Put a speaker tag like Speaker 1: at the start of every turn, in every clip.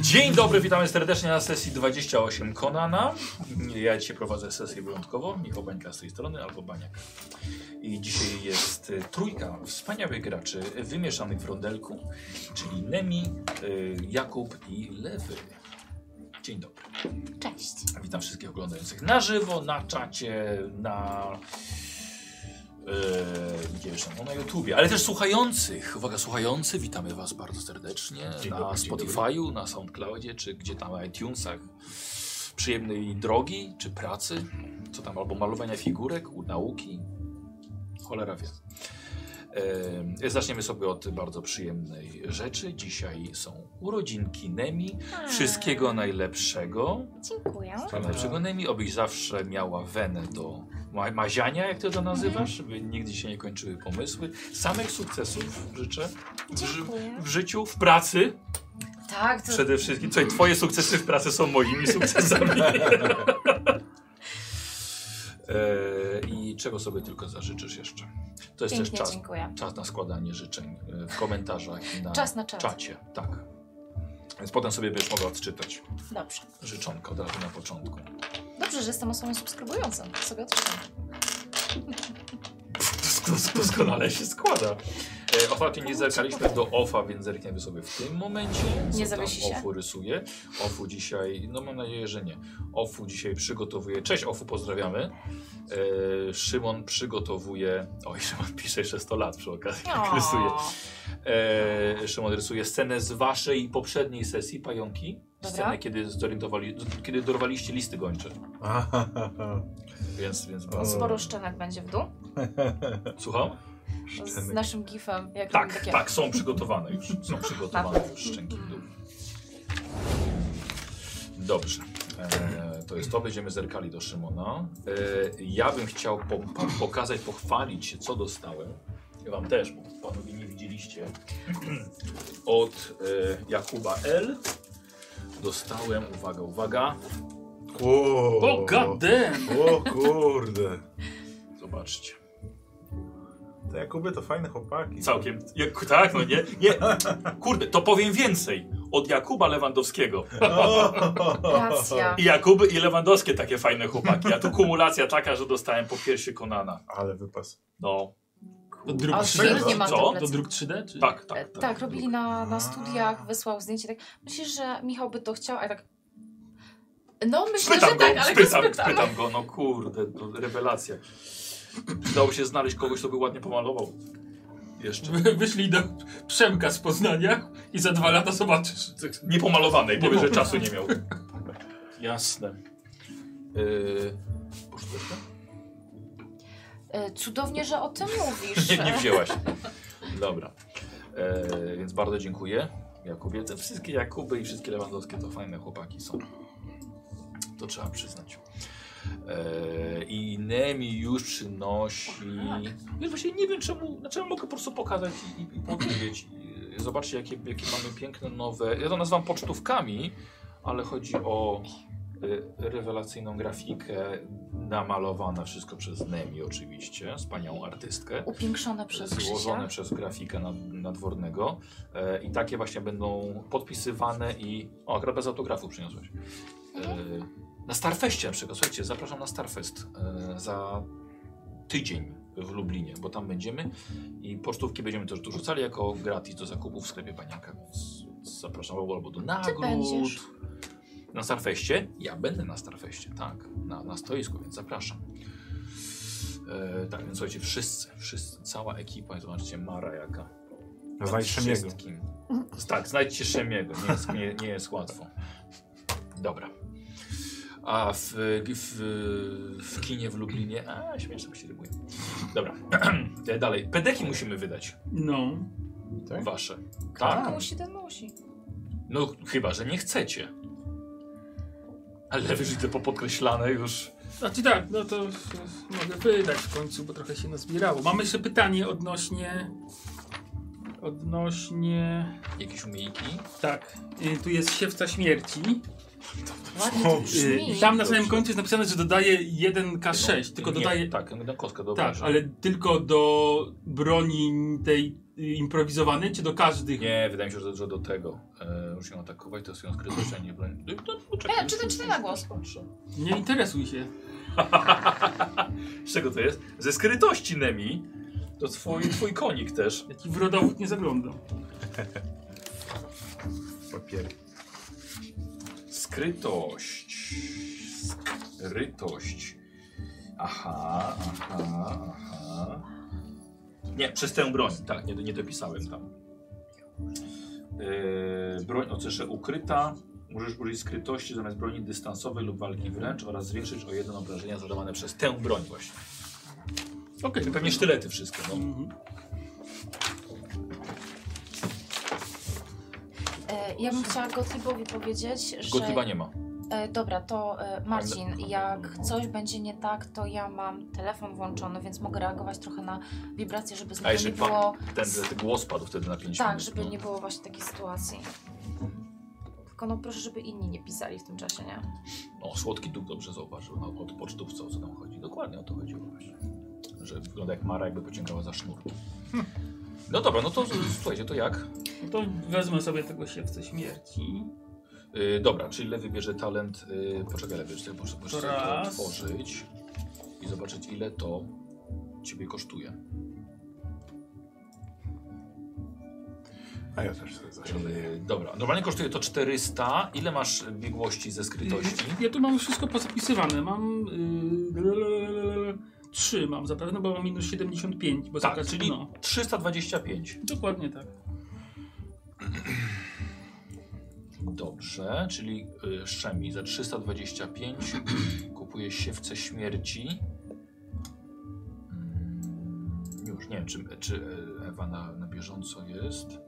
Speaker 1: Dzień dobry, witamy serdecznie na sesji 28 Konana. Ja dzisiaj prowadzę sesję wyjątkowo. Michał Bańka z tej strony, albo Baniak. I dzisiaj jest y, trójka wspaniałych graczy wymieszanych w rondelku, czyli Nemi, y, Jakub i Lewy. Dzień dobry.
Speaker 2: Cześć.
Speaker 1: Witam wszystkich oglądających na żywo, na czacie, na. Yy, gdzie jeszcze? No, na YouTubie, ale też słuchających. Uwaga, słuchający, witamy Was bardzo serdecznie
Speaker 3: Dzień
Speaker 1: na
Speaker 3: dobry, dzień
Speaker 1: Spotify'u, na SoundCloudzie, czy gdzie tam na iTunesach. Przyjemnej drogi, czy pracy, co tam, albo malowania figurek, u nauki. Cholera wie. Yy, zaczniemy sobie od bardzo przyjemnej rzeczy. Dzisiaj są urodzinki Nemi.
Speaker 2: A,
Speaker 1: Wszystkiego najlepszego.
Speaker 2: Dziękuję.
Speaker 1: Pana Przegonemi, obyś zawsze miała wenę do ma maziania, jak ty
Speaker 2: Mhm.
Speaker 1: to nazywasz, by nigdy się nie kończyły pomysły. Samych sukcesów życzę w, ży
Speaker 2: Dziękuję.
Speaker 1: w życiu, w pracy
Speaker 2: Tak, to
Speaker 1: przede wszystkim. Słuchaj, twoje sukcesy w pracy są moimi sukcesami. E, I czego sobie tylko zażyczysz jeszcze. To jest
Speaker 2: pięknie
Speaker 1: też czas,
Speaker 2: dziękuję.
Speaker 1: czas na składanie życzeń e, w komentarzach i na
Speaker 2: Czas na czas.
Speaker 1: czacie. Tak. Więc potem sobie będziesz mogła odczytać
Speaker 2: Dobrze.
Speaker 1: życzonko od razu na początku.
Speaker 2: Dobrze, że jestem osobą subskrybującą. To sobie odczytam.
Speaker 1: Dos- Doskonale się składa. E, Ostatnio nie zerkaliśmy do OFA, więc zerkniemy sobie w tym momencie. Co
Speaker 2: Nie
Speaker 1: tam
Speaker 2: zawiesi się?
Speaker 1: OFU rysuje. OFU dzisiaj, no mam nadzieję, że nie. OFU dzisiaj przygotowuje. Cześć OFU, pozdrawiamy. E, Szymon przygotowuje. Oj, Szymon pisze jeszcze 100 lat przy okazji, jak rysuje. E, Szymon rysuje scenę z waszej poprzedniej sesji pająki.
Speaker 2: Dobra.
Speaker 1: Scenę, kiedy, zorientowali, kiedy dorwaliście listy gończe. Więc, więc
Speaker 3: O.
Speaker 2: Sporo szczenek będzie w dół.
Speaker 1: Słucham?
Speaker 2: Z naszym gifem. Jak
Speaker 1: Tak,
Speaker 2: takie-
Speaker 1: tak, są przygotowane już. Są przygotowane już szczęki w dół. Dobrze. E, to jest to, będziemy zerkali do Szymona. E, ja bym chciał po, po, pokazać, pochwalić się, co dostałem. Ja wam też, bo panowie nie widzieliście. Od e, Jakuba L. Dostałem, uwaga, uwaga. O,
Speaker 3: O,
Speaker 1: oh, god damn!
Speaker 3: o kurde.
Speaker 1: Zobaczcie.
Speaker 3: Te Jakuby to fajne chłopaki.
Speaker 1: Całkiem. Jak, tak, no nie? Nie. Kurde, to powiem więcej. Od Jakuba Lewandowskiego.
Speaker 2: Racja.
Speaker 1: I Jakuby i Lewandowskie takie fajne chłopaki. A tu kumulacja taka, że dostałem po piersi Konana.
Speaker 3: Ale wypas.
Speaker 1: No,
Speaker 4: Do druk
Speaker 2: A
Speaker 4: 3D?
Speaker 2: świetnie mam
Speaker 1: Co?
Speaker 2: te
Speaker 1: Do
Speaker 4: Do
Speaker 2: plecy.
Speaker 4: druk 3D? Czy...
Speaker 1: tak,
Speaker 2: E,
Speaker 1: tak.
Speaker 2: Tak, robili na, na studiach, wysłał zdjęcie. Tak. Myślisz, że Michał by to chciał, a ja tak. No, myślę,
Speaker 1: Spytam
Speaker 2: że
Speaker 1: go,
Speaker 2: tak, ale
Speaker 1: spytam,
Speaker 2: go spytam.
Speaker 1: spytam go, no kurde, to rewelacja. Udało się znaleźć kogoś, kto by ładnie pomalował. Jeszcze.
Speaker 4: Wy- Wyszli do Przemka z Poznania i za dwa lata zobaczysz.
Speaker 1: Niepomalowanej, powie, że
Speaker 4: Niepomalowanej.
Speaker 1: czasu nie miał. Jasne. Yy, poszukać to?
Speaker 2: E, Cudownie, że o tym mówisz.
Speaker 1: Nie, nie wzięłaś. Dobra. E, więc bardzo dziękuję Jakubie. Te wszystkie Jakuby i wszystkie Lewandowskie to fajne chłopaki są. To trzeba przyznać. E, I Nemi już przynosi. Wiesz, właśnie nie wiem czemu, znaczy ja mogę po prostu pokazać i, i, i powiedzieć. I, Zobaczcie jakie, jakie mamy piękne nowe. Ja to nazywam pocztówkami, ale chodzi o y, rewelacyjną grafikę namalowane wszystko przez Nemi oczywiście, wspaniałą artystkę
Speaker 2: Upiększone przez
Speaker 1: złożone
Speaker 2: Krzysia.
Speaker 1: przez grafika nad, nadwornego e, i takie właśnie będą podpisywane i... O, akurat bez autografu przyniosłeś. E,
Speaker 2: Mhm.
Speaker 1: na Starfestie na przykład, słuchajcie, zapraszam na Starfest e, za tydzień w Lublinie, bo tam będziemy i pocztówki będziemy też dorzucali jako gratis do zakupu w sklepie Paniaka, więc zapraszam albo, albo do nagród.
Speaker 2: będziesz?
Speaker 1: Na Starfeście? Ja będę na Starfeście, tak, na, na stoisku, więc zapraszam. E, tak, więc słuchajcie, wszyscy, wszyscy, cała ekipa, zobaczcie, Mara jaka.
Speaker 3: Znajdź Szemiego.
Speaker 1: Wszystkim. Tak, znajdźcie Szemiego, nie jest, nie, nie jest łatwo. Dobra. A w, w, w kinie w Lublinie, a śmieszne by się rybuje. Dobra, E, dalej. Pedeki musimy wydać,
Speaker 4: No.
Speaker 3: Tak?
Speaker 1: wasze.
Speaker 2: Tak.
Speaker 1: Tak?
Speaker 2: Musi, ten musi.
Speaker 1: No chyba, że nie chcecie. Ale wyżyć to popodkreślane już.
Speaker 4: Znaczy tak, no to e, mogę wydać w końcu, bo trochę się nazbierało. Mamy jeszcze pytanie odnośnie... Odnośnie...
Speaker 1: Jakieś umiejki?
Speaker 4: y, Tak, e, tu jest Siewca Śmierci.
Speaker 2: Ładnie to
Speaker 4: Y,
Speaker 2: brzmi.
Speaker 4: Tam na samym końcu jest napisane, że dodaje 1K6, tylko
Speaker 1: Nie,
Speaker 4: dodaje.
Speaker 1: Tak, na kostkę do
Speaker 4: Tak,
Speaker 1: obrażeń.
Speaker 4: ale tylko do broni tej y, improwizowanej, czy do każdych?
Speaker 1: Nie, wydaje mi się, że, że do tego. E, już ją atakować, to jest ją skryteczne, nie broń. No, no,
Speaker 2: E, czytaj, czytaj na głos.
Speaker 1: Patrzę.
Speaker 4: Nie interesuj się.
Speaker 1: Z czego to jest? Ze skrytości Nemi. To twój, twój konik też.
Speaker 4: Ja ci w rodowód nie zaglądam.
Speaker 3: Papier.
Speaker 1: Skrytość. Skrytość. Aha, aha, aha. Nie, przez tę broń. Tak, nie, nie dopisałem tam. Yy, broń o cesze ukryta. Możesz użyć skrytości zamiast broni dystansowej lub walki wręcz oraz zwiększyć o jeden obrażenia zadawane przez tę broń właśnie.
Speaker 4: Okej,
Speaker 1: Pewnie sztylety wszystkie, no.
Speaker 4: Mhm.
Speaker 2: E, ja bym chciała Gottliebowi powiedzieć, że...
Speaker 1: Gotywa nie ma.
Speaker 2: E, dobra, to e, Marcin, jak coś będzie nie tak, to ja mam telefon włączony, więc mogę reagować trochę na wibracje, żeby
Speaker 1: A
Speaker 2: znowu nie
Speaker 1: jeżeli pan-
Speaker 2: było...
Speaker 1: Ten, ten głos padł wtedy na 5
Speaker 2: Tak,
Speaker 1: minut.
Speaker 2: żeby
Speaker 1: no.
Speaker 2: nie było właśnie takiej sytuacji. Tylko no proszę, żeby inni nie pisali w tym czasie, nie?
Speaker 1: O, No, słodki duch dobrze zauważył. No, od pocztówca o co tam chodzi. Dokładnie o to chodziło właśnie. Że wygląda jak Mara, jakby pociągała za sznur. No dobra, no to z- słuchajcie, to jak?
Speaker 4: No to wezmę sobie tego siewce śmierci.
Speaker 1: Yy, dobra, czyli lewy bierze talent. Yy, poczekaj, lewy, czy muszę, muszę sobie to
Speaker 4: Raz.
Speaker 1: otworzyć i zobaczyć, ile to ciebie kosztuje.
Speaker 3: A ja też sobie zasiądę.
Speaker 1: Yy, dobra, normalnie kosztuje to 400. Ile masz biegłości ze skrytości?
Speaker 4: Ja tu mam wszystko pozapisywane. Mam. Yy, 3 mam zapewne, bo mam minus 75, bo
Speaker 1: Tak,
Speaker 4: zakaz-
Speaker 1: czyli
Speaker 4: no.
Speaker 1: 325.
Speaker 4: Dokładnie tak.
Speaker 1: Dobrze, czyli y, Szemi za 325 kupuje siewce śmierci. Mm, Już nie wiem, czy, czy e, Ewa na, na bieżąco jest.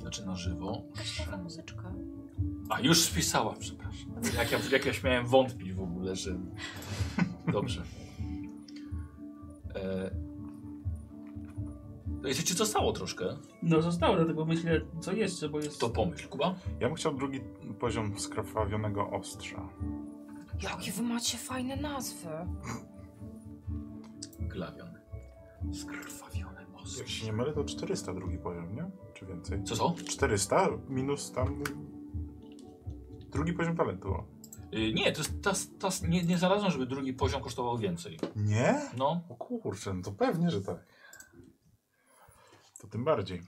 Speaker 1: Znaczy na żywo.
Speaker 2: Jakaś nowa muzyczka.
Speaker 1: A już spisała, przepraszam. Jak ja, jak ja śmiałem wątpić w ogóle, że. Dobrze. E... No, Jeśli ci zostało troszkę,
Speaker 4: No zostało, dlatego myślę, co jeszcze, bo jest.
Speaker 1: to pomyśl, Kuba.
Speaker 3: Ja bym chciał drugi poziom skrwawionego ostrza.
Speaker 2: Jakie wy macie fajne nazwy.
Speaker 1: Glawion. Skrwawione
Speaker 3: Jak
Speaker 1: ostrze.
Speaker 3: się nie mylę, to 400 drugi poziom, nie? Czy więcej?
Speaker 1: Co co?
Speaker 3: 400 minus tam... Drugi poziom talentu. o.
Speaker 1: Y, Nie, to jest ta, ta, nie, nie znalazłem, żeby drugi poziom kosztował więcej.
Speaker 3: Nie?
Speaker 1: No,
Speaker 3: O kurczę, no to pewnie, że tak. To tym bardziej.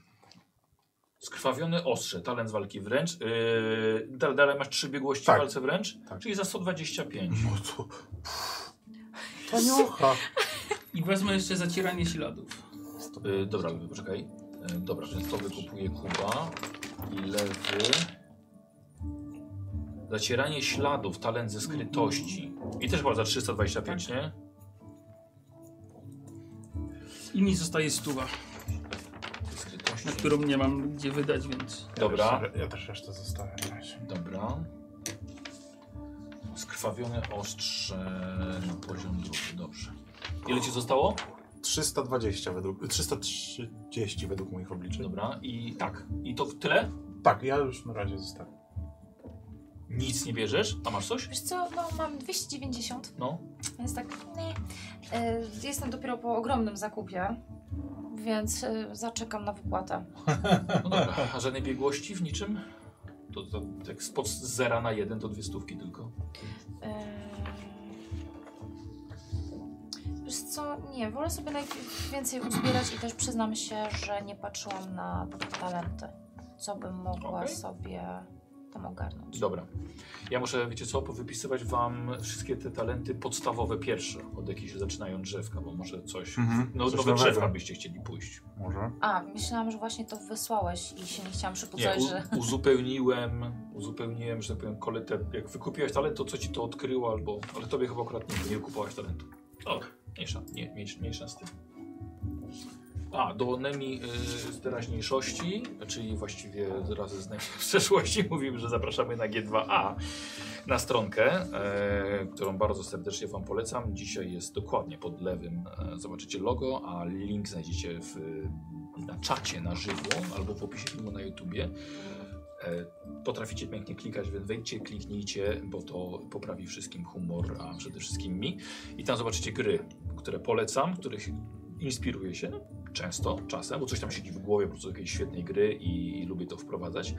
Speaker 1: skrwawione ostrze, talent z walki wręcz. Yy, dalej, dalej masz trzy biegłości
Speaker 3: Tak.
Speaker 1: w walce wręcz,
Speaker 3: Tak.
Speaker 1: czyli za 125.
Speaker 3: No to... Taniocha.
Speaker 4: I wezmę jeszcze zacieranie śladów.
Speaker 3: Mhm. Y,
Speaker 1: Yy, dobra, lewy, poczekaj. Yy, dobra, więc to wykupuje Kuba i lewy. Zacieranie śladów, talent ze skrytości. I też chyba za 325,
Speaker 3: Tak.
Speaker 1: nie?
Speaker 4: I mi zostaje stuwa,
Speaker 1: Ze skrytości.
Speaker 4: na którą nie mam gdzie wydać, więc.
Speaker 1: Dobra.
Speaker 3: Ja też, ja też resztę zostawiam. na razie.
Speaker 1: Dobra. Skrwawione ostrze na poziom drugi, dobrze. Ile ci zostało?
Speaker 3: 320 według... 330 według moich obliczeń.
Speaker 1: Dobra, i tak. I to w tyle?
Speaker 3: Tak, ja już na razie zostawiam.
Speaker 1: Nic nie bierzesz? A masz coś?
Speaker 2: Wiesz co, no mam 290,
Speaker 1: No.
Speaker 2: więc tak nie. E, jestem dopiero po ogromnym zakupie, więc e, zaczekam na wypłatę.
Speaker 1: No dobra. A żadnej biegłości w niczym? To, to tak spod zera na jeden to dwie stówki tylko.
Speaker 2: E, wiesz co, nie, wolę sobie najwięcej uzbierać i też przyznam się, że nie patrzyłam na talenty. Co bym mogła
Speaker 1: Okej.
Speaker 2: sobie tam ogarnąć.
Speaker 1: Dobra. Ja muszę, wiecie co, powypisywać wam wszystkie te talenty podstawowe pierwsze, od jakich się zaczynają drzewka, bo może coś...
Speaker 5: Hmm.
Speaker 3: Mhm.
Speaker 1: No, nowe drzewka byście chcieli pójść.
Speaker 3: Może.
Speaker 2: A, myślałam, że właśnie to wysłałeś i się nie chciałam
Speaker 1: Nie,
Speaker 2: przypuszczać, że...
Speaker 1: u, uzupełniłem, uzupełniłem, że tak powiem, koletę. Jak wykupiłaś talent, to co ci to odkryło, albo. Ale tobie chyba akurat nie, nie kupowaś talentu. O, mniejsza, nie, mniejsza, mniejsza z tym. A, do Nemi y, z teraźniejszości, czyli właściwie razem z Nemi z przeszłości mówimy, że zapraszamy na G2A na stronkę, e, którą bardzo serdecznie Wam polecam. Dzisiaj jest dokładnie pod lewym, e, zobaczycie logo, a link znajdziecie w, na czacie na żywo albo w opisie filmu na YouTubie. E, Potraficie pięknie klikać, więc wejdźcie, kliknijcie, bo to poprawi wszystkim humor, a przede wszystkim mi. I tam zobaczycie gry, które polecam, których inspiruję się często, czasem, bo coś tam siedzi w głowie po prostu jakiejś świetnej gry i, i lubię to wprowadzać.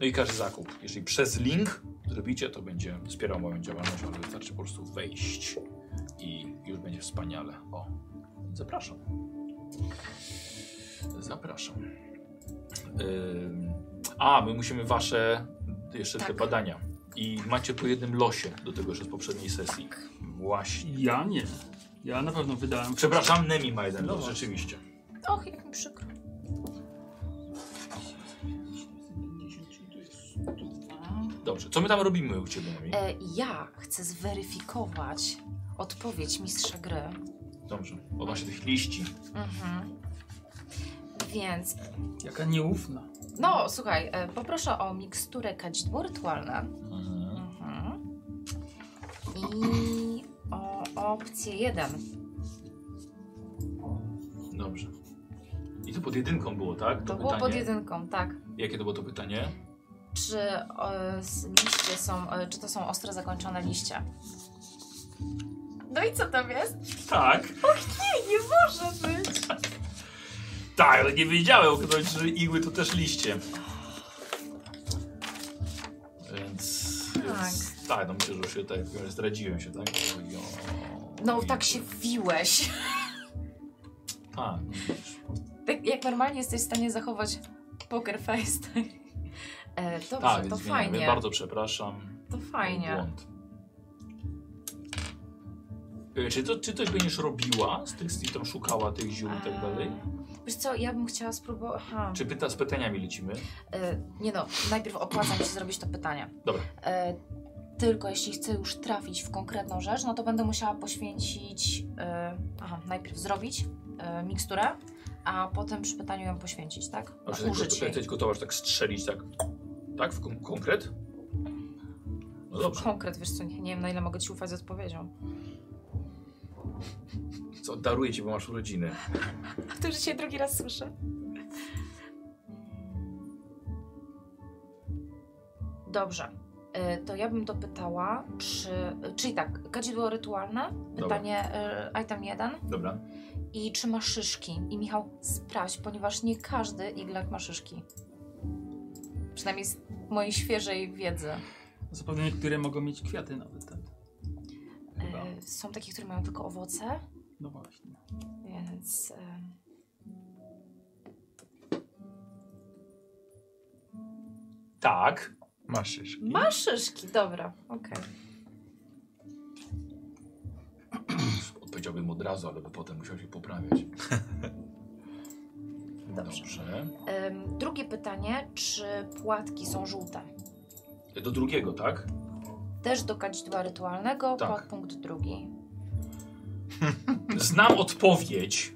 Speaker 1: No i każdy zakup, jeżeli przez link zrobicie, to będzie wspierał moją działalność, ale wystarczy po prostu wejść i już będzie wspaniale. O, zapraszam. Zapraszam. Ym, a, my musimy wasze jeszcze te
Speaker 2: Tak.
Speaker 1: badania. I macie po jednym losie do tego jeszcze z poprzedniej sesji. Właśnie.
Speaker 4: Ja nie. Ja na pewno wydałem.
Speaker 1: Przepraszam, Nemi ma jeden
Speaker 4: No
Speaker 1: los,
Speaker 4: właśnie.
Speaker 1: rzeczywiście.
Speaker 2: Och, jak mi przykro.
Speaker 1: Dobrze, co my tam robimy u ciebie, Nemi?
Speaker 2: E, ja chcę zweryfikować odpowiedź mistrza gry.
Speaker 1: Dobrze, odnośnie tych liści.
Speaker 2: Mhm. Więc,
Speaker 4: Jaka nieufna.
Speaker 2: no słuchaj, e, poproszę o miksturę kadzidło rytualne.
Speaker 1: Mhm.
Speaker 2: Mhm. I o opcję 1.
Speaker 1: Dobrze. I to pod jedynką było, tak?
Speaker 2: To było pod jedynką, tak.
Speaker 1: Jakie to było to pytanie?
Speaker 2: Czy e, s- liście są, e, czy to są ostro zakończone liście? No i co tam jest?
Speaker 1: Tak.
Speaker 2: Nie może być!
Speaker 1: Tak, ale nie wiedziałem, okazać, że igły to też liście. Więc. Więc, tak, no myślę, że się tak powiem, zdradziłem się, tak? Chodzi o-
Speaker 2: No tak się wiłeś.
Speaker 1: Tak. no wiesz.
Speaker 2: Tak, jak normalnie jesteś w stanie zachować poker face. tak. E, dobrze,
Speaker 1: Tak,
Speaker 2: to
Speaker 1: więc wiem,
Speaker 2: fajnie.
Speaker 1: bardzo przepraszam.
Speaker 2: To fajnie.
Speaker 1: Błąd. Y, Czy, to, czy coś będziesz robiła z tych z, tam szukała tych ziół i tak dalej?
Speaker 2: Eee, Wiesz co, ja bym chciała spróbować. Aha.
Speaker 1: Czy pyta, z pytaniami lecimy?
Speaker 2: E, nie no, najpierw opłaca mi się zrobić to pytanie.
Speaker 1: Dobra.
Speaker 2: E, tylko jeśli chcę już trafić w konkretną rzecz, no to będę musiała poświęcić. E, aha, najpierw zrobić e, miksturę, a potem przy pytaniu ją poświęcić, tak?
Speaker 1: A czy
Speaker 2: Użyć jej.
Speaker 1: jesteś gotowa, że tak strzelić, tak? Tak? W kon- konkret? No dobrze.
Speaker 2: Konkret, wiesz co, nie, nie wiem na ile mogę ci ufać z odpowiedzią.
Speaker 1: Co, daruję ci, bo masz urodziny.
Speaker 2: To już dzisiaj drugi raz słyszę. Dobrze. E, To ja bym dopytała, czy. Czyli tak, kadzidło rytualne, pytanie e, item 1.
Speaker 1: Dobra.
Speaker 2: I czy ma szyszki? I Michał, sprawdź, ponieważ nie każdy iglak ma szyszki. Przynajmniej z mojej świeżej wiedzy.
Speaker 4: Zapewne niektóre mogą mieć kwiaty nawet. Tak? Chyba.
Speaker 2: E, są takie, które mają tylko owoce,
Speaker 4: No właśnie.
Speaker 2: więc. E...
Speaker 1: Tak.
Speaker 3: Masz szyszki.
Speaker 2: Ma szyszki, dobra, okej.
Speaker 1: Odpowiedziałbym od razu, ale by potem musiał się poprawiać.
Speaker 2: Dobrze.
Speaker 1: Dobrze.
Speaker 2: Em, drugie pytanie, czy płatki są żółte?
Speaker 1: Do drugiego, tak?
Speaker 2: Też do kadzidła rytualnego,
Speaker 1: Tak.
Speaker 2: pod punkt drugi.
Speaker 1: Znam odpowiedź,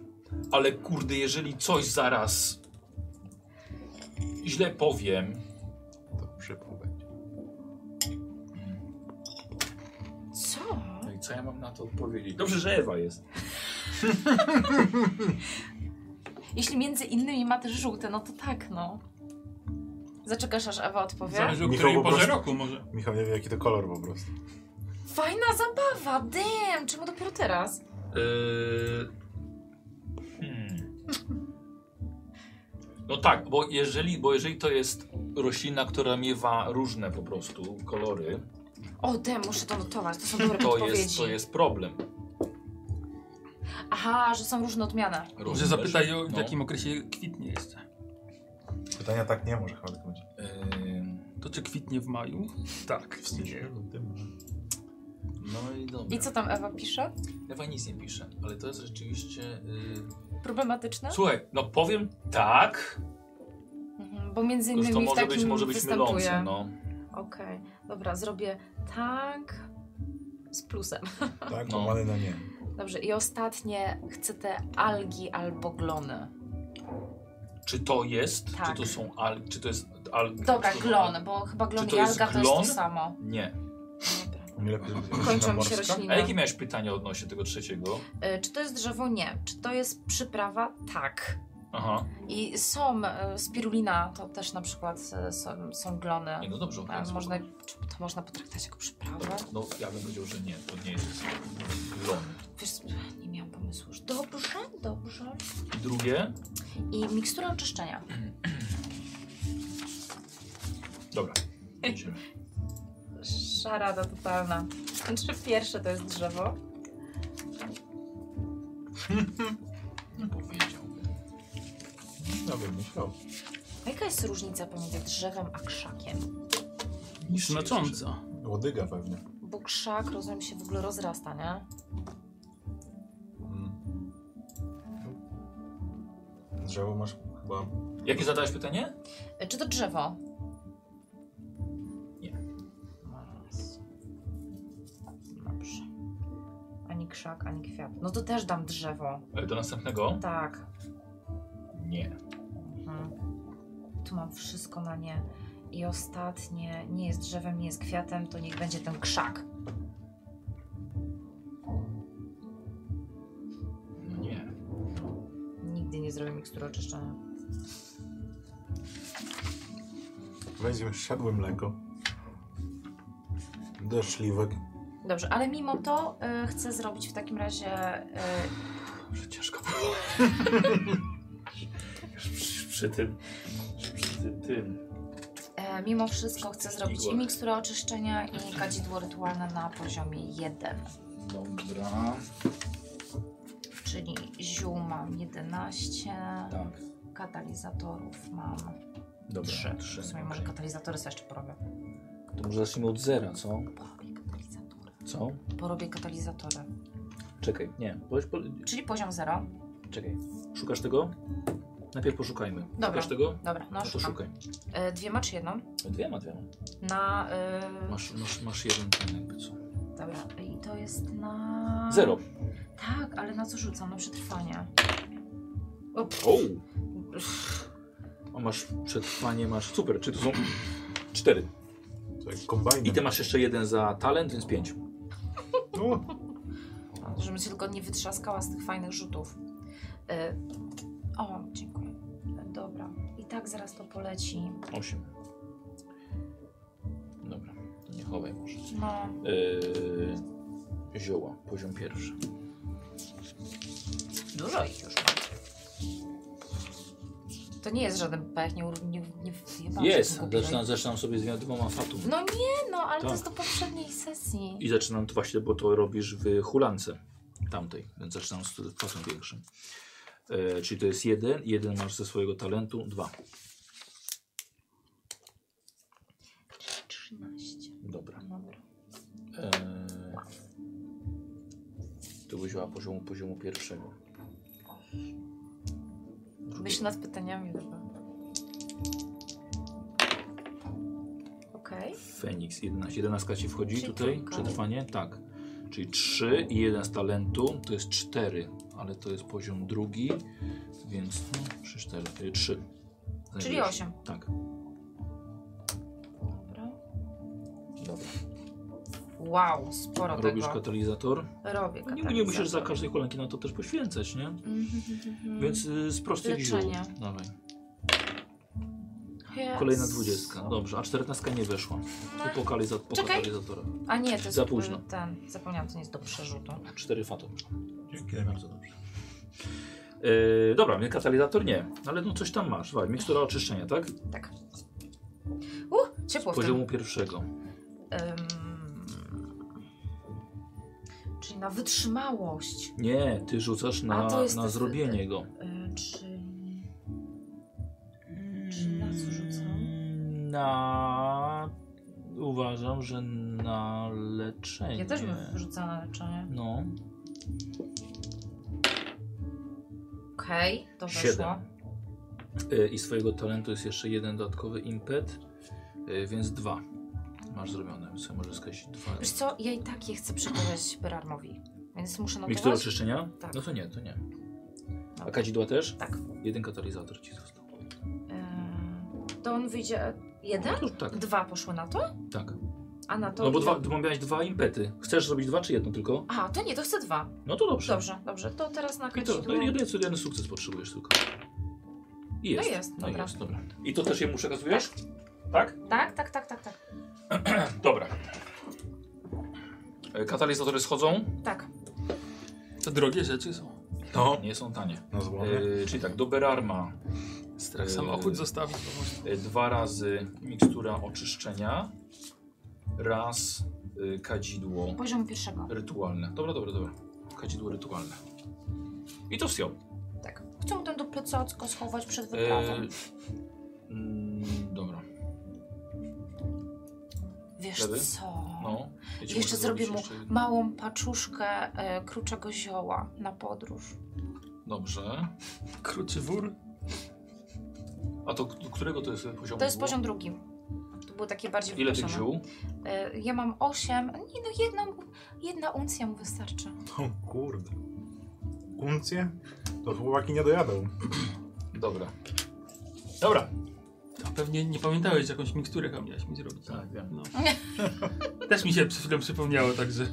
Speaker 1: ale kurde, jeżeli coś zaraz źle powiem,
Speaker 3: To szybko będzie.
Speaker 2: Co?
Speaker 1: No i co ja mam na to odpowiedzieć? Dobrze, że Ewa jest.
Speaker 2: Jeśli między innymi ma też żółte, no to tak, no. Zaczekasz, aż Ewa odpowie?
Speaker 4: Zależy o
Speaker 3: Michał
Speaker 4: której
Speaker 3: po
Speaker 4: porze
Speaker 3: prostu-
Speaker 4: roku może.
Speaker 3: Michał nie wie jaki to kolor po prostu.
Speaker 2: Fajna zabawa, damn! Czemu dopiero teraz?
Speaker 1: Yy... Hmm. No tak, bo jeżeli, bo jeżeli to jest roślina, która miewa różne po prostu kolory,
Speaker 2: O, dem, muszę to notować, to są dobre
Speaker 1: to
Speaker 2: odpowiedzi.
Speaker 1: jest, to jest problem.
Speaker 2: Aha, że są różne odmiany.
Speaker 4: Może
Speaker 1: Rozumiesz?
Speaker 4: zapytaj o w
Speaker 1: No.
Speaker 4: jakim okresie kwitnie jeszcze.
Speaker 3: Pytania tak nie może chyba tak być.
Speaker 1: Yy,
Speaker 4: To czy kwitnie w maju? Tak, w
Speaker 3: Nie,
Speaker 4: styczniu.
Speaker 3: no ty masz.
Speaker 1: No i dobra.
Speaker 2: I co tam Ewa pisze?
Speaker 1: Ewa nic nie pisze, ale to jest rzeczywiście... Yy...
Speaker 2: Problematyczne?
Speaker 1: Słuchaj, no powiem tak,
Speaker 2: Mhm, bo między
Speaker 1: tylko
Speaker 2: innymi
Speaker 1: że to
Speaker 2: w
Speaker 1: może
Speaker 2: takim
Speaker 1: być, może być
Speaker 2: występuje.
Speaker 1: mylące, no.
Speaker 2: Okej, dobra, zrobię tak z plusem.
Speaker 3: Tak,
Speaker 1: No.
Speaker 3: no. na nie.
Speaker 2: Dobrze, i ostatnie chcę te algi albo glony.
Speaker 1: Czy to jest,
Speaker 2: Tak.
Speaker 1: czy to są al, czy to jest al,
Speaker 2: Dobra,
Speaker 1: czy to są al-
Speaker 2: glon, bo chyba glon
Speaker 1: Czy to
Speaker 2: i
Speaker 1: jest
Speaker 2: alga to
Speaker 1: glon?
Speaker 2: jest to samo.
Speaker 1: Nie.
Speaker 2: Dobra.
Speaker 3: Nie lepiej, żeby
Speaker 2: Kończą mi się E,
Speaker 3: morska?
Speaker 2: rośliny.
Speaker 1: A jakie miałeś pytanie odnośnie tego trzeciego?
Speaker 2: Y, Czy to jest drzewo? Nie. Czy to jest przyprawa? Tak.
Speaker 4: Aha.
Speaker 2: I są e, spirulina, to też na przykład e, są, są glony.
Speaker 4: Nie, no dobrze, okej,
Speaker 2: A
Speaker 4: spoko.
Speaker 2: Tak, Można, czy to można potraktować jako przyprawę?
Speaker 4: Dobra, No ja bym powiedział, że nie, to nie jest glon.
Speaker 2: Wiesz, nie miałam pomysłu. już. Dobrze, dobrze.
Speaker 4: I drugie.
Speaker 2: I mikstura oczyszczenia.
Speaker 4: Dobra. Idziemy.
Speaker 2: Szarada totalna. Znaczy pierwsze to jest drzewo.
Speaker 4: Nie powiedział.
Speaker 5: Ja bym myślał.
Speaker 2: A Jaka jest różnica pomiędzy drzewem a krzakiem?
Speaker 4: Nic nie słyszę.
Speaker 6: Znacząco.
Speaker 5: Łodyga pewnie.
Speaker 2: Bo krzak, rozumiem, się w ogóle rozrasta, nie?
Speaker 5: Mm. Drzewo masz chyba...
Speaker 4: Jakie zadałeś pytanie?
Speaker 2: E, Czy to drzewo?
Speaker 4: Nie.
Speaker 2: Maras. Dobrze. Ani krzak, ani kwiat. No to też dam drzewo.
Speaker 4: E, Do następnego?
Speaker 2: Tak.
Speaker 4: Nie.
Speaker 2: Mhm. Tu mam wszystko na nie. I ostatnie, nie jest drzewem, nie jest kwiatem, to niech będzie ten krzak.
Speaker 4: Nie.
Speaker 2: Nigdy nie zrobię mikstury oczyszczenia.
Speaker 5: Weźmiemy siadłe mleko. Do szliwek.
Speaker 2: Dobrze, ale mimo to y, chcę zrobić w takim razie y,
Speaker 4: Że ciężko było. Już przy, przy tym. Przy tym.
Speaker 2: E, mimo wszystko chcę zrobić i miksturę oczyszczenia i kadzidło rytualne na poziomie 1.
Speaker 4: Dobra.
Speaker 2: Czyli ziół mam 11,
Speaker 4: Tak.
Speaker 2: katalizatorów mam
Speaker 4: Dobra.
Speaker 2: 3.
Speaker 4: Trzy.
Speaker 2: W sumie może katalizatory sobie jeszcze porobię.
Speaker 1: To może zacznijmy od zera, co?
Speaker 2: Porobię katalizatory.
Speaker 1: Co?
Speaker 2: Porobię katalizatory.
Speaker 1: Czekaj, nie. Powiedz, po...
Speaker 2: Czyli poziom 0.
Speaker 1: Czekaj. Szukasz tego? Najpierw poszukajmy.
Speaker 2: Dobra.
Speaker 1: Szukasz tego?
Speaker 2: Dobra, no
Speaker 1: No to
Speaker 2: szukam.
Speaker 1: szukaj. No,
Speaker 2: E, dwiema czy jedną?
Speaker 1: Dwiema, dwiema.
Speaker 2: Na... E,
Speaker 1: Masz, masz, masz jeden ten jakby co.
Speaker 2: dobra, i to jest na...
Speaker 1: Zero.
Speaker 2: Tak, ale na co rzucam? Na przetrwanie. O, pff,
Speaker 1: O! A masz przetrwanie, masz... Super, czy to są... Cztery.
Speaker 5: To jak kombajn.
Speaker 1: I ty masz jeszcze jeden za talent, więc pięć.
Speaker 5: No,
Speaker 2: Żebym się tylko nie wytrzaskała z tych fajnych rzutów. Y, O, dziękuję. Dobra. I tak zaraz to poleci.
Speaker 1: Osiem. Dobra, to nie chowaj może.
Speaker 2: No,
Speaker 1: Yy, zioła, poziom pierwszy.
Speaker 2: dużo ich już mam. To nie jest żaden pech, nie, ur- nie, nie wjebałam się
Speaker 1: Jest,
Speaker 2: w głupi
Speaker 1: zaczynam, zaczynam sobie z wiadomą fatum.
Speaker 2: No nie, no, ale
Speaker 1: Tak.
Speaker 2: to jest do poprzedniej sesji.
Speaker 1: I zaczynam to właśnie, bo to robisz w hulance tamtej, więc zaczynam z kwasem większym. E, czyli to jest jeden, jeden masz ze swojego talentu, dwa.
Speaker 2: 13.
Speaker 1: Dobra.
Speaker 2: Dobra.
Speaker 1: E, to byś miała poziomu, poziomu pierwszego.
Speaker 2: Myślę nad pytaniami chyba. Okej.
Speaker 1: Feniks 11. 11 ci wchodzi
Speaker 2: Czyli
Speaker 1: tutaj,
Speaker 2: trójka.
Speaker 1: przetrwanie, tak. Czyli 3 i 1 z talentu, to jest 4, ale to jest poziom drugi, więc 3, 4, 3.
Speaker 2: Czyli 8.
Speaker 1: Tak,
Speaker 2: Dobra.
Speaker 1: dobra.
Speaker 2: Wow, sporo
Speaker 1: Robisz
Speaker 2: tego.
Speaker 1: katalizator. No
Speaker 2: Robię
Speaker 1: Nie, nie musisz za
Speaker 2: katalizator.
Speaker 1: każdej hulanki na to też poświęcać, nie?
Speaker 2: Mhm, mhm, mhm.
Speaker 1: Więc y, z prostych
Speaker 2: Leczenie.
Speaker 1: ziół. Dawaj.
Speaker 2: Jezu.
Speaker 1: Kolejna No, 20. Dobrze, a 14 nie weszła. I po, kaliza- po
Speaker 2: No. Czekaj.
Speaker 1: katalizatora.
Speaker 2: A nie, to jest y,
Speaker 1: Za późno.
Speaker 2: ten. Zapomniałam, to nie jest do przerzutu.
Speaker 1: 4 fatum.
Speaker 5: dzięki.
Speaker 1: Bardzo dobrze. Yy, dobra, więc katalizator nie, ale no coś tam masz. Waj, mikstura oczyszczenia, tak?
Speaker 2: Tak. Uh, ciepło w tym.
Speaker 1: Poziomu pierwszego.
Speaker 2: Ym, Czyli na wytrzymałość.
Speaker 1: Nie, ty rzucasz
Speaker 2: A,
Speaker 1: na,
Speaker 2: to jest-
Speaker 1: na zrobienie go.
Speaker 2: Yy, czyli... Czyli Mm, na co rzucam?
Speaker 1: Na. Uważam, że na leczenie.
Speaker 2: Ja też bym wrzucała na leczenie.
Speaker 1: No,
Speaker 2: Okej, to
Speaker 1: siedem.
Speaker 2: weszło.
Speaker 1: Y, I swojego talentu jest jeszcze jeden dodatkowy impet, y, więc dwa. Masz zrobione, więc sobie możesz skreślić dwa.
Speaker 2: Wiesz co, ja i tak je chcę przekazać Berarmowi. Więc muszę
Speaker 1: Mikstura
Speaker 2: notować.
Speaker 1: oczyszczenia?
Speaker 2: Tak.
Speaker 1: No to nie, to nie. A
Speaker 2: Dobra.
Speaker 1: kadzidła też?
Speaker 2: Tak.
Speaker 1: Jeden katalizator ci został.
Speaker 2: Yy, to on wyjdzie... Jeden?
Speaker 1: No to już tak,
Speaker 2: Dwa poszły na to?
Speaker 1: tak.
Speaker 2: A na to...
Speaker 1: No bo
Speaker 2: ile?
Speaker 1: dwa, bo miałeś dwa impety. Chcesz zrobić dwa czy jedno tylko?
Speaker 2: A, to nie, to chcę dwa.
Speaker 1: No to dobrze.
Speaker 2: Dobrze, dobrze. To teraz na
Speaker 1: I to,
Speaker 2: kadzidło.
Speaker 1: no, jeden, jeden sukces potrzebujesz tylko.
Speaker 7: I jest.
Speaker 2: No jest,
Speaker 7: No
Speaker 2: dobra.
Speaker 7: jest, dobra. I to też jemu przekazujesz?
Speaker 1: Tak?
Speaker 2: Tak, tak, tak, tak, tak.
Speaker 1: Dobra. E, Katalizatory schodzą?
Speaker 2: Tak.
Speaker 4: To drogie rzeczy są.
Speaker 1: No. Nie są tanie.
Speaker 3: Na złomie.
Speaker 1: E, czyli tak, do Berarma
Speaker 4: Strach
Speaker 1: Yy.
Speaker 4: samochód zostawić, bo może...
Speaker 1: e, dwa razy mikstura oczyszczenia, raz e, kadzidło
Speaker 2: Poziom pierwszego.
Speaker 1: rytualne. Dobra, dobra, dobra. Kadzidło rytualne. I to E, wsiął.
Speaker 2: Tak. Chcę mu ten do plecacko schować przed
Speaker 1: E,
Speaker 2: wyprawą.
Speaker 1: mm, dobra,
Speaker 2: Wiesz
Speaker 1: lewy?
Speaker 2: co?
Speaker 1: no. Ja ci
Speaker 2: Jeszcze
Speaker 1: mogę
Speaker 2: zrobię
Speaker 1: zrobić
Speaker 2: mu
Speaker 1: jeszcze jedno.
Speaker 2: małą paczuszkę e, kruczego zioła na podróż.
Speaker 1: Dobrze.
Speaker 4: Kruczy wór.
Speaker 1: A to k- którego to jest poziom?
Speaker 2: To jest
Speaker 1: było?
Speaker 2: poziom drugi. To było takie bardziej
Speaker 1: Ile tych
Speaker 2: wypasione.
Speaker 1: ziół?
Speaker 2: E, Ja mam 8. Nie no, jedna, jedna uncja mu wystarczy.
Speaker 3: O No, kurde. Uncje? To chłopaki nie dojadą.
Speaker 1: Dobra. Dobra.
Speaker 4: A pewnie nie pamiętałeś, jakąś miksturę chyba miałeś mi zrobić.
Speaker 1: Tak, wiem.
Speaker 4: No. Też mi się przed chwilą przypomniało, także...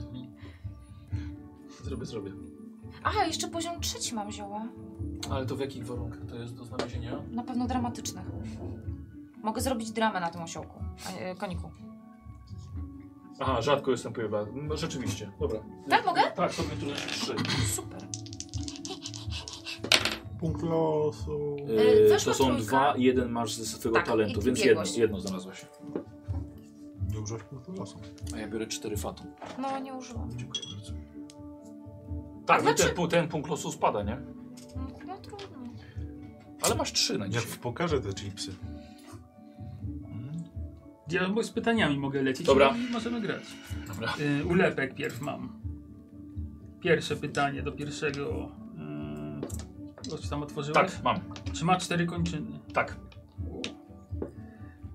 Speaker 1: Zrobię, zrobię.
Speaker 2: A, jeszcze poziom trzeci mam zioła.
Speaker 1: Ale to w jakich warunkach to jest do znalezienia?
Speaker 2: Na pewno dramatycznych. Mogę zrobić dramę na tym osiołku, a nie- e, koniku.
Speaker 1: Aha, rzadko jestem pojebany. No, Rzeczywiście, dobra.
Speaker 2: Tak, mogę? Y,
Speaker 1: Tak, to mnie trudno się trzy.
Speaker 2: Super.
Speaker 3: Punkt losu.
Speaker 2: Yy,
Speaker 7: Yy,
Speaker 2: weszła
Speaker 7: to są
Speaker 2: trójka.
Speaker 7: dwa, jeden masz ze swojego
Speaker 2: Tak,
Speaker 7: talentu,
Speaker 2: i
Speaker 7: więc jedno,
Speaker 2: biegłość.
Speaker 7: jedno znalazłeś.
Speaker 3: Nie użyłeś punktu losu.
Speaker 1: A ja biorę cztery fatu.
Speaker 2: No, nie użyłam.
Speaker 1: Dziękuję bardzo. Tak,
Speaker 2: Znaczy-
Speaker 1: znaczy... ten, pu- ten punkt losu spada, nie?
Speaker 2: No trudno.
Speaker 1: Ale masz trzy na
Speaker 3: Ja
Speaker 1: dzisiaj.
Speaker 3: pokażę te chipsy.
Speaker 4: Ja bo z pytaniami mogę lecieć
Speaker 1: Dobra.
Speaker 4: i możemy grać.
Speaker 1: Dobra.
Speaker 4: Y, ulepek pierw mam. Pierwsze pytanie do pierwszego... Yy, coś tam otworzyłeś?
Speaker 1: Tak, mam.
Speaker 4: Czy ma cztery kończyny?
Speaker 1: Tak.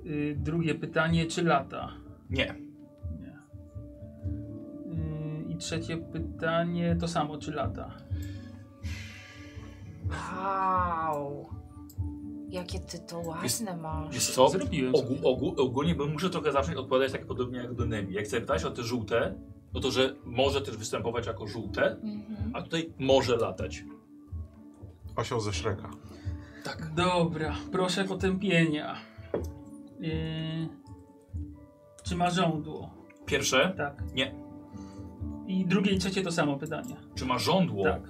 Speaker 4: Y, drugie pytanie, czy lata?
Speaker 1: Nie.
Speaker 4: Nie. Y, I trzecie pytanie, to samo, czy lata?
Speaker 2: Wow. Jakie ty to ładne masz.
Speaker 1: Wiesz co?
Speaker 4: Zrobiłem
Speaker 1: Ogół,
Speaker 4: sobie.
Speaker 1: ogół, ogólnie bo muszę trochę zacząć odpowiadać tak podobnie jak do Nemi. Jak zapytałeś o te żółte, no to że może też występować jako żółte,
Speaker 2: Mhm.
Speaker 1: a tutaj może latać.
Speaker 3: Osioł ze Shreka.
Speaker 4: Dobra, proszę potępienia. Y, czy ma żądło?
Speaker 1: Pierwsze,
Speaker 4: Tak.
Speaker 1: Nie.
Speaker 4: I drugie i trzecie to samo pytanie.
Speaker 1: czy ma żądło?
Speaker 4: Tak.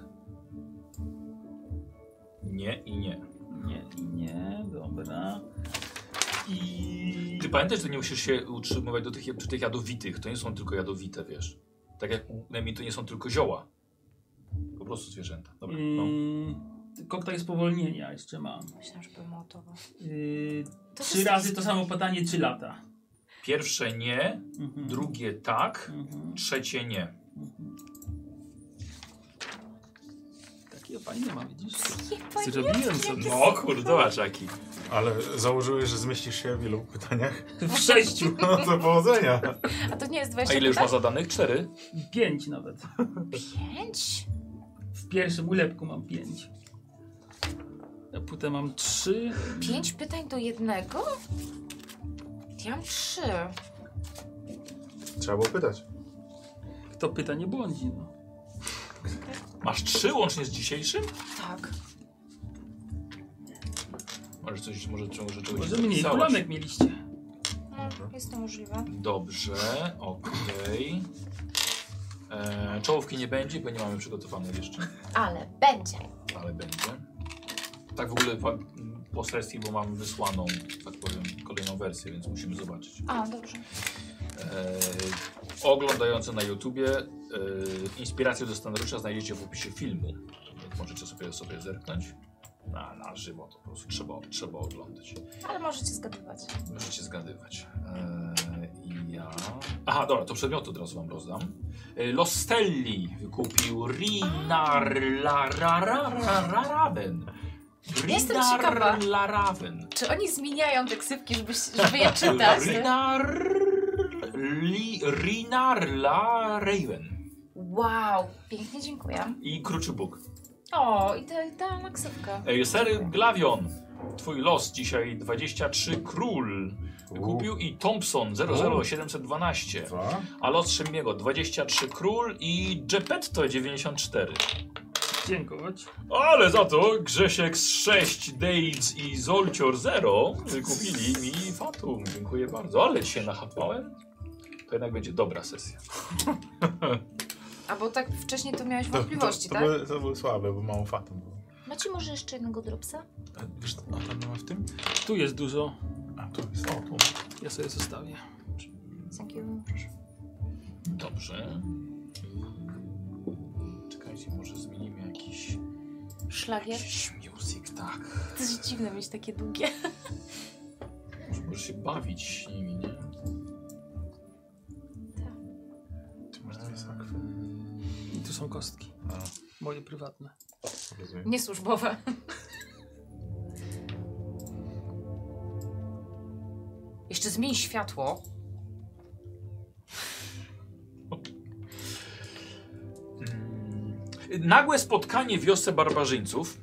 Speaker 1: Nie i nie.
Speaker 4: Nie i nie, dobra. I...
Speaker 1: Ty pamiętasz, że nie musisz się utrzymywać do tych, przy tych jadowitych. To nie są tylko jadowite, wiesz. Tak jak u Nemi, to nie są tylko zioła. Po prostu zwierzęta. Dobra, no.
Speaker 4: Yy, y, koktajl spowolnienia jeszcze mam.
Speaker 2: Myślałam, że byłem o to.
Speaker 4: Yy,
Speaker 2: To
Speaker 4: trzy
Speaker 2: jest-
Speaker 4: razy to samo pytanie, czy lata.
Speaker 1: Pierwsze nie,
Speaker 4: Mhm.
Speaker 1: drugie tak,
Speaker 4: Mhm.
Speaker 1: trzecie nie.
Speaker 4: Mhm. Takiego pani nie ma, widzisz?
Speaker 2: Jebanie.
Speaker 4: Zrobiłem sobie.
Speaker 1: No kurde, zobacz jaki.
Speaker 3: Ale założyłeś, że zmieścisz się w wielu pytaniach.
Speaker 4: W sześciu.
Speaker 3: No to powodzenia.
Speaker 2: A to nie jest
Speaker 1: A
Speaker 2: 20
Speaker 1: ile już
Speaker 4: tak?
Speaker 1: ma
Speaker 2: pytań?
Speaker 1: zadanych? Cztery?
Speaker 4: Pięć nawet.
Speaker 2: Pięć?
Speaker 4: W pierwszym ulepku mam pięć. A potem mam trzy.
Speaker 2: Pięć pytań do jednego? Ja mam trzy.
Speaker 3: Trzeba było pytać.
Speaker 4: Kto pyta, nie błądzi. No.
Speaker 1: Masz trzy łącznie z dzisiejszym?
Speaker 2: Tak.
Speaker 1: Może coś, może czegoś, że czegoś
Speaker 4: Może
Speaker 1: nie
Speaker 4: mniej.
Speaker 1: zapisałaś.
Speaker 4: Kulanek mieliście.
Speaker 2: No, jest to możliwe.
Speaker 1: Dobrze, okej. E, Czołówki nie będzie, bo nie mamy przygotowanej jeszcze.
Speaker 2: Ale będzie.
Speaker 1: ale będzie. Tak w ogóle po, po sesji, bo mam wysłaną, tak powiem, kolejną wersję, więc musimy zobaczyć.
Speaker 2: A, dobrze.
Speaker 1: E, oglądający na YouTubie e, inspirację do scenariusza znajdziecie w opisie filmu. więc Możecie sobie, sobie zerknąć. Na, na żywo to po prostu trzeba, trzeba oglądać.
Speaker 2: Ale możecie zgadywać.
Speaker 1: Możecie zgadywać. E, I ja. Aha, dobra, to przedmioty od razu wam rozdam. E, Lostelli wykupił Rinar Lararaven.
Speaker 2: Jestem ciekawa.
Speaker 1: Laraven.
Speaker 2: Czy oni zmieniają te ksywki, żeby, żeby je czytać? No.
Speaker 1: Rinar. Li, Rinar La Raven.
Speaker 2: Wow, pięknie dziękuję.
Speaker 1: I kruczy Bóg.
Speaker 2: O, i ta, ta na ksywkę.
Speaker 1: E, Ser Glavion. Twój los dzisiaj 23 król. Wykupił i Thompson 00712.
Speaker 3: Dwa.
Speaker 1: A los Szymiego 23 król i Geppetto 94.
Speaker 4: Dziękować.
Speaker 1: Ale za to Grzesiek z 6, Dates i Zolcior 0 kupili mi Fatum. Dziękuję bardzo. Ale się nachapałem. To jednak będzie dobra sesja.
Speaker 2: A bo tak wcześniej to miałeś wątpliwości,
Speaker 5: to,
Speaker 2: tak?
Speaker 5: to, były, to były słabe, bo mało fatum było.
Speaker 2: Macie może jeszcze jednego dropsa?
Speaker 5: A wiesz, a tam nie ma w tym?
Speaker 4: Tu jest dużo.
Speaker 5: A tu jest. O, tu.
Speaker 4: Ja sobie zostawię.
Speaker 2: Dzięki, proszę.
Speaker 1: Dobrze. Czekajcie, może zmienimy jakiś,
Speaker 2: Szlagier?
Speaker 1: jakiś music, tak.
Speaker 2: To jest dziwne mieć takie długie.
Speaker 1: Może możesz się bawić nimi, nie?
Speaker 5: Ty masz dwie sakwy.
Speaker 4: I tu są kostki.
Speaker 5: A,
Speaker 4: Moje prywatne.
Speaker 5: rozumiem.
Speaker 2: Niesłużbowe. Jeszcze zmień światło.
Speaker 1: Mm. Nagłe spotkanie w wiosce barbarzyńców,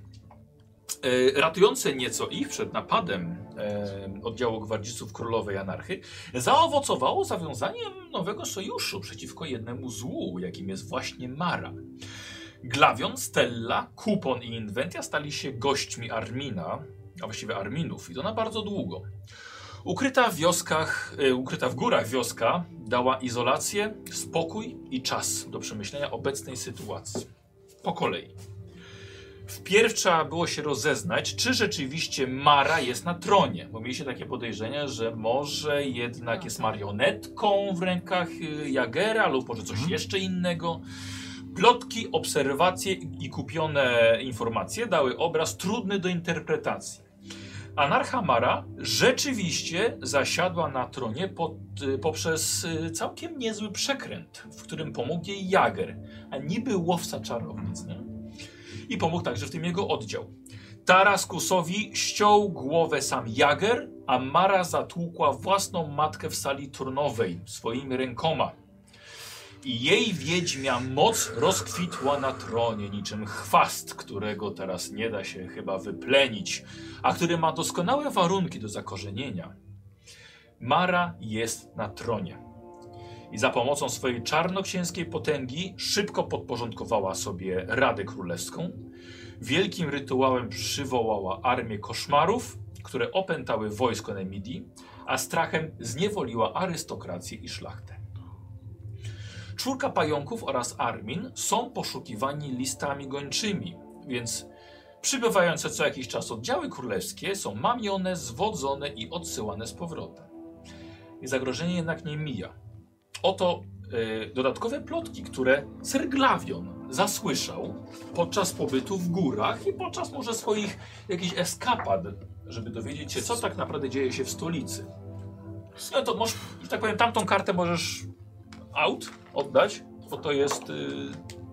Speaker 1: e, ratujące nieco ich przed napadem e, oddziału gwardzistów królowej anarchy, zaowocowało zawiązaniem nowego sojuszu przeciwko jednemu złu, jakim jest właśnie Mara. Glawion, Stella, Kupon i Inwentia stali się gośćmi Armina, a właściwie Arminów, i to na bardzo długo. Ukryta w wioskach, e, ukryta w górach wioska dała izolację, spokój i czas do przemyślenia obecnej sytuacji. Po kolei. Wpierw trzeba było się rozeznać, czy rzeczywiście Mara jest na tronie, bo mieliście takie podejrzenia, że może jednak jest marionetką w rękach y, Jagera lub może coś jeszcze innego. Plotki, obserwacje i kupione informacje dały obraz trudny do interpretacji. Anarcha Mara rzeczywiście zasiadła na tronie pod, y, poprzez y, całkiem niezły przekręt, w którym pomógł jej Jager, a niby łowca czarownic. Nie? I pomógł także w tym jego oddział. Taraskusowi ściął głowę sam Jager, a Mara zatłukła własną matkę w sali turnowej swoimi rękoma. I jej wiedźmia moc rozkwitła na tronie niczym chwast, którego teraz nie da się chyba wyplenić, a który ma doskonałe warunki do zakorzenienia. Mara jest na tronie i za pomocą swojej czarnoksięskiej potęgi szybko podporządkowała sobie Radę Królewską. Wielkim rytuałem przywołała armię koszmarów, które opętały wojsko Nemidii, a strachem zniewoliła arystokrację i szlachtę. Czwórka pająków oraz armin są poszukiwani listami gończymi, więc przybywające co jakiś czas oddziały królewskie są mamione, zwodzone i odsyłane z powrotem. I zagrożenie jednak nie mija. Oto y, dodatkowe plotki, które Serglawion zasłyszał podczas pobytu w górach i podczas może swoich jakichś eskapad, żeby dowiedzieć się, co tak naprawdę dzieje się w stolicy. No to możesz, że tak powiem, tamtą kartę możesz out oddać, bo to jest... Y,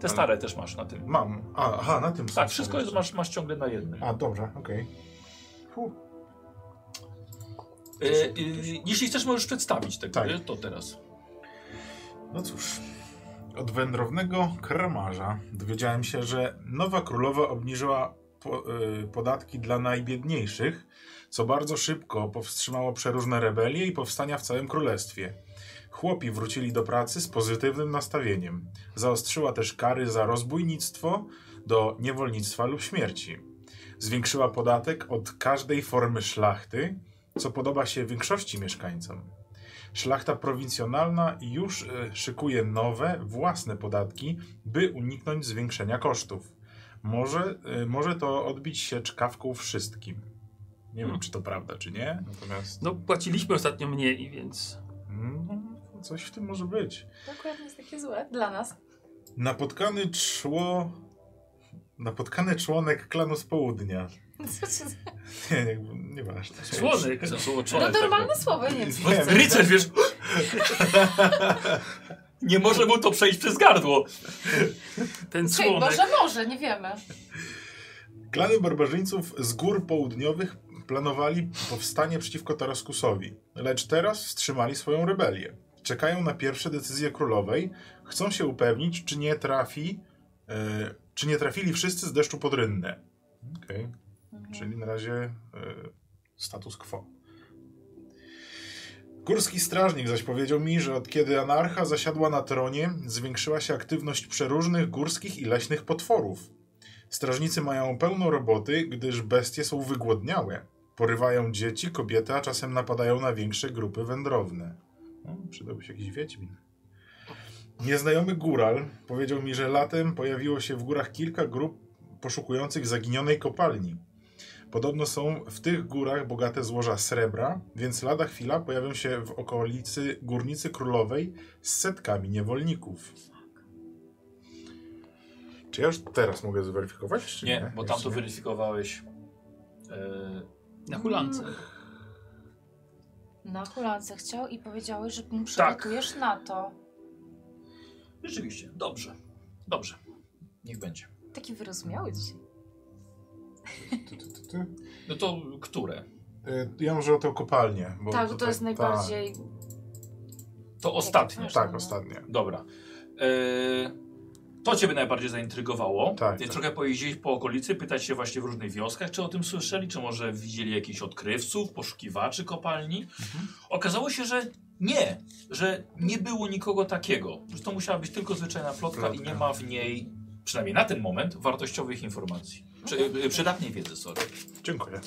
Speaker 1: te stare też masz na tym.
Speaker 5: Mam. A, aha, na tym są
Speaker 1: Tak, wszystko jest,
Speaker 5: jeszcze.
Speaker 1: masz, masz ciągle na jednym.
Speaker 5: A, dobrze, okej. Fu.
Speaker 1: E, e, jeśli chcesz, możesz przedstawić te
Speaker 5: Tak.
Speaker 1: gry, to teraz.
Speaker 5: No cóż. Od wędrownego kramarza dowiedziałem się, że nowa królowa obniżyła po, y, podatki dla najbiedniejszych, co bardzo szybko powstrzymało przeróżne rebelie i powstania w całym królestwie. Chłopi wrócili do pracy z pozytywnym nastawieniem. Zaostrzyła też kary za rozbójnictwo, do niewolnictwa lub śmierci. Zwiększyła podatek od każdej formy szlachty, co podoba się większości mieszkańcom. Szlachta prowincjonalna już e, szykuje nowe, własne podatki, by uniknąć zwiększenia kosztów. Może, e, może to odbić się czkawką wszystkim. Nie wiem,
Speaker 4: Hmm.
Speaker 5: czy to prawda, czy nie. Natomiast
Speaker 4: No płaciliśmy ostatnio mniej, więc...
Speaker 5: mm, coś w tym może być.
Speaker 2: To akurat nie jest takie złe dla nas.
Speaker 5: Napotkany czło. Napotkany członek klanu z południa.
Speaker 2: Co się za-
Speaker 5: Nie, jakby, nieważne.
Speaker 4: Członek!
Speaker 1: Za słowo
Speaker 2: No
Speaker 1: członek, tak
Speaker 2: normalne słowo, nie
Speaker 5: Nie wiem.
Speaker 1: Rycerz, wiesz... Nie może mu to przejść przez gardło.
Speaker 4: Ten
Speaker 2: Czekaj,
Speaker 4: członek.
Speaker 2: Boże, może, nie wiemy.
Speaker 5: Klany barbarzyńców z gór południowych planowali powstanie przeciwko Taraskusowi, lecz teraz wstrzymali swoją rebelię. Czekają na pierwsze decyzje królowej, chcą się upewnić, czy nie trafi, e, czy nie trafili wszyscy z deszczu pod rynnę. Okej,
Speaker 2: Mhm.
Speaker 5: czyli na razie e, status quo. Górski strażnik zaś powiedział mi, że od kiedy anarcha zasiadła na tronie, zwiększyła się aktywność przeróżnych górskich i leśnych potworów.
Speaker 3: Strażnicy mają pełno roboty, gdyż bestie są wygłodniałe. Porywają dzieci, kobiety, a czasem napadają na większe grupy wędrowne. No, przydałby się jakiś wiedźmin. Nieznajomy góral powiedział mi, że latem pojawiło się w górach kilka grup poszukujących zaginionej kopalni. Podobno są w tych górach bogate złoża srebra, więc lada chwila pojawią się w okolicy Górnicy Królowej z setkami niewolników. Czy ja już teraz mogę zweryfikować? Czy
Speaker 1: Nie, bo tam to
Speaker 3: Jeszcze nie.
Speaker 1: weryfikowałeś. E,
Speaker 4: Na hulance.
Speaker 2: Na hulance chciał i powiedziałeś, że mu
Speaker 4: Tak.
Speaker 2: przygotujesz na to.
Speaker 1: rzeczywiście, dobrze. Dobrze. Niech będzie.
Speaker 2: Taki wyrozumiały dzisiaj.
Speaker 3: Ty, ty, ty, ty.
Speaker 1: No to które?
Speaker 3: Y, Ja może o tą kopalnię. Bo
Speaker 2: tak, to, jest
Speaker 3: tak,
Speaker 2: najbardziej...
Speaker 1: To ostatnie.
Speaker 2: ważne,
Speaker 3: Tak,
Speaker 2: no.
Speaker 3: ostatnie.
Speaker 1: Dobra. E, to Ciebie najbardziej zaintrygowało.
Speaker 3: Tak,
Speaker 1: I
Speaker 3: tak.
Speaker 1: Trochę pojeździć po okolicy, pytać się właśnie w różnych wioskach, czy o tym słyszeli, czy może widzieli jakichś odkrywców, poszukiwaczy kopalni.
Speaker 3: Mhm.
Speaker 1: Okazało się, że nie, że nie było nikogo takiego. Że to musiała być tylko zwyczajna plotka, i
Speaker 3: Plotka.
Speaker 1: nie ma w niej, przynajmniej na ten moment, wartościowych informacji. Przy, e, przydatnej wiedzy, sorry.
Speaker 3: Dziękuję.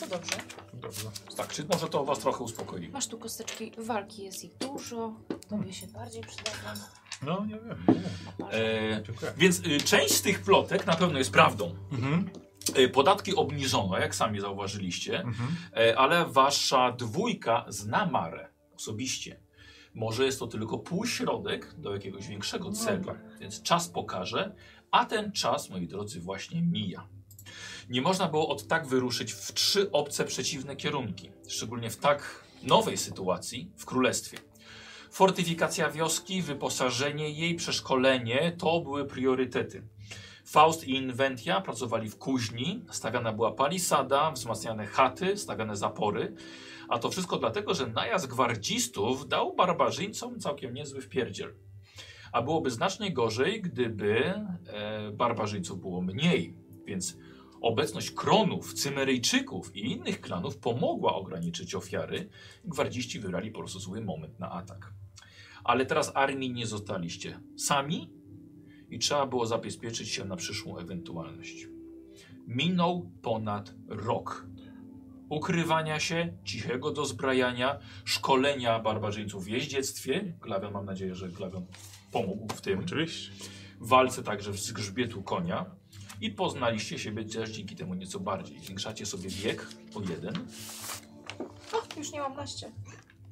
Speaker 2: To dobrze.
Speaker 3: Dobrze.
Speaker 1: Tak, czy może to Was trochę uspokoi?
Speaker 2: Masz tu kosteczki walki, jest ich dużo. Tobie się bardziej przydadzą.
Speaker 3: No, nie wiem.
Speaker 1: E,
Speaker 3: Dziękuję.
Speaker 1: więc y, część z tych plotek na pewno jest prawdą.
Speaker 3: Mhm.
Speaker 1: E, Podatki obniżono, jak sami zauważyliście,
Speaker 3: Mhm.
Speaker 1: e, ale wasza dwójka zna Marę osobiście. Może jest to tylko półśrodek do jakiegoś większego celu, więc czas pokaże, a ten czas, moi drodzy, właśnie mija. Nie można było od tak wyruszyć w trzy obce przeciwne kierunki, szczególnie w tak nowej sytuacji w królestwie. Fortyfikacja wioski, wyposażenie jej, przeszkolenie to były priorytety. Faust i Inventia pracowali w kuźni, stawiana była palisada, wzmacniane chaty, stawiane zapory. A to wszystko dlatego, że najazd gwardzistów dał barbarzyńcom całkiem niezły wpierdziel. A byłoby znacznie gorzej, gdyby e, barbarzyńców było mniej. Więc obecność kronów, cymeryjczyków i innych klanów pomogła ograniczyć ofiary. Gwardziści wybrali po prostu zły moment na atak. Ale teraz armii nie zostaliście sami, i trzeba było zabezpieczyć się na przyszłą ewentualność. Minął ponad rok. Ukrywania się, cichego dozbrajania, szkolenia barbarzyńców w jeździectwie. Glawion, mam nadzieję, że Glawion pomógł w tym.
Speaker 3: Oczywiście.
Speaker 1: W walce także z grzbietu konia. I poznaliście siebie też dzięki temu nieco bardziej. Zwiększacie sobie wiek o jeden.
Speaker 2: O, już nie mam naście.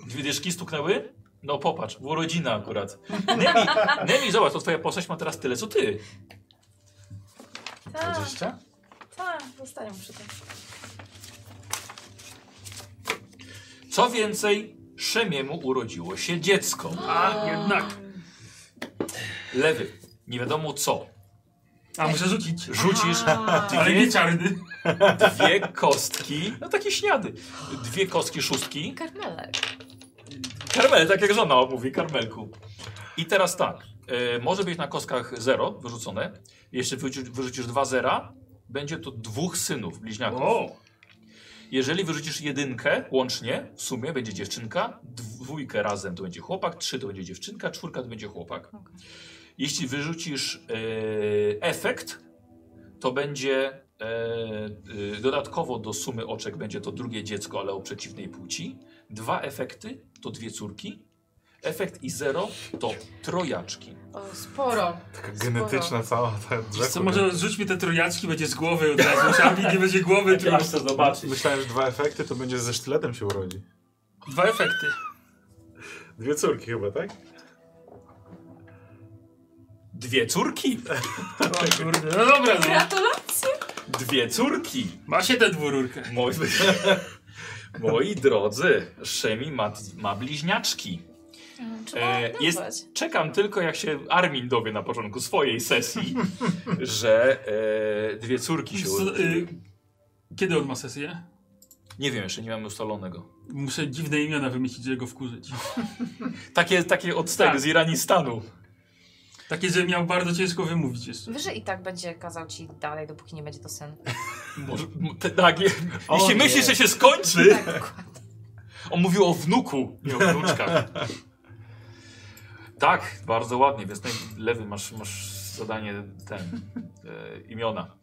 Speaker 1: Dwie dyszki stuknęły? No popatrz, w urodzina akurat. Nemi, Nemi, zobacz, to twoja postać ma teraz tyle co ty.
Speaker 2: Tak,
Speaker 3: 20?
Speaker 2: tak, zostaję przy tym.
Speaker 1: Co więcej, Szemiemu urodziło się dziecko.
Speaker 4: A, jednak.
Speaker 1: Lewy, nie wiadomo co.
Speaker 4: A, muszę rzucić.
Speaker 1: Rzucisz
Speaker 2: A,
Speaker 4: Ale nie czarny.
Speaker 1: dwie kostki, no takie śniady, dwie kostki szóstki.
Speaker 2: Karmelek.
Speaker 1: Karmel, tak jak żona mówi, karmelku. I teraz tak, e, może być na kostkach 0 wyrzucone. Jeśli wyrzucisz, wyrzucisz dwa zera, będzie to dwóch synów,
Speaker 4: Tak.
Speaker 1: bliźniaków.
Speaker 4: O,
Speaker 1: Jeżeli wyrzucisz jedynkę łącznie, w sumie będzie dziewczynka, dwójkę razem to będzie chłopak, trzy to będzie dziewczynka, czwórka to będzie chłopak.
Speaker 2: Okej.
Speaker 1: Jeśli wyrzucisz e, efekt, to będzie e, e, dodatkowo do sumy oczek będzie to drugie dziecko, ale o przeciwnej płci. Dwa efekty to dwie córki. Efekt i zero to trojaczki.
Speaker 2: O, sporo.
Speaker 3: Taka genetyczna cała ta
Speaker 4: wiesz co,
Speaker 3: drzewko.
Speaker 4: może rzućmy te trojaczki, będzie z głowy od razu. Musiałam, nie będzie głowy, tylko
Speaker 1: chcę zobaczyć.
Speaker 3: Myślałem, że dwa efekty to będzie ze sztyletem się urodzi.
Speaker 4: dwa efekty.
Speaker 3: Dwie córki chyba, tak?
Speaker 1: Dwie córki!
Speaker 4: O kurde, no dobra no.
Speaker 2: Gratulacje!
Speaker 1: Dwie córki!
Speaker 4: Ma się tę dwururkę.
Speaker 1: Moi, moi drodzy, Szemi ma, ma bliźniaczki.
Speaker 2: Trzeba
Speaker 1: E, jest-
Speaker 2: nazwać.
Speaker 1: Czekam tylko, jak się Armin dowie na początku swojej sesji, że e, dwie córki się
Speaker 4: Co,
Speaker 1: urodziły.
Speaker 4: y, kiedy on ma sesję?
Speaker 1: Nie wiem, jeszcze nie mamy ustalonego.
Speaker 4: Muszę dziwne imiona wymyślić, żeby go wkurzyć.
Speaker 1: Takie, takie od tego,
Speaker 4: Tak.
Speaker 1: z Iranistanu.
Speaker 4: Takie, że miał bardzo ciężko wymówić jeszcze.
Speaker 2: Wiesz, że i tak będzie kazał ci dalej, dopóki nie będzie to syn.
Speaker 1: Może, m- te- tak, je,
Speaker 3: O
Speaker 1: jeśli
Speaker 3: nie.
Speaker 1: myślisz, że się
Speaker 2: Tak.
Speaker 1: skończy. On mówił o wnuku, nie o wnuczkach. Tak, bardzo ładnie, więc naj- lewy masz, masz zadanie ten, e, imiona.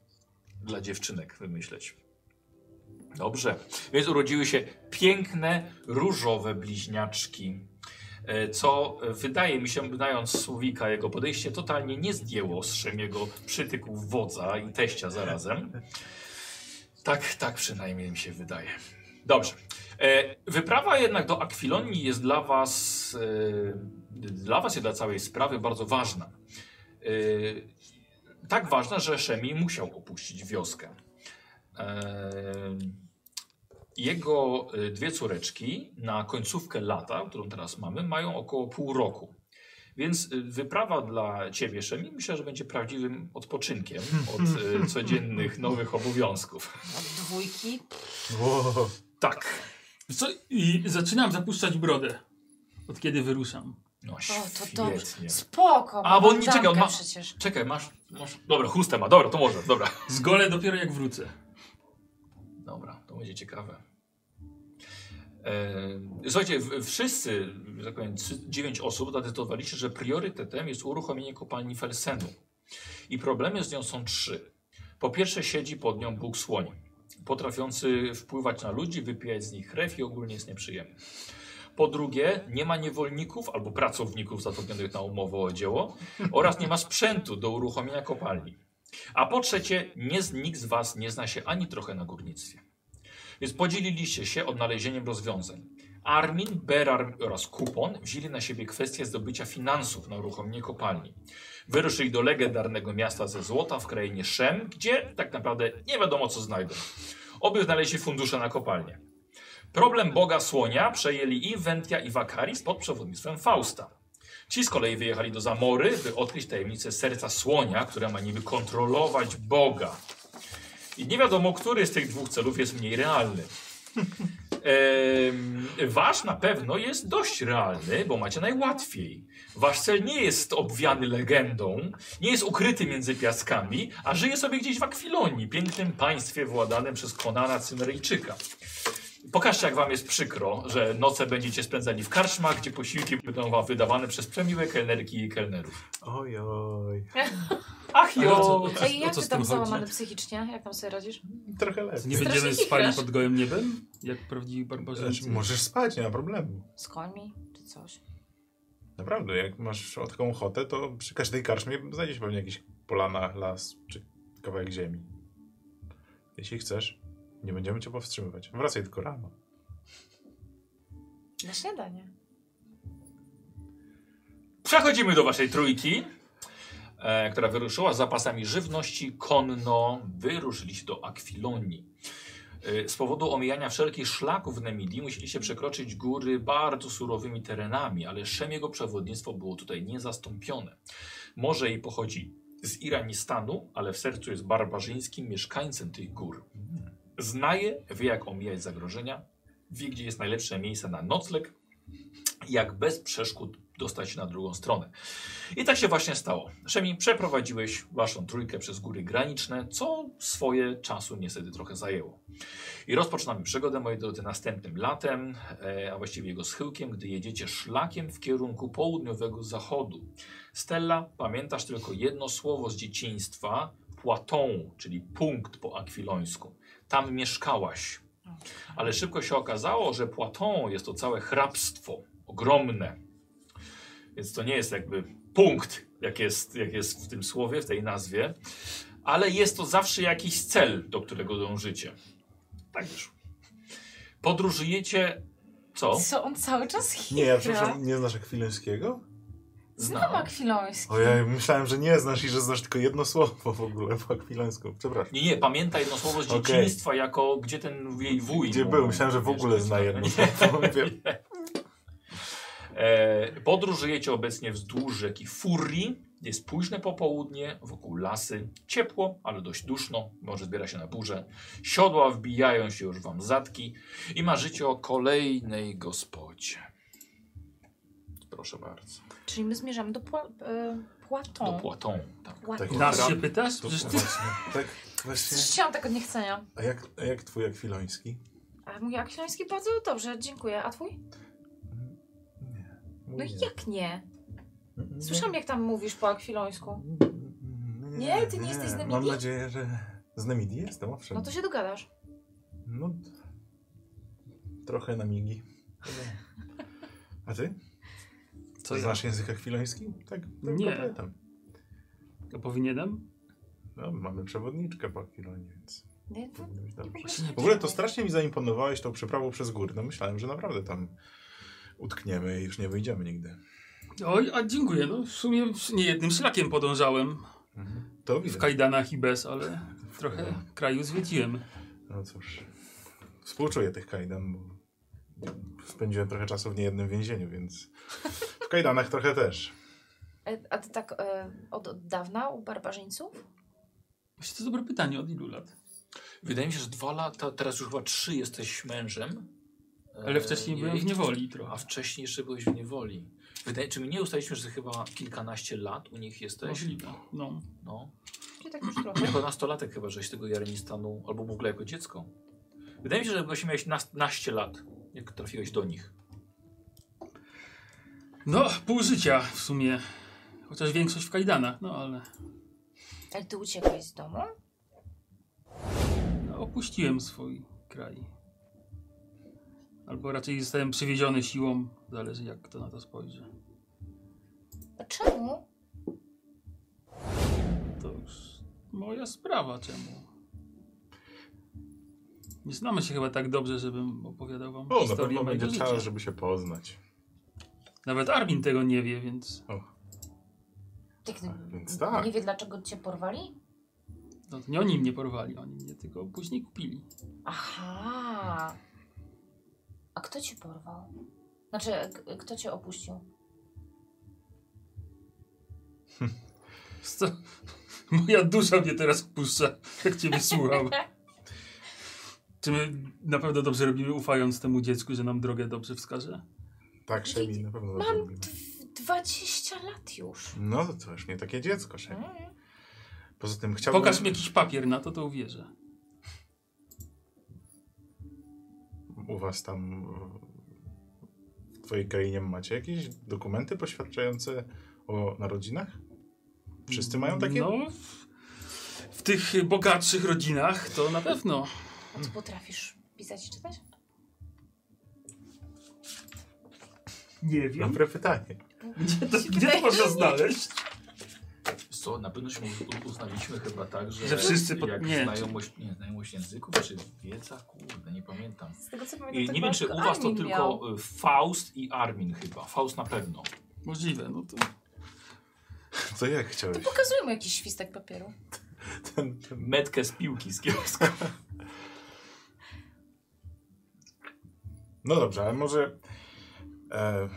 Speaker 1: dla dziewczynek wymyśleć. Dobrze. Więc urodziły się piękne, różowe bliźniaczki. E, Co e, wydaje mi się, znając Słowika, jego podejście totalnie nie zdjęło z szym jego przytyków wodza i teścia zarazem. Tak, tak przynajmniej mi się wydaje. Dobrze. E, Wyprawa jednak do Akwilonii jest dla was, e, dla was i dla całej sprawy bardzo ważna. E, Tak ważna, że Szemi musiał opuścić wioskę. E, Jego e, dwie córeczki na końcówkę lata, którą teraz mamy, mają około pół roku. Więc e, wyprawa dla ciebie, Szemi, myślę, że będzie prawdziwym odpoczynkiem od e, codziennych nowych obowiązków.
Speaker 2: Od dwójki.
Speaker 3: Wow.
Speaker 1: Tak.
Speaker 4: Co? I zaczynam zapuszczać brodę. Od kiedy wyruszam.
Speaker 1: No
Speaker 2: O, to dobrze.
Speaker 1: świetnie.
Speaker 2: Spoko.
Speaker 1: A,
Speaker 2: mam
Speaker 1: bo on nie
Speaker 2: damkę
Speaker 1: czekał, ma-
Speaker 2: przecież.
Speaker 1: Czekaj, masz, masz... Dobra, chustę ma, dobra, to może, dobra.
Speaker 4: Zgolę dopiero jak wrócę.
Speaker 1: Dobra, to będzie ciekawe. Ehm, Słuchajcie, w- wszyscy, że tak powiem, trzy- dziewięć osób zadecydowaliście, że priorytetem jest uruchomienie kopalni Felsenu. I problemy z nią są trzy. Po pierwsze siedzi pod nią Bóg Słoń, potrafiący wpływać na ludzi, wypijać z nich krew i ogólnie jest nieprzyjemny. Po drugie, nie ma niewolników albo pracowników zatrudnionych na umowę o dzieło oraz nie ma sprzętu do uruchomienia kopalni. A po trzecie, nie, z- nikt z Was nie zna się ani trochę na górnictwie. Więc podzieliliście się odnalezieniem rozwiązań. Armin, Berar oraz Kupon wzięli na siebie kwestię zdobycia finansów na uruchomienie kopalni. Wyruszyli do legendarnego miasta ze złota w krainie Szem, gdzie tak naprawdę nie wiadomo co znajdą. Oby znaleźli fundusze na kopalnię. Problem Boga Słonia przejęli i Ventia i Wakaris pod przewodnictwem Fausta. Ci z kolei wyjechali do Zamory, by odkryć tajemnicę serca słonia, które ma niby kontrolować Boga. I nie wiadomo, który z tych dwóch celów jest mniej realny. Em, Wasz na pewno jest dość realny, bo macie najłatwiej. Wasz cel nie jest obwiany legendą, nie jest ukryty między piaskami, a żyje sobie gdzieś w Akwilonii, pięknym państwie władanym przez Konana Cymeryjczyka. Pokażcie, jak wam jest przykro, że noce będziecie spędzali w karczmach, gdzie posiłki będą wam wydawane przez przemiłe kelnerki i kelnerów.
Speaker 8: Oj, oj.
Speaker 1: Ach
Speaker 4: Ale o
Speaker 1: jo!
Speaker 4: co-
Speaker 2: Ej,
Speaker 4: o
Speaker 2: jak
Speaker 4: co z
Speaker 2: ty
Speaker 4: tym
Speaker 2: tam
Speaker 4: chodzi?
Speaker 2: załamany psychicznie? Jak tam sobie radzisz?
Speaker 3: Trochę lepiej.
Speaker 2: Strasznie
Speaker 4: Nie będziemy
Speaker 2: się
Speaker 4: spali
Speaker 2: grasz.
Speaker 4: pod gołym niebem? Jak prawdziwi barbarzyńcy?
Speaker 3: Znaczy, możesz spać, nie ma problemu.
Speaker 2: Z końmi czy coś?
Speaker 3: Naprawdę, jak masz o taką ochotę, to przy każdej karczmie znajdziesz pewnie jakiś polana, las czy kawałek ziemi. Jeśli chcesz, nie będziemy cię powstrzymywać. Wracaj tylko rano.
Speaker 2: Na śniadanie.
Speaker 1: Przechodzimy do waszej trójki, e, która wyruszyła z zapasami żywności konno. Wyruszyliście do Akwilonii. E, z powodu omijania wszelkich szlaków w Nemidii musieliście przekroczyć góry bardzo surowymi terenami, ale Szemiego przewodnictwo było tutaj niezastąpione. Może i pochodzi z Iranistanu, ale w sercu jest barbarzyńskim mieszkańcem tych gór. Znaje, wie jak omijać zagrożenia, wie gdzie jest najlepsze miejsce na nocleg, jak bez przeszkód dostać się na drugą stronę. I tak się właśnie stało. Szemi, przeprowadziłeś waszą trójkę przez góry graniczne, co swoje czasu niestety trochę zajęło. I rozpoczynamy przygodę, moi drodzy, następnym latem, e, a właściwie jego schyłkiem, gdy jedziecie szlakiem w kierunku południowego zachodu. Stella, pamiętasz tylko jedno słowo z dzieciństwa, Płaton, czyli punkt po akwilońsku. Tam mieszkałaś. Ale szybko się okazało, że Płaton jest to całe hrabstwo, ogromne. Więc to nie jest jakby punkt, jak jest, jak jest w tym słowie, w tej nazwie, ale jest to zawsze jakiś cel, do którego dążycie. Tak wyszło. Podróżujecie, co?
Speaker 2: Co on cały czas hitra?
Speaker 3: Nie, ja przepraszam, nie znasz Akwilońskiego?
Speaker 2: Znam Akwiloński.
Speaker 3: Ojej, myślałem, że nie znasz i że znasz tylko jedno słowo w ogóle po akwilońsku. Przepraszam.
Speaker 1: Nie, nie, pamiętaj jedno słowo z
Speaker 3: Okej.
Speaker 1: dzieciństwa, jako gdzie ten jej wuj.
Speaker 3: Gdzie
Speaker 1: mu-
Speaker 3: był? Myślałem, że w
Speaker 1: wiesz,
Speaker 3: ogóle
Speaker 1: coś
Speaker 3: zna
Speaker 1: tam.
Speaker 3: jedno słowo. Wiem.
Speaker 1: E, podróżujecie obecnie wzdłuż rzeki Furii. Jest późne popołudnie, wokół lasy. Ciepło, ale dość duszno. Może zbiera się na burzę. Siodła wbijają się już wam w zatki i marzycie o kolejnej gospodzie. Proszę bardzo.
Speaker 2: Czyli my zmierzamy do pła e, Płatą.
Speaker 1: Do Płaton. Tak.
Speaker 2: Płatą.
Speaker 3: Tak.
Speaker 4: Nas się pytasz?
Speaker 3: To
Speaker 4: Przecież ty...
Speaker 3: właśnie, tak właśnie.
Speaker 2: Chciałam tak od niechcenia.
Speaker 3: A jak, a jak twój akwiloński?
Speaker 2: A mój Akwiloński bardzo dobrze, dziękuję. A twój?
Speaker 3: Nie. Mój
Speaker 2: No
Speaker 3: nie.
Speaker 2: jak nie?
Speaker 3: Mm,
Speaker 2: Słyszałam jak tam mówisz po akwilońsku.
Speaker 3: mm,
Speaker 2: Nie, ty nie jesteś z nami
Speaker 3: Mam
Speaker 2: nie?
Speaker 3: nadzieję, że
Speaker 5: Z Nemidii jestem, owszem.
Speaker 2: No to się dogadasz.
Speaker 5: No, d- trochę na migi. A ty?
Speaker 1: Co ja?
Speaker 5: Znasz język akwiloński? Tak, tak
Speaker 4: Nie.
Speaker 5: Pamiętam.
Speaker 4: A powinienem?
Speaker 5: No, mamy przewodniczkę po akwilonie, więc
Speaker 2: Nie, to-
Speaker 5: powinno być dobrze.
Speaker 2: się nie
Speaker 5: W ogóle to
Speaker 2: przejmuj.
Speaker 5: strasznie mi zaimponowałeś tą przeprawą przez góry. No myślałem, że naprawdę tam utkniemy i już nie wyjdziemy nigdy.
Speaker 4: Oj, a dziękuję. No, w sumie z- nie jednym szlakiem podążałem.
Speaker 5: To
Speaker 4: Mhm. W
Speaker 5: widzę.
Speaker 4: kajdanach i bez, ale trochę kraju zwiedziłem.
Speaker 5: No cóż, współczuję tych kajdan, bo spędziłem trochę czasu w niejednym więzieniu, więc w kajdanach trochę też.
Speaker 2: E, A ty tak e, od, od dawna u barbarzyńców?
Speaker 4: Właśnie to dobre pytanie, od ilu lat?
Speaker 1: Wydaje mi się, że dwa lata, teraz już chyba trzy jesteś mężem.
Speaker 4: Ale wcześniej
Speaker 1: E,
Speaker 4: byłem w
Speaker 1: i-
Speaker 4: niewoli
Speaker 1: A
Speaker 4: trochę.
Speaker 1: wcześniej jeszcze byłeś w niewoli. Wydaje, czy my nie ustaliśmy, że chyba kilkanaście lat u nich jesteś?
Speaker 4: Możliwe. No.
Speaker 1: No.
Speaker 2: Czy tak już trochę?
Speaker 1: Jako nastolatek chyba, żeś tego Jarenistanu, albo w ogóle jako dziecko. Wydaje mi się, że właśnie miałeś nas- naście lat, jak trafiłeś do nich.
Speaker 4: no, pół życia w sumie. Chociaż większość w kajdanach, no ale
Speaker 2: Ale ty uciekłeś z domu?
Speaker 4: no, opuściłem swój kraj. Albo raczej zostałem przywieziony siłą, zależy jak kto na to spojrzy.
Speaker 2: A Czemu?
Speaker 4: To już moja sprawa, czemu? Nie znamy się chyba tak dobrze, żebym opowiadał wam
Speaker 5: O, na
Speaker 4: historię
Speaker 5: pewno
Speaker 4: mojego
Speaker 5: będzie
Speaker 4: życia.
Speaker 5: czas, żeby się poznać.
Speaker 4: Nawet Armin tego nie wie, więc
Speaker 2: Tak,
Speaker 5: Tak, więc tak.
Speaker 2: Nie wie dlaczego cię porwali?
Speaker 4: no, to nie oni mnie porwali, oni mnie tylko później kupili.
Speaker 2: Aha. A kto cię porwał? Znaczy, k- kto cię opuścił?
Speaker 4: Co? Moja dusza mnie teraz opuszcza, jak ciebie słucham. Czy my naprawdę dobrze robimy, ufając temu dziecku, że nam drogę dobrze wskaże?
Speaker 5: Tak, Szemi, na pewno dobrze
Speaker 2: Mam
Speaker 5: robimy.
Speaker 2: dw- 20 lat już.
Speaker 5: No to, to już nie takie dziecko,
Speaker 1: Tak.
Speaker 5: Szemi.
Speaker 2: Mm.
Speaker 5: Poza tym chciałbym...
Speaker 4: Pokaż mi jakiś papier na to, to uwierzę.
Speaker 5: U was tam w twojej krainie macie jakieś dokumenty poświadczające o narodzinach? Wszyscy mają takie?
Speaker 4: No, w, w tych bogatszych rodzinach to na pewno.
Speaker 2: A ty potrafisz pisać i czytać?
Speaker 4: Nie
Speaker 5: Dobre pytanie.
Speaker 4: Gdzie to,
Speaker 2: Się
Speaker 4: gdzie to
Speaker 2: wydaje,
Speaker 4: można
Speaker 2: że
Speaker 4: znaleźć?
Speaker 1: Wiesz Co, na pewno się u- uznaliśmy chyba tak, że,
Speaker 4: Że wszyscy pod-
Speaker 1: jak
Speaker 4: nie.
Speaker 1: znajomość, nie, znajomość języków, czy wiedza, kurde, nie pamiętam.
Speaker 2: Z tego co pamiętam,
Speaker 1: I
Speaker 2: to
Speaker 1: nie wiem,
Speaker 2: chyba
Speaker 1: czy u
Speaker 2: tylko
Speaker 1: was to
Speaker 2: Armin miał.
Speaker 1: tylko y, Faust i Armin chyba. Faust na pewno.
Speaker 4: Możliwe, no to...
Speaker 5: Co jak
Speaker 2: To
Speaker 5: chciałeś?
Speaker 2: pokazuj mu jakiś świstek papieru.
Speaker 5: Ten, ten...
Speaker 1: Metkę z piłki z kiosku.
Speaker 5: No dobrze, ale może... E,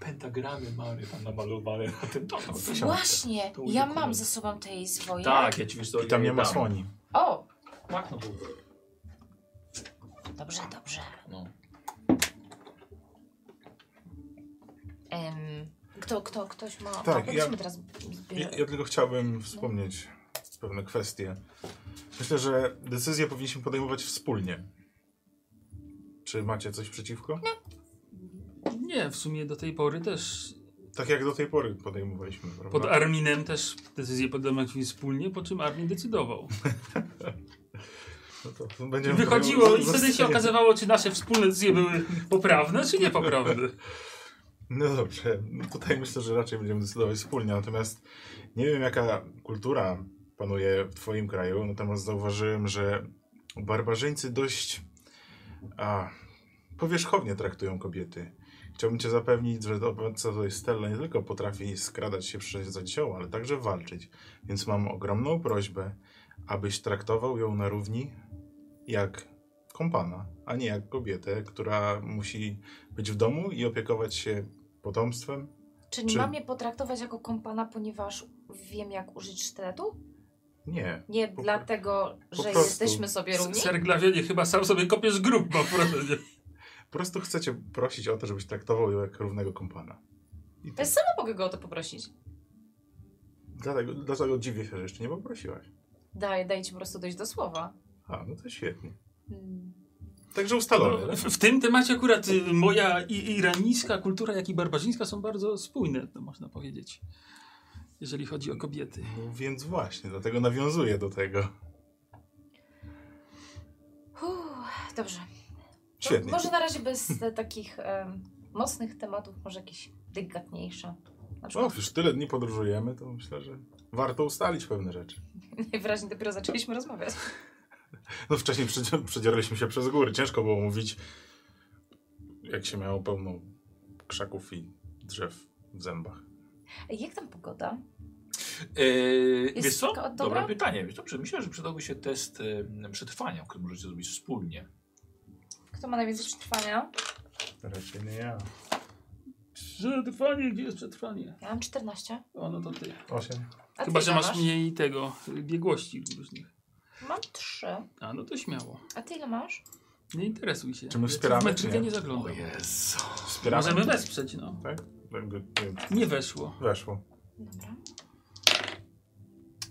Speaker 1: Pentagramy Mary tam namalowane na tym to, to, to.
Speaker 2: Właśnie,
Speaker 1: To
Speaker 2: ja
Speaker 1: udokument.
Speaker 2: mam ze sobą te jej zwoje.
Speaker 1: Tak, ja ci wiesz co,
Speaker 5: I tam nie
Speaker 1: ja
Speaker 5: ma
Speaker 1: dam.
Speaker 5: słoni.
Speaker 2: O,
Speaker 1: Tak, no bo...
Speaker 2: dobrze, dobrze.
Speaker 1: No.
Speaker 2: Em, kto, kto, ktoś ma...
Speaker 5: Tak,
Speaker 2: Tak,
Speaker 5: ja-
Speaker 2: ja... teraz
Speaker 5: Ja,
Speaker 2: zbierać.
Speaker 5: ja tylko chciałbym wspomnieć pewne kwestie. Myślę, że decyzje powinniśmy podejmować wspólnie. Czy macie coś przeciwko?
Speaker 4: Nie, w sumie do tej pory też
Speaker 5: Tak jak do tej pory podejmowaliśmy, prawda?
Speaker 4: Pod Arminem też decyzję podejmowaliśmy wspólnie, po czym Armin decydował.
Speaker 5: No to- to będziemy
Speaker 4: Wychodziło i
Speaker 5: podejmować-
Speaker 4: wtedy się okazywało, czy nasze wspólne decyzje były poprawne, czy niepoprawne.
Speaker 5: No dobrze, no tutaj myślę, że raczej będziemy decydować wspólnie, natomiast nie wiem jaka kultura panuje w twoim kraju, natomiast zauważyłem, że barbarzyńcy dość a, powierzchownie traktują kobiety. Chciałbym cię zapewnić, że obecna tutaj Stella nie tylko potrafi skradać się przez dzieło, ale także walczyć, więc mam ogromną prośbę, abyś traktował ją na równi jak kompana, a nie jak kobietę, która musi być w domu i opiekować się potomstwem.
Speaker 2: Czyli
Speaker 5: czy-
Speaker 2: mam je potraktować jako kompana, ponieważ wiem jak użyć sztyletu?
Speaker 5: Nie.
Speaker 2: Nie
Speaker 5: Po-
Speaker 2: dlatego, że
Speaker 5: prostu.
Speaker 2: jesteśmy sobie równi?
Speaker 4: Serglawienie chyba sam sobie kopiesz grób, mam wrażenie.
Speaker 5: Po prostu chcecie prosić o to, żebyś traktował ją jak równego kompana. I
Speaker 2: Ja
Speaker 5: tak,
Speaker 2: sama mogę go o to poprosić.
Speaker 5: dlatego, dlatego dziwię się, że jeszcze nie poprosiłaś.
Speaker 2: Daj, daj ci po prostu dojść do słowa.
Speaker 5: A, no to świetnie.
Speaker 2: Mm.
Speaker 5: Także ustalone.
Speaker 4: No, w, w tym temacie akurat y, moja i, iranijska kultura, jak i barbarzyńska są bardzo spójne, to można powiedzieć. Jeżeli chodzi o kobiety.
Speaker 5: No więc właśnie, dlatego nawiązuję do tego.
Speaker 2: Dobrze. To
Speaker 4: No,
Speaker 5: Świetnie.
Speaker 2: Może na razie bez e, takich em, mocnych tematów, może jakieś delikatniejsze. Na
Speaker 5: No,
Speaker 2: przykład
Speaker 5: przecież tyle dni podróżujemy, to myślę, że warto ustalić pewne rzeczy.
Speaker 2: najwyraźniej dopiero zaczęliśmy rozmawiać.
Speaker 5: No wcześniej przedzi- przedzieraliśmy się przez góry. Ciężko było mówić, jak się miało pełno krzaków i drzew w zębach.
Speaker 2: Ej, Jak tam pogoda?
Speaker 1: Eee,
Speaker 2: Jest
Speaker 1: wiesz co?
Speaker 2: taka
Speaker 1: Dobre,
Speaker 2: od dobra?
Speaker 1: pytanie. Wiesz, dobrze, myślę, że przydałby się test em, przetrwania, który możecie zrobić wspólnie.
Speaker 2: Kto ma najwięcej przetrwania?
Speaker 5: Raczej nie ja.
Speaker 4: Przetrwanie, gdzie jest przetrwanie?
Speaker 2: Ja mam 14.
Speaker 4: O, no to ty.
Speaker 5: Osiem.
Speaker 2: A
Speaker 4: Chyba,
Speaker 2: ty
Speaker 4: że
Speaker 2: ile
Speaker 4: masz mniej tego, y, biegłości różnych.
Speaker 2: Mam 3.
Speaker 4: A, no to śmiało.
Speaker 2: A ty ile masz?
Speaker 4: Nie interesuj się.
Speaker 5: Czy my
Speaker 4: Ja ci
Speaker 5: wspieramy,
Speaker 4: w
Speaker 5: czy
Speaker 4: metrykę
Speaker 5: nie?
Speaker 4: nie zaglądam.
Speaker 1: Jezu.
Speaker 5: Wspieramy?
Speaker 4: Możemy wesprzeć, no.
Speaker 5: Tak? Jakby, nie wiem,
Speaker 4: Nie weszło.
Speaker 5: Weszło.
Speaker 2: Dobra.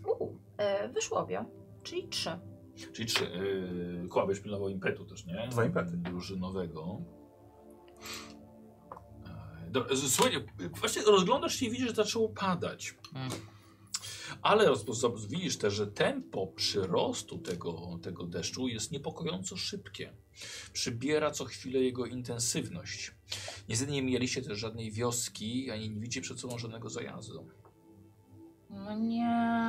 Speaker 2: Uuu, e, wyszło obie, czyli 3.
Speaker 1: Czyli trzy. Yy, Koła byś pilnował impetu też, nie?
Speaker 5: Dwa impety.
Speaker 1: Drużynowego. Eee, Dobra, z- słuchajcie, właśnie rozglądasz się i widzisz, że zaczęło padać.
Speaker 4: Mm.
Speaker 1: Ale rozpo- zob- widzisz też, że tempo przyrostu tego, tego deszczu jest niepokojąco szybkie. Przybiera co chwilę jego intensywność. Niestety nie mieliście też żadnej wioski, ani nie widzicie przed sobą żadnego zajazdu.
Speaker 2: No nie.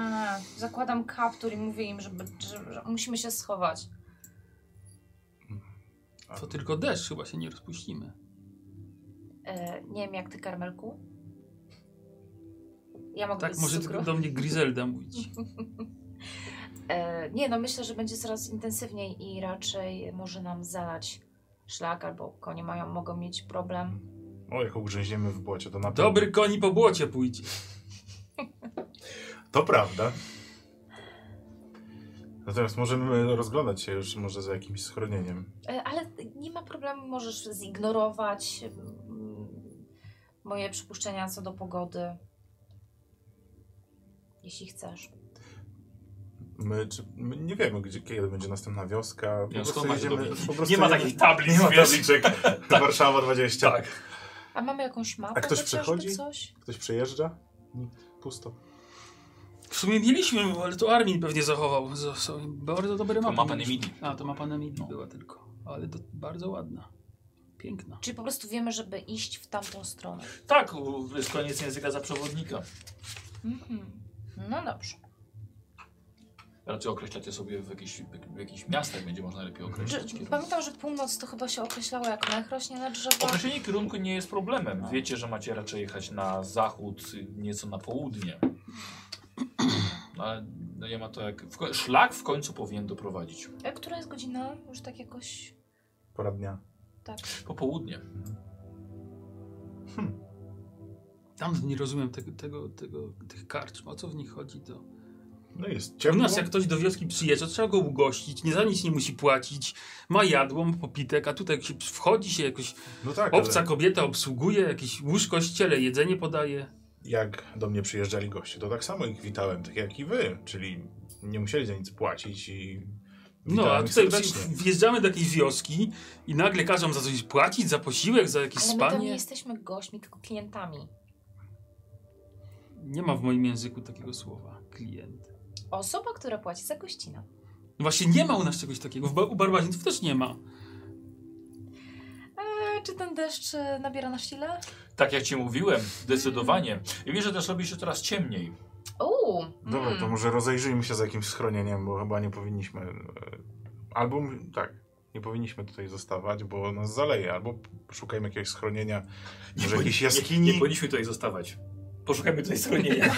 Speaker 2: Zakładam kaptur i mówię im, żeby, że, że musimy się schować.
Speaker 4: To tylko deszcz, chyba się nie rozpuścimy.
Speaker 2: E, nie wiem, jak ty, Karmelku? Ja mogę
Speaker 4: Tak,
Speaker 2: być
Speaker 4: może
Speaker 2: z cukru.
Speaker 4: tylko do mnie Griselda mówić.
Speaker 2: E, nie, no myślę, że będzie coraz intensywniej i raczej może nam zalać szlak, albo konie mają, mogą mieć problem.
Speaker 5: O, jak ugrzęziemy w błocie, to na pewno.
Speaker 4: Dobry koni po błocie pójdzie.
Speaker 5: To prawda. Natomiast możemy rozglądać się już może za jakimś schronieniem.
Speaker 2: E, ale nie ma problemu, możesz zignorować mm, moje przypuszczenia co do pogody. Jeśli chcesz.
Speaker 5: My, czy, my nie wiemy, gdzie, kiedy będzie następna wioska. Po
Speaker 1: Ja
Speaker 5: prostu
Speaker 1: skąd macie
Speaker 5: jedziemy,
Speaker 1: dowiedzieć?
Speaker 5: po prostu
Speaker 1: Nie ma
Speaker 5: jedziemy-
Speaker 1: takich tablic,
Speaker 5: Nie ma
Speaker 1: wiesz?
Speaker 5: tabliczek. Warszawa 20.
Speaker 1: Tak.
Speaker 2: A mamy jakąś mapę?
Speaker 5: A ktoś
Speaker 2: chociażby,
Speaker 5: przychodzi?
Speaker 2: Coś?
Speaker 5: Ktoś przejeżdża? Nikt. Pusto.
Speaker 4: W sumie mieliśmy, ale to Armin pewnie zachował. Z- są Bardzo dobre mapy.
Speaker 1: mapa
Speaker 4: mieliśmy.
Speaker 1: Nemidii.
Speaker 4: A, to mapa Nemidii
Speaker 1: No.
Speaker 4: była tylko. Ale to bardzo ładna. Piękna.
Speaker 2: Czyli po prostu wiemy, żeby iść w tamtą stronę.
Speaker 1: Tak, u- jest koniec języka za przewodnika.
Speaker 2: Mhm. No dobrze.
Speaker 1: Raczej określacie sobie w jakichś, w jakichś miastach będzie można lepiej
Speaker 2: Że,
Speaker 1: określić kierunek.
Speaker 2: pamiętam, że północ to chyba się określało jak mech rośnie na drzewach.
Speaker 1: Określenie kierunku nie jest problemem. Wiecie, że macie raczej jechać na zachód, y, nieco na południe. No, Ale no nie ma to jak. W ko- szlak w końcu powinien doprowadzić.
Speaker 2: E, Która jest godzina? Już tak jakoś...
Speaker 5: Pora dnia.
Speaker 2: Tak.
Speaker 1: Popołudnie.
Speaker 4: Tam nie rozumiem tego, tego, tego, tych karcz. O co w nich chodzi to?
Speaker 5: No jest
Speaker 4: U
Speaker 5: ciemno.
Speaker 4: nas jak ktoś do wioski przyjeżdża, trzeba go ugościć. Nie za nic nie musi płacić. Ma jadło, ma popitek, a tutaj jak się wchodzi się jakoś
Speaker 5: No tak,
Speaker 4: obca
Speaker 5: ale
Speaker 4: kobieta obsługuje, jakieś łóżko, ściele, jedzenie podaje.
Speaker 5: jak do mnie przyjeżdżali goście, to tak samo ich witałem, tak jak i wy. Czyli nie musieli za nic płacić i
Speaker 4: No,
Speaker 5: witałem
Speaker 4: a
Speaker 5: ich
Speaker 4: tutaj
Speaker 5: serdecznie.
Speaker 4: wjeżdżamy do jakiejś wioski i nagle każą za coś płacić, za posiłek, za jakieś
Speaker 2: Ale my tam nie
Speaker 4: spanie.
Speaker 2: jesteśmy gośćmi, tylko klientami.
Speaker 4: Nie ma w moim języku takiego słowa. Klient. No
Speaker 2: Osoba, która płaci za gościnę.
Speaker 4: Właśnie nie ma u nas czegoś takiego. W ba- U barbarzyńców też nie ma.
Speaker 2: E, czy ten deszcz e, nabiera na sile?
Speaker 1: Tak jak ci mówiłem, zdecydowanie. I wiesz, że też robi się coraz ciemniej.
Speaker 2: Uuu.
Speaker 5: Dobra,
Speaker 2: Mm.
Speaker 5: to może rozejrzyjmy się za jakimś schronieniem, bo chyba nie powinniśmy. e, Albo m- tak, nie powinniśmy tutaj zostawać, bo nas zaleje. Albo szukajmy jakiegoś schronienia, może jakiejś jaskini.
Speaker 1: Nie, nie powinniśmy tutaj zostawać. Poszukajmy tutaj schronienia.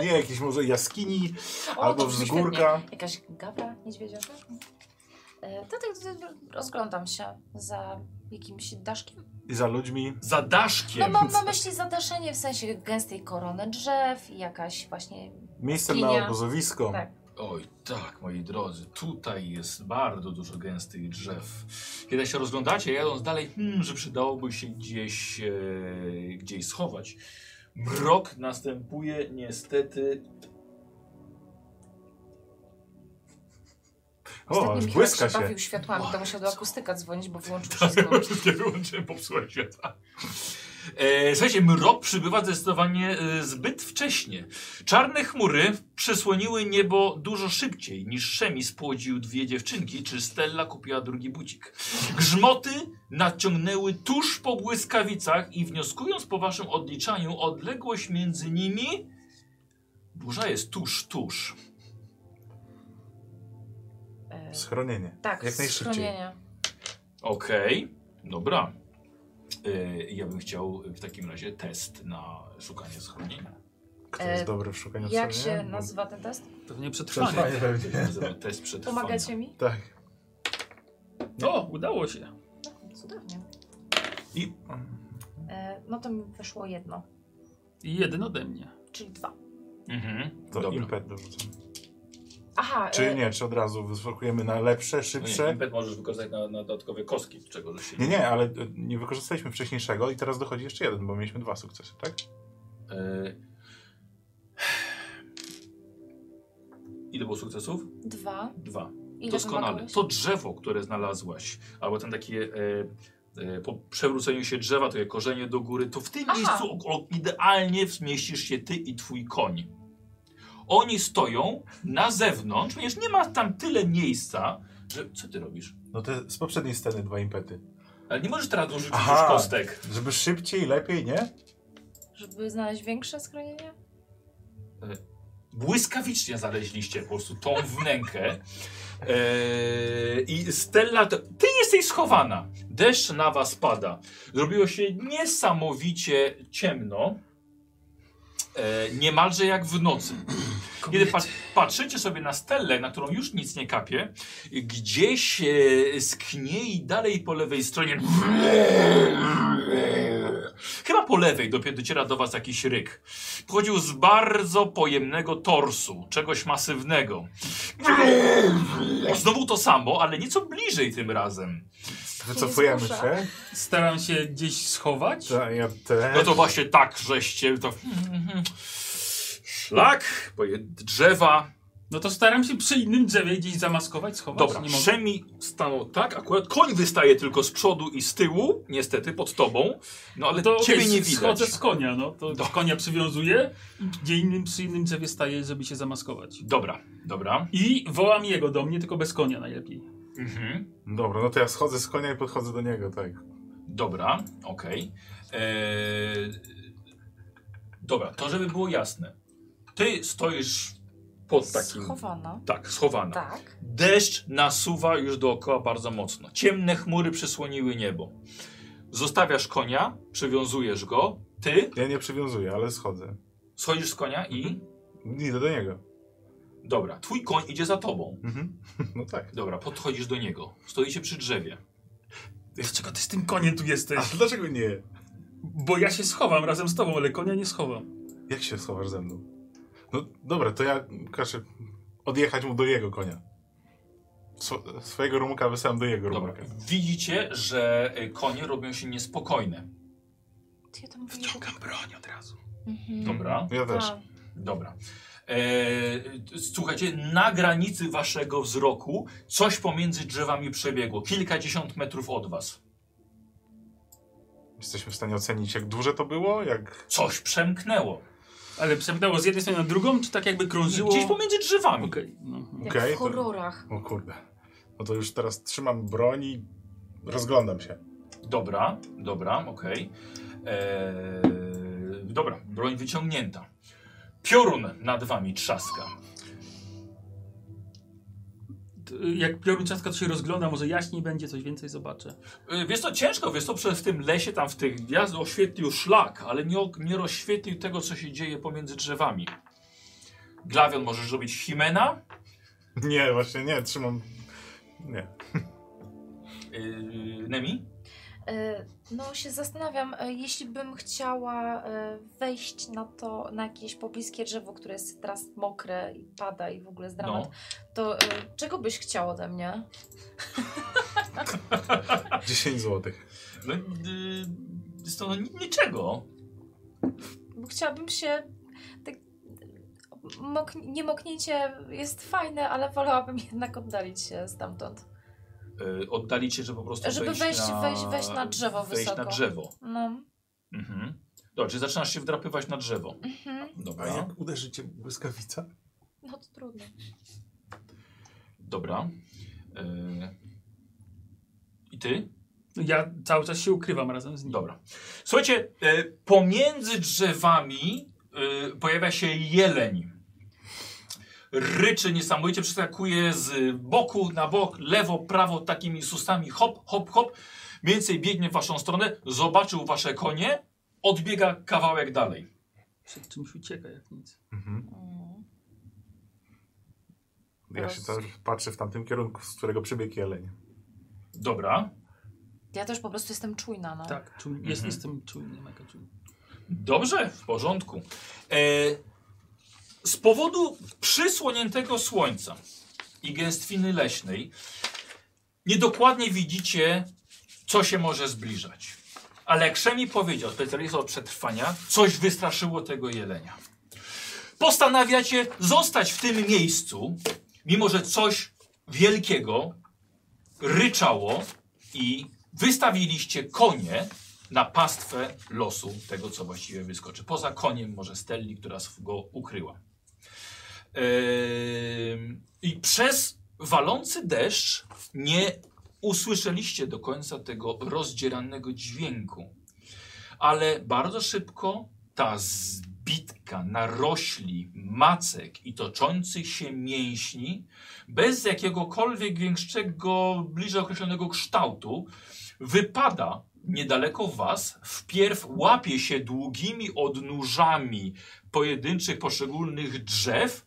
Speaker 5: Nie, jakiejś może jaskini,
Speaker 2: O,
Speaker 5: albo
Speaker 2: to brzmi
Speaker 5: wzgórka.
Speaker 2: świetnie. Jakaś gawra niedźwiedziarza? E, to tak e, rozglądam się za jakimś daszkiem.
Speaker 5: i za ludźmi.
Speaker 1: Za
Speaker 2: No
Speaker 1: daszkiem.
Speaker 2: mam na myśli zadaszenie w sensie gęstej korony drzew i jakaś właśnie...
Speaker 5: Miejscem na
Speaker 2: Jaskinia.
Speaker 5: obozowisko.
Speaker 2: Tak.
Speaker 1: Oj, tak, moi drodzy, tutaj jest bardzo dużo gęstych drzew. Kiedy się rozglądacie, jadąc dalej, hmm, że przydałoby się gdzieś, e, gdzieś schować. Mrok następuje niestety.
Speaker 5: O, aż
Speaker 2: Ostatnio
Speaker 5: błyska
Speaker 2: się
Speaker 5: się.
Speaker 2: bawił światłami, to musiał
Speaker 1: Co?
Speaker 2: do
Speaker 1: Tak,
Speaker 2: akustyka dzwonić, bo wyłączył wszystko.
Speaker 1: Wszystkie wyłączyłem, popsułem światła. tak. E, słuchajcie, mrok przybywa zdecydowanie e, zbyt wcześnie. Czarne chmury przysłoniły niebo dużo szybciej niż Szemis płodził dwie dziewczynki, czy Stella kupiła drugi bucik. Grzmoty nadciągnęły tuż po błyskawicach i wnioskując po waszym odliczaniu odległość między nimi... Burza jest tuż, tuż.
Speaker 2: E,
Speaker 3: Schronienie. Jak
Speaker 2: tak,
Speaker 3: najszybciej.
Speaker 2: schronienie.
Speaker 1: Okej, dobra. E, ja bym chciał w takim razie test na szukanie schronienia.
Speaker 3: Kto
Speaker 2: E,
Speaker 3: jest dobry w
Speaker 5: No
Speaker 3: szukaniu
Speaker 2: Jak się
Speaker 3: schronienia?
Speaker 2: nazywa ten test?
Speaker 4: Pewnie przetrwanie.
Speaker 3: Przetrwanie pewnie.
Speaker 1: Nazywa Test przetrwania.
Speaker 2: Pomagacie mi?
Speaker 3: Tak.
Speaker 4: O, udało się.
Speaker 2: Cudownie.
Speaker 3: I
Speaker 2: E, no to mi wyszło jedno,
Speaker 4: I jeden ode mnie.
Speaker 2: czyli dwa.
Speaker 1: Mhm.
Speaker 3: to
Speaker 1: Dobra.
Speaker 3: impet dorzucam.
Speaker 2: Aha, e,
Speaker 3: Czy nie, czy od razu wyskakujemy na lepsze,
Speaker 1: No Nie,
Speaker 3: szybsze?
Speaker 1: impet możesz wykorzystać na, na dodatkowe kostki, z czego że się
Speaker 3: Nie, nie, ale e, nie wykorzystaliśmy wcześniejszego i teraz dochodzi jeszcze jeden, bo mieliśmy dwa sukcesy, tak?
Speaker 1: E, Ile było sukcesów?
Speaker 2: dwa.
Speaker 1: Dwa.
Speaker 2: Ile
Speaker 1: Doskonale.
Speaker 2: wymagałeś?
Speaker 1: To drzewo, które znalazłaś, albo ten takie e, e, po przewróceniu się drzewa, takie korzenie do góry, to w tym
Speaker 2: Aha.
Speaker 1: miejscu o, o, idealnie zmieścisz się ty i twój koń. Oni stoją na zewnątrz, ponieważ nie ma tam tyle miejsca, że... Co ty robisz?
Speaker 3: No te z poprzedniej sceny dwa impety.
Speaker 1: Ale nie możesz teraz dorzucić
Speaker 3: Aha.
Speaker 1: już kostek.
Speaker 3: Żeby szybciej, lepiej, nie?
Speaker 2: Żeby znaleźć większe schronienie?
Speaker 1: błyskawicznie znaleźliście po prostu tą wnękę. Eee, I Stella, to- ty jesteś schowana. Deszcz na was pada. Zrobiło się niesamowicie ciemno. Eee, niemalże jak w nocy. Kiedy pat patrzycie sobie na Stellę, na którą już nic nie kapie, gdzieś e, sknie i dalej po lewej stronie. Chyba po lewej dopiero dociera do was jakiś ryk. Pochodził z bardzo pojemnego torsu, czegoś masywnego. Znowu to samo, ale nieco bliżej tym razem.
Speaker 3: Wycofujemy
Speaker 2: zmusza.
Speaker 3: się.
Speaker 4: Staram się gdzieś schować.
Speaker 3: Ta, ja te...
Speaker 1: No to właśnie tak, żeście to... Szlak, poje- drzewa.
Speaker 4: No to staram się przy innym drzewie gdzieś zamaskować, schować.
Speaker 1: Dobra,
Speaker 4: nie mogę.
Speaker 1: Szemi stanął tak, akurat koń wystaje tylko z przodu i z tyłu, niestety, pod tobą. No ale
Speaker 4: To
Speaker 1: ciebie
Speaker 4: okej,
Speaker 1: nie
Speaker 4: s-
Speaker 1: widać.
Speaker 4: Schodzę z konia, no. To
Speaker 1: Do-
Speaker 4: konia przywiązuję i gdzie innym, przy innym drzewie staję, żeby się zamaskować.
Speaker 1: Dobra, dobra.
Speaker 4: I wołam jego do mnie, tylko bez konia najlepiej.
Speaker 1: Mhm.
Speaker 3: Dobra, no to ja schodzę z konia i podchodzę do niego, tak.
Speaker 1: Dobra, okej. Eee, dobra, to żeby było jasne. Ty stoisz pod takim.
Speaker 2: Schowana.
Speaker 1: tak, schowana.
Speaker 2: Tak.
Speaker 1: Deszcz nasuwa już dookoła bardzo mocno. Ciemne chmury przysłoniły niebo. Zostawiasz konia, przywiązujesz go. Ty
Speaker 3: Ja nie przywiązuję, ale schodzę.
Speaker 1: schodzisz z konia
Speaker 4: Mhm.
Speaker 1: i.
Speaker 3: Idę do niego.
Speaker 1: Dobra, twój koń idzie za tobą.
Speaker 3: Mhm. No tak.
Speaker 1: Dobra, podchodzisz do niego. Stoicie przy drzewie.
Speaker 4: Dlaczego ty z tym koniem tu jesteś?
Speaker 3: A dlaczego nie?
Speaker 4: Bo ja się schowam razem z tobą, ale konia nie schowam.
Speaker 3: Jak się schowasz ze mną? No dobra, to ja kaszę odjechać mu do jego konia. Swo- swojego rumaka wysyłam do jego
Speaker 1: Dobra.
Speaker 3: rumaka.
Speaker 1: Widzicie, że e, konie robią się niespokojne.
Speaker 2: Ty ja tam
Speaker 4: broń od razu.
Speaker 2: Mhm.
Speaker 1: Dobra.
Speaker 3: Ja
Speaker 5: No,
Speaker 3: też.
Speaker 2: Tak.
Speaker 1: Dobra. E, słuchajcie, na granicy waszego wzroku coś pomiędzy drzewami przebiegło. Kilkadziesiąt metrów od was.
Speaker 3: Jesteśmy w stanie ocenić, jak duże to było, jak...
Speaker 1: Coś przemknęło.
Speaker 4: Ale przepnęło z jednej strony na drugą, czy tak jakby krążyło?
Speaker 1: Gdzieś pomiędzy drzewami.
Speaker 4: Okej, no.
Speaker 2: Jak
Speaker 3: Okej,
Speaker 2: w
Speaker 3: to-
Speaker 2: horrorach.
Speaker 3: O kurde. No to już teraz trzymam broń i rozglądam się.
Speaker 1: Dobra, dobra, okej. E, Dobra, broń wyciągnięta. Piorun nad wami trzaska.
Speaker 4: To, y, Jak piorun ciastka to się rozgląda, może jaśniej będzie, coś więcej zobaczę.
Speaker 1: Y, Wiesz to ciężko, wiesz to przez w tym lesie, tam w tych gwiazd oświetlił szlak, ale nie, o- nie rozświetlił tego, co się dzieje pomiędzy drzewami. Glawion możesz robić Himena,
Speaker 3: Nie, właśnie nie, trzymam... Nie.
Speaker 1: yy, Nemi.
Speaker 2: E, No się zastanawiam, e, jeśli bym chciała e, wejść na to, na jakieś pobliskie drzewo, które jest teraz mokre i pada i w ogóle jest dramat,
Speaker 1: No.
Speaker 2: to e, czego byś chciał ode mnie?
Speaker 3: 10 złotych.
Speaker 1: No, yy, jest to no, ni- niczego.
Speaker 2: Bo chciałabym się tak... Mok... Niemoknięcie jest fajne, ale wolałabym jednak oddalić się stamtąd.
Speaker 1: Yy, oddalicie, że po prostu
Speaker 2: Żeby wejść- wejść- wejść na drzewo
Speaker 1: wejść na
Speaker 2: wysoko.
Speaker 1: drzewo.
Speaker 2: No.
Speaker 1: Mhm. Dobra, czyli zaczynasz się wdrapywać na drzewo.
Speaker 2: Mhm.
Speaker 3: A
Speaker 1: Dobra,
Speaker 3: jak uderzycie błyskawica?
Speaker 2: No to trudno.
Speaker 1: dobra. E, I ty?
Speaker 4: No, Ja cały czas się ukrywam razem z nim.
Speaker 1: Dobra. Słuchajcie, e, pomiędzy drzewami e, pojawia się jeleń. Ryczy niesamowicie, przeskakuje z boku na bok, lewo, prawo, takimi sustami. Hop, hop, hop. Mniej więcej biegnie w waszą stronę, zobaczył wasze konie, odbiega kawałek dalej.
Speaker 4: Przed czymś ucieka jak nic.
Speaker 3: Mhm.
Speaker 2: Mm.
Speaker 3: Ja
Speaker 2: Roz-
Speaker 3: się tam patrzę w tamtym kierunku, z którego przebiegł jeleń.
Speaker 1: Dobra,
Speaker 2: Ja też po prostu jestem czujna, no.
Speaker 4: Tak, czujny,
Speaker 3: Mhm.
Speaker 4: jest, jestem czujny, mega czujny.
Speaker 1: Dobrze, w porządku. E, z powodu przysłoniętego słońca i gęstwiny leśnej niedokładnie widzicie, co się może zbliżać. Ale Krzemi powiedział, specjalista od przetrwania, coś wystraszyło tego jelenia. Postanawiacie zostać w tym miejscu, mimo że coś wielkiego ryczało i wystawiliście konie na pastwę losu tego, co właściwie wyskoczy. Poza koniem może Stelli, która sw- go ukryła. Ym, I przez walący deszcz nie usłyszeliście do końca tego rozdzieranego dźwięku. Ale bardzo szybko ta zbitka narośli, macek i toczących się mięśni, bez jakiegokolwiek większego, bliżej określonego kształtu, wypada niedaleko was, wpierw łapie się długimi odnóżami pojedynczych, poszczególnych drzew,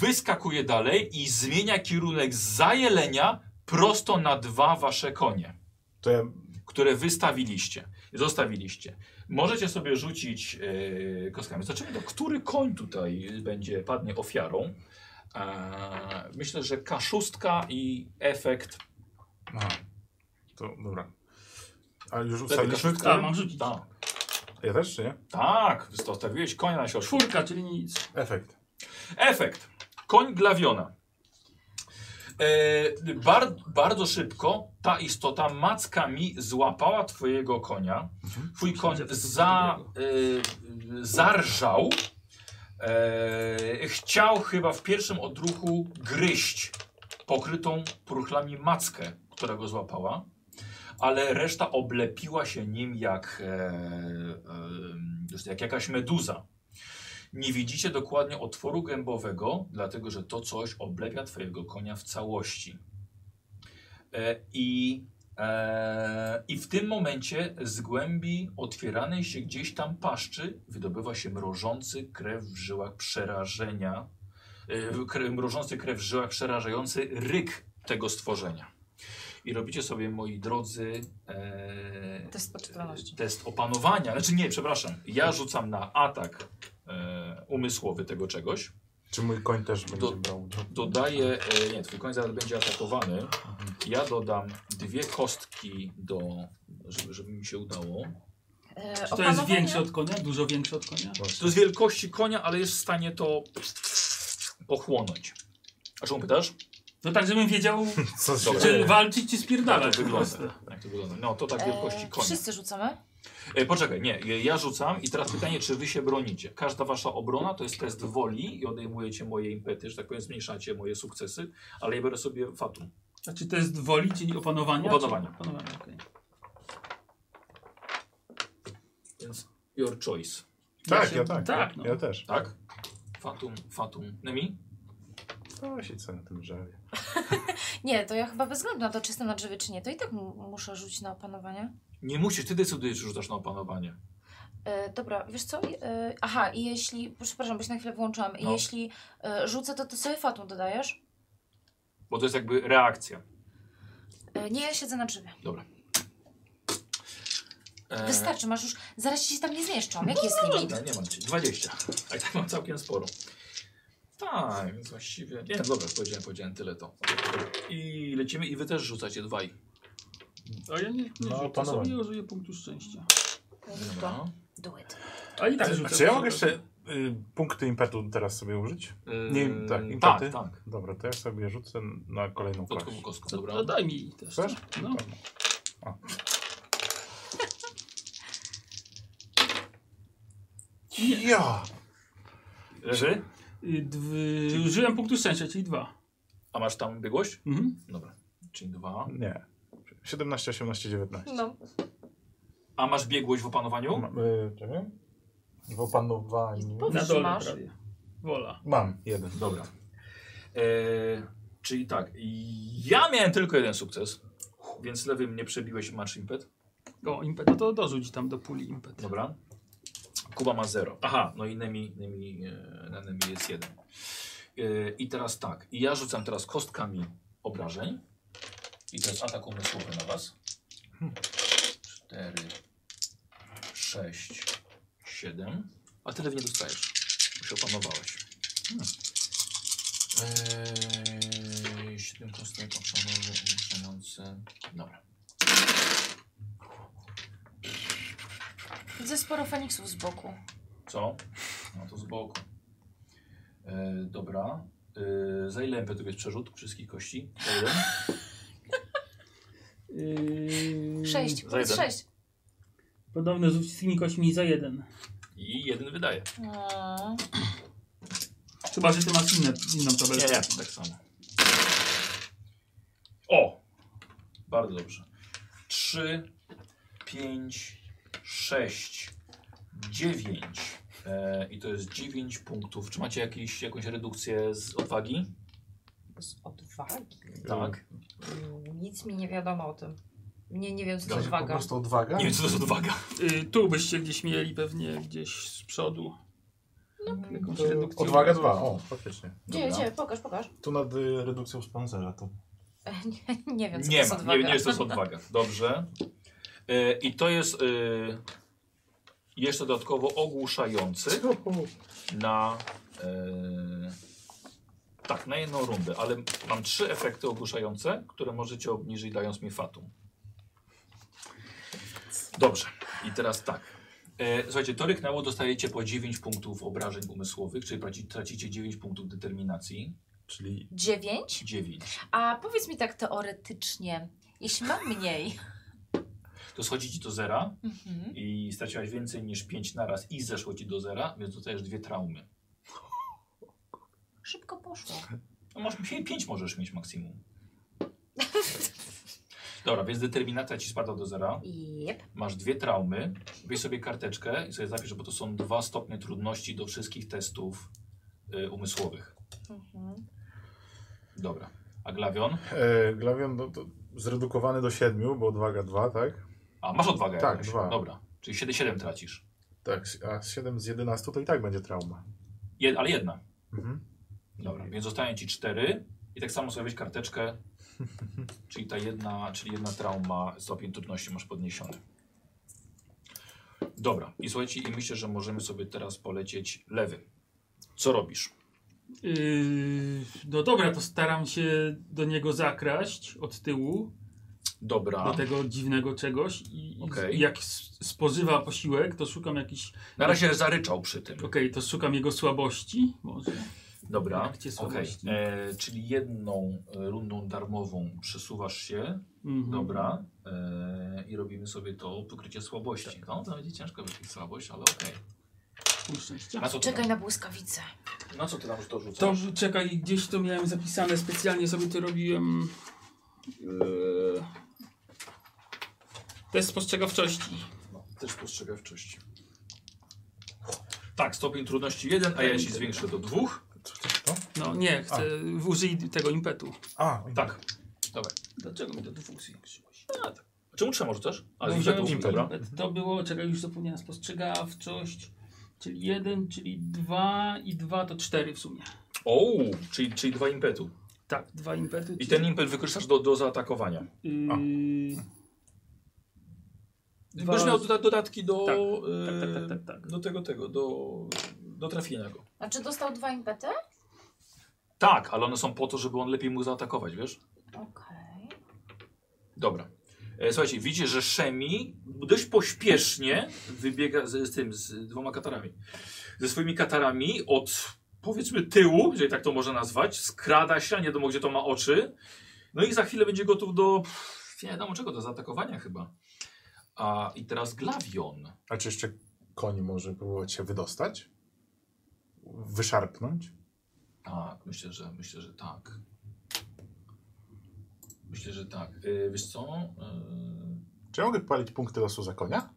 Speaker 1: wyskakuje dalej i zmienia kierunek z zajelenia prosto na dwa wasze konie,
Speaker 3: To ja
Speaker 1: które wystawiliście, zostawiliście. Możecie sobie rzucić yy, kostkami. Zobaczymy, to który koń tutaj będzie, padnie ofiarą. Eee, myślę, że K6 i efekt
Speaker 3: Aha. To dobra. A już
Speaker 1: Lewy
Speaker 3: ustaliliśmy?
Speaker 1: koszyk.
Speaker 4: A, mam rzucić.
Speaker 1: Tak,
Speaker 3: Ja też, czy nie?
Speaker 1: tak, zostawiłeś konia na środku.
Speaker 4: Czwórka, czyli nic.
Speaker 3: Efekt.
Speaker 1: Efekt. Koń glawiona. E, bar, bardzo szybko ta istota mackami złapała twojego konia. Twój koń za, e, zarżał. E, chciał chyba w pierwszym odruchu gryźć pokrytą pruchlami mackę, która go złapała, ale reszta oblepiła się nim jak, e, e, jak jakaś meduza. Nie widzicie dokładnie otworu gębowego, dlatego że to coś oblepia twojego konia w całości. E, I, e, I w tym momencie z głębi otwieranej się gdzieś tam paszczy wydobywa się mrożący krew w żyłach przerażenia, e, kre, mrożący krew w żyłach przerażający ryk tego stworzenia. I robicie sobie, moi drodzy, e,
Speaker 2: Test poczytalności.
Speaker 1: test opanowania. Znaczy nie, przepraszam. Ja rzucam na atak e, umysłowy tego czegoś.
Speaker 3: Czy mój koń też będzie
Speaker 1: Do-
Speaker 3: brał udział?
Speaker 1: Dodaję. E, nie, twój koń zaraz będzie atakowany. Ja dodam dwie kostki do. żeby, żeby mi się udało.
Speaker 2: E,
Speaker 4: Czy to jest
Speaker 2: opanowanie?
Speaker 4: większe od konia? Dużo większe od konia?
Speaker 1: To jest wielkości konia, ale jest w stanie to pochłonąć. A czemu pytasz?
Speaker 4: No tak, żebym wiedział,
Speaker 3: Co się
Speaker 1: Dobra.
Speaker 4: czy
Speaker 1: Eee.
Speaker 4: walczyć, czy
Speaker 3: No
Speaker 1: Jak
Speaker 4: spierdalać.
Speaker 1: to
Speaker 4: po prostu.
Speaker 1: wygląda? Jak to wygląda? No to tak wielkości
Speaker 2: E,
Speaker 1: konia.
Speaker 2: Wszyscy rzucamy?
Speaker 1: E, poczekaj, nie, ja- ja rzucam i teraz pytanie, czy wy się bronicie. Każda wasza obrona to jest test woli i odejmujecie moje impety, że tak powiem, zmniejszacie moje sukcesy, ale ja biorę sobie fatum.
Speaker 4: Znaczy to jest woli, czyli opanowania?
Speaker 1: Opanowania.
Speaker 4: Czy- opanowania okej.
Speaker 1: Więc your choice,
Speaker 3: Tak,
Speaker 4: się-
Speaker 3: ja tak.
Speaker 4: tak, no.
Speaker 3: Ja też.
Speaker 1: tak? Fatum, fatum. Nemi?
Speaker 3: Tak? To się co na tym drzewie.
Speaker 2: Nie, to ja chyba bez względu na to, czy jestem na drzewie, czy nie, to i tak mu- muszę rzucić na opanowanie.
Speaker 1: Nie musisz, ty decydujesz, czy rzucasz na opanowanie.
Speaker 2: E, dobra, wiesz co? E, aha, i jeśli. Przepraszam, bo się na chwilę włączyłam. I
Speaker 1: No.
Speaker 2: jeśli e, rzucę, to ty sobie fatum dodajesz?
Speaker 1: Bo to jest jakby reakcja.
Speaker 2: E, nie, ja siedzę na drzewie.
Speaker 1: E,
Speaker 2: Wystarczy, masz już. Zaraz ci się tam nie zmieszczą. Jaki jest limit?
Speaker 1: Dobra, nie mam cię. 20. A i tak mam całkiem sporo. Tak, więc właściwie. Nie, dobra, powiedziałem, powiedziałem tyle to. I lecimy i wy też rzucacie dwaj.
Speaker 4: A ja nie, nie
Speaker 3: No,
Speaker 4: rzucę
Speaker 3: opanowanie.
Speaker 4: sobie, ja użyję punktu szczęścia.
Speaker 2: No
Speaker 1: Dobra.
Speaker 2: Do it.
Speaker 4: A i tak
Speaker 3: A
Speaker 4: rzucę.
Speaker 3: czy ja mogę jeszcze y, punkty impetu teraz sobie użyć? Nie, tak,
Speaker 1: Ym,
Speaker 3: impety.
Speaker 1: tak, tak.
Speaker 3: Dobra, to ja sobie rzucę na kolejną kość.
Speaker 1: Dodatkową kostką,
Speaker 4: To,
Speaker 1: dobra.
Speaker 4: to daj mi tak? No. też.
Speaker 3: Chcesz?
Speaker 4: No.
Speaker 3: O. Ja!
Speaker 1: Leży?
Speaker 4: Y, dw- Użyłem punktu szczęścia, czyli dwa.
Speaker 1: A masz tam biegłość?
Speaker 4: Mhm.
Speaker 1: Dobra. Czyli dwa.
Speaker 3: Nie. 17, 18, 19.
Speaker 2: No,
Speaker 1: A masz biegłość w opanowaniu?
Speaker 3: Ma- y, Czekaj. W opanowaniu.
Speaker 2: Powiedz.
Speaker 4: Na dole
Speaker 2: Masz?
Speaker 4: prawie. Wola.
Speaker 3: Mam jeden.
Speaker 1: Dobra. Eee, czyli tak, ja miałem tylko jeden sukces, więc lewym nie przebiłeś match impet.
Speaker 4: O, impet. No to dorzuć tam do puli impet.
Speaker 1: Dobra. Kuba ma 0. Aha, no innymi, innymi, e, na innymi jest jeden. E, I teraz tak, i ja rzucam teraz kostkami obrażeń. I to jest atak umysłowy na was. 4, 6, 7. A tyle w nie dostajesz. Już opanowałeś. Hmm. Eee, 7 kostek No. opanowy, umysłowiące. Dobra.
Speaker 2: widzę sporo feniksów z boku.
Speaker 1: Co? No to z boku. E, dobra. E, za ile MPT jest przerzut wszystkich kości? Za jeden?
Speaker 4: Yy...
Speaker 2: Sześć,
Speaker 1: Za
Speaker 2: powiedz
Speaker 1: jeden.
Speaker 2: sześć.
Speaker 4: Podobno z wszystkimi kośćmi za jeden.
Speaker 1: I jeden wydaje.
Speaker 2: Mm.
Speaker 4: Chyba, że ty masz inne, inną
Speaker 1: Nie,
Speaker 4: tabelę.
Speaker 1: nie, tak samo. O! Bardzo dobrze. 3, 5, 6, 9. E, I to jest 9 punktów. Czy macie jakieś, jakąś redukcję z odwagi?
Speaker 2: Z odwagi.
Speaker 1: Tak.
Speaker 2: Nic mi nie wiadomo o tym. Nie, nie wiem, co to
Speaker 1: Dobrze,
Speaker 2: jest
Speaker 3: Po
Speaker 2: waga.
Speaker 3: prostu odwaga?
Speaker 1: Nie wiem, co to jest odwaga.
Speaker 4: Yy, tu byście gdzieś mieli pewnie gdzieś z przodu.
Speaker 2: No.
Speaker 4: Jakąś
Speaker 3: To
Speaker 4: redukcję.
Speaker 3: Odwaga 2, o, faktycznie.
Speaker 2: Gdzie, gdzie? Pokaż, pokaż.
Speaker 3: Tu nad y, redukcją z pancerza to.
Speaker 2: Nie, nie wiem, co to
Speaker 1: Nie
Speaker 2: jest
Speaker 1: ma,
Speaker 2: odwaga.
Speaker 1: nie, nie jest to jest odwaga. Dobrze. E, I to jest e, jeszcze dodatkowo ogłuszający na. e, tak, na jedną rundę, ale mam trzy efekty ogłuszające, które możecie obniżyć dając mi fatum. Dobrze, i teraz tak. E, słuchajcie, to ryknęło, dostajecie po 9 punktów obrażeń umysłowych, czyli traci- tracicie 9 punktów determinacji.
Speaker 3: Czyli
Speaker 2: Dziewięć?
Speaker 1: 9.
Speaker 2: A powiedz mi tak teoretycznie, jeśli mam mniej,
Speaker 1: To schodzi ci do zera.
Speaker 2: mhm.
Speaker 1: i straciłaś więcej niż 5 naraz i zeszło ci do zera, więc dostajesz dwie traumy.
Speaker 2: szybko poszło.
Speaker 1: No masz 5 możesz mieć maksimum. Dobra, więc determinacja ci spada do zera.
Speaker 2: Jep.
Speaker 1: Masz dwie traumy. Weź sobie karteczkę i sobie zapisz, bo to są dwa stopnie trudności do wszystkich testów y, umysłowych.
Speaker 2: Mhm.
Speaker 1: Dobra. A glawion?
Speaker 3: e, glawion no, to zredukowany do 7, bo odwaga 2, tak?
Speaker 1: A masz odwagę
Speaker 3: Tak,
Speaker 1: jakaś.
Speaker 3: dwa.
Speaker 1: Dobra. Czyli 7, 7 tracisz.
Speaker 3: Tak, s- a 7 z 11 to i tak będzie trauma.
Speaker 1: Jed, ale jedna.
Speaker 3: Mhm.
Speaker 1: Dobra, więc zostają ci cztery i tak samo sobie weź karteczkę, czyli ta jedna, czyli jedna trauma, stopień trudności masz podniesiony. Dobra, i słuchajcie, i myślę, że możemy sobie teraz polecieć lewy. Co robisz?
Speaker 4: Yy, no dobra, to staram się do niego zakraść od tyłu, do
Speaker 1: Dobra,
Speaker 4: tego dziwnego czegoś i,
Speaker 1: Okej.
Speaker 4: i jak s- spożywa posiłek, to szukam jakiś,
Speaker 1: na razie zaryczał przy tym.
Speaker 4: okej, to szukam jego słabości może.
Speaker 1: Dobra,
Speaker 4: Gdzie są
Speaker 1: okej.
Speaker 4: gości?
Speaker 1: E, Czyli jedną e, rundą darmową przesuwasz się,
Speaker 4: Mhm.
Speaker 1: dobra, e, i robimy sobie to pokrycie słabości.
Speaker 4: Tak.
Speaker 1: No, to będzie ciężko wykryć słabość, ale okej.
Speaker 4: Pół szczęścia.
Speaker 1: Na co ty
Speaker 2: Czekaj
Speaker 1: tam,
Speaker 2: na błyskawicę.
Speaker 1: na co ty tam to rzucasz?
Speaker 4: To że- czekaj, gdzieś to miałem zapisane, specjalnie sobie to robiłem. Eee, Test spostrzegawczości.
Speaker 1: No, też spostrzegawczość. Tak, stopień trudności 1, a ja ci zwiększę do 2.
Speaker 3: Co to jest to?
Speaker 4: No nie, chcę, użyj tego impetu.
Speaker 3: A,
Speaker 1: Tak. Dobra. Dlaczego mi do dwóch zwiększyłeś? A, tak. Czemu trzema rzucasz? A,
Speaker 4: No,
Speaker 1: z
Speaker 4: wziąłem
Speaker 1: impetu,
Speaker 4: impet.
Speaker 1: dobra.
Speaker 4: To było, czekaj, już zapomniałem, spostrzegawczość. Czyli jeden, czyli dwa i dwa to cztery w sumie.
Speaker 1: O, czyli, czyli dwa impetu.
Speaker 4: Tak, dwa impety.
Speaker 1: I
Speaker 4: czyli-
Speaker 1: ten impet wykorzystasz do, do zaatakowania.
Speaker 4: Yy,
Speaker 1: Dwa... Będziesz miał doda dodatki do,
Speaker 4: Tak,
Speaker 1: e,
Speaker 4: tak, tak, tak, tak.
Speaker 1: do tego, tego, do, do trafienia go.
Speaker 2: A czy dostał dwa impety?
Speaker 1: Tak, ale one są po to, żeby on lepiej mógł zaatakować, wiesz?
Speaker 2: Okej.
Speaker 1: Dobra. E, Słuchajcie, widzicie, że Szemi dość pośpiesznie wybiega z, z tym, z dwoma katarami. Ze swoimi katarami od powiedzmy tyłu, jeżeli tak to można nazwać, skrada się, a nie wiadomo gdzie to ma oczy. No i za chwilę będzie gotów do, pff, nie wiadomo czego, do zaatakowania chyba. A i teraz Glavion.
Speaker 3: A czy jeszcze
Speaker 5: koń może próbować się wydostać? Wyszarpnąć?
Speaker 1: Tak, myślę, że myślę, że tak. Myślę, że tak. Yy, wiesz co? Yy,
Speaker 5: Czy ja mogę palić punkty losu za konia?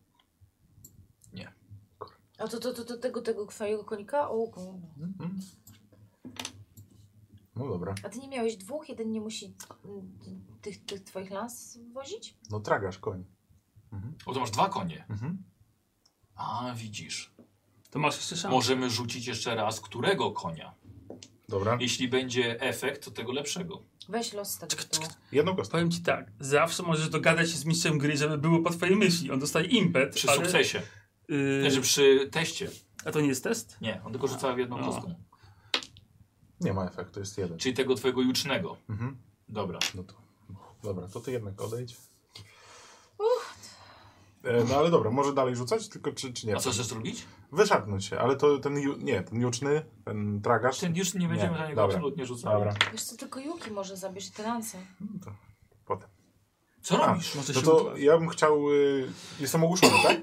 Speaker 2: A to, to, to, to tego, tego twojego konika? O, kurwa.
Speaker 5: Mhm. No dobra.
Speaker 2: a ty nie miałeś dwóch? Jeden nie musi mm, tych, tych twoich lans wozić?
Speaker 5: No tragasz koń.
Speaker 1: o, to masz dwa konie.
Speaker 5: Mhm.
Speaker 1: A, widzisz.
Speaker 4: To masz jeszcze szansę.
Speaker 1: Możemy rzucić jeszcze raz, którego konia.
Speaker 5: Dobra.
Speaker 1: Jeśli będzie efekt, to tego lepszego.
Speaker 2: Weź los z tego tyłu.
Speaker 5: Jedną kostkę.
Speaker 4: Powiem ci tak, zawsze możesz dogadać się z mistrzem gry, żeby było po twojej myśli. On dostaje impet,
Speaker 1: Przy
Speaker 4: ale...
Speaker 1: sukcesie.
Speaker 5: y-
Speaker 4: Yy,
Speaker 1: Nie, że przy teście.
Speaker 4: A to nie jest test?
Speaker 1: Nie, on tylko rzucał jedną
Speaker 4: A.
Speaker 1: kostką.
Speaker 5: Nie ma efektu, jest jeden.
Speaker 1: Czyli tego twojego jucznego.
Speaker 5: Mhm.
Speaker 1: Dobra.
Speaker 5: No to. Dobra, to ty jednak odejdź. E, No ale dobra, może dalej rzucać, tylko czy, czy nie?
Speaker 1: A co chcesz zrobić?
Speaker 5: Wyszarpnąć się, ale to ten, ju- nie, ten juczny, ten tragarz.
Speaker 1: Ten już nie będziemy
Speaker 5: Nie,
Speaker 1: na niego
Speaker 5: dobra.
Speaker 1: absolutnie rzucali.
Speaker 5: Dobra,
Speaker 2: Wiesz co, tylko Juki może zabierz i te lanse.
Speaker 5: no to potem.
Speaker 1: Co
Speaker 5: A,
Speaker 1: robisz?
Speaker 4: Może
Speaker 5: No
Speaker 4: się
Speaker 5: to
Speaker 4: uda.
Speaker 5: ja bym chciał, y, jestem ogłuszony, tak?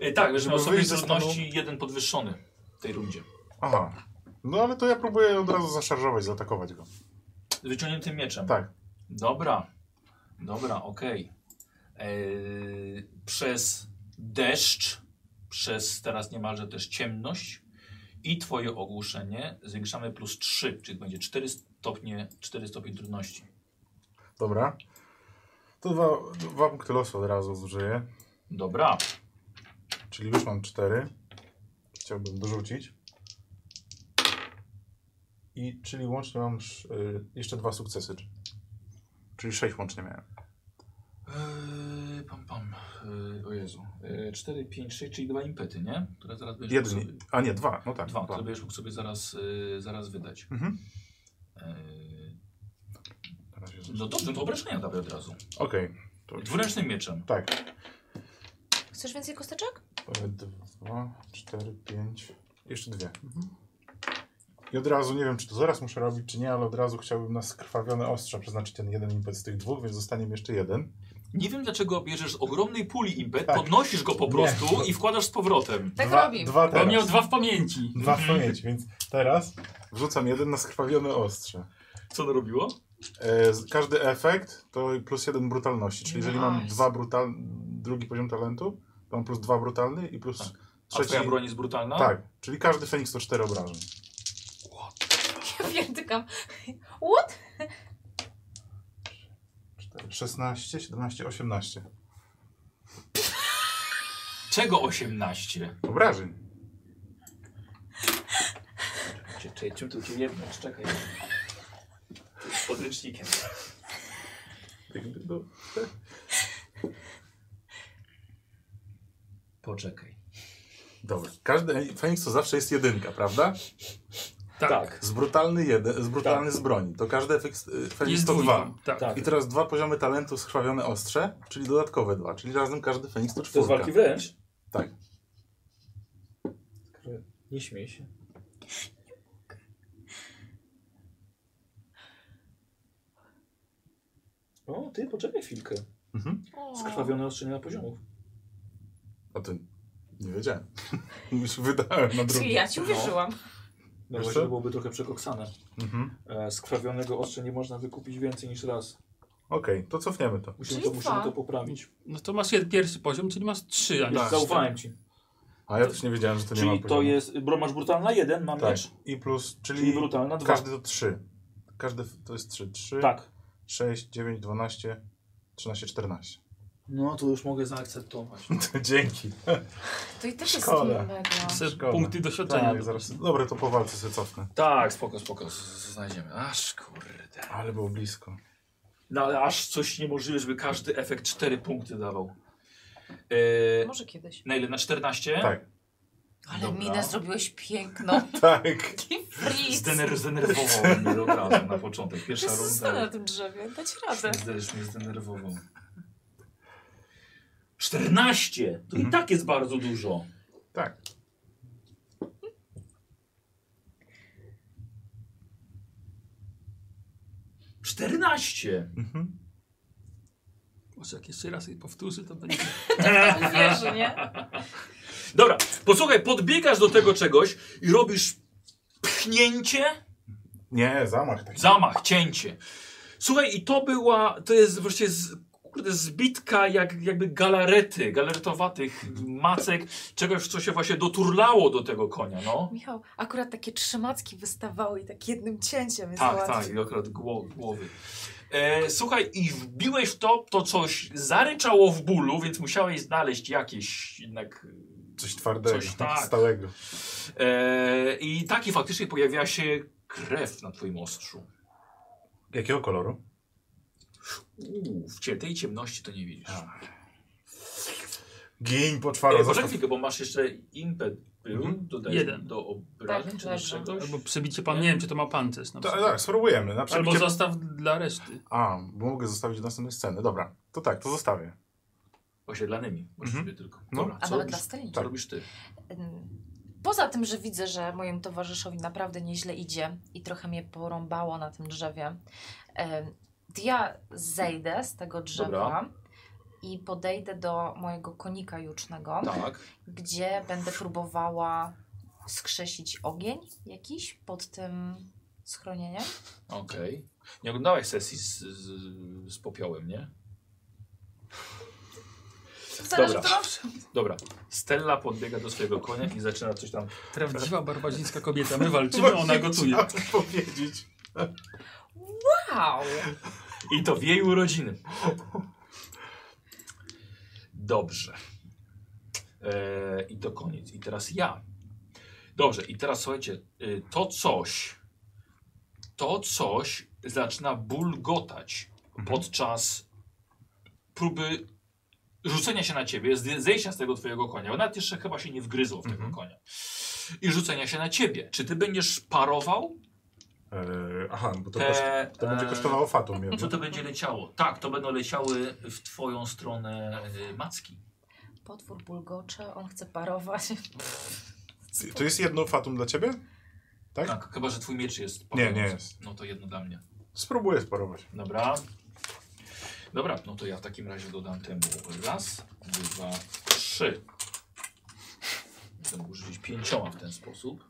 Speaker 1: E, tak, żeby
Speaker 5: Żeby
Speaker 1: osoby
Speaker 5: wyjść ze stanu-
Speaker 1: trudności jeden podwyższony w tej rundzie.
Speaker 5: Aha. No ale to ja próbuję od razu zaszarżować, zaatakować go.
Speaker 1: Z wyciągniętym mieczem.
Speaker 5: Tak.
Speaker 1: Dobra. Dobra, okej. Eee, Przez deszcz, przez teraz niemalże też ciemność i twoje ogłuszenie zwiększamy plus 3, czyli będzie 4 stopnie, 4 stopnie trudności.
Speaker 5: Dobra. To dwa, dwa punkty losu od razu zużyję,
Speaker 1: Dobra.
Speaker 5: czyli już mam cztery. Chciałbym dorzucić. I czyli łącznie mam sz- y, jeszcze dwa sukcesy. czy- Czyli sześć łącznie miałem.
Speaker 1: Eee, pam, pam. Eee, o Jezu. Eee, 4, 5, 6, czyli dwa impety, nie? Które zaraz będziesz mógł
Speaker 5: Jeden, a nie, dwa, no tak.
Speaker 1: Dwa, które będziesz mógł sobie zaraz, eee, zaraz wydać.
Speaker 5: Mhm.
Speaker 1: Eee,
Speaker 5: Na razie zużyję.
Speaker 1: no dobrze, to obrażenia dawaj od razu.
Speaker 5: Okej. To-
Speaker 1: Dwuręcznym mieczem.
Speaker 5: Tak.
Speaker 2: Chcesz więcej kosteczek?
Speaker 5: E, Dwa, cztery, pięć. Jeszcze dwie.
Speaker 1: Mhm.
Speaker 5: I od razu, nie wiem czy to zaraz muszę robić, czy nie, ale od razu chciałbym na skrwawione ostrza przeznaczyć ten jeden impet z tych dwóch, więc zostanie mi jeszcze jeden.
Speaker 1: Nie wiem dlaczego bierzesz z ogromnej puli impet,
Speaker 5: Tak.
Speaker 1: podnosisz go po
Speaker 5: Nie.
Speaker 1: prostu i wkładasz z powrotem.
Speaker 9: Tak
Speaker 5: dwa,
Speaker 9: robi.
Speaker 5: Dwa
Speaker 4: Bo
Speaker 5: teraz.
Speaker 4: miał dwa w pamięci. Mhm.
Speaker 5: Dwa
Speaker 1: Mhm.
Speaker 5: w pamięci, więc teraz wrzucam jeden na skrwawione ostrze.
Speaker 1: Co to robiło?
Speaker 5: E, z- każdy efekt to plus jeden brutalności, czyli jeżeli mam
Speaker 9: Nice.
Speaker 5: dwa brutal... drugi poziom talentu, to mam plus dwa brutalny i plus
Speaker 1: Tak. A
Speaker 5: trzeci...
Speaker 1: twoja broń jest brutalna?
Speaker 5: Tak, czyli każdy Feniks to cztery obrażeń.
Speaker 2: Ja wiem, tykam. What?
Speaker 5: 4, 16, 17, 18.
Speaker 1: Czego 18?
Speaker 5: Obrażeń.
Speaker 7: Czekaj, czym tu jedność? Czekaj. Podręcznikiem.
Speaker 5: Jakby, no,
Speaker 7: Poczekaj.
Speaker 5: Dobra. Każdy Feniks to zawsze jest jedynka, prawda?
Speaker 4: Tak.
Speaker 5: Z brutalny, jeden, z, brutalny z broni. To każdy efekt y, Feniks
Speaker 4: Jest
Speaker 5: to dwa.
Speaker 4: dwójką. Tak.
Speaker 7: Tak.
Speaker 5: I teraz dwa poziomy talentu skrwawione ostrze, czyli dodatkowe dwa. Czyli razem każdy Feniks to czwórka.
Speaker 7: wręcz?
Speaker 5: Tak.
Speaker 7: Nie śmiej się. O, ty, poczekaj chwilkę.
Speaker 5: Mhm.
Speaker 7: Skrwawione ostrzenie na poziomów.
Speaker 5: A to nie wiedziałem. Już wydałem na
Speaker 2: Czyli
Speaker 5: drugi.
Speaker 2: ja ci uwierzyłam.
Speaker 7: No
Speaker 5: Jeszcze?
Speaker 7: właśnie byłoby trochę przekoksane.
Speaker 5: Mhm.
Speaker 7: E, skrwawionego ostrza nie można wykupić więcej niż raz.
Speaker 5: Okej, to cofniemy to.
Speaker 7: Musimy
Speaker 2: Czyli
Speaker 7: to, musimy
Speaker 2: dwa.
Speaker 7: to poprawić.
Speaker 4: No to masz jed- pierwszy poziom, czyli masz trzy, a nie
Speaker 7: Ja
Speaker 5: Tak.
Speaker 7: zaufałem ci.
Speaker 5: A ja też nie wiedziałem, że to nie ma
Speaker 7: Czyli to
Speaker 5: poziomu.
Speaker 7: jest, bro, masz brutalna jeden, mam
Speaker 5: Tak.
Speaker 7: miecz.
Speaker 5: I plus, czyli,
Speaker 7: Czyli brutalna dwa.
Speaker 5: każdy to trzy. Każdy f- to jest trzy. Trzy,
Speaker 7: Tak.
Speaker 5: sześć, dziewięć, dwanaście, trzynaście, czternaście.
Speaker 7: No to już mogę zaakceptować.
Speaker 5: Dzięki.
Speaker 2: To i też jest
Speaker 5: Szkoda.
Speaker 2: mega.
Speaker 4: Se
Speaker 5: Szkoda.
Speaker 4: punkty doświadczenia.
Speaker 5: Tak, zaraz. Dobra, to po walce sobie cofnę.
Speaker 1: Tak, spoko, spoko, z- z- znajdziemy. Aż kurde.
Speaker 5: Ale było blisko.
Speaker 1: No ale aż coś niemożliwe, żeby każdy efekt 4 punkty dawał. Eee,
Speaker 2: Może kiedyś.
Speaker 1: na ile? Na 14?
Speaker 5: Tak,
Speaker 9: Ale
Speaker 1: Dobra.
Speaker 9: minę zrobiłeś piękną.
Speaker 5: tak.
Speaker 9: Fritz.
Speaker 1: Zdener zdenerwował mnie od razu na początek. Pierwsza
Speaker 2: Wszyscy zostanę na
Speaker 1: runda.
Speaker 2: tym drzewie, dać radę.
Speaker 1: Zdenerz mnie zdenerwował. 14! To i tak jest bardzo dużo.
Speaker 5: Mhm. Tak.
Speaker 1: Czternaście.
Speaker 5: Mhm.
Speaker 4: Może jak jeszcze raz jej powtórzy, to będzie...
Speaker 2: Uwierzy, nie?
Speaker 1: Dobra, posłuchaj, podbiegasz do tego czegoś i robisz pchnięcie,
Speaker 3: Nie, zamach taki.
Speaker 1: zamach, cięcie. Słuchaj, i to była, to jest właściwie z, kurde, zbitka jak, jakby galarety, galaretowatych macek, czegoś, co się właśnie doturlało do tego konia, no.
Speaker 8: Michał, akurat takie trzymacki wystawały i tak jednym cięciem jest
Speaker 1: Tak,
Speaker 8: załatwione.
Speaker 1: tak, i akurat gło, głowy. E, słuchaj, i wbiłeś w to, to coś zaryczało w bólu, więc musiałeś znaleźć jakieś jednak
Speaker 3: Coś twardego,
Speaker 1: Coś tak.
Speaker 3: stałego.
Speaker 1: E, I taki faktycznie pojawia się krew na twoim ostrzu.
Speaker 3: Jakiego koloru?
Speaker 1: Uuu, w cie- tej ciemności to nie widzisz.
Speaker 3: A. Gień poczwaro.
Speaker 1: E, Może
Speaker 3: zostaw-
Speaker 1: chwilkę, bo masz jeszcze impet był,
Speaker 3: Mhm.
Speaker 1: dodajesz
Speaker 4: Jeden.
Speaker 1: do obrażeń
Speaker 2: Tak,
Speaker 1: czy do
Speaker 2: leży.
Speaker 1: czegoś.
Speaker 4: Albo przebicie pan, nie wiem czy to ma pancerz na
Speaker 3: Tak,
Speaker 4: przykład.
Speaker 3: tak, spróbujemy. Na
Speaker 4: Albo
Speaker 3: przebicie...
Speaker 4: zostaw dla reszty.
Speaker 3: A, bo mogę zostawić do następnej sceny. Dobra, to tak, to zostawię.
Speaker 1: Osiedlanymi, możesz
Speaker 3: Mhm.
Speaker 1: sobie tylko.
Speaker 3: No.
Speaker 1: Dobra,
Speaker 2: A
Speaker 1: co
Speaker 2: nawet
Speaker 1: robisz,
Speaker 2: dla Steli.
Speaker 1: co robisz ty?
Speaker 2: Ym, Poza tym, że widzę, że mojemu towarzyszowi naprawdę nieźle idzie i trochę mnie porąbało na tym drzewie, ym, to ja zejdę z tego drzewa
Speaker 1: Dobra.
Speaker 2: i podejdę do mojego konika jucznego,
Speaker 1: Tak.
Speaker 2: gdzie będę próbowała skrzesić ogień jakiś pod tym schronieniem.
Speaker 1: Okej. Nie oglądałeś sesji z, z, z popiołem, nie?
Speaker 2: Zależy,
Speaker 1: Dobra.
Speaker 2: kto lepszy.
Speaker 1: Dobra. Stella podbiega do swojego konia i zaczyna coś tam.
Speaker 4: Prawdziwa barbarzyńska kobieta. My walczymy, ona gotuje.
Speaker 3: Chciałem powiedzieć.
Speaker 2: Wow!
Speaker 1: I to w jej urodziny. Dobrze. E, I to koniec. I teraz ja. Dobrze, i teraz słuchajcie, y, to coś, to coś zaczyna bulgotać
Speaker 3: Mhm.
Speaker 1: podczas próby rzucenia się na ciebie, zde- zejścia z tego twojego konia. Ona jeszcze chyba się nie wgryzło w tego
Speaker 3: Mhm.
Speaker 1: konia. I rzucenia się na ciebie. Czy ty będziesz parował
Speaker 3: Eee, aha, bo to,
Speaker 1: te...
Speaker 3: koszt, to będzie
Speaker 1: e,
Speaker 3: kosztowało fatum. jedno.
Speaker 1: co to będzie leciało? Tak, to będą leciały w twoją stronę y, macki.
Speaker 2: Potwór bulgocze, on chce parować.
Speaker 3: To jest jedno fatum dla ciebie? Tak?
Speaker 1: Tak, chyba, że twój miecz jest
Speaker 3: Nie, nie
Speaker 1: parujący.
Speaker 3: jest.
Speaker 1: No to jedno dla mnie.
Speaker 3: Spróbuję sparować.
Speaker 1: Dobra. Dobra, no to ja w takim razie dodam temu raz, dwa, trzy. Będę mógł rzucić pięcioma w ten sposób.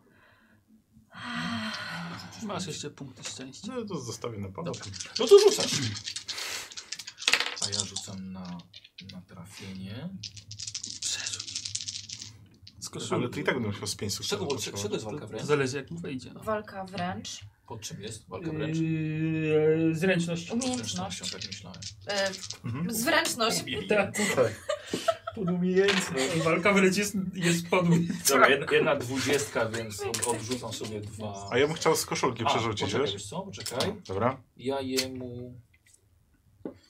Speaker 4: Masz jeszcze punkty szczęścia.
Speaker 3: No to zostawię na panu.
Speaker 1: Dobra. No to rzucasz. A ja rzucam na, na trafienie.
Speaker 4: Z koszulą.
Speaker 3: Ale ty i tak będę musiał z pięć
Speaker 1: Z czego,
Speaker 3: sukcesów
Speaker 1: z czego
Speaker 3: kosztować.
Speaker 1: jest walka
Speaker 4: To
Speaker 1: wręcz?
Speaker 4: zależy jak mu wejdzie. No.
Speaker 2: Walka wręcz.
Speaker 1: Pod czym jest walka wręcz?
Speaker 5: Yy, zręczność.
Speaker 2: Umiejętność.
Speaker 1: Zręcznością, tak myślałem.
Speaker 3: Mhm.
Speaker 2: Y, zręczność.
Speaker 5: Tak. Pod umiejętność.
Speaker 4: Walka wręcz jest, jest padł.
Speaker 1: Dobra, jedna, jedna dwudziestka, więc od- odrzucam sobie dwa.
Speaker 3: A ja bym chciał z koszulki
Speaker 1: A,
Speaker 3: przerzucić,
Speaker 1: poczekaj,
Speaker 3: wiesz?
Speaker 1: wiesz co? Poczekaj.
Speaker 3: Dobra.
Speaker 1: Ja jemu...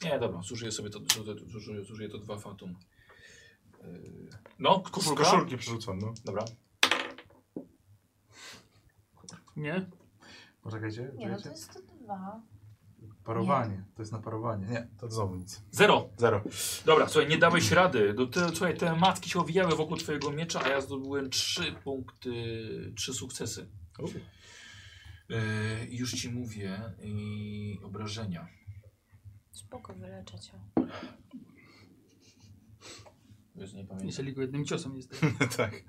Speaker 1: Nie, dobra, zużyję sobie to, zużyję, zużyję, zużyję to dwa fatum. Yy, No,
Speaker 3: Z
Speaker 1: koszulka.
Speaker 3: koszulki przerzucam, no.
Speaker 1: Dobra.
Speaker 4: Nie?
Speaker 5: Poczekajcie,
Speaker 2: Nie, no to jest to dwa.
Speaker 5: Parowanie. To jest na parowanie. Nie.
Speaker 3: To znowu nic.
Speaker 1: Zero.
Speaker 3: Zero.
Speaker 1: Dobra, słuchaj, nie dałeś rady. No, te, słuchaj, te matki się owijały wokół twojego miecza, a ja zdobyłem trzy punkty, trzy sukcesy. Yy, już ci mówię. I obrażenia.
Speaker 2: Spoko, wyleczę cię.
Speaker 1: Już nie pamiętam.
Speaker 4: Jeżeli go jednym ciosem nie zdejmie.
Speaker 3: tak.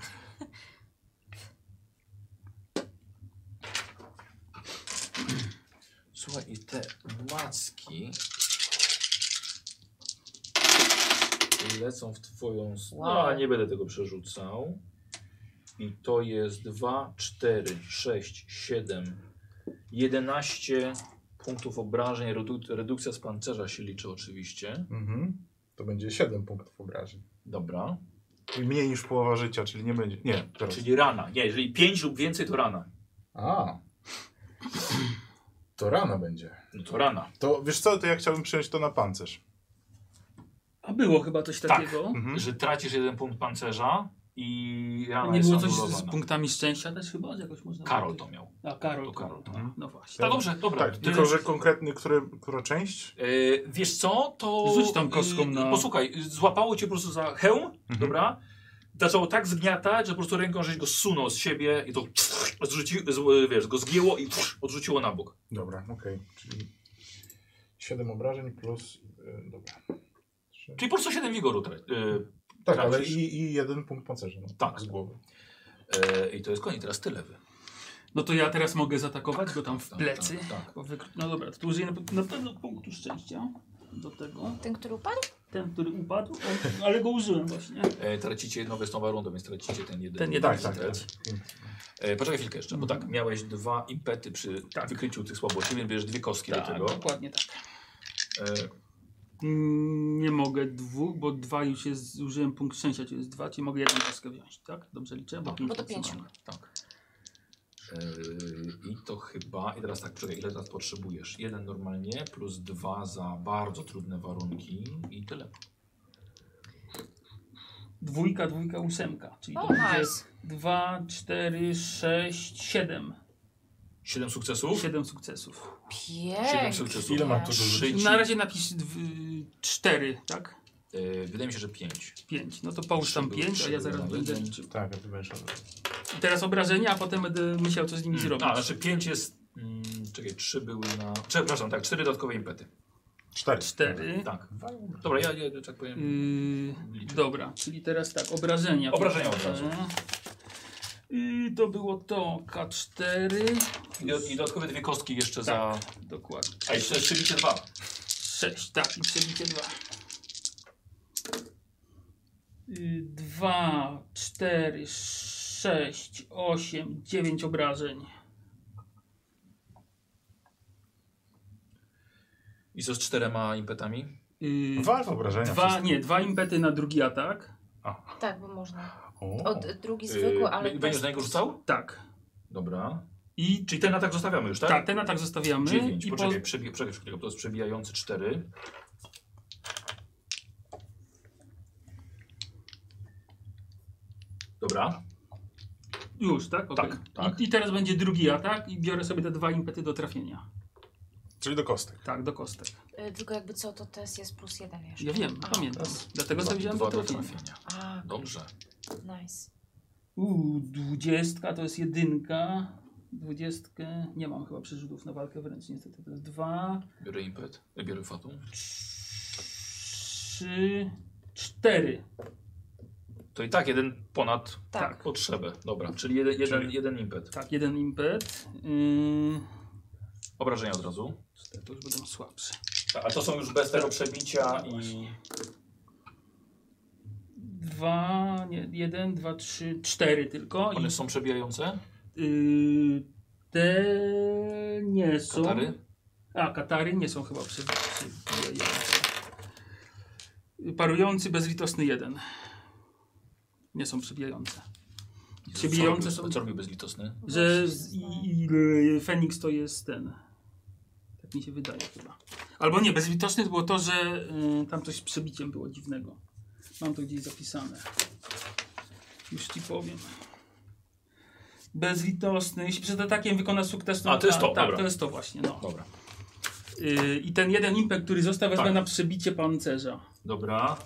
Speaker 1: Słuchaj, i te macki lecą w twoją stronę.
Speaker 2: Wow.
Speaker 1: No, nie będę tego przerzucał. I to jest 2, 4, 6, 7, 11 punktów obrażeń. Redu- Redukcja z pancerza się liczy oczywiście.
Speaker 3: Mhm. To będzie 7 punktów obrażeń.
Speaker 1: Dobra.
Speaker 3: Czyli mniej niż połowa życia, czyli nie będzie. Nie, teraz.
Speaker 1: Czyli rana. Nie, jeżeli 5 lub więcej, to rana.
Speaker 3: A. To rana będzie.
Speaker 1: No to rana.
Speaker 3: To wiesz co, to ja chciałbym przyjąć to na pancerz.
Speaker 5: A było chyba coś
Speaker 4: Tak.
Speaker 5: takiego.
Speaker 3: Mhm.
Speaker 7: No
Speaker 1: Że tracisz jeden punkt pancerza i
Speaker 4: A
Speaker 1: rana
Speaker 4: nie
Speaker 1: jest
Speaker 4: było coś z, z
Speaker 1: anulowana.
Speaker 4: punktami szczęścia też chyba? Jakoś można
Speaker 1: Karol to miał.
Speaker 4: A, Karol.
Speaker 1: To Karol to miał.
Speaker 3: Mhm.
Speaker 4: No właśnie.
Speaker 1: No dobrze, dobra.
Speaker 3: Tak, tylko że konkretny, który, która część?
Speaker 1: E, wiesz co, to...
Speaker 4: Rzuć tam kostką
Speaker 1: e,
Speaker 4: na-
Speaker 1: Posłuchaj, e, złapało cię po prostu za hełm,
Speaker 7: Mhm.
Speaker 1: dobra? Zaczęło tak zgniatać, że po prostu ręką żeś go sunął z siebie i to odrzuci, z- wiesz, go zgięło i odrzuciło na bok.
Speaker 3: Dobra, okej. Czyli 7 obrażeń plus. y, dobra.
Speaker 1: Czyli po prostu 7 wigoru tra- e,
Speaker 3: Tak, ale
Speaker 1: Tracisz.
Speaker 3: i, i jeden punkt pancerza. No,
Speaker 1: Tak.
Speaker 3: Z głowy.
Speaker 1: E, I to jest koniec, teraz tyle wy.
Speaker 4: No to ja teraz mogę zaatakować go tam w
Speaker 1: Tak,
Speaker 4: plecy.
Speaker 1: tak, tak.
Speaker 4: Bo wykr- No dobra, to tu użyję na- na pewno punktu szczęścia do tego.
Speaker 8: Ten, który upadł?
Speaker 4: Ten, który upadł, on- ale go użyłem właśnie.
Speaker 1: E, tracicie jedną westową rundę, więc tracicie ten jeden.
Speaker 4: Ten jeden Mhm.
Speaker 3: Tak, tak, tak.
Speaker 1: Ten. E, poczekaj chwilkę jeszcze, bo tak, miałeś dwa impety przy wykryciu tych słabości, więc bierzesz dwie kostki do
Speaker 4: Tak,
Speaker 1: tego.
Speaker 4: dokładnie tak.
Speaker 1: E,
Speaker 4: Mm, Nie mogę dwóch, bo dwa już jest, użyłem punkt szczęścia, czyli jest dwa, czyli mogę jedną kostkę wziąć, tak? Dobrze liczę? Bo,
Speaker 2: Bo to pięć.
Speaker 4: maksymalnie.
Speaker 1: tak. E, I to chyba, i teraz tak, czekaj, ile teraz potrzebujesz? Jeden normalnie, plus dwa za bardzo trudne warunki i tyle.
Speaker 4: Dwójka, dwójka, ósemka. Czyli
Speaker 2: O, tak.
Speaker 4: to będzie
Speaker 2: No, nice.
Speaker 4: dwa, cztery, sześć, siedem.
Speaker 1: Siedem sukcesów?
Speaker 4: Siedem sukcesów.
Speaker 1: Siedem
Speaker 2: Pięknie.
Speaker 1: sukcesów.
Speaker 3: Ile mam tu
Speaker 1: Trzy
Speaker 3: dorzucić?
Speaker 1: ci-
Speaker 4: Na razie napisz dw- cztery, tak?
Speaker 1: E, wydaje mi się, że pięć.
Speaker 4: Pięć. No to połóż tam
Speaker 1: Trzy były,
Speaker 4: pięć, a
Speaker 1: trzy
Speaker 4: ja
Speaker 1: były
Speaker 4: zaraz
Speaker 1: na
Speaker 4: będę
Speaker 1: jeden.
Speaker 4: liczył.
Speaker 3: Tak, a ty będziesz.
Speaker 4: I Teraz obrażenia, a potem będę musiał coś z nimi zrobić.
Speaker 1: A, znaczy pięć jest. Mm, czekaj, trzy były na. Przepraszam, tak, cztery dodatkowe impety.
Speaker 3: Cztery.
Speaker 4: Cztery.
Speaker 1: Tak. Dobra, ja, ja tak powiem.
Speaker 4: Yy,
Speaker 1: Liczę.
Speaker 4: dobra, czyli teraz tak, obrażenia.
Speaker 1: Obrażenia od razu.
Speaker 4: Yy, to było to K4.
Speaker 1: I, do, I dodatkowe dwie kostki jeszcze za.
Speaker 4: Dokładnie.
Speaker 1: A jeszcze jeszcze dwa.
Speaker 4: 6, tak, i przebicie 2. Yy, 2, 4, 6, 8, 9 obrażeń.
Speaker 1: I co z czterema impetami?
Speaker 3: Wal obrażenia.
Speaker 4: Yy, Dwa,
Speaker 3: wszystko.
Speaker 4: nie, dwa impety na drugi atak.
Speaker 8: Tak, bo można.
Speaker 3: O.
Speaker 8: Od,
Speaker 2: Y,
Speaker 8: drugi zwykły, ale...
Speaker 1: Yy, Będziesz na niego rzucał?
Speaker 4: Tak.
Speaker 1: Dobra.
Speaker 4: I
Speaker 1: Czyli ten atak zostawiamy już, tak?
Speaker 4: tak, ten atak zostawiamy.
Speaker 1: 9.
Speaker 4: I po-
Speaker 1: Poczekaj, przebi przebi przebi to jest przebijający 4. Dobra.
Speaker 4: Już, tak? Okej.
Speaker 1: Tak, tak.
Speaker 4: I, I teraz będzie drugi atak i biorę sobie te dwa impety do trafienia.
Speaker 3: Czyli do kostek.
Speaker 4: Tak, do kostek.
Speaker 2: Y, Tylko jakby co, to test jest plus jeden jeszcze.
Speaker 4: Ja wiem, pamiętam. Dlatego sobie wziąłem
Speaker 1: dwa
Speaker 4: do
Speaker 1: do
Speaker 4: trafienia.
Speaker 1: trafienia.
Speaker 2: A,
Speaker 1: Dobrze.
Speaker 2: nice.
Speaker 4: Uuu, dwudziestka to jest jedynka. Dwudziestkę nie mam chyba przerzutów na walkę wręcz niestety. To jest dwa,
Speaker 1: Biorę impet. e, Biorę fatum.
Speaker 4: trzy, cztery.
Speaker 1: To i tak jeden ponad
Speaker 4: Tak.
Speaker 1: potrzebę. Dobra, czyli jeden, jeden,
Speaker 4: Czyli-
Speaker 1: jeden impet.
Speaker 4: Tak, jeden impet. Yy,
Speaker 1: Obrażenia od razu.
Speaker 4: cztery, to już będą słabsze.
Speaker 1: A to są już bez tego przebicia i...
Speaker 4: Dwa, nie, jeden, dwa, trzy, cztery tylko. I,
Speaker 1: One są przebijające?
Speaker 4: yy, te nie są.
Speaker 1: Katary?
Speaker 4: A, katary nie są chyba przy, przy, przy Parujący, bezlitosny jeden. Nie są przybijające. Przebijające
Speaker 1: Co robił-
Speaker 4: są-
Speaker 1: Co robił bezlitosny?
Speaker 4: Że z, i, i, y, Feniks to jest ten. Tak mi się wydaje chyba. Albo nie, bezlitosny było to, że y, tam coś z przebiciem było dziwnego. Mam to gdzieś zapisane. Już ci powiem. Bezlitosny, jeśli przed atakiem wykona sukces,
Speaker 1: A, to jest to,
Speaker 4: tak,
Speaker 1: dobra.
Speaker 4: to jest to właśnie. No.
Speaker 1: Dobra.
Speaker 4: Y, I ten jeden impet, który został, wezmę
Speaker 1: Tak.
Speaker 4: na przebicie pancerza.
Speaker 1: Dobra.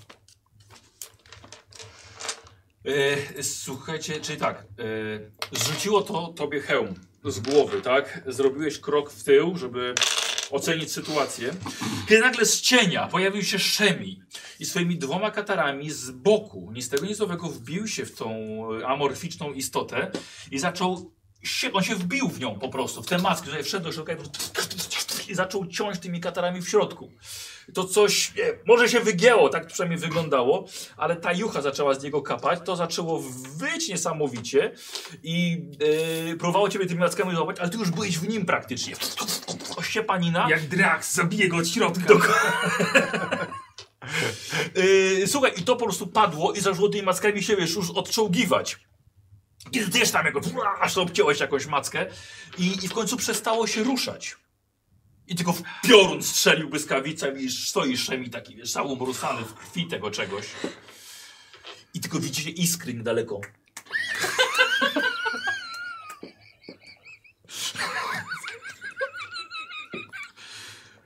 Speaker 1: E, słuchajcie, czyli tak, e, zrzuciło to tobie hełm z głowy, tak? Zrobiłeś krok w tył, żeby ocenić sytuację. Kiedy nagle z cienia pojawił się Szemi i swoimi dwoma katarami z boku, ni z tego ni z owego, wbił się w tą e, amorficzną istotę i zaczął się, on się wbił w nią po prostu, w tę maskę, że wszedł do środka i, po prostu i zaczął ciąć tymi katarami w środku. To coś, nie, może się wygięło, tak przynajmniej wyglądało, ale ta jucha zaczęła z niego kapać, to zaczęło wyć niesamowicie i e, próbowało ciebie tymi mackami złapać, ale ty już byłeś w nim praktycznie. Osiepanina.
Speaker 4: Jak Drax zabije go od środka.
Speaker 1: Yy, słuchaj, i to po prostu padło i zaczęło tymi mackami się wiesz, już odczołgiwać. I też tam jako, aż to obciąłeś jakąś mackę i, i w końcu przestało się ruszać. I tylko w piorun strzelił błyskawicą i stoi szemi taki, wiesz, cały umrusany w krwi tego czegoś. I tylko widzicie iskry niedaleko.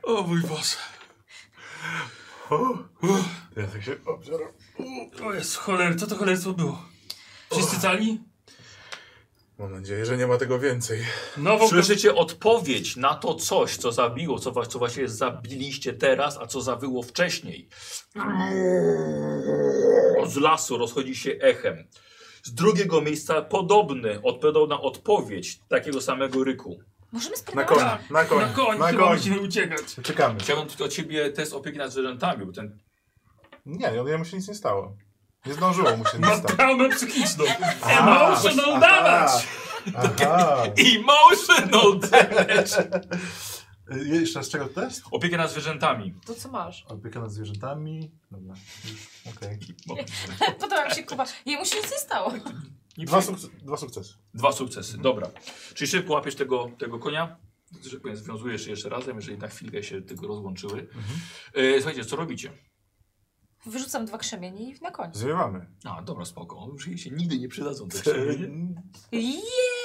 Speaker 4: O mój Boże.
Speaker 3: Ja tak się obżeram.
Speaker 4: O jest choler, co to cholerstwo było? Wszyscy cali?
Speaker 3: Mam nadzieję, że nie ma tego więcej.
Speaker 4: Nową
Speaker 1: Słyszycie odpowiedź na to coś, co zabiło, co, wa- co właśnie zabiliście teraz, a co zawyło wcześniej. Z lasu rozchodzi się echem. Z drugiego miejsca podobny, odpowiedna odpowiedź takiego samego ryku.
Speaker 2: Możemy
Speaker 3: Na
Speaker 2: sprawdzić.
Speaker 3: konia, na konia,
Speaker 4: na koń,
Speaker 3: na
Speaker 4: chyba
Speaker 3: koń.
Speaker 4: musimy uciekać.
Speaker 3: Czekamy.
Speaker 1: Chciałbym od ciebie test opieki nad zwierzętami, bo tak ten
Speaker 3: Nie, jemu się nic nie stało. Nie zdążyło mu
Speaker 1: No
Speaker 3: się nic
Speaker 4: Mam
Speaker 3: stać.
Speaker 1: tak.
Speaker 4: traumę psychiczną.
Speaker 3: A,
Speaker 4: Emotional
Speaker 3: aha,
Speaker 4: damage!
Speaker 3: Aha.
Speaker 1: emotional damage.
Speaker 5: Y, Jeszcze raz czego test?
Speaker 1: Opiekę nad zwierzętami.
Speaker 2: To co masz?
Speaker 5: Opieka nad zwierzętami. Dobra. już, Okej.
Speaker 2: Podoba mi się Kuba. Jemu się nic nie stało.
Speaker 3: Dwa, sukces, dwa sukcesy.
Speaker 1: Dwa sukcesy, dobra. Czyli szybko łapiesz tego, tego konia, szybko je związujesz jeszcze razem, jeżeli na chwilkę się tylko rozłączyły. E, słuchajcie, co robicie?
Speaker 2: Wyrzucam dwa krzemienie i na koniec.
Speaker 3: Zwiewamy.
Speaker 1: A, dobra, spoko. Już jej się nigdy nie przydadzą te krzemienie.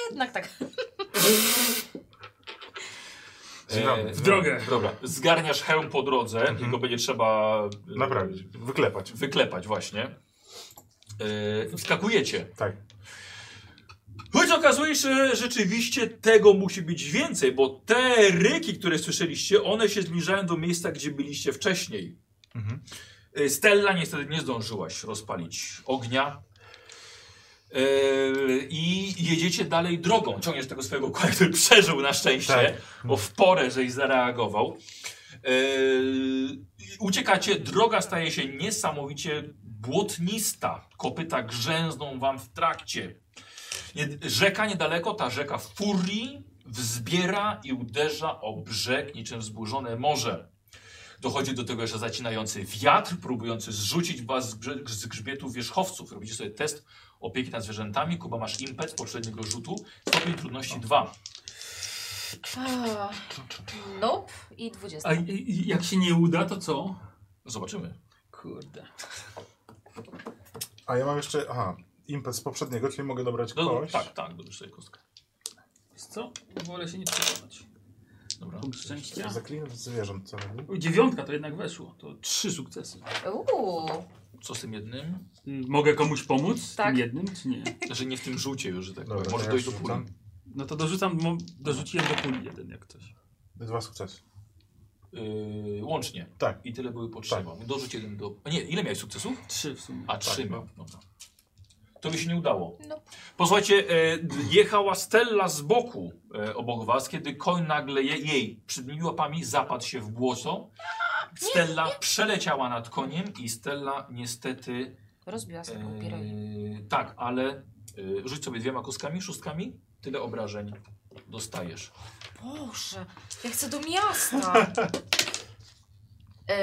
Speaker 2: Jednak tak.
Speaker 3: Zwiewamy.
Speaker 1: w
Speaker 4: drogę.
Speaker 1: Dobra, zgarniasz hełm po drodze, tylko będzie trzeba e,
Speaker 3: Naprawić, wyklepać.
Speaker 1: wyklepać właśnie. E, skakujecie.
Speaker 3: Tak.
Speaker 1: Choć okazuje się, że rzeczywiście tego musi być więcej, bo te ryki, które słyszeliście, one się zbliżają do miejsca, gdzie byliście wcześniej.
Speaker 3: Mhm.
Speaker 1: Y, Stella niestety nie zdążyłaś rozpalić ognia. Y, I jedziecie dalej drogą. Ciągniesz tego swojego konia, który przeżył na szczęście,
Speaker 3: Tak.
Speaker 1: bo w porę, żeś zareagował. Y, i uciekacie, droga staje się niesamowicie błotnista. Kopyta grzęzną wam w trakcie. Nie- Rzeka niedaleko, ta rzeka w furii, wzbiera i uderza o brzeg niczym wzburzone morze. Dochodzi do tego jeszcze zacinający wiatr, próbujący zrzucić was z, grze- z grzbietu wierzchowców. Robicie sobie test opieki nad zwierzętami. Kuba, masz impet z poprzedniego rzutu. Stopień trudności 2.
Speaker 2: A, Nope i 20.
Speaker 4: A i- i- jak się nie uda, to co?
Speaker 1: No Zobaczymy.
Speaker 4: Kurde.
Speaker 3: A ja mam jeszcze, aha, impet z poprzedniego, czyli mogę dobrać
Speaker 1: No,
Speaker 3: kość.
Speaker 1: tak, tak, dobrze sobie kostkę.
Speaker 4: Wiesz co? Wolę się nie przekonać.
Speaker 1: Dobra.
Speaker 4: Punkt szczęścia.
Speaker 3: Zaklinacz zwierząt, co robi?
Speaker 4: O, Dziewiątka to jednak weszło. To trzy sukcesy.
Speaker 2: Uuu.
Speaker 1: Co z tym jednym?
Speaker 4: Y, Mogę komuś pomóc? z
Speaker 2: Tak.
Speaker 4: Tym jednym, czy nie?
Speaker 1: Znaczy nie w tym rzucie już, że tak
Speaker 3: Dobra,
Speaker 1: powiem.
Speaker 3: to
Speaker 1: Może
Speaker 3: ja
Speaker 1: dojść do
Speaker 3: rzucam.
Speaker 1: puli.
Speaker 4: No to dorzucam, mo- dorzuciłem do puli jeden jak coś.
Speaker 3: Dwa sukcesy.
Speaker 1: Yy, łącznie.
Speaker 3: Tak.
Speaker 1: I tyle były potrzeba. Dorzuć jeden do... A nie, ile miałeś sukcesów?
Speaker 4: Trzy w sumie.
Speaker 1: A, trzy. miał. Dobra. no, To by się nie udało.
Speaker 2: No.
Speaker 1: Posłuchajcie, e, jechała Stella z boku e, obok was, kiedy koń nagle je, jej przydmił łapami, zapadł się w błoto. Stella przeleciała nad koniem i Stella niestety...
Speaker 2: Rozbiła
Speaker 1: E,
Speaker 2: sobie taką pierogi.
Speaker 1: tak, ale e, rzuć sobie dwiema kostkami, szóstkami. Tyle obrażeń dostajesz.
Speaker 2: Boże, ja chcę do miasta. Yy,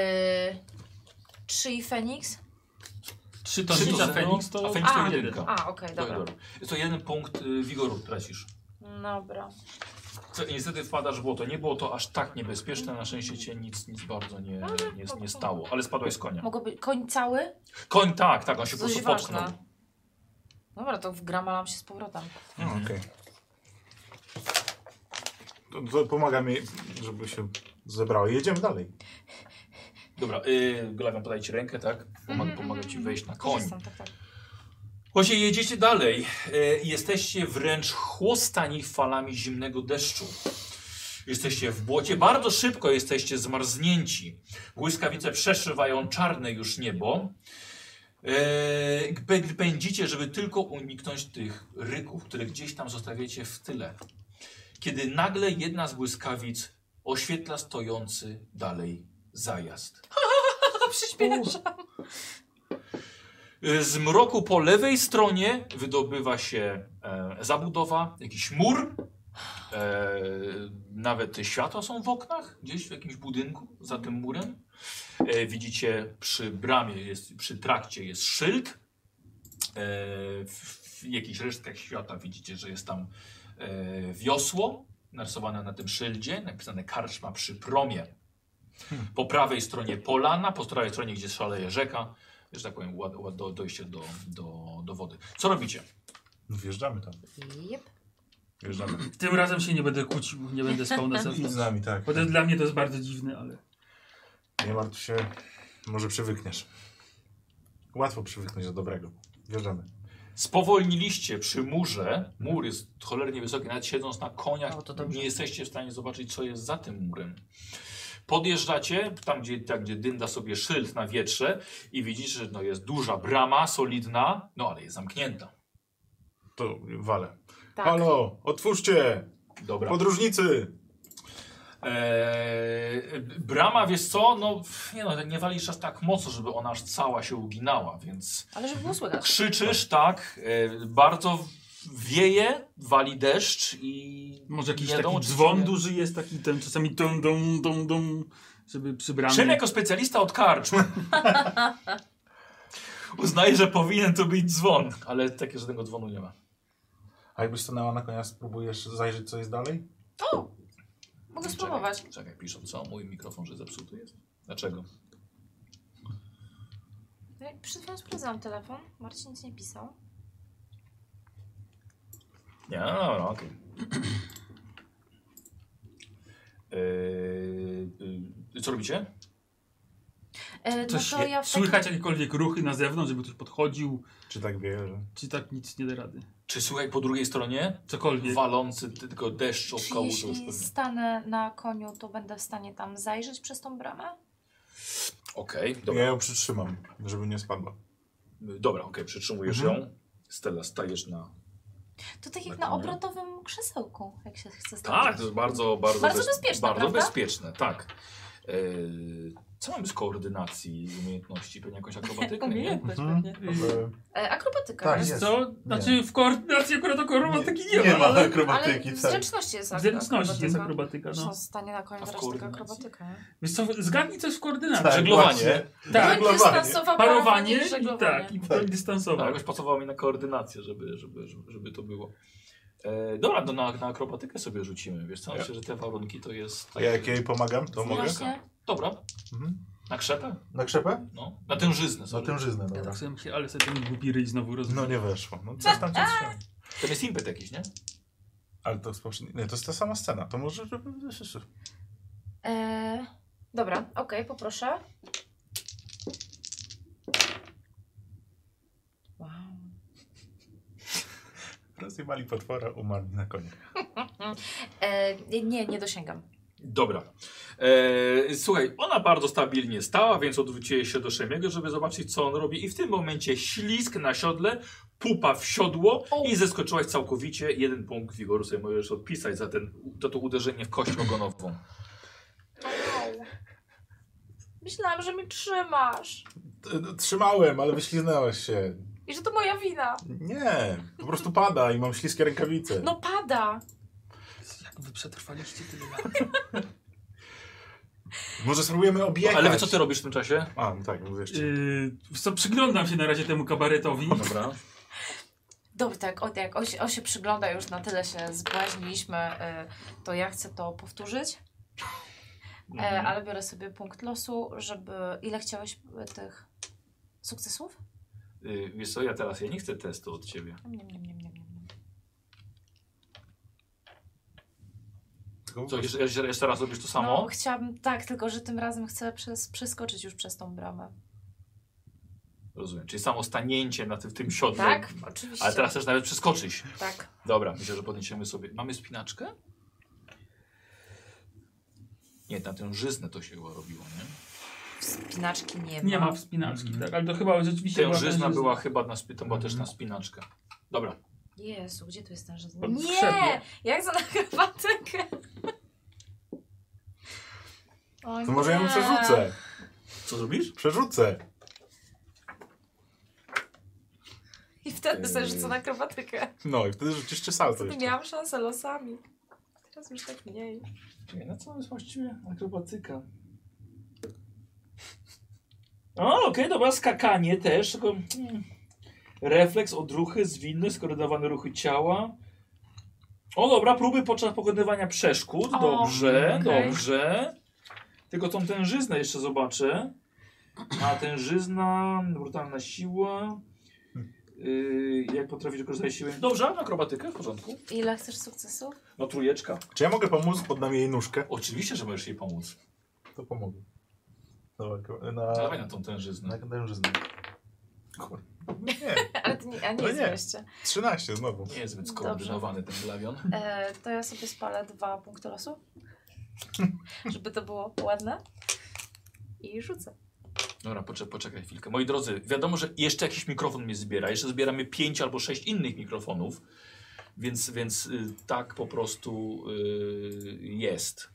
Speaker 2: trzy i Feniks?
Speaker 1: Trzy
Speaker 4: Trzy to
Speaker 1: to
Speaker 4: za
Speaker 1: zero,
Speaker 4: Feniks to...
Speaker 1: a Feniks to
Speaker 2: A,
Speaker 1: jedynka.
Speaker 2: A, okej, dobra.
Speaker 1: Dobra. Jest to jeden punkt y, wigoru tracisz.
Speaker 2: Dobra.
Speaker 1: Co, niestety wpadasz w błoto. Nie było to aż tak niebezpieczne. Na szczęście cię nic, nic bardzo nie, nie, nie stało. Ale spadłeś z konia.
Speaker 2: Mogłoby koń cały?
Speaker 1: Koń tak, tak, on się po
Speaker 2: Coś
Speaker 1: prostu potknął.
Speaker 2: ważne. Dobra, to wgramalam się z powrotem.
Speaker 3: No, okej. To, to pomaga mi, żeby się zebrało. Jedziemy dalej.
Speaker 1: Dobra, y, Glawiam podaj ci rękę, tak?
Speaker 2: Mhm,
Speaker 1: Pomaga, pomaga ci wejść na koń.
Speaker 2: Korzystam, tak, tak.
Speaker 1: Właśnie jedziecie dalej. E, Jesteście wręcz chłostani falami zimnego deszczu. Jesteście w błocie, bardzo szybko jesteście zmarznięci. Błyskawice przeszywają czarne już niebo. E, pę- Pędzicie, żeby tylko uniknąć tych ryków, które gdzieś tam zostawiacie w tyle. Kiedy nagle jedna z błyskawic oświetla stojący dalej zajazd.
Speaker 2: Przyspieszam.
Speaker 1: Y, Z mroku po lewej stronie wydobywa się e, zabudowa, jakiś mur. E, nawet światła są w oknach, gdzieś w jakimś budynku za tym murem. E, widzicie przy bramie, jest, przy trakcie jest szyld. E, w, w jakichś resztkach świata widzicie, że jest tam e, wiosło narysowane na tym szyldzie, napisane karczma przy promie. Po prawej stronie polana, po prawej stronie, gdzie szaleje rzeka, że tak powiem, ład, ład, do, dojście do, do, do wody. Co robicie?
Speaker 3: No, wjeżdżamy tam.
Speaker 2: Jep.
Speaker 3: Wjeżdżamy.
Speaker 4: Tym razem się nie będę kłócił, nie będę spał na
Speaker 3: I z
Speaker 4: zewnątrz.
Speaker 3: nami, tak.
Speaker 4: Potem dla mnie to jest bardzo dziwne, ale...
Speaker 3: Nie martw się, może przywykniesz. Łatwo przywyknąć do dobrego. Wjeżdżamy.
Speaker 1: Spowolniliście przy murze. Mur jest cholernie wysoki, nawet siedząc na koniach,
Speaker 2: O, to dobrze.
Speaker 1: nie jesteście w stanie zobaczyć, co jest za tym murem. Podjeżdżacie, tam gdzie, tam gdzie dynda sobie szyld na wietrze i widzicie, że no, jest duża brama, solidna, no ale jest zamknięta.
Speaker 3: To walę.
Speaker 2: Tak.
Speaker 3: Halo, otwórzcie!
Speaker 1: Dobra.
Speaker 3: Podróżnicy!
Speaker 1: Eee, brama, wiesz co, no f- nie, no, nie walisz aż tak mocno, żeby ona aż cała się uginała, więc
Speaker 2: Ale żeby było słychać.
Speaker 1: krzyczysz, tak, e, bardzo wieje, wali deszcz i
Speaker 4: Może jakiś
Speaker 1: nie
Speaker 4: taki
Speaker 1: wiadomo, czy
Speaker 4: dzwon
Speaker 1: się-
Speaker 4: duży jest, taki ten czasami dum, dum, dum, dum, żeby przy bramie...
Speaker 1: Szyn jako specjalista od karczm. Uznaję, że powinien to być dzwon, ale takie żadnego dzwonu nie ma.
Speaker 3: A jakbyś stanęła na konia, spróbujesz zajrzeć, co jest dalej?
Speaker 2: Mogę spróbować.
Speaker 1: Czekaj, czekaj, piszą, co? Mój mikrofon, że zepsuty jest? Dlaczego?
Speaker 8: No i Przed chwilą sprawdzałam telefon. Marcin nic nie pisał.
Speaker 1: Nie, no dobra, okej. Eee, y, co robicie?
Speaker 2: E, no
Speaker 4: Coś
Speaker 2: to ja w takim...
Speaker 4: Słychać jakiekolwiek ruchy na zewnątrz, żeby ktoś podchodził,
Speaker 3: Czy tak wie, że...
Speaker 4: czy tak nic nie da rady.
Speaker 1: Czy słuchaj po drugiej stronie?
Speaker 4: Cokolwiek.
Speaker 1: Walący ty- tylko deszcz od
Speaker 2: Czy
Speaker 1: kołu, to już
Speaker 2: jeśli
Speaker 1: pewnie.
Speaker 2: stanę na koniu, to będę w stanie tam zajrzeć przez tą bramę?
Speaker 1: Okej,
Speaker 3: Ja
Speaker 1: dobra,
Speaker 3: ją przytrzymam, żeby nie spadła.
Speaker 1: dobra okej, przytrzymujesz ją. Stella, stajesz na...
Speaker 2: To tak jak
Speaker 1: Na
Speaker 2: na,
Speaker 1: koniu?
Speaker 2: obrotowym krzesełku, jak się chce stać.
Speaker 1: Tak, to jest bardzo, bardzo,
Speaker 2: Bardzo bezpieczne,
Speaker 1: Bardzo
Speaker 2: prawda?
Speaker 1: bezpieczne, tak. Eee, co mamy z koordynacji i umiejętności? Pewnie jakąś akrobatykę, nie?
Speaker 2: Umiejętność
Speaker 5: Mhm.
Speaker 2: pewnie.
Speaker 5: E,
Speaker 2: E, akrobatyka.
Speaker 5: Tak,
Speaker 4: Yy, Wiesz
Speaker 5: jest.
Speaker 4: co? Znaczy w koordynacji akurat akrobatyki nie,
Speaker 5: nie
Speaker 4: ma,
Speaker 5: ma
Speaker 4: ale
Speaker 2: Ale
Speaker 5: akrobatyki,
Speaker 2: w
Speaker 5: tak.
Speaker 2: zręczności jest
Speaker 4: w zręczności jest
Speaker 2: akrobatyka.
Speaker 4: akrobatyka.
Speaker 2: Że
Speaker 4: No.
Speaker 2: on stanie na
Speaker 1: A
Speaker 2: koniu
Speaker 1: w
Speaker 2: teraz tylko
Speaker 1: koordynacji?
Speaker 2: akrobatykę. nie?
Speaker 4: Więc co, zgadnij coś w koordynacji.
Speaker 5: Tak,
Speaker 1: Żeglowanie.
Speaker 5: właśnie.
Speaker 2: No
Speaker 4: Tak,
Speaker 2: Pływ
Speaker 5: żeglowanie.
Speaker 2: dystansowa,
Speaker 4: parowanie i
Speaker 2: żeglowanie.
Speaker 4: tak, i
Speaker 5: Tak.
Speaker 1: No,
Speaker 4: dystansowe.
Speaker 1: jakoś pasowało mi na koordynację, żeby, żeby, żeby, żeby to było. Eee, dobra, no na, na akrobatykę sobie rzucimy, wiesz co?
Speaker 3: Ja.
Speaker 1: Myślę, że te warunki to jest...
Speaker 3: A ja jak jej pomagam, to mogę?
Speaker 2: Właśnie.
Speaker 1: Dobra,
Speaker 5: Mhm.
Speaker 1: na krzepę?
Speaker 5: Na krzepę?
Speaker 1: No, na tężyznę
Speaker 5: Na
Speaker 1: sobie.
Speaker 5: tężyznę,
Speaker 4: Ja
Speaker 5: dobra.
Speaker 4: tak sobie myślę, ale sobie ten głupi ryj znowu rozwinął.
Speaker 3: No nie weszło. No coś tam,
Speaker 8: Tak.
Speaker 3: coś się...
Speaker 1: To jest impet jakiś, nie?
Speaker 3: Ale to z poprzedniej... Nie, to jest ta sama scena. To może...
Speaker 2: E,
Speaker 8: Dobra, okej, poproszę.
Speaker 2: wow.
Speaker 3: Rozjebali potwora, umarli na konie.
Speaker 2: e, nie, nie dosięgam.
Speaker 1: Dobra. E, słuchaj, ona bardzo stabilnie stała, więc odwróciłeś się do Szemiego, żeby zobaczyć, co on robi. I w tym momencie ślisk na siodle, pupa w siodło i zeskoczyłaś całkowicie. Jeden punkt wigoru sobie możesz odpisać za, ten, za to uderzenie w kość ogonową.
Speaker 8: Myślałam, że mnie trzymasz.
Speaker 3: T- Trzymałem, ale wyśliznęłaś się.
Speaker 8: I że to moja wina.
Speaker 3: Nie, po prostu pada i mam śliskie rękawice.
Speaker 8: No pada.
Speaker 4: Jak wy przetrwaliście tyle lat?
Speaker 3: Może spróbujemy objechać.
Speaker 1: Ale wy co ty robisz w tym czasie?
Speaker 2: E,
Speaker 3: A, no tak, mówię jeszcze.
Speaker 4: Yy, wiesz co, przyglądam się na razie temu kabaretowi.
Speaker 1: Dobra.
Speaker 2: Dobrze, tak, o, jak on się, on się przygląda, już na tyle się zbłaźniliśmy, e, to ja chcę to powtórzyć, e,
Speaker 1: Mhm.
Speaker 2: ale biorę sobie punkt losu, żeby... Ile chciałeś e, tych sukcesów?
Speaker 1: Y, wiesz co, ja teraz ja nie chcę testu od ciebie.
Speaker 2: Nie, nie, nie, nie, nie, nie.
Speaker 3: Tylko-
Speaker 1: Co, jeszcze, jeszcze- jeszcze raz robisz to
Speaker 2: No,
Speaker 1: samo?
Speaker 2: chciałabym, tak, tylko że tym razem chcę przez, przeskoczyć już przez tą bramę.
Speaker 1: Rozumiem, czyli samo stanięcie na tym, w tym siodle.
Speaker 2: No. Tak, oczywiście.
Speaker 1: Ale teraz też nawet przeskoczyć.
Speaker 2: Tak.
Speaker 1: Dobra, myślę, że podniesiemy sobie. Mamy spinaczkę? Nie, na tę żyznę to się robiło, nie?
Speaker 2: Wspinaczki nie ma.
Speaker 4: Nie ma wspinaczki, tak, ale to chyba rzeczywiście była
Speaker 1: Tężyzna
Speaker 4: tężyzna.
Speaker 1: była chyba na spy- to była też na spinaczkę. Dobra.
Speaker 2: Jezu, gdzie tu jest ten żadny?
Speaker 4: Pod
Speaker 2: Nie!
Speaker 4: skrzydło.
Speaker 2: Jak za na akrobatykę?
Speaker 8: O
Speaker 3: To może ja ją
Speaker 8: nie.
Speaker 3: przerzucę.
Speaker 1: Co zrobisz?
Speaker 3: Przerzucę.
Speaker 2: I wtedy sobie rzucę na akrobatykę.
Speaker 3: No i wtedy rzucisz czy salto
Speaker 8: Wtedy
Speaker 3: jeszcze.
Speaker 8: miałam szansę losami. Teraz już tak mniej.
Speaker 1: Czekaj, na co jest właściwie akrobatyka? O, okej, dobra, skakanie też, tylko mm, refleks, odruchy, zwinny, skoordynowane ruchy ciała. O, dobra, próby podczas pokonywania przeszkód,
Speaker 2: O,
Speaker 1: dobrze,
Speaker 2: okej.
Speaker 1: dobrze. Tylko tą tężyznę jeszcze zobaczę. A tężyzna, brutalna siła. Yy, jak potrafisz wykorzystać siłę? Dobrze, akrobatykę, w porządku.
Speaker 2: Ile chcesz sukcesów?
Speaker 1: No trójeczka.
Speaker 3: Czy ja mogę pomóc? Poddam jej nóżkę.
Speaker 1: Oczywiście, że możesz jej pomóc.
Speaker 5: To pomogę. Dobra, ko- na,
Speaker 1: Dawaj na tą tężyznę.
Speaker 5: na tężyznę.
Speaker 3: No nie,
Speaker 2: Ale to nie, a nie
Speaker 3: No
Speaker 2: jest
Speaker 3: nie.
Speaker 2: wejście.
Speaker 3: 13 znowu.
Speaker 1: Nie jest zbyt skoordynowany ten glawion.
Speaker 2: E, to ja sobie spalę dwa punkty losu, żeby to było ładne. I rzucę.
Speaker 1: Dobra, poczekaj, poczekaj chwilkę. Moi drodzy, wiadomo, że jeszcze jakiś mikrofon mnie zbiera. Jeszcze zbieramy pięć albo sześć innych mikrofonów, więc, więc y, tak po prostu y, jest.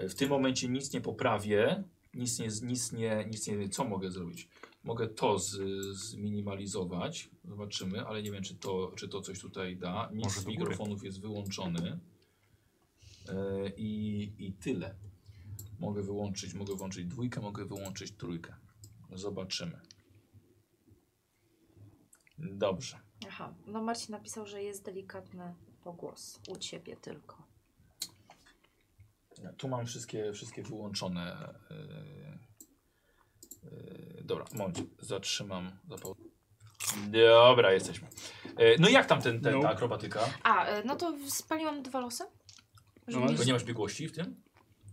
Speaker 1: Y, W tym momencie nic nie poprawię, nic nie, nic nie, nic nie co mogę zrobić. Mogę to z, zminimalizować, zobaczymy, ale nie wiem, czy to, czy to coś tutaj da. Nic
Speaker 5: Może
Speaker 1: z
Speaker 5: do góry.
Speaker 1: mikrofonów jest wyłączony. Y, I, I tyle. Mogę wyłączyć, mogę włączyć dwójkę, mogę wyłączyć trójkę. Zobaczymy. Dobrze.
Speaker 2: Aha, no Marcin napisał, że jest delikatny pogłos. U ciebie tylko.
Speaker 1: Tu mam wszystkie, wszystkie wyłączone. Yy, yy, dobra, moment, zatrzymam. zapał- Dobra, jesteśmy. Yy, no jak tam ten, ten
Speaker 4: No.
Speaker 1: ta akrobatyka?
Speaker 2: A, e, no to spaliłam dwa losy. Żeby
Speaker 4: No,
Speaker 2: mieć-
Speaker 1: Bo nie masz biegłości w tym?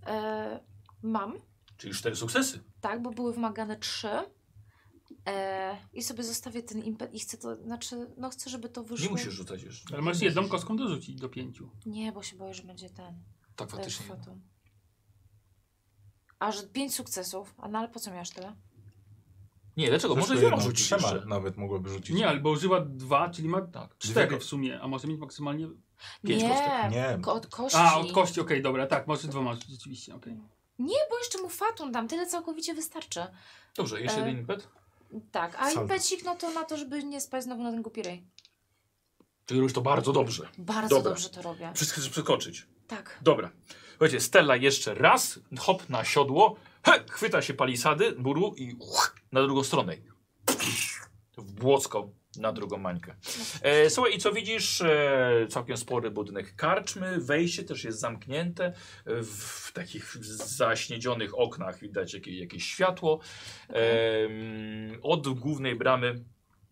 Speaker 2: e, mam,
Speaker 1: Czyli cztery sukcesy.
Speaker 2: tak, bo były wymagane trzy. E, I sobie zostawię ten impet i chcę to, znaczy, no chcę, żeby to wyszło.
Speaker 1: Nie musisz rzucać jeszcze.
Speaker 4: Ale możesz jedną kostką dorzucić do pięciu.
Speaker 2: Nie, bo się boję, że będzie ten.
Speaker 1: Tak
Speaker 2: Też
Speaker 1: faktycznie.
Speaker 2: fatum. Aż pięć sukcesów. A no ale po co miałeś tyle?
Speaker 1: Nie, dlaczego?
Speaker 3: Zresztą
Speaker 1: Może
Speaker 3: jedną,
Speaker 1: wieloma rzucić
Speaker 3: trzema
Speaker 1: jeszcze.
Speaker 3: nawet mogłoby rzucić.
Speaker 4: Nie, albo używa dwa, czyli ma
Speaker 1: Tak.
Speaker 4: cztery w sumie, a może mieć maksymalnie...
Speaker 1: Pięć
Speaker 2: nie,
Speaker 1: kostek.
Speaker 3: Nie.
Speaker 2: ko- od kości.
Speaker 4: A, od kości, okej, dobra, tak, może dwoma rzeczywiście, okej.
Speaker 2: Nie, bo jeszcze mu fatum dam. Tyle całkowicie wystarczy.
Speaker 1: Dobrze, jeszcze
Speaker 2: E,
Speaker 1: jeden impet.
Speaker 2: Tak, a
Speaker 3: Salto.
Speaker 2: impecik no to na to, żeby nie spać znowu na ten głupi rej.
Speaker 1: Czyli już to bardzo dobrze.
Speaker 2: Bardzo
Speaker 1: Dobra.
Speaker 2: dobrze to robię.
Speaker 1: Wszystko żeby przeskoczyć.
Speaker 2: Tak.
Speaker 1: Dobra. Słuchajcie, Stella jeszcze raz, hop na siodło, he, chwyta się palisady, buru i uch, na drugą stronę. W błocko na drugą mańkę. E, słuchaj, i co widzisz? E, całkiem spory budynek karczmy, wejście też jest zamknięte. E, w, w takich zaśniedzionych oknach widać jakieś, jakieś światło. E, mm, od głównej bramy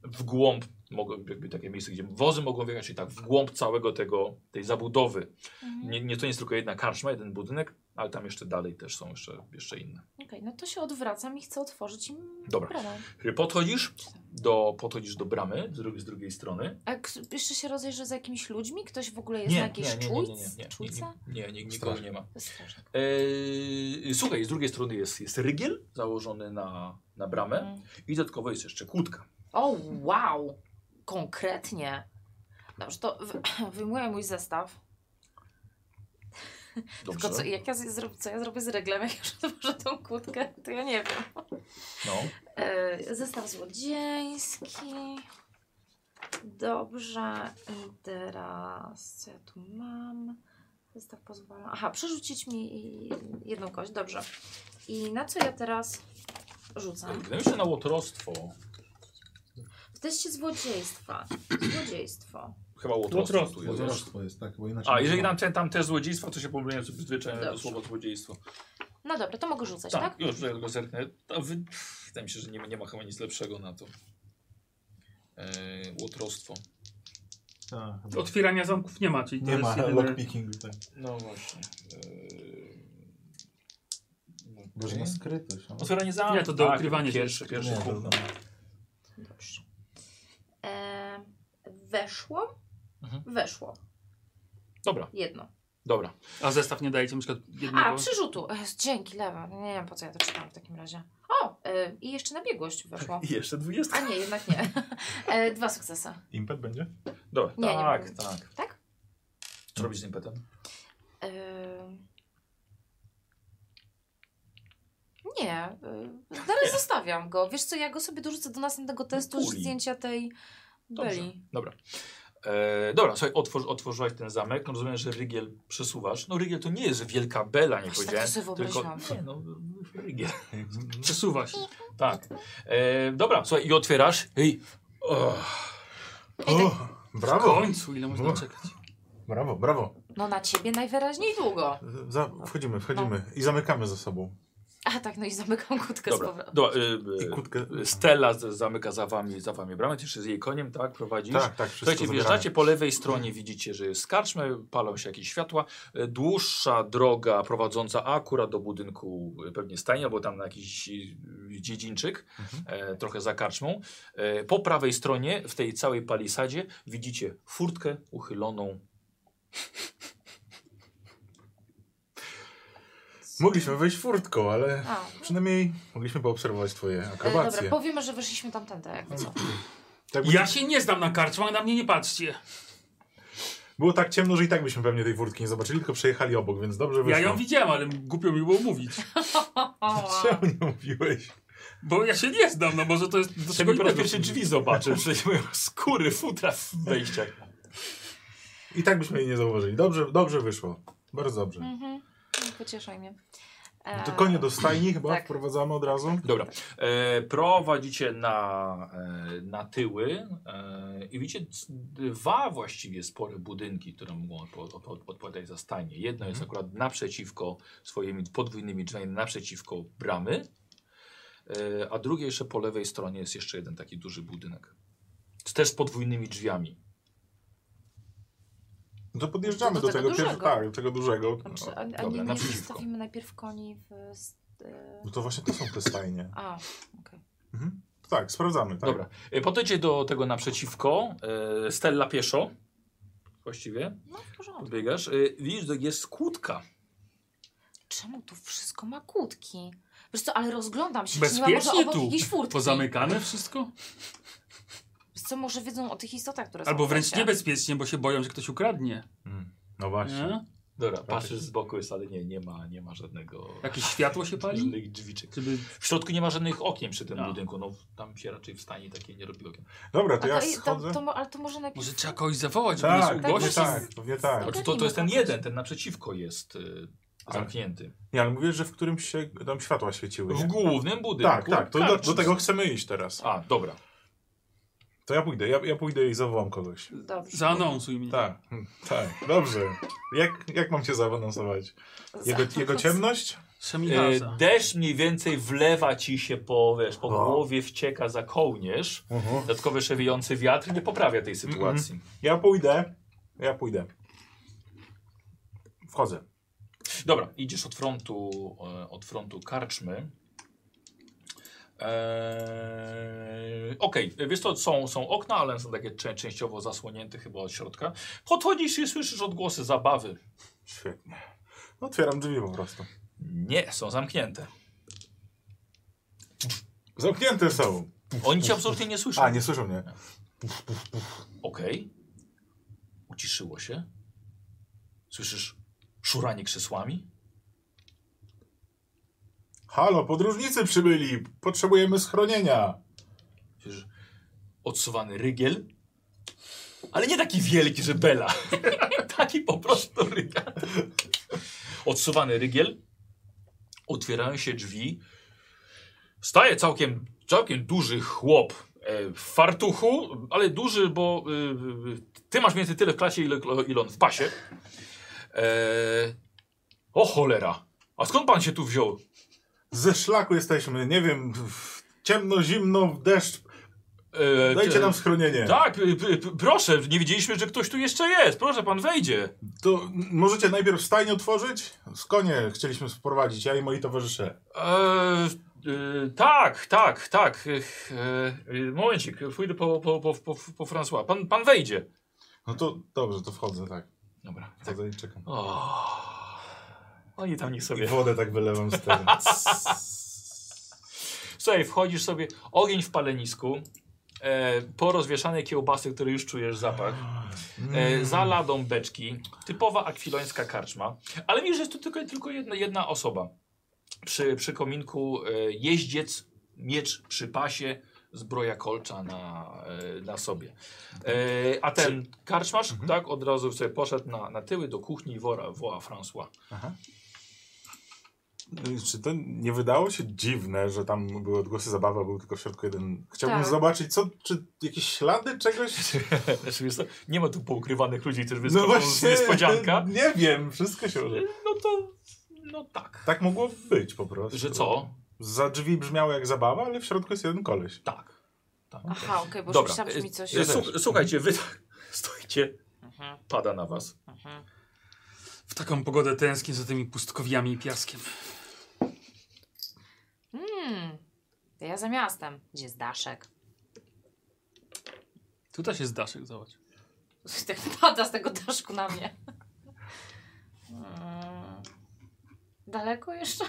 Speaker 1: w głąb, mogą, jakby takie miejsce, gdzie wozy mogą wjechać, czyli tak w głąb całego tego, tej zabudowy
Speaker 2: Mhm.
Speaker 1: nie, nie, to nie jest tylko jedna karczma, jeden budynek, ale tam jeszcze dalej też są jeszcze, jeszcze inne.
Speaker 2: Okej, no to się odwracam i chcę otworzyć im
Speaker 1: Dobra.
Speaker 2: bramę.
Speaker 1: Podchodzisz do, podchodzisz do bramy z, drugiej- z drugiej strony.
Speaker 2: A k- jeszcze się rozejrzę za jakimiś ludźmi? Ktoś w ogóle jest na jakiejś
Speaker 1: nie, nie, nie, nie, nie,
Speaker 2: czujce?
Speaker 1: nie,
Speaker 2: Czujce?
Speaker 1: nie, nie, nie, nikogo nie ma.
Speaker 2: To jest straszne.
Speaker 1: Eee, słuchaj, z drugiej strony jest, jest rygiel założony na, na bramę
Speaker 2: Mhm.
Speaker 1: i dodatkowo jest jeszcze kłódka.
Speaker 2: O, wow! Konkretnie. Dobrze, to wy- wyjmuję mój zestaw.
Speaker 1: Dobrze,
Speaker 2: Tylko co, jak ja z- zrobię, co ja zrobię z reglem, jak już otworzę tą kłódkę, to ja nie wiem.
Speaker 1: no.
Speaker 2: E, zestaw złodzieński. Dobrze, i teraz co ja tu mam? Zestaw pozwala. Aha, przerzucić mi i- jedną kość, dobrze. I na co ja teraz rzucam?
Speaker 1: Gdyby się na łotrostwo,
Speaker 2: W teście złodziejstwa. Złodziejstwo.
Speaker 1: chyba łotrostwo,
Speaker 4: Łotrostwo,
Speaker 1: tu jest.
Speaker 5: Zresztą jest, tak, bo inaczej...
Speaker 1: A,
Speaker 5: nie
Speaker 1: jeżeli
Speaker 5: ma.
Speaker 1: tam, tam też złodziejstwo, to się pomyliłem sobie zwyczajnie do
Speaker 2: Dobrze.
Speaker 1: słowa złodziejstwo.
Speaker 2: No dobra, to mogę rzucać,
Speaker 1: Tak,
Speaker 2: tak?
Speaker 1: już tutaj tylko zerknę. To wy... pff, Wydaje mi się, że nie, nie ma chyba nic lepszego na to. E, łotrostwo.
Speaker 5: Tak, chyba.
Speaker 4: Otwierania zamków nie ma, czyli to
Speaker 5: nie
Speaker 4: jest
Speaker 5: ma
Speaker 4: jedyne-
Speaker 5: lockpickingu, tak.
Speaker 1: No właśnie. E,
Speaker 5: Bo że na skrytość. no.
Speaker 1: Otwieranie zamku.
Speaker 4: Nie, to do odkrywania się.
Speaker 1: Tak, Pierwszy, pierwszy
Speaker 5: Nie, to-
Speaker 1: punkt.
Speaker 2: Dobrze. E, weszło?
Speaker 1: Mhm.
Speaker 2: Weszło.
Speaker 1: Dobra,
Speaker 2: Jedno.
Speaker 1: dobra.
Speaker 4: A zestaw nie dajecie na przykład jednego...
Speaker 2: A,
Speaker 1: No.
Speaker 2: przerzutu. E, dzięki, lewa. Nie wiem, po co ja to czytałam w takim razie. O, e, i jeszcze na biegłość weszło.
Speaker 1: I jeszcze dwudziestka.
Speaker 2: A nie, jednak nie. E, dwa sukcesy.
Speaker 3: Impet będzie?
Speaker 1: Dobra,
Speaker 2: Nie, nie
Speaker 1: tak,
Speaker 2: mogę.
Speaker 1: tak.
Speaker 2: Tak?
Speaker 1: Co robisz z impetem?
Speaker 2: E, nie, e, dalej
Speaker 1: Nie.
Speaker 2: zostawiam go. Wiesz co, ja go sobie dorzucę do następnego testu
Speaker 1: Puli.
Speaker 2: zdjęcia tej
Speaker 1: Dobrze.
Speaker 2: beli.
Speaker 1: Dobra. E, dobra, słuchaj, otwor, otworzyłaś ten zamek. No rozumiem, że rygiel przesuwasz. No rygiel to nie jest wielka bela, nie
Speaker 2: Właśnie tak
Speaker 1: powiedziałem.
Speaker 2: to sobie
Speaker 1: tylko,
Speaker 2: wyobraziłam.
Speaker 1: nie, no rygiel.
Speaker 4: Przesuwa się.
Speaker 1: Tak. E, dobra, słuchaj, i otwierasz. I. Och,
Speaker 3: O,
Speaker 2: tak.
Speaker 4: W
Speaker 3: brawo,
Speaker 4: końcu, ile można
Speaker 3: Brawo.
Speaker 4: czekać.
Speaker 3: brawo, brawo.
Speaker 2: No na ciebie najwyraźniej długo. No.
Speaker 3: Za, wchodzimy, wchodzimy i zamykamy za sobą.
Speaker 2: A tak, no i zamykam kłódkę z
Speaker 1: Dobra.
Speaker 2: powrotem.
Speaker 1: Dobra y, y,
Speaker 10: I kutkę.
Speaker 1: Stella z, zamyka za wami, za wami bramę, ty jeszcze z jej koniem, tak? Prowadzisz.
Speaker 10: Tak, tak, wszystko
Speaker 1: Słuchajcie,
Speaker 10: zabieramy.
Speaker 1: wjeżdżacie po lewej stronie, widzicie, że jest karczmy, palą się jakieś światła. E, Dłuższa droga prowadząca akurat do budynku, e, pewnie stajnia, bo tam na jakiś e, dziedzińczyk,
Speaker 10: Mhm.
Speaker 1: e, trochę za karczmą. E, po prawej stronie, w tej całej palisadzie, widzicie furtkę uchyloną.
Speaker 5: Mogliśmy wejść furtką, ale
Speaker 2: A,
Speaker 5: przynajmniej mogliśmy poobserwować twoje
Speaker 2: e, dobra,
Speaker 5: akrobacje.
Speaker 2: powiemy, że wyszliśmy tamtędy, jakby co.
Speaker 5: Tak by-
Speaker 4: Ja się nie znam na karczmach, na mnie nie patrzcie.
Speaker 5: Było tak ciemno, że i tak byśmy pewnie tej furtki nie zobaczyli, tylko przejechali obok, więc dobrze
Speaker 4: Ja
Speaker 5: wyszło.
Speaker 4: ją widziałem, ale głupio mi było mówić.
Speaker 2: O,
Speaker 5: Czemu nie mówiłeś?
Speaker 4: Bo ja się nie znam, no może to jest do czego
Speaker 1: Żeby po raz
Speaker 4: innego.
Speaker 1: pierwszy drzwi zobaczył, przecież mają skóry, futra w wejściach.
Speaker 5: I tak byśmy jej nie zauważyli. Dobrze, dobrze wyszło. Bardzo dobrze.
Speaker 2: mhm. Pocieszaj mnie. E,
Speaker 5: No To konie do stajni chyba
Speaker 2: tak.
Speaker 5: wprowadzamy od razu.
Speaker 1: Dobra. E, prowadzicie na, e, na tyły e, i widzicie c- dwa właściwie spore budynki, które mogą odpo- odpo- odpo- odpowiadać za stajnie. Jedno jest akurat naprzeciwko swoimi podwójnymi drzwiami, naprzeciwko bramy, e, a drugie jeszcze po lewej stronie jest jeszcze jeden taki duży budynek. Z- Też z podwójnymi drzwiami.
Speaker 5: No to podjeżdżamy
Speaker 2: To
Speaker 5: do,
Speaker 2: do
Speaker 5: tego,
Speaker 2: tego
Speaker 5: pierwszego.
Speaker 2: dużego.
Speaker 5: Tak, do tego dużego.
Speaker 2: A, czy,
Speaker 5: No,
Speaker 2: a, a
Speaker 1: dobra,
Speaker 2: nie, nie
Speaker 1: naprzeciwko.
Speaker 2: zostawimy najpierw koni w... s- e,
Speaker 5: no to właśnie to są te stajnie.
Speaker 2: A,
Speaker 5: Mhm. Tak, sprawdzamy. Tak.
Speaker 1: Dobra. E, podejdźcie do tego naprzeciwko. E, Stella pieszo. Właściwie.
Speaker 2: no w porządku.
Speaker 1: Podbiegasz. E, widzisz, że jest kłódka.
Speaker 2: Czemu tu wszystko ma kłódki? Wiesz co, ale rozglądam się, czy nie ma może
Speaker 4: Bezpiecznie
Speaker 2: obok
Speaker 4: tu.
Speaker 2: jakiejś furtki.
Speaker 4: Pozamykane wszystko?
Speaker 2: Wiesz co, może wiedzą o tych istotach, które są
Speaker 4: Albo
Speaker 2: w
Speaker 4: wręcz
Speaker 2: lesie.
Speaker 4: niebezpiecznie, bo się boją, że ktoś ukradnie.
Speaker 5: No właśnie.
Speaker 4: Nie?
Speaker 1: Dobra, patrzysz z boku, jest, ale nie, nie ma, nie ma żadnego,
Speaker 4: Jakieś światło się pali?
Speaker 1: żadnych drzwiczek.
Speaker 4: Żeby...
Speaker 1: W środku nie ma żadnych okien przy tym
Speaker 4: A.
Speaker 1: budynku, no tam się raczej w stanie takiej nie robi okien.
Speaker 5: Dobra,
Speaker 2: A
Speaker 5: to ja
Speaker 2: i-
Speaker 5: schodzę.
Speaker 2: to, mo- ale to może najpierw...
Speaker 4: Może trzeba kogoś zawołać, żeby
Speaker 5: Tak,
Speaker 4: nas
Speaker 2: bo
Speaker 5: pewnie
Speaker 4: ugłosić?
Speaker 2: się
Speaker 5: tak, pewnie tak.
Speaker 1: To,
Speaker 2: Okej,
Speaker 1: to, to jest ten
Speaker 2: można
Speaker 1: jeden, ten naprzeciwko jest y,
Speaker 5: Ale-
Speaker 1: zamknięty.
Speaker 5: Nie, ale mówisz, że w którymś się tam światła świeciły.
Speaker 1: W
Speaker 5: Nie?
Speaker 1: głównym budynku.
Speaker 5: Tak, tak, to do,
Speaker 1: Karczmy.
Speaker 5: do tego chcemy iść teraz.
Speaker 1: A, dobra.
Speaker 5: To ja pójdę, ja, ja pójdę i zawołam kogoś.
Speaker 2: Dobrze.
Speaker 4: Zaanonsuj mnie.
Speaker 5: Tak, hmm, tak, dobrze. Jak, jak mam się zaawansować? Jego, jego ciemność?
Speaker 1: E,
Speaker 4: Szemilarza.
Speaker 1: deszcz mniej więcej wlewa ci się po, wiesz, po
Speaker 5: O.
Speaker 1: głowie, wcieka za kołnierz.
Speaker 5: Mhm.
Speaker 1: Dodatkowy szewiejący wiatr nie poprawia tej sytuacji.
Speaker 5: Ja pójdę, ja pójdę. Wchodzę.
Speaker 1: Dobra, idziesz od frontu, e, od frontu karczmy. Eee, Okej, wiesz co, są, są okna, ale są takie czę- częściowo zasłonięte chyba od środka. Podchodzisz i słyszysz odgłosy zabawy.
Speaker 5: Świetnie. Otwieram drzwi po prostu.
Speaker 1: Nie, są zamknięte.
Speaker 5: Zamknięte są.
Speaker 1: Oni cię absolutnie nie słyszą.
Speaker 5: A, nie słyszą mnie.
Speaker 1: Okej. Uciszyło się. Słyszysz szuranie krzesłami?
Speaker 5: Halo, podróżnicy przybyli. Potrzebujemy schronienia.
Speaker 1: Słyszysz odsuwany rygiel? Ale nie taki wielki, że bela. taki po prostu rygiel. Odsuwany rygiel. Otwierają się drzwi. Staje całkiem, całkiem duży chłop e, w fartuchu, ale duży, bo y, y, ty masz więcej tyle w klasie, ile, ile on w pasie. E, o cholera. A skąd pan się tu wziął?
Speaker 5: Ze szlaku jesteśmy, nie wiem, w- ciemno, zimno, deszcz.
Speaker 1: E,
Speaker 5: Dajcie
Speaker 1: ty-
Speaker 5: nam schronienie.
Speaker 1: Tak, y, p- p- proszę, nie widzieliśmy, że ktoś tu jeszcze jest. Proszę, pan wejdzie.
Speaker 5: To m- możecie najpierw stajnię otworzyć? Z konie chcieliśmy sprowadzić, ja i moi towarzysze.
Speaker 1: Eee, y, tak, tak, tak. Ech, e, momencik, pójdę po, po, po, po, po François. Pan, pan wejdzie.
Speaker 5: No to dobrze, to wchodzę, tak.
Speaker 1: Dobra. Tak.
Speaker 5: Wchodzę i czekam.
Speaker 1: O, oni tam niech
Speaker 5: I
Speaker 1: sobie.
Speaker 5: wodę tak wylewam z tego.
Speaker 1: Słuchaj, wchodzisz sobie, ogień w palenisku, e, porozwieszane kiełbasy, które już czujesz zapach, e, za ladą beczki, typowa akwilońska karczma, ale wiesz, że jest tu tylko, tylko jedna, jedna osoba. Przy, przy kominku e, jeździec, miecz przy pasie, zbroja kolcza na, e, na sobie. E, a ten karczmarz, tak, od razu sobie poszedł na, na tyły do kuchni i wora, woła François.
Speaker 5: Czy to nie wydało się dziwne, że tam były odgłosy zabawy, a był tylko w środku jeden... Chciałbym
Speaker 2: Tak.
Speaker 5: zobaczyć, co, czy jakieś ślady czegoś?
Speaker 1: Znaczy, wiesz co, nie ma tu poukrywanych ludzi, którzy
Speaker 5: No
Speaker 1: wyskoczą z
Speaker 5: właśnie,
Speaker 1: niespodzianka.
Speaker 5: nie wiem, wszystko się może...
Speaker 1: No to No tak. No
Speaker 3: Tak mogło być po prostu.
Speaker 1: Że co?
Speaker 3: Za drzwi brzmiało jak zabawa, ale w środku jest jeden koleś.
Speaker 1: Tak. tak.
Speaker 2: Aha, okej, bo już
Speaker 1: Dobra.
Speaker 2: myślałam, że mi coś...
Speaker 1: E, słuch- Słuchajcie, wy stoicie,
Speaker 2: Mhm,
Speaker 1: pada na was.
Speaker 2: mhm.
Speaker 4: W taką pogodę tęsknię za tymi pustkowiami i piaskiem.
Speaker 2: Hmm, to ja za miastem. Gdzie jest Daszek?
Speaker 4: Tutaj się zdaszek, zobacz.
Speaker 2: Tak pada z tego Daszku na mnie. Mm. Daleko jeszcze?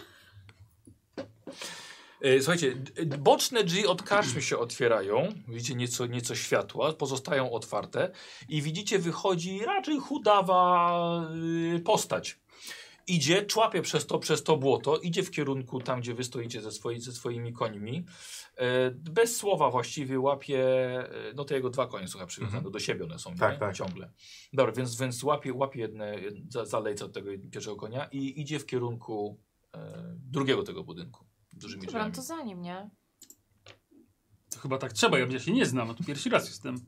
Speaker 1: E, Słuchajcie, d- d- boczne drzwi od karczmy się otwierają. Widzicie nieco, nieco światła, pozostają otwarte i widzicie wychodzi raczej chudawa y, postać. Idzie, człapie przez to, przez to błoto, idzie w kierunku tam, gdzie wy stoicie ze, swoi, ze swoimi końmi. E, Bez słowa właściwie łapie, e, no to jego dwa konie, słuchaj, przywiązane do siebie one są,
Speaker 3: Tak,
Speaker 1: nie?
Speaker 3: tak.
Speaker 1: ciągle. Dobra, więc, więc łapie, łapie jedne, jed- za- zalejce od tego pierwszego konia i idzie w kierunku e, drugiego tego budynku. z Dużymi
Speaker 2: Dobra, no
Speaker 1: drzwiami.
Speaker 2: to za nim, nie?
Speaker 4: To chyba tak trzeba, ja się nie znam, a tu pierwszy raz jestem.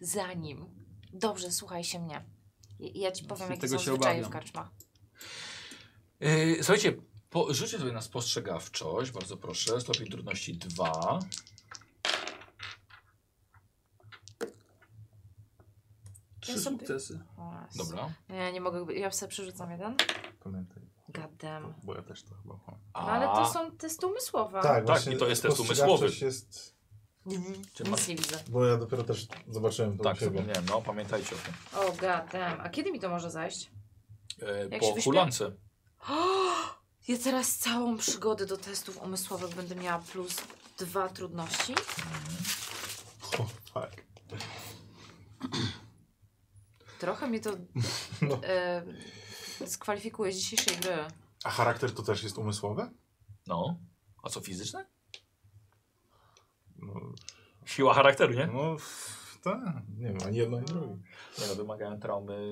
Speaker 2: Za nim. Dobrze, słuchaj się mnie. Ja, ja ci powiem, jakie
Speaker 4: tego
Speaker 2: są
Speaker 4: się
Speaker 2: zwyczaje
Speaker 4: obawiam.
Speaker 2: w karczmach.
Speaker 1: E, słuchajcie, po, rzućcie sobie na spostrzegawczość, bardzo proszę. Stopień trudności 2.
Speaker 4: Trzy
Speaker 2: Ja sobie-
Speaker 4: sukcesy.
Speaker 2: O, raz.
Speaker 1: Dobra.
Speaker 2: Nie, nie mogę. Ja sobie przerzucam jeden.
Speaker 5: Pamiętaj,
Speaker 2: Gadem.
Speaker 5: bo- bo ja też to chyba. mam.
Speaker 1: A,
Speaker 2: No, ale to są testy umysłowe.
Speaker 1: właśnie Tak, i to jest test umysłowy.
Speaker 5: Tak, spostrzegawczość Jest,
Speaker 1: Czy masz,
Speaker 2: Nic nie widzę.
Speaker 5: bo ja dopiero też zobaczyłem to
Speaker 1: tak,
Speaker 5: u ciebie.
Speaker 1: zapomniałem, no pamiętajcie o tym.
Speaker 2: O, gadem. A kiedy mi to może zajść?
Speaker 1: E,
Speaker 2: Jak
Speaker 1: po
Speaker 2: się wyśpie-
Speaker 1: hulance.
Speaker 2: Ja teraz całą przygodę do testów umysłowych będę miała plus dwa trudności.
Speaker 5: O, fuck.
Speaker 2: Trochę mnie to
Speaker 5: No.
Speaker 2: e, dyskwalifikuje z dzisiejszej gry.
Speaker 3: A charakter to też jest umysłowy?
Speaker 1: No. A co fizyczne?
Speaker 5: No,
Speaker 1: Siła charakteru, nie?
Speaker 5: no f- tak, nie wiem, ani jedno, ani drugie.
Speaker 1: Nie no, wymagają traumy.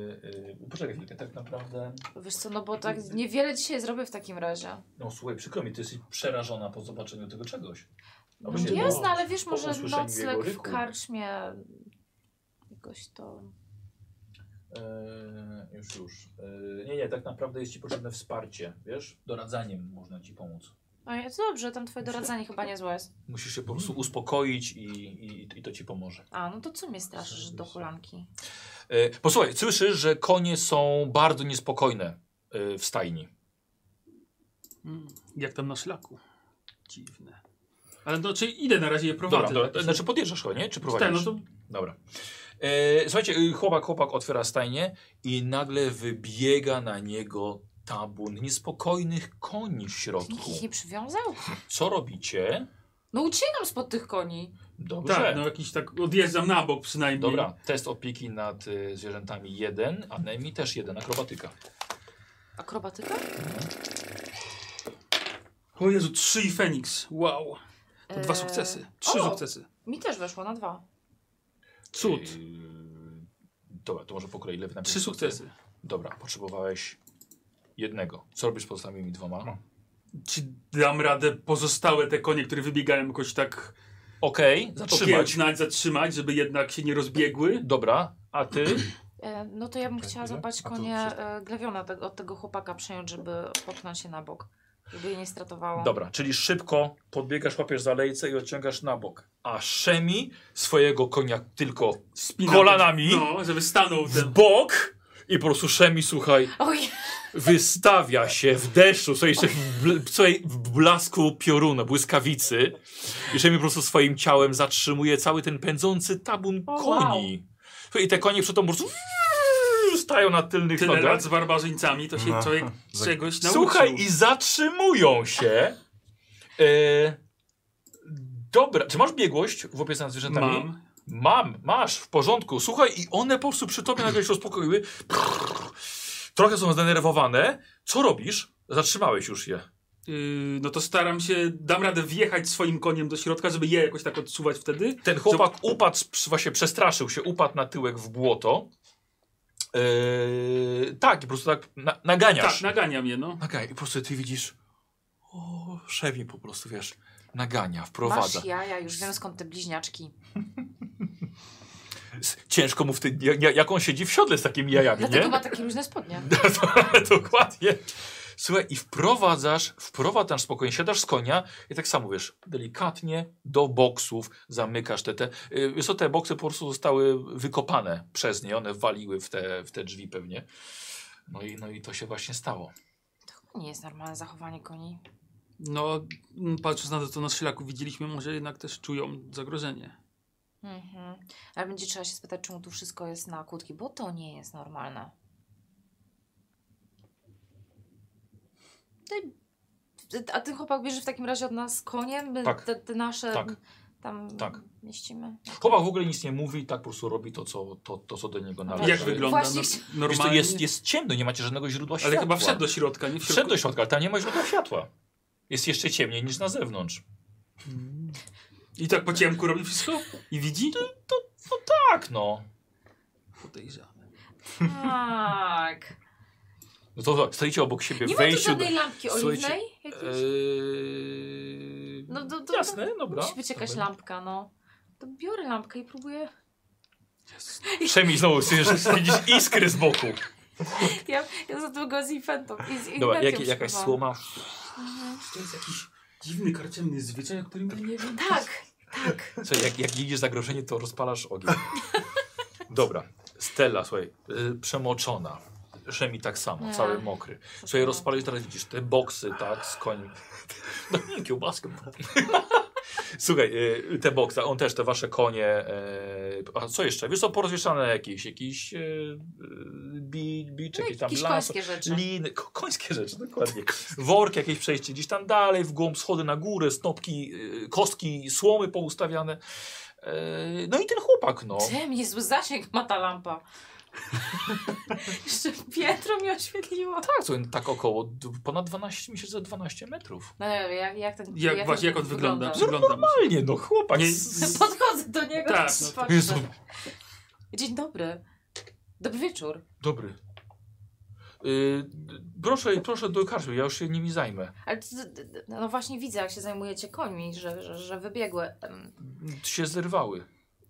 Speaker 1: Yy, poczekaj chwilkę, tak naprawdę.
Speaker 2: Wiesz co, no bo tak niewiele dzisiaj zrobię w takim razie.
Speaker 1: No słuchaj, przykro mi, ty jesteś przerażona po zobaczeniu tego czegoś.
Speaker 2: No,
Speaker 1: bo się-
Speaker 2: jasne, ale wiesz,
Speaker 1: po
Speaker 2: może
Speaker 1: usłyszeniu jego
Speaker 2: nocleg w
Speaker 1: ryku.
Speaker 2: karczmie jakoś to...
Speaker 1: E, już, już. E, nie, nie, tak naprawdę jest ci potrzebne wsparcie, wiesz? Doradzaniem można ci pomóc.
Speaker 2: No i dobrze, tam twoje doradzanie chyba niezłe jest.
Speaker 1: Musisz się po prostu uspokoić i, i, i to ci pomoże.
Speaker 2: A, no to co mnie straszysz do hulanki?
Speaker 1: E, posłuchaj, słyszysz, że konie są bardzo niespokojne e, w stajni.
Speaker 4: Mm, jak tam na szlaku. Dziwne. Ale no, czy idę na razie je prowadzę.
Speaker 1: Dobra, dobra,
Speaker 4: Tak,
Speaker 1: znaczy podjeżdżasz go, nie? Czy
Speaker 4: tak, no
Speaker 1: prowadzisz?
Speaker 4: to
Speaker 1: Dobra. E, słuchajcie, y, chłopak, chłopak otwiera stajnię i nagle wybiega na niego tabun niespokojnych koni w
Speaker 2: Nikt
Speaker 1: środku.
Speaker 2: ich nie przywiązał?
Speaker 1: Co robicie?
Speaker 2: No uciekam spod tych koni.
Speaker 1: Dobrze.
Speaker 4: tak, no jakiś tak odjeżdżam na bok przynajmniej.
Speaker 1: Dobra, test opieki nad y, zwierzętami jeden, a Nemi też jeden, akrobatyka.
Speaker 2: Akrobatyka?
Speaker 4: O Jezu, trzy i Feniks. Wow. To dwa
Speaker 2: Eee,
Speaker 4: sukcesy. Trzy
Speaker 2: o!
Speaker 4: sukcesy.
Speaker 2: Mi też weszło na dwa.
Speaker 4: Cud.
Speaker 1: Y, dobra, to może po kolei lewy na
Speaker 4: Trzy sukcesy.
Speaker 1: Dobra, potrzebowałeś jednego. Co robisz z pozostałymi dwoma?
Speaker 4: Czy dam radę pozostałe te konie, które wybiegają jakoś tak
Speaker 1: Okej, zatrzymać.
Speaker 4: opiełznać, zatrzymać, żeby jednak się nie rozbiegły?
Speaker 1: Dobra, a ty?
Speaker 2: E, no to ja bym
Speaker 5: Czekaj
Speaker 2: chciała
Speaker 5: chwilę.
Speaker 2: zobaczyć
Speaker 5: A to
Speaker 2: konie
Speaker 5: wszystko.
Speaker 2: e, glewiona tego, od tego chłopaka przejąć, żeby popchnąć się na bok. Żeby jej nie stratowało.
Speaker 1: Dobra, czyli szybko podbiegasz, łapiesz za lejce i odciągasz na bok. A Szemi swojego konia tylko
Speaker 4: Spinam.
Speaker 1: kolanami
Speaker 4: No, żeby stanął
Speaker 1: w
Speaker 4: ten.
Speaker 1: bok i po prostu Szemi, słuchaj,
Speaker 2: Oj,
Speaker 1: wystawia się w deszczu, słuchaj, jeszcze w, bl- słuchaj, w blasku pioruna, błyskawicy. I Szemi po prostu swoim ciałem zatrzymuje cały ten pędzący tabun
Speaker 2: O,
Speaker 1: koni. Słuchaj, I te konie przy tym po prostu stają na tylnych
Speaker 4: Tyle
Speaker 1: nogach.
Speaker 4: lat z barbarzyńcami, to się
Speaker 5: No.
Speaker 4: człowiek czegoś nauczył.
Speaker 1: Słuchaj, i zatrzymują się. E, dobra, czy masz biegłość w opiece nad zwierzętami?
Speaker 4: Mam.
Speaker 1: Mam, masz, w porządku. Słuchaj, i one po prostu przy tobie nagle się uspokoiły. Trochę są zdenerwowane. Co robisz? Zatrzymałeś już je.
Speaker 4: Yy, no to staram się, dam radę wjechać swoim koniem do środka, żeby je jakoś tak odsuwać wtedy.
Speaker 1: Ten chłopak upadł, przy- właśnie przestraszył się, upadł na tyłek w błoto. E, tak, i po prostu tak na, naganiasz.
Speaker 4: Tak, naganiam je, no.
Speaker 1: Nagaj, i po prostu ty widzisz. O, Szemi po prostu, wiesz, nagania, wprowadza.
Speaker 2: masz jaja, już wiem skąd te bliźniaczki.
Speaker 1: S- Ciężko mu wtedy, ja- ja- jak on siedzi w siodle z takimi jajami,
Speaker 2: Dlatego
Speaker 1: nie?
Speaker 2: ma takie luźne spodnie.
Speaker 1: Dokładnie. Słuchaj, i wprowadzasz, wprowadzasz spokojnie, siadasz z konia i tak samo wiesz, delikatnie do boksów zamykasz te. te y, wiesz co, te boksy po prostu zostały wykopane przez nie, one waliły w te, w te drzwi pewnie. No i, no i to się właśnie stało.
Speaker 2: To nie jest normalne zachowanie koni.
Speaker 4: No, m, patrząc na to, co na szlaku widzieliśmy, może jednak też czują zagrożenie.
Speaker 2: Mhm. Ale będzie trzeba się spytać, czemu tu wszystko jest na kłódki, bo to nie jest normalne. Ty- ty- A ten chłopak bierze w takim razie od nas koniem? My
Speaker 1: Tak.
Speaker 2: Te, te nasze
Speaker 1: Tak.
Speaker 2: tam
Speaker 1: Tak.
Speaker 2: mieścimy?
Speaker 1: Chłopak w ogóle nic nie mówi, tak po prostu robi to, co, to, to, co do niego należy.
Speaker 4: Jak wygląda?
Speaker 2: Właśnie
Speaker 4: No,
Speaker 2: chci-
Speaker 1: Tak. Wiesz co,
Speaker 4: normalnie.
Speaker 1: jest, jest ciemno, nie macie żadnego źródła
Speaker 4: ale
Speaker 1: światła.
Speaker 4: chyba wszedł do środka, nie w środku.
Speaker 1: Wszedł do środka, ale tam nie ma źródła światła. Jest jeszcze ciemniej niż na zewnątrz.
Speaker 4: I tak po ciemku robi wszystko? I widzi?
Speaker 1: Tak, no.
Speaker 4: Podejrzane.
Speaker 2: Tak.
Speaker 1: No to to stoicie obok siebie
Speaker 2: Nie
Speaker 1: w
Speaker 2: ma tu
Speaker 1: wejściu. do-
Speaker 2: żadnej lampki
Speaker 1: Słuchajcie, e,
Speaker 2: oliwnej? Jakiejś?
Speaker 1: Eee,
Speaker 2: No to, to,
Speaker 1: Jasne,
Speaker 2: to
Speaker 1: dobra.
Speaker 2: musi być jakaś
Speaker 1: Dobra.
Speaker 2: lampka, no. To biorę lampkę i próbuję...
Speaker 1: Przemij znowu, widzisz widzisz iskry z boku.
Speaker 2: Ja, ja za długo z infentą. I z
Speaker 1: Dobra,
Speaker 2: infencją
Speaker 1: jak, jakaś
Speaker 2: spróbowałam.
Speaker 1: słoma.
Speaker 4: To jest jakiś dziwny, karczemny zwyczaj, o którym nie wiem.
Speaker 2: Tak, tak.
Speaker 1: Co, jak, jak idziesz zagrożenie, to rozpalasz ogień. Dobra, Stella, słuchaj, y, przemoczona. Szemi tak samo,
Speaker 2: Nie.
Speaker 1: cały mokry. Słuchaj, rozpalisz, teraz widzisz te boksy, tak, z koniem. No nie, kiełbaskę. Słuchaj, y, te boksy, on też, te wasze konie. y, A co jeszcze? Wiesz co, porozwieszane jakieś, jakieś y, y, bi, bicze,
Speaker 2: No,
Speaker 1: jakieś tam
Speaker 2: jakieś
Speaker 1: lampy.
Speaker 2: końskie rzeczy.
Speaker 1: Liny, ko końskie rzeczy, dokładnie.
Speaker 4: Tak.
Speaker 1: Worki, jakieś przejście gdzieś tam dalej, w głąb, schody na górę, snopki, yy, kostki, słomy poustawiane. Yy, No i ten chłopak, no.
Speaker 4: Tak.
Speaker 2: Czym niezły zasięg ma ta lampa? Jeszcze piętro mi oświetliło.
Speaker 1: Tak, co, tak około d- ponad 12, myślę, że 12 metrów.
Speaker 2: No nie wiem, jak, jak ten
Speaker 4: Jak, właśnie, jak
Speaker 2: ten
Speaker 4: on
Speaker 2: wygląda?
Speaker 4: wygląda? Przyglądam mu się.
Speaker 1: Normalnie, no chłopak.
Speaker 4: Nie-
Speaker 1: z-
Speaker 2: Podchodzę do niego
Speaker 4: Tak,
Speaker 2: i
Speaker 4: no to-
Speaker 2: patrzę.
Speaker 1: Jezu,
Speaker 2: Dzień dobry. Dobry wieczór.
Speaker 1: dobry. Yy, d- proszę, proszę do karczmy, ja już się nimi zajmę.
Speaker 2: Ale ty- ty- ty- no właśnie widzę, jak się zajmujecie końmi, że, że, że wybiegły. Em,
Speaker 1: Się zerwały.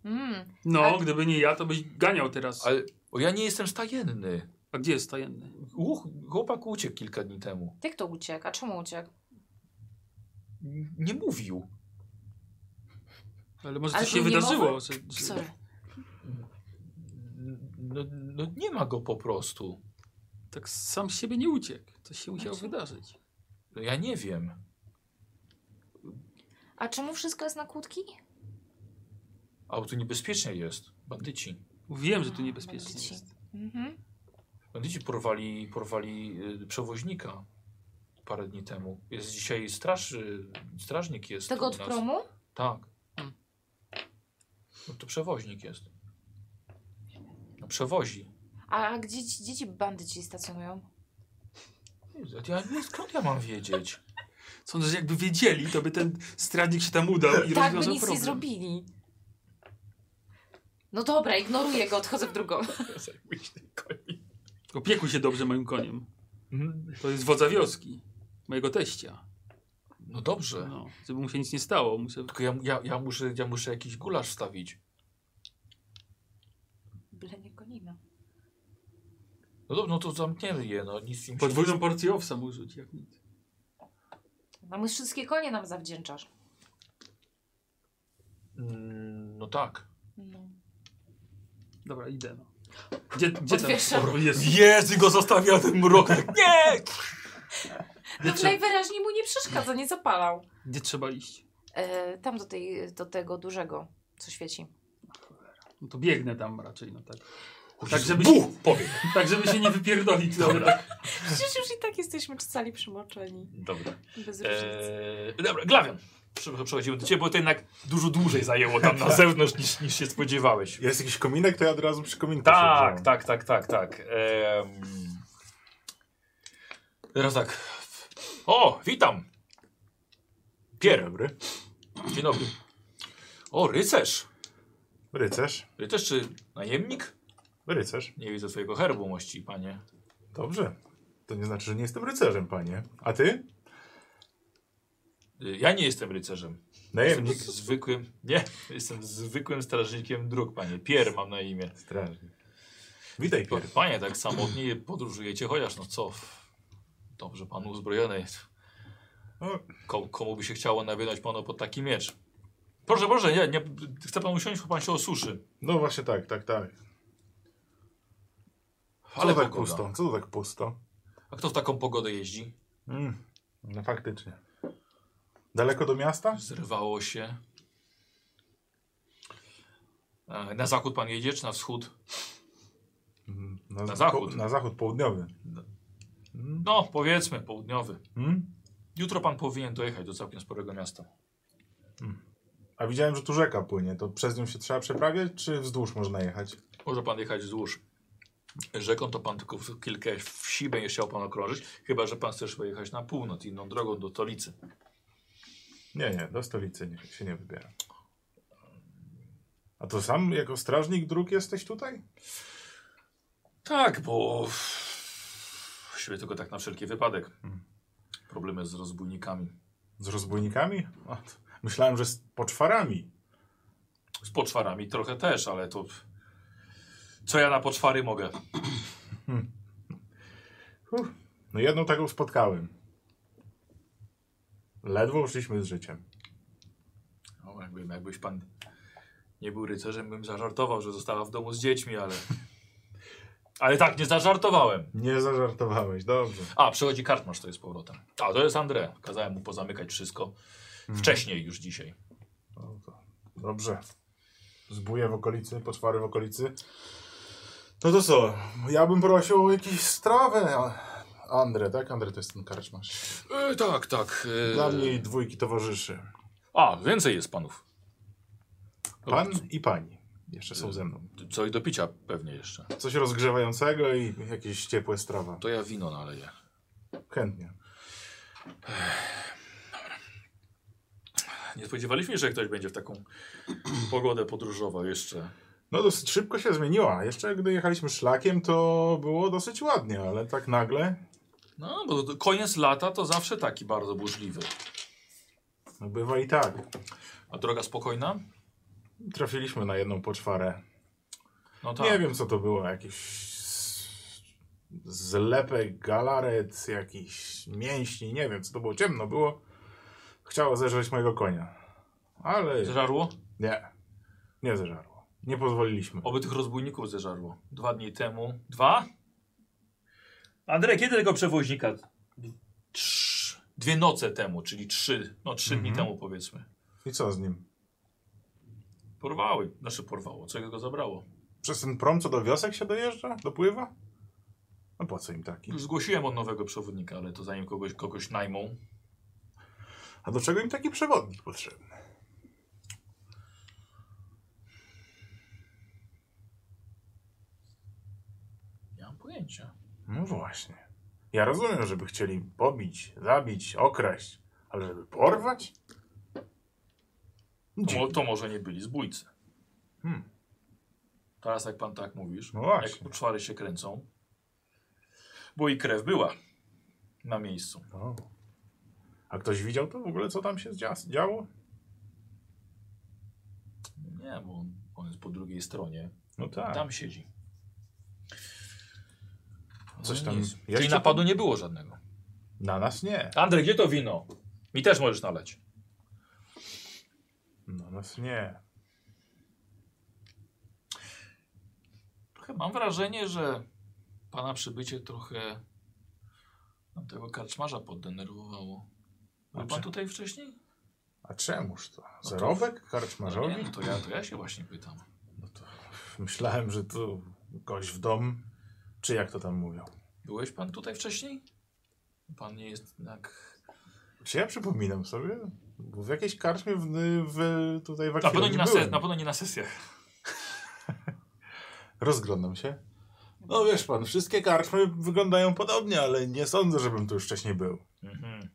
Speaker 2: Mm.
Speaker 4: No,
Speaker 2: Ale-
Speaker 4: gdyby nie ja, to byś ganiał teraz.
Speaker 1: Ale o, ja nie jestem stajenny.
Speaker 4: A gdzie jest tajenny?
Speaker 1: Uch, chłopak uciekł kilka dni temu.
Speaker 2: Jak to uciekł? A czemu uciekł?
Speaker 1: N- Nie mówił.
Speaker 4: Ale może
Speaker 2: Ale
Speaker 4: coś się
Speaker 2: był
Speaker 4: wydarzyło.
Speaker 2: niemowy?
Speaker 4: Że, że...
Speaker 2: Sorry.
Speaker 1: No, no nie ma go po prostu.
Speaker 4: Tak sam z siebie nie uciekł. Coś się musiało
Speaker 2: Znaczy-
Speaker 4: wydarzyć.
Speaker 1: No Ja nie wiem.
Speaker 2: A czemu wszystko jest na kłódki?
Speaker 1: A bo tu niebezpiecznie jest. Bandyci.
Speaker 4: Wiem, że tu
Speaker 2: A,
Speaker 4: niebezpiecznie
Speaker 2: bandyci.
Speaker 4: jest.
Speaker 2: Mhm.
Speaker 1: Bandyci porwali, porwali y, przewoźnika parę dni temu. Jest dzisiaj straż, y, strażnik jest.
Speaker 2: Tego
Speaker 1: u
Speaker 2: od
Speaker 1: nas.
Speaker 2: promu?
Speaker 1: Tak.
Speaker 4: Hmm.
Speaker 1: No to przewoźnik jest. No przewozi.
Speaker 2: A gdzie ci- gdzie ci bandyci stacjonują?
Speaker 1: Jezu, a Ja, nie, skąd ja mam wiedzieć?
Speaker 4: Sądzę, że jakby wiedzieli, to by ten strażnik się tam udał i
Speaker 2: Tak, by nic
Speaker 4: rozwiązał
Speaker 2: nie
Speaker 4: problem.
Speaker 2: zrobili. No dobra, ignoruję go, odchodzę w drugą.
Speaker 1: Zajmuj się tym koniem.
Speaker 4: Opiekuj się dobrze moim koniem. To jest wodza wioski. Mojego teścia.
Speaker 1: No dobrze.
Speaker 4: No, żeby mu się nic nie stało. Muszę...
Speaker 1: Tylko ja, ja, ja, muszę, ja muszę jakiś gulasz wstawić.
Speaker 2: Byle nie gonimy.
Speaker 1: No dobrze, no to zamkniemy je, no nic im się
Speaker 4: Podwójną porcję owsa mu rzuć, jak nic.
Speaker 2: No my wszystkie konie nam zawdzięczasz.
Speaker 1: Mm, No tak.
Speaker 2: No.
Speaker 4: Dobra, idę. No. Gdzie, gdzie tam?
Speaker 2: Odwieszam.
Speaker 4: O, Jezu.
Speaker 1: Jezu, go zostawia ten mrok. Nie!
Speaker 2: No
Speaker 4: Wiecie-
Speaker 2: najwyraźniej mu nie przeszkadza, nie zapalał.
Speaker 4: Gdzie trzeba iść?
Speaker 2: E, tam do, tej, do tego dużego, co świeci.
Speaker 4: No to biegnę tam raczej, no tak.
Speaker 1: Tak, żeby...
Speaker 4: żeby-
Speaker 1: Buch, powiem.
Speaker 4: Tak, żeby się nie wypierdolić, dobra.
Speaker 2: Przecież już i tak jesteśmy cali przymoczeni.
Speaker 1: Dobra.
Speaker 2: Bez różnicy.
Speaker 1: Eee, dobra, Glawion. Prze- Przechodzimy do ciebie, bo to jednak dużo dłużej zajęło tam na zewnątrz niż, niż się spodziewałeś.
Speaker 5: Jest jakiś kominek, to ja od razu przy kominku no.
Speaker 1: Tak,
Speaker 5: siedziałem.
Speaker 1: tak, tak, tak, tak. Em, Teraz tak. O, witam. Pier.
Speaker 5: Dobry.
Speaker 1: Dzień dobry. O, rycerz.
Speaker 5: Rycerz.
Speaker 1: Rycerz czy najemnik?
Speaker 5: Rycerz.
Speaker 1: Nie widzę twojego herbu, mości panie.
Speaker 5: Dobrze. To nie znaczy, że nie jestem rycerzem, panie. A ty?
Speaker 1: Y, Ja nie jestem rycerzem. Jestem
Speaker 5: Najemnik.
Speaker 1: zwykłym. Nie, jestem zwykłym strażnikiem dróg, panie. Pier mam na imię.
Speaker 5: Strażnik. Witaj, Pier.
Speaker 1: Panie, tak samotnie podróżujecie, chociaż no co? Dobrze, pan uzbrojony jest.
Speaker 3: O.
Speaker 1: Ko, komu by się chciało nawinąć panu pod taki miecz? Proszę, proszę, nie, nie, chce pan usiąść, bo pan się osuszy.
Speaker 5: No właśnie tak, tak, tak. Co
Speaker 1: Ale
Speaker 5: to tak
Speaker 1: pogoda.
Speaker 5: pusto? Co to tak pusto?
Speaker 1: A kto w taką pogodę jeździ?
Speaker 5: Mm, no faktycznie. Daleko do miasta?
Speaker 1: Zrywało się. E, Na zachód pan jedzie, czy na wschód?
Speaker 5: Mm, Na,
Speaker 1: Na zachód.
Speaker 5: Po, na zachód południowy. Mm,
Speaker 1: No, powiedzmy, południowy.
Speaker 5: mm.
Speaker 1: Jutro pan powinien dojechać do całkiem sporego miasta.
Speaker 5: A widziałem, że tu rzeka płynie. To przez nią się trzeba przeprawiać, czy wzdłuż można jechać?
Speaker 1: Może pan jechać wzdłuż rzeką, to pan tylko w kilka wsi będzie chciał pan okrążyć, chyba że pan chcesz pojechać na północ, inną drogą do stolicy.
Speaker 5: Nie, nie, do stolicy nie, się nie wybiera. A to sam jako strażnik dróg jesteś tutaj?
Speaker 1: Tak, bo siebie tylko tak na wszelki wypadek. Problemy z rozbójnikami.
Speaker 5: Z rozbójnikami? O, to- myślałem, że z poczwarami.
Speaker 1: Z poczwarami trochę też, ale to... Co ja na poczwary mogę?
Speaker 5: Uff. No jedną taką spotkałem. Ledwo uszliśmy z życiem.
Speaker 1: No, jakby, jakbyś pan nie był rycerzem, bym zażartował, że została w domu z dziećmi, ale... Ale tak, nie zażartowałem.
Speaker 5: Nie zażartowałeś, dobrze.
Speaker 1: A, przychodzi kartmasz, to jest z powrotem. A, to jest André. Kazałem mu pozamykać wszystko. Wcześniej już dzisiaj.
Speaker 5: No to dobrze. Zbóje w okolicy, poczwary w okolicy. No to co? Ja bym prosił o jakieś strawę. A- Andre, tak? Andre to jest ten karczmasz.
Speaker 1: E, tak, tak. e,
Speaker 5: Dla mnie i dwójki towarzyszy.
Speaker 1: A, więcej jest panów.
Speaker 5: Pan i pani. Jeszcze są ze mną.
Speaker 1: Co i do picia pewnie jeszcze.
Speaker 5: Coś rozgrzewającego i jakieś ciepłe strawa.
Speaker 1: To ja wino naleję.
Speaker 5: Chętnie.
Speaker 1: Nie spodziewaliśmy się, że ktoś będzie w taką pogodę podróżował jeszcze.
Speaker 5: No dosyć szybko się zmieniła. Jeszcze gdy jechaliśmy szlakiem, to było dosyć ładnie, ale tak nagle
Speaker 1: No, bo to- koniec lata to zawsze taki bardzo burzliwy.
Speaker 5: no bywa i tak.
Speaker 1: A droga spokojna?
Speaker 5: Trafiliśmy na jedną poczwarę.
Speaker 1: No tak.
Speaker 5: Nie wiem co to było, jakiś s- zlepek, galaret, jakiś mięśni, nie wiem co to było, ciemno było. Chciało zeżreć mojego konia, ale
Speaker 1: Zeżarło?
Speaker 5: nie, nie zeżarło. Nie pozwoliliśmy.
Speaker 1: Oby tych rozbójników zeżarło. Dwa dni temu. Dwa? Andrzej, kiedy tego przewoźnika? Trz... Dwie noce temu, czyli trzy, no trzy dni
Speaker 5: Mhm.
Speaker 1: temu powiedzmy.
Speaker 5: I co z nim?
Speaker 1: Porwały, znaczy porwało, co go zabrało.
Speaker 5: Przez ten prom co do wiosek się dojeżdża? Dopływa? No po co im taki?
Speaker 1: Zgłosiłem od nowego przewodnika, ale to zanim kogoś, kogoś najmą.
Speaker 5: A do czego im taki przewodnik potrzebny?
Speaker 1: Nie mam pojęcia.
Speaker 5: No właśnie. Ja rozumiem, żeby chcieli pobić, zabić, okraść, ale żeby porwać?
Speaker 1: To, mo-
Speaker 5: Dziwne.
Speaker 1: to może nie byli zbójcy.
Speaker 5: Hmm.
Speaker 1: Teraz jak pan tak mówisz,
Speaker 5: No właśnie.
Speaker 1: jak czwary się kręcą, bo i krew była na miejscu.
Speaker 5: O. A ktoś widział to w ogóle, co tam się dzia- działo?
Speaker 1: Nie, bo on, on jest po drugiej stronie.
Speaker 5: No tak.
Speaker 1: Tam siedzi.
Speaker 5: Coś
Speaker 1: No
Speaker 5: tam
Speaker 1: nic.
Speaker 5: jeszcze
Speaker 1: Czyli napadu nie było żadnego.
Speaker 5: Na nas nie.
Speaker 1: Andrzej, gdzie to wino? Mi też możesz nalać.
Speaker 5: Na nas nie.
Speaker 1: Trochę mam wrażenie, że pana przybycie trochę nam tego karczmarza poddenerwowało. Był pan
Speaker 5: Znaczy-
Speaker 1: tutaj wcześniej?
Speaker 5: A czemuż to?
Speaker 1: to-
Speaker 5: Zarobek
Speaker 1: No
Speaker 5: karczmarzowi?
Speaker 1: nie, no to ja, to ja się właśnie pytam.
Speaker 5: No to myślałem, że tu gość w dom, czy jak to tam mówią.
Speaker 1: Byłeś pan tutaj wcześniej? Pan nie jest tak- jednak...
Speaker 5: Czy ja przypominam sobie? Bo w jakiejś karczmie w, w, tutaj w
Speaker 1: Na pewno,
Speaker 5: Akwilonii
Speaker 1: nie na se,
Speaker 5: Tak, byłem.
Speaker 1: na pewno nie na sesjach.
Speaker 5: Rozglądam się. No wiesz pan, wszystkie karczmy wyglądają podobnie, ale nie sądzę, żebym tu już wcześniej był.
Speaker 1: Mhm.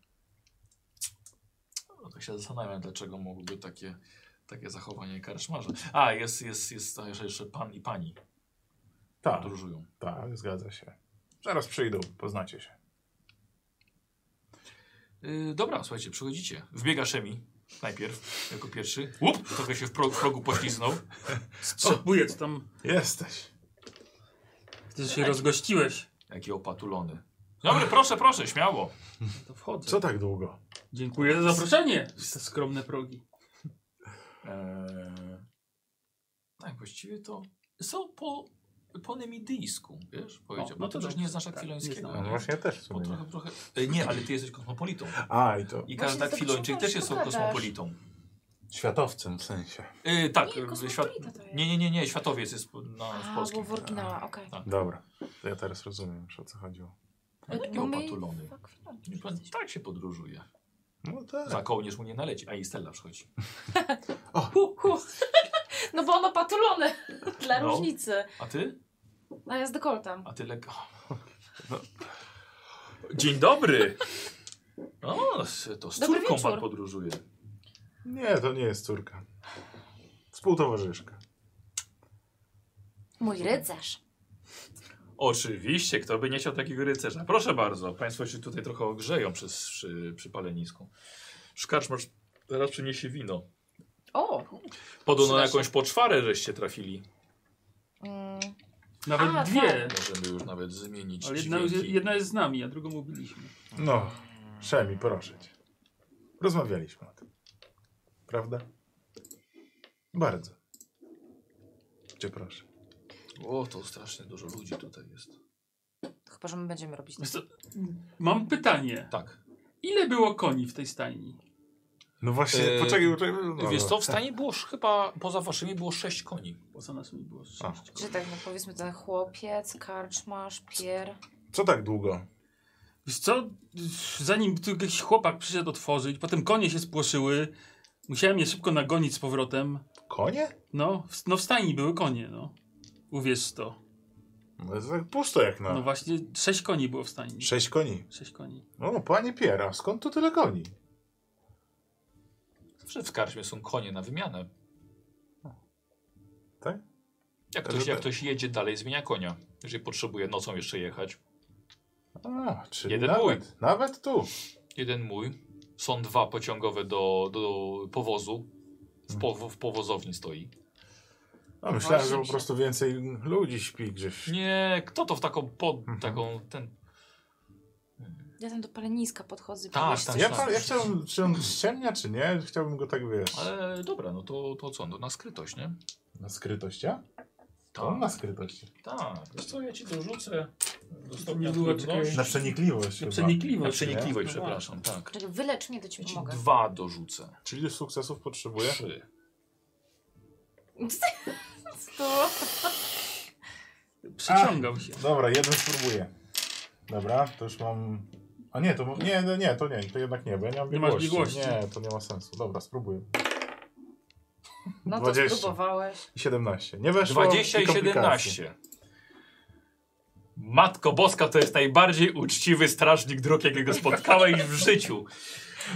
Speaker 1: No tak się zastanawiam, dlaczego mogłyby takie, takie zachowanie karczmarza. A, jest, jest, jest a, jeszcze- jeszcze pan i pani
Speaker 5: Tak,
Speaker 1: podróżują.
Speaker 5: tak, zgadza się. Zaraz przyjdą, poznacie się.
Speaker 1: Yy, dobra, słuchajcie, przychodzicie. Wbiega Szemi najpierw, jako pierwszy. Łup! Trochę się w, pro, w progu poślizgnął.
Speaker 4: Strzepuję, co tam.
Speaker 5: Jesteś.
Speaker 4: Ty się rozgościłeś.
Speaker 1: Jaki opatulony. Dobry, proszę, proszę, śmiało.
Speaker 4: No to wchodzę.
Speaker 5: Co tak długo?
Speaker 4: Dziękuję za zaproszenie. Te skromne progi.
Speaker 1: Eee, tak, właściwie to są po, po nemidyjsku, wiesz, powiedział.
Speaker 4: no
Speaker 1: No, to
Speaker 4: to
Speaker 1: też
Speaker 4: dobrze.
Speaker 1: nie znasz
Speaker 4: Tak,
Speaker 1: akwilońskiego.
Speaker 4: nie
Speaker 1: nie?
Speaker 4: znam.
Speaker 5: No właśnie ja też w
Speaker 1: Bo
Speaker 5: sumie
Speaker 1: trochę,
Speaker 5: nie.
Speaker 1: trochę... e, Nie, ale ty jesteś kosmopolitą.
Speaker 5: A, i to
Speaker 1: I
Speaker 8: Właśnie
Speaker 1: każdy
Speaker 8: z tego
Speaker 1: akwilończyk
Speaker 8: czemu
Speaker 1: też jest
Speaker 8: gadasz?
Speaker 1: kosmopolitą.
Speaker 5: światowcem w sensie.
Speaker 1: E, tak,
Speaker 8: Nie,
Speaker 1: e, świat...
Speaker 8: kosmopolita to jest.
Speaker 1: nie, nie, nie, nie, światowiec jest po- na, w
Speaker 2: A, bo
Speaker 1: polskim.
Speaker 2: w oryginała, okej.
Speaker 5: Dobra, to ja teraz rozumiem, już o co chodziło.
Speaker 1: No, taki
Speaker 8: Mamy-
Speaker 1: opatulony.
Speaker 8: Fuck, fuck.
Speaker 1: Nie, pan- Tak się podróżuje.
Speaker 5: No tak.
Speaker 1: Za kołnierz mu nie naleci, a i Stella przychodzi.
Speaker 2: Hu, hu. No bo ono patulone. Dla
Speaker 1: No.
Speaker 2: różnicy.
Speaker 1: A ty?
Speaker 2: No ja z dekoltem.
Speaker 1: A ty lekko. No. Dzień dobry! O, s- to z
Speaker 2: Dobry
Speaker 1: córką pan
Speaker 2: wieczór.
Speaker 1: podróżuje.
Speaker 5: Nie, to nie jest córka. Współtowarzyszka.
Speaker 2: Mój rycerz.
Speaker 1: Oczywiście, kto by nie chciał takiego rycerza. Proszę bardzo, państwo się tutaj trochę ogrzeją przez, przy, przy palenisku. Szkacz masz, teraz przyniesie wino.
Speaker 2: O!
Speaker 1: Podobno na
Speaker 2: Przyda się.
Speaker 1: jakąś poczwarę żeście trafili.
Speaker 2: Mm,
Speaker 4: Nawet
Speaker 2: A, tak.
Speaker 4: dwie.
Speaker 1: Możemy już nawet zmienić
Speaker 4: Ale jedna,
Speaker 1: dźwięki.
Speaker 4: jedna jest z nami, a drugą ubiliśmy.
Speaker 5: No, Szemi, proszę cię. Rozmawialiśmy o tym. Prawda? Bardzo. Cię proszę.
Speaker 1: O, to strasznie dużo ludzi tutaj jest.
Speaker 2: chyba, że my będziemy robić.
Speaker 4: Wiesz co, Mam pytanie.
Speaker 1: Tak.
Speaker 4: Ile było koni w tej stajni?
Speaker 5: No właśnie,
Speaker 1: Eee,
Speaker 5: poczekaj, poczekaj. No, no.
Speaker 1: Więc to w stanie było sz- chyba, poza waszymi było sześć koni.
Speaker 4: Poza naszymi było sześć.
Speaker 5: A.
Speaker 2: Czy tak, no powiedzmy ten chłopiec, karczmasz, pier.
Speaker 5: Co tak długo?
Speaker 4: Wiesz co, zanim tu jakiś chłopak przyszedł otworzyć, potem konie się spłoszyły, musiałem je szybko nagonić z powrotem.
Speaker 5: Konie?
Speaker 4: No, w, no w stajni były konie, no. Uwierz to.
Speaker 5: No to tak pusto jak
Speaker 4: No
Speaker 5: na.
Speaker 4: właśnie, sześć koni było w stajni.
Speaker 5: Sześć koni.
Speaker 4: Sześć koni.
Speaker 5: No, panie Piera, skąd tu tyle koni?
Speaker 1: Zawsze w karczmie są konie na wymianę.
Speaker 5: Tak?
Speaker 1: Jak
Speaker 5: Tak,
Speaker 1: ktoś,
Speaker 5: żeby-
Speaker 1: jak ktoś jedzie dalej, zmienia konia. Jeżeli potrzebuje nocą jeszcze jechać.
Speaker 5: A, czyli
Speaker 1: Jeden
Speaker 5: nawet, nawet tu.
Speaker 1: Jeden mój. Są dwa pociągowe do, do powozu.
Speaker 5: Mhm.
Speaker 1: W, powo, w powozowni stoi.
Speaker 5: No, myślałem, że po
Speaker 2: Oczywiście.
Speaker 5: prostu więcej ludzi śpi gdzieś.
Speaker 1: Nie, kto to w taką pod,
Speaker 5: Mhm.
Speaker 1: taką ten.
Speaker 2: Ja tam do paleniska podchodzę.
Speaker 1: Tak,
Speaker 2: próbuję się
Speaker 1: tak,
Speaker 2: coś
Speaker 5: Ja,
Speaker 1: tak.
Speaker 5: pa- ja chciałbym, czy on ściemnia, czy nie? Chciałbym go tak, wiesz,
Speaker 1: Ale dobra, no to, to co? No na skrytość, nie?
Speaker 5: na skrytość, a? To on
Speaker 1: Tak,
Speaker 5: na skrytość.
Speaker 1: tak. Wiesz co, ja ci dorzucę do
Speaker 4: Nie
Speaker 1: stopnia
Speaker 4: było,
Speaker 1: trudności.
Speaker 5: Na przenikliwość
Speaker 4: Na
Speaker 5: chyba.
Speaker 1: Na
Speaker 4: przenikliwość.
Speaker 1: przenikliwość,
Speaker 4: nie?
Speaker 1: Znaczy przepraszam, tak.
Speaker 2: Czekaj, wylecz mnie, to ci
Speaker 1: Ja ci
Speaker 2: pomogę.
Speaker 1: dwa dorzucę.
Speaker 5: Czyli już sukcesów potrzebuję?
Speaker 1: Trzy.
Speaker 2: To...
Speaker 4: Przyciągał się.
Speaker 5: Dobra, jeden spróbuję. Dobra, to już mam... A nie, to mu- nie, nie, nie, to nie, to jednak nie, bo ja nie mam
Speaker 4: Nie masz
Speaker 5: biegłości.
Speaker 4: biegłości.
Speaker 5: Nie, to nie ma sensu. Dobra, spróbuję.
Speaker 2: No to
Speaker 5: 20.
Speaker 2: spróbowałeś.
Speaker 5: I 17. Nie weszło
Speaker 1: 20 i
Speaker 5: komplikacje.
Speaker 1: 17. Matko Boska to jest najbardziej uczciwy strażnik dróg, jakiego spotkałeś w życiu.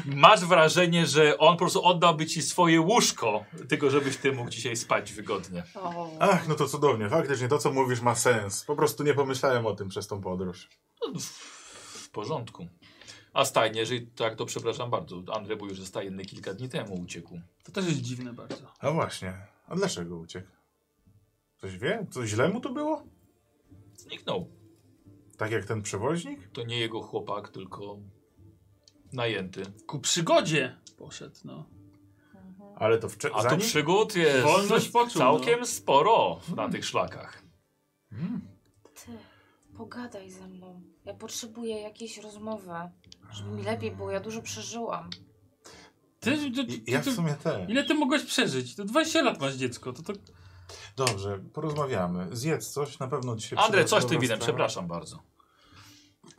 Speaker 1: Masz wrażenie, że on po prostu oddałby ci swoje łóżko, tylko żebyś ty mógł dzisiaj spać wygodnie.
Speaker 2: O.
Speaker 5: Ach, no to cudownie. Faktycznie to, co mówisz, ma sens. Po prostu nie pomyślałem o tym przez tą podróż.
Speaker 1: No, w, w porządku. A stajnie, jeżeli tak, to przepraszam bardzo. Andrzej był już ze stajny kilka dni temu uciekł.
Speaker 4: To też jest dziwne bardzo.
Speaker 5: A właśnie. A dlaczego uciekł? Coś wie? Co źle mu to było?
Speaker 1: Zniknął.
Speaker 5: Tak jak ten przewoźnik?
Speaker 1: To nie jego chłopak, tylko najęty.
Speaker 4: Ku przygodzie poszedł, no.
Speaker 5: Ale to wcze-
Speaker 1: A tu
Speaker 5: zanim?
Speaker 1: przygód jest
Speaker 4: Wolność poczuł,
Speaker 1: całkiem sporo na tych szlakach.
Speaker 2: Ty, pogadaj ze mną. Ja potrzebuję jakiejś rozmowy, żeby mi lepiej było. Ja dużo przeżyłam.
Speaker 4: Ty, ty, ty,
Speaker 5: I, ja w
Speaker 4: ty-
Speaker 5: sumie też.
Speaker 4: ile ty mogłeś przeżyć? To 20 lat masz dziecko, to to...
Speaker 5: Dobrze, porozmawiamy. Zjedz coś, na pewno ci się
Speaker 1: Andrzej,
Speaker 5: przyda
Speaker 1: coś ty
Speaker 5: dobra
Speaker 1: widem,
Speaker 5: sprawa.
Speaker 1: przepraszam bardzo.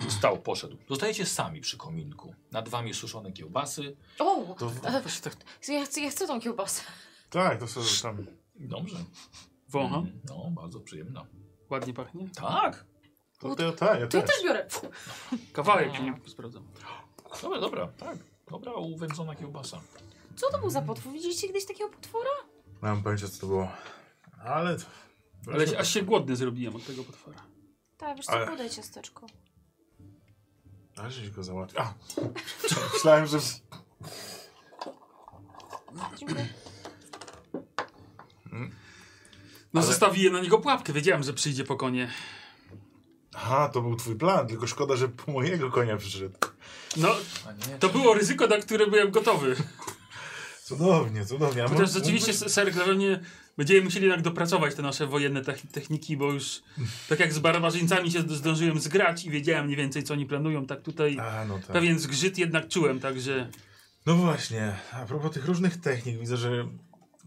Speaker 1: Stał, poszedł. Zostajecie sami przy kominku. Nad wami suszone kiełbasy.
Speaker 2: O!
Speaker 5: To w-
Speaker 2: E, Ja chcę, ja chcę tą kiełbasę.
Speaker 5: Tak, to sobie tam.
Speaker 1: Dobrze.
Speaker 4: Wącha.
Speaker 1: Mm, No, bardzo przyjemna.
Speaker 4: Ładnie pachnie.
Speaker 1: Tak.
Speaker 5: To, to, to, ja
Speaker 2: To ja
Speaker 5: też.
Speaker 2: też biorę. Fuh.
Speaker 4: Kawałek się nie sprawdzam.
Speaker 1: Dobra, dobra. Tak. Dobra, uwędzona kiełbasa.
Speaker 2: Co to był za potwór? Widzieliście kiedyś takiego potwora?
Speaker 5: Mam pojęcie, co to było. Ale.
Speaker 4: Ale się- aż się głodny zrobiłem od tego potwora.
Speaker 2: Tak, wiesz co,
Speaker 5: Ale-
Speaker 2: podaj ciasteczko.
Speaker 5: Ale żeś go załatwił. A! Myślałem, że.
Speaker 2: Dziękuję.
Speaker 4: No
Speaker 5: Ale-
Speaker 4: No, zostawiłem na niego pułapkę, wiedziałem, że przyjdzie po konie.
Speaker 5: Aha, to był twój plan, tylko szkoda, że po mojego konia przyszedł.
Speaker 4: No,
Speaker 1: A nie,
Speaker 4: to było ryzyko, na które byłem gotowy.
Speaker 5: Cudownie, cudownie. A
Speaker 4: Chociaż
Speaker 5: mógł-
Speaker 4: rzeczywiście,
Speaker 5: mógłbyś-
Speaker 4: Serek, pewnie będziemy musieli jednak dopracować te nasze wojenne techni- techniki, bo już tak jak z barbarzyńcami się zdążyłem zgrać i wiedziałem mniej więcej, co oni planują, tak tutaj
Speaker 5: A, no tak.
Speaker 4: pewien zgrzyt jednak czułem, także
Speaker 5: No właśnie, a propos tych różnych technik, widzę, że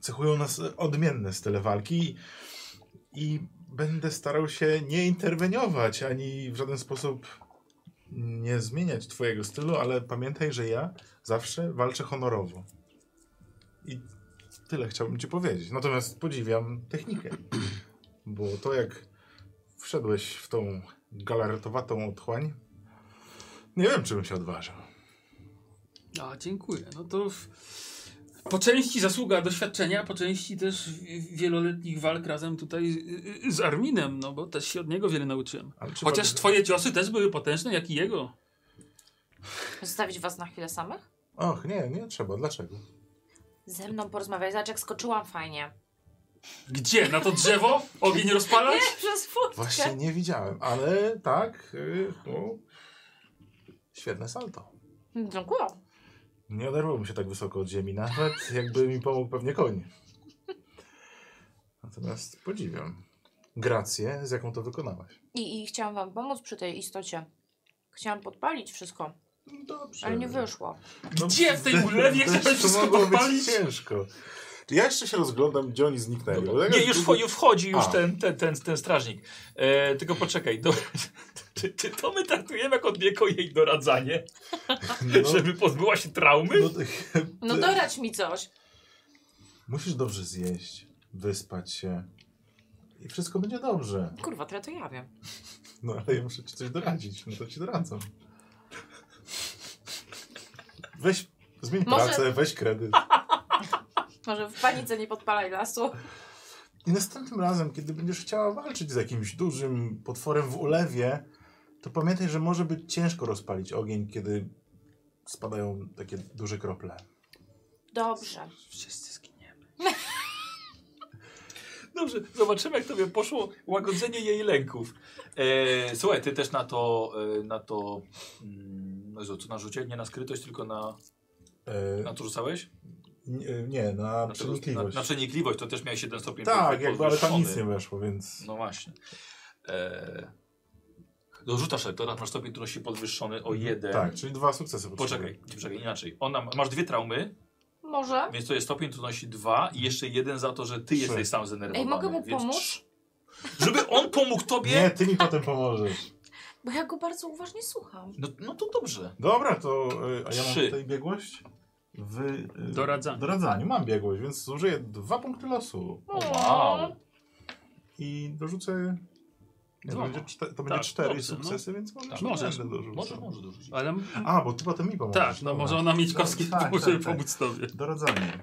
Speaker 5: cechują nas e, odmienne style walki i będę starał się nie interweniować, ani w żaden sposób nie zmieniać twojego stylu, ale pamiętaj, że ja zawsze walczę honorowo. I tyle chciałbym ci powiedzieć. Natomiast podziwiam technikę, bo to jak wszedłeś w tą galaretowatą otchłań, nie wiem, czy bym się odważył.
Speaker 4: A, dziękuję. No to w... po części zasługa doświadczenia, po części też w- wieloletnich walk razem tutaj y, y, z Arminem, no bo też się od niego wiele nauczyłem.
Speaker 5: Ale czy
Speaker 4: Chociaż
Speaker 5: bardzo-
Speaker 4: twoje ciosy też były potężne, jak i jego.
Speaker 2: Zostawić was na chwilę samych?
Speaker 5: Och, nie, nie trzeba. Dlaczego?
Speaker 2: Ze mną porozmawiać. Zobacz, jak skoczyłam fajnie.
Speaker 4: Gdzie? Na to drzewo? Ogień rozpalać?
Speaker 2: Przez furtkę.
Speaker 5: Właśnie nie widziałem, ale tak, yy, no, świetne salto.
Speaker 2: Dziękuję.
Speaker 5: Nie oderwałbym się tak wysoko od ziemi, nawet jakby mi pomógł pewnie koń. Natomiast podziwiam grację, z jaką to wykonałaś.
Speaker 2: I, I chciałam wam pomóc przy tej istocie. Chciałam podpalić wszystko,
Speaker 5: No Dobrze.
Speaker 2: ale nie wyszło.
Speaker 5: No,
Speaker 4: Gdzie w tej ulewie
Speaker 5: to-
Speaker 4: chciałeś
Speaker 5: to
Speaker 4: wszystko
Speaker 5: mogło być
Speaker 4: podpalić?
Speaker 5: ciężko. Ja jeszcze się rozglądam, gdzie oni zniknęli. bo tak
Speaker 1: Nie,
Speaker 5: jak-
Speaker 1: już wchodzi, wchodzi już
Speaker 5: A.
Speaker 1: ten, ten, ten, ten strażnik. E, tylko poczekaj, do, czy, czy to my traktujemy jako odnieko jej doradzanie,
Speaker 5: No,
Speaker 1: żeby pozbyła się traumy?
Speaker 5: no, ty-
Speaker 2: No doradź mi coś.
Speaker 5: musisz dobrze zjeść, wyspać się i wszystko będzie dobrze.
Speaker 2: Kurwa, tyle to ja wiem.
Speaker 5: No ale ja muszę ci coś doradzić, no to ci doradzam. Weź, zmień
Speaker 2: Może-
Speaker 5: pracę, weź kredyt.
Speaker 2: Może w panice nie podpalaj lasu.
Speaker 5: I następnym razem, kiedy będziesz chciała walczyć z jakimś dużym potworem w ulewie, to pamiętaj, że może być ciężko rozpalić ogień, kiedy spadają takie duże krople.
Speaker 2: Dobrze.
Speaker 4: Wszyscy zginiemy.
Speaker 1: Dobrze, zobaczymy jak tobie poszło łagodzenie jej lęków. E, słuchaj, ty też na to, e, na to, mm, no Jezu, co na rzucie? Nie na skrytość, tylko na,
Speaker 5: E,
Speaker 1: na to rzucałeś?
Speaker 5: n- nie, na
Speaker 1: No. Znaczy, Na, tego-
Speaker 5: przenikliwość.
Speaker 1: na, na przenikliwość, to też miałeś jeden stopień
Speaker 5: tak,
Speaker 1: podwy-
Speaker 5: jakby, ale tam nic
Speaker 1: podwyższony.
Speaker 5: nie weszło, więc...
Speaker 1: No właśnie. E, dorzucasz lektora, masz stopień trudności podwyższony o jeden.
Speaker 5: Tak, czyli dwa sukcesy
Speaker 1: Poczekaj, nie, poczekaj, inaczej. Ona, ma- masz dwie traumy,
Speaker 2: Może?
Speaker 1: Więc to jest stopień trudności 2 i jeszcze jeden za to, że ty
Speaker 5: Trzy.
Speaker 1: jesteś sam zenerwowany.
Speaker 2: Ej, mogę mu
Speaker 1: więc
Speaker 2: pomóc?
Speaker 1: trz- Żeby on pomógł tobie?
Speaker 5: Nie, ty mi potem pomożesz.
Speaker 2: Bo ja go bardzo uważnie słucham.
Speaker 1: No, no to dobrze.
Speaker 5: Dobra, to y, a ja mam
Speaker 1: Trzy.
Speaker 5: tutaj biegłość? W y,
Speaker 4: Doradzaniu.
Speaker 5: doradzaniu mam biegłość, więc zużyję dwa punkty losu
Speaker 1: O,
Speaker 2: Mm.
Speaker 1: wow.
Speaker 5: i dorzucę. Nie, to
Speaker 1: Dwa.
Speaker 5: będzie, czte, to będzie
Speaker 4: Tak,
Speaker 5: cztery
Speaker 4: dobrze, no.
Speaker 5: sukcesy, więc może
Speaker 1: Tak,
Speaker 5: nie
Speaker 4: możesz.
Speaker 5: będę dorzucał.
Speaker 1: Może, może dorzucić.
Speaker 4: Ale
Speaker 5: A, bo ty potem mi pomożesz.
Speaker 4: tak, no
Speaker 5: Dobra.
Speaker 4: może ona mieć kostki,
Speaker 5: Tak, tak,
Speaker 4: może
Speaker 5: tak.
Speaker 4: pomóc tobie.
Speaker 5: Doradzanie.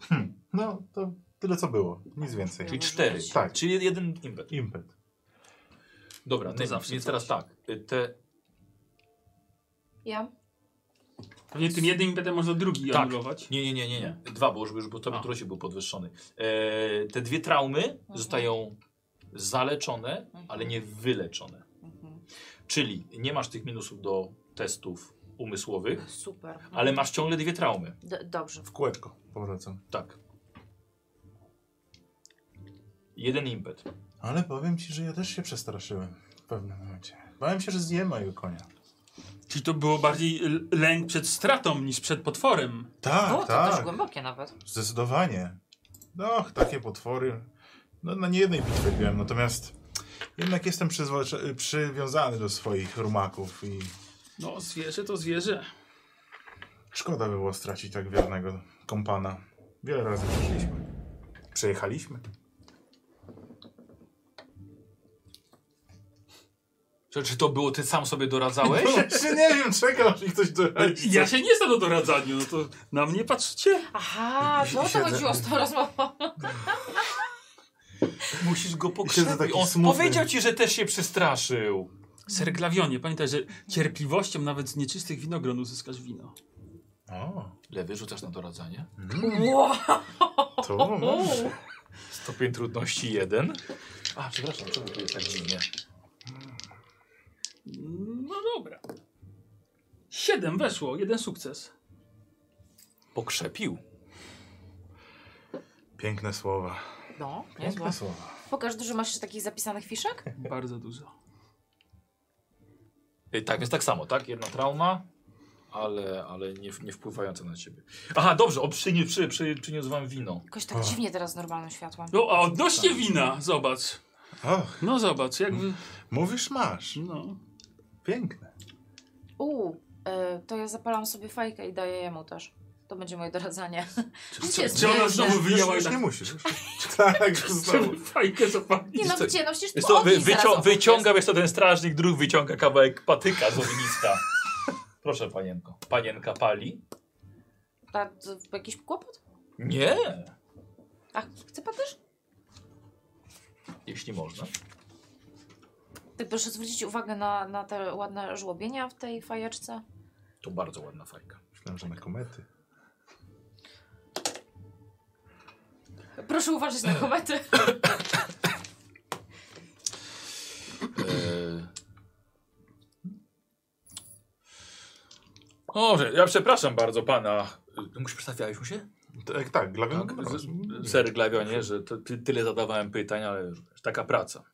Speaker 5: Hm. No to tyle co było, nic więcej.
Speaker 1: Czyli cztery.
Speaker 5: Tak.
Speaker 1: Czyli jeden impet.
Speaker 5: Impet.
Speaker 1: Dobra,
Speaker 4: No to
Speaker 1: no
Speaker 4: zawsze
Speaker 1: więc
Speaker 4: coś.
Speaker 1: teraz tak. y, Te,
Speaker 2: Ja?
Speaker 4: Pewnie tym jednym impetem można drugi
Speaker 1: Tak.
Speaker 4: anulować.
Speaker 1: nie, nie, nie, nie, nie. Dwa, bo już, już bo
Speaker 4: A.
Speaker 1: stopień trudności był podwyższony. E, te dwie traumy
Speaker 2: Mhm.
Speaker 1: zostają zaleczone, ale nie wyleczone.
Speaker 2: Mhm.
Speaker 1: Czyli nie masz tych minusów do testów umysłowych,
Speaker 2: Mhm. Super.
Speaker 1: ale masz ciągle dwie traumy.
Speaker 2: D- dobrze.
Speaker 5: W kółeczko powracam.
Speaker 1: Tak. Jeden impet.
Speaker 5: Ale powiem ci, że ja też się przestraszyłem w pewnym momencie. Bałem się, że zjem mojego konia.
Speaker 4: Czyli to było bardziej l- lęk przed stratą niż przed potworem.
Speaker 5: Tak,
Speaker 2: Było to
Speaker 5: tak.
Speaker 2: też głębokie nawet.
Speaker 5: Zdecydowanie. No, takie potwory. No, na nie jednej bitwy byłem, natomiast jednak jestem przyzwycza- przywiązany do swoich rumaków i
Speaker 4: No, zwierzę to zwierzę.
Speaker 5: szkoda by było stracić tak wiernego kompana. Wiele razy przeszliśmy. Przejechaliśmy.
Speaker 1: Czy, czy to było ty sam sobie doradzałeś?
Speaker 5: Jeszcze nie wiem, czekam, aż mi ktoś doradzi.
Speaker 4: No Ja się nie znam do doradzania, no to na mnie patrzcie.
Speaker 2: Aha, to o to
Speaker 5: Siedzę.
Speaker 2: chodziło z tą rozmową.
Speaker 1: Musisz go
Speaker 5: Siedzę
Speaker 1: pokrzepić.
Speaker 5: taki
Speaker 1: On
Speaker 5: smutny.
Speaker 1: powiedział ci, że też się przestraszył.
Speaker 4: Serglawionie, pamiętaj, że cierpliwością nawet z nieczystych winogron uzyskasz wino.
Speaker 5: O, mm,
Speaker 1: Lewy rzucasz na doradzanie.
Speaker 2: Wow.
Speaker 5: to może.
Speaker 1: Stopień trudności jeden. A, przepraszam, czemu tu jest tak dziwnie?
Speaker 4: No dobra. Siedem weszło, jeden sukces.
Speaker 1: Pokrzepił.
Speaker 5: Piękne słowa.
Speaker 2: No, niezła.
Speaker 5: Piękne słowa.
Speaker 2: Pokaż dużo masz jeszcze takich zapisanych fiszek?
Speaker 4: Bardzo dużo.
Speaker 1: Y, Tak, więc tak samo, tak? Jedna trauma, ale, ale nie, w- nie wpływająca na ciebie. Aha, dobrze, o, przy, przy, przy, przyniósł wam wino.
Speaker 2: Jakoś tak dziwnie teraz z normalnym światłem.
Speaker 4: No a odnośnie wina, zobacz.
Speaker 5: Och,
Speaker 4: No zobacz, jakby...
Speaker 5: mówisz masz.
Speaker 4: No.
Speaker 5: Piękne.
Speaker 2: U, y, to ja zapalam sobie fajkę i daję jemu też. To będzie moje doradzanie. Widzicie,
Speaker 4: Czy ona znowu
Speaker 5: Już,
Speaker 4: wyjęła i
Speaker 5: już nie
Speaker 4: tak...
Speaker 5: musisz. Już. tak, już znowu.
Speaker 4: Żeby fajkę zapalić.
Speaker 2: Nie no,
Speaker 1: co-
Speaker 2: gdzie? No przecież
Speaker 1: Wiesz
Speaker 2: po
Speaker 1: co, wy,
Speaker 2: ogniu zaraz
Speaker 1: wycią,
Speaker 2: obok
Speaker 1: wyciąga wiesz co, ten strażnik, druh wyciąga kawałek patyka z ogniska. Proszę panienko. Panienka pali?
Speaker 2: jest. Ta, to jakiś kłopot?
Speaker 1: Nie.
Speaker 2: A, chce pan też?
Speaker 1: Jeśli można.
Speaker 2: Ty proszę zwrócić uwagę na, na te ładne żłobienia w tej fajeczce.
Speaker 1: To bardzo ładna fajka.
Speaker 5: Myślałem, że na komety.
Speaker 2: Proszę uważać na komety.
Speaker 1: Eee... O, ja przepraszam bardzo pana. Y, Przestawiałeś mu się?
Speaker 5: Tak, tak, dla
Speaker 1: Tak, z- Ser Glawionie, że to, ty, tyle zadawałem pytań, ale wiesz, taka praca.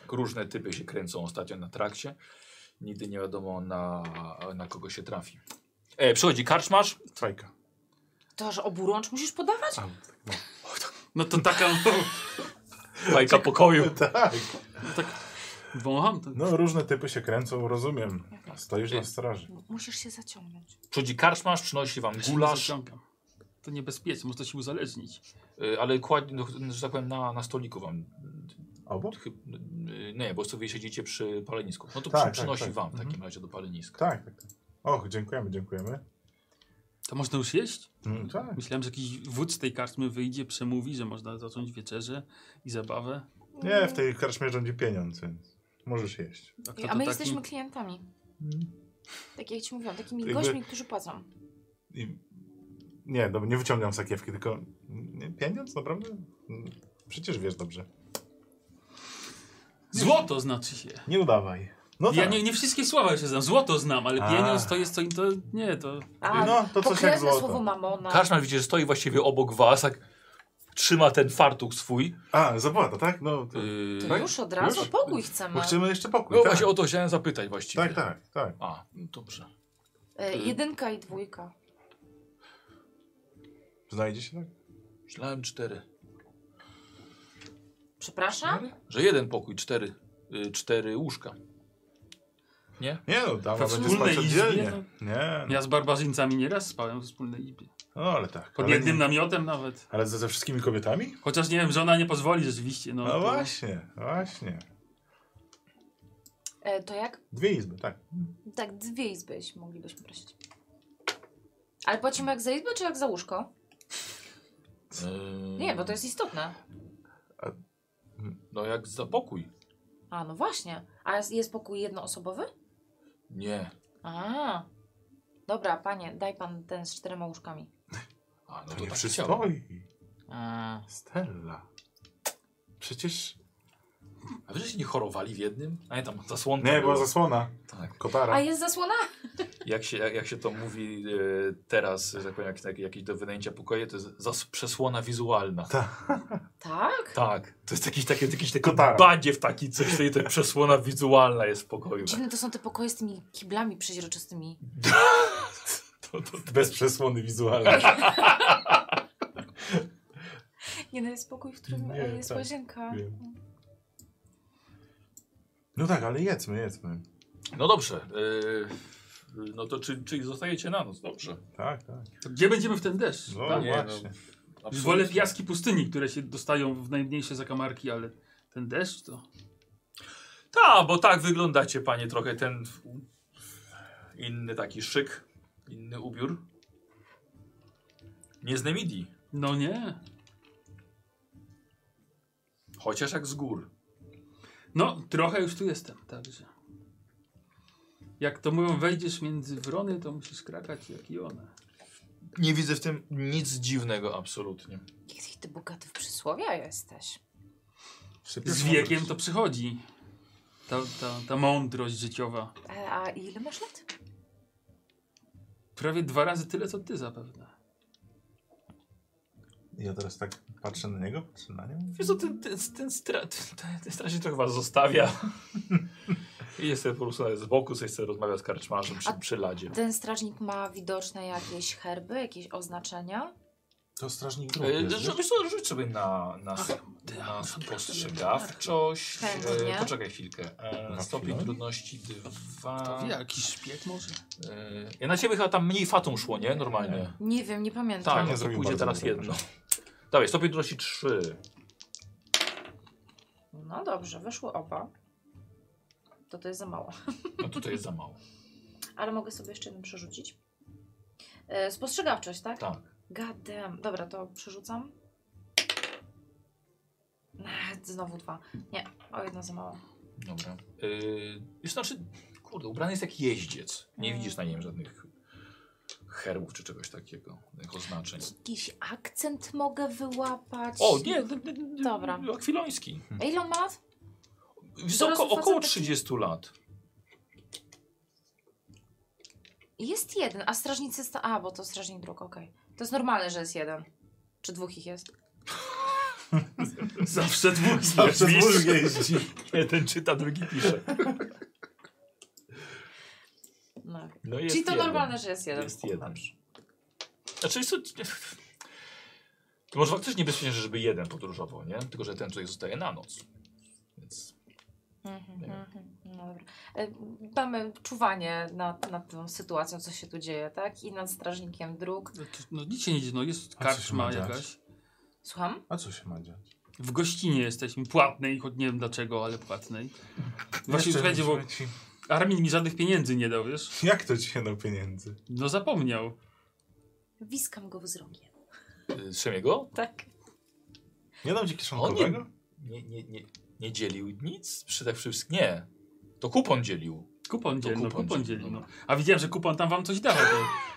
Speaker 1: Tak, Różne typy się kręcą ostatnio na trakcie. Nigdy nie wiadomo na, na kogo się trafi. E, przychodzi karczmarz.
Speaker 5: Fajka.
Speaker 2: To, że oburącz musisz podawać?
Speaker 4: No to taka...
Speaker 1: Fajka pokoju.
Speaker 5: Tak.
Speaker 4: Wącham to.
Speaker 5: No, różne typy się kręcą, rozumiem. Stoisz na straży.
Speaker 2: M- Musisz się zaciągnąć.
Speaker 1: Przychodzi karczmarz, przynosi wam gulasz,
Speaker 4: Zaciągam. To niebezpieczne, można się uzależnić.
Speaker 5: tak.
Speaker 1: e, ale kładzie, no, że tak powiem, na, na stoliku wam.
Speaker 5: Obok?
Speaker 1: Chyb, e, nie, bo sobie siedzicie przy palenisku. No to
Speaker 5: Tak,
Speaker 1: przy,
Speaker 5: tak,
Speaker 1: przynosi
Speaker 5: tak.
Speaker 1: wam w takim
Speaker 5: Mhm.
Speaker 1: razie do paleniska.
Speaker 5: Tak, tak. tak. Och, dziękujemy, dziękujemy.
Speaker 4: To można już jeść?
Speaker 5: Mm, tak.
Speaker 4: Myślałem, że jakiś wódz z tej karczmy wyjdzie, przemówi, że można zacząć wieczerzę i zabawę.
Speaker 5: Nie, w tej karczmie rządzi pieniądz, więc możesz jeść.
Speaker 4: A, kto
Speaker 2: A
Speaker 4: Tak, to
Speaker 2: my
Speaker 4: taki?
Speaker 2: jesteśmy klientami. Tak jak ci mówiłam, takimi
Speaker 5: Jakby-
Speaker 2: gośćmi, którzy płacą.
Speaker 5: I... Nie, dobra, nie wyciągam sakiewki, tylko... Nie, pieniądz? Naprawdę? Mm, Przecież wiesz dobrze.
Speaker 4: Złoto znaczy się.
Speaker 5: Nie udawaj. No
Speaker 4: Ja
Speaker 5: tak.
Speaker 4: nie, nie wszystkie słowa się znam. Złoto znam, ale
Speaker 5: A.
Speaker 4: pieniądz to jest to, to nie, to...
Speaker 2: A,
Speaker 5: No, to coś jak
Speaker 2: pokrewne
Speaker 5: złoto.
Speaker 2: słowo mamona.
Speaker 1: Karczmarz widzicie, że stoi właściwie obok was, tak trzyma ten fartuch swój.
Speaker 5: A, zapłata, tak? No, to...
Speaker 1: Yy,
Speaker 2: To już od razu
Speaker 5: Już?
Speaker 2: pokój chcemy.
Speaker 5: Bo chcemy jeszcze pokój,
Speaker 1: No
Speaker 5: tak?
Speaker 1: właśnie o to chciałem zapytać właściwie.
Speaker 5: tak, tak, tak.
Speaker 1: A, no dobrze.
Speaker 2: E, jedynka i dwójka.
Speaker 5: Znajdzie się tak?
Speaker 1: Myślałem cztery.
Speaker 2: Przepraszam?
Speaker 1: Że jeden pokój, cztery, y, cztery łóżka.
Speaker 5: Nie no, dama
Speaker 4: We
Speaker 5: będzie
Speaker 4: wspólnej
Speaker 5: spać
Speaker 4: izbie,
Speaker 5: oddzielnie. Nie, no,
Speaker 4: Ja z barbarzyńcami nieraz spałem w wspólnej izbie.
Speaker 5: no ale tak.
Speaker 4: Pod
Speaker 5: ale
Speaker 4: jednym
Speaker 5: nie-
Speaker 4: namiotem nawet.
Speaker 5: Ale ze, ze wszystkimi kobietami?
Speaker 4: Chociaż nie wiem, żona nie pozwoli rzeczywiście. No,
Speaker 5: No
Speaker 4: to-
Speaker 5: właśnie, właśnie.
Speaker 2: E, to jak?
Speaker 5: Dwie izby, tak.
Speaker 2: Tak, dwie izby jeśli moglibyśmy prosić. Ale płacimy jak za izbę, czy jak za łóżko?
Speaker 1: Yy,
Speaker 2: Nie, bo to jest istotne.
Speaker 1: No jak za pokój.
Speaker 2: A, no właśnie. A jest- jest pokój jednoosobowy?
Speaker 1: Nie.
Speaker 2: A. Dobra, panie, daj pan ten z czterema łóżkami.
Speaker 1: A, no
Speaker 5: To,
Speaker 1: to,
Speaker 5: nie
Speaker 1: tak chciałem.
Speaker 5: przystoi.
Speaker 2: A.
Speaker 5: Stella. Przecież...
Speaker 3: No
Speaker 1: A wy żeście nie chorowali w jednym? A nie tam zasłonka
Speaker 5: Nie, była
Speaker 1: była.
Speaker 5: zasłona.
Speaker 1: Tak.
Speaker 5: Kotara.
Speaker 2: A jest zasłona?
Speaker 1: Jak się, jak, jak się to mówi y, teraz, że tak powiem, jak, jak, jakieś do wynajęcia pokoje, to jest zas, przesłona wizualna. Tak.
Speaker 2: Tak.
Speaker 1: To jest jakiś taki, jakiś taki
Speaker 5: Kotara.
Speaker 1: badziew taki coś, że ta przesłona wizualna jest w pokoju.
Speaker 2: Dziwne to są te pokoje z tymi kiblami przeźroczystymi.
Speaker 1: To, to,
Speaker 5: Bez przesłony wizualnej.
Speaker 2: Nie, no jest pokój, w którym
Speaker 5: Nie,
Speaker 2: e, jest
Speaker 5: tak,
Speaker 2: łazienka.
Speaker 5: wiem. No tak, ale jedzmy, jedzmy.
Speaker 1: No dobrze. y, no to czy, czyli zostajecie na noc, dobrze.
Speaker 5: Tak, tak.
Speaker 4: To gdzie będziemy w ten deszcz?
Speaker 5: No
Speaker 4: Tak?
Speaker 1: nie,
Speaker 5: właśnie.
Speaker 4: Już wolę piaski pustyni, które się dostają w najmniejsze zakamarki, ale ten deszcz to...
Speaker 1: Tak, bo tak wyglądacie, panie, trochę ten inny taki szyk, inny ubiór. Nie z Nemidii,
Speaker 4: No nie.
Speaker 1: chociaż jak z gór.
Speaker 4: No, trochę już tu jestem, także. Jak to mówią, wejdziesz między wrony, to musisz krakać jak i one.
Speaker 1: Nie widzę w tym nic dziwnego absolutnie.
Speaker 2: Jaki ty bogaty w przysłowia jesteś.
Speaker 5: Szybko
Speaker 4: Z
Speaker 5: możesz.
Speaker 4: wiekiem to przychodzi. Ta, ta, ta mądrość życiowa.
Speaker 2: E, A ile masz lat?
Speaker 4: Prawie dwa razy tyle, co ty zapewne.
Speaker 3: Ja teraz tak patrzę na niego, patrzę na nią.
Speaker 1: Wiesz co, ten, ten, ten, stra, ten, ten strażnik to chyba zostawia. I jest sobie po prostu z boku, sobie chce rozmawiać z karczmarzem przy,
Speaker 2: A-
Speaker 1: przy ladzie.
Speaker 2: Ten strażnik ma widoczne jakieś herby, jakieś oznaczenia.
Speaker 3: To strażnik
Speaker 5: No,
Speaker 3: drugi
Speaker 1: E,
Speaker 3: jest,
Speaker 1: że-
Speaker 3: wiesz?
Speaker 1: Wiesz co, rzuć sobie na, na, na spostrzegawczość.
Speaker 2: Chętnie.
Speaker 1: E, poczekaj chwilkę. E,
Speaker 3: Na
Speaker 1: stopień
Speaker 3: chwilę.
Speaker 1: trudności dwa.
Speaker 4: To wie, jakiś szpieg może?
Speaker 1: E, ja na ciebie chyba tam mniej fatą szło, nie? Normalnie.
Speaker 2: Nie wiem, nie pamiętam.
Speaker 1: Tak,
Speaker 3: nie
Speaker 1: no to
Speaker 3: zrobił
Speaker 1: pójdzie
Speaker 3: bardzo dobrze.
Speaker 1: teraz jedno. Dawaj, stopień trudności trzy.
Speaker 2: No dobrze, wyszły oba. To to jest za mało.
Speaker 1: No tutaj jest za mało.
Speaker 2: Ale mogę sobie jeszcze jeden przerzucić. E, spostrzegawczość, tak?
Speaker 1: Tak.
Speaker 2: God damn. Dobra, to przerzucam. Ech, Znowu dwa. Nie, o jedno za mało.
Speaker 1: Dobra. Yy, wiesz, znaczy, kurde, ubrany jest jak jeździec. Nie
Speaker 2: Mm.
Speaker 1: widzisz na nim żadnych herbów czy czegoś takiego, tych oznaczeń.
Speaker 2: Jakiś akcent mogę wyłapać.
Speaker 1: O, nie, d- d- d-
Speaker 2: Dobra.
Speaker 1: Akwiloński.
Speaker 2: A Ile on ma lat?
Speaker 1: Wysoko,
Speaker 2: facet
Speaker 1: około
Speaker 2: taki-
Speaker 1: 30 lat.
Speaker 2: Jest jeden, a strażnicy... Sta- a, bo to strażnik dróg, okej. To jest normalne, że jest jeden. Czy dwóch ich jest?
Speaker 4: Zawsze dwóch.
Speaker 3: Zawsze dwóch jeździ.
Speaker 1: Jeden czyta, drugi pisze.
Speaker 2: No. okej.
Speaker 1: No jest
Speaker 2: Czyli to
Speaker 1: jeden.
Speaker 2: normalne, że jest jeden.
Speaker 1: Jest jeden. Znaczy, wiesz co... To może faktycznie bezpieczniejsze, żeby jeden podróżował, nie? Tylko, że ten tutaj zostaje na noc. Więc
Speaker 2: Mhm,
Speaker 1: Nie.
Speaker 2: mhm. No dobra. E, Damy czuwanie nad, nad tą sytuacją, co się tu dzieje, tak? I nad strażnikiem dróg.
Speaker 4: No, to- no nic się nie dzieje, no jest
Speaker 3: A co się ma
Speaker 4: karczma
Speaker 3: dziać?
Speaker 4: jakaś.
Speaker 2: Słucham?
Speaker 3: A co się ma dziać?
Speaker 4: W gościnie jesteśmy, płatnej, choć nie wiem dlaczego, ale płatnej. Właśnie
Speaker 3: Jeszcze
Speaker 4: będzie, bo
Speaker 3: musimy ci...
Speaker 4: Armin mi żadnych pieniędzy nie dał, wiesz?
Speaker 3: Jak to ci jedno pieniędzy?
Speaker 4: No zapomniał.
Speaker 2: Wiskam go wzrokiem.
Speaker 1: yy, Szemiego?
Speaker 2: Tak.
Speaker 3: Nie dam ci kieszonkowego?
Speaker 1: Nie, nie, nie, nie dzielił nic? Przy tak wszystkim? Nie. To kupon dzielił.
Speaker 4: Kupon
Speaker 1: To
Speaker 4: dzieli, no
Speaker 1: kupon
Speaker 4: kupon
Speaker 1: dzieli,
Speaker 4: dzieli. No.
Speaker 1: dobra.
Speaker 4: A widziałem, że kupon tam wam coś dał. To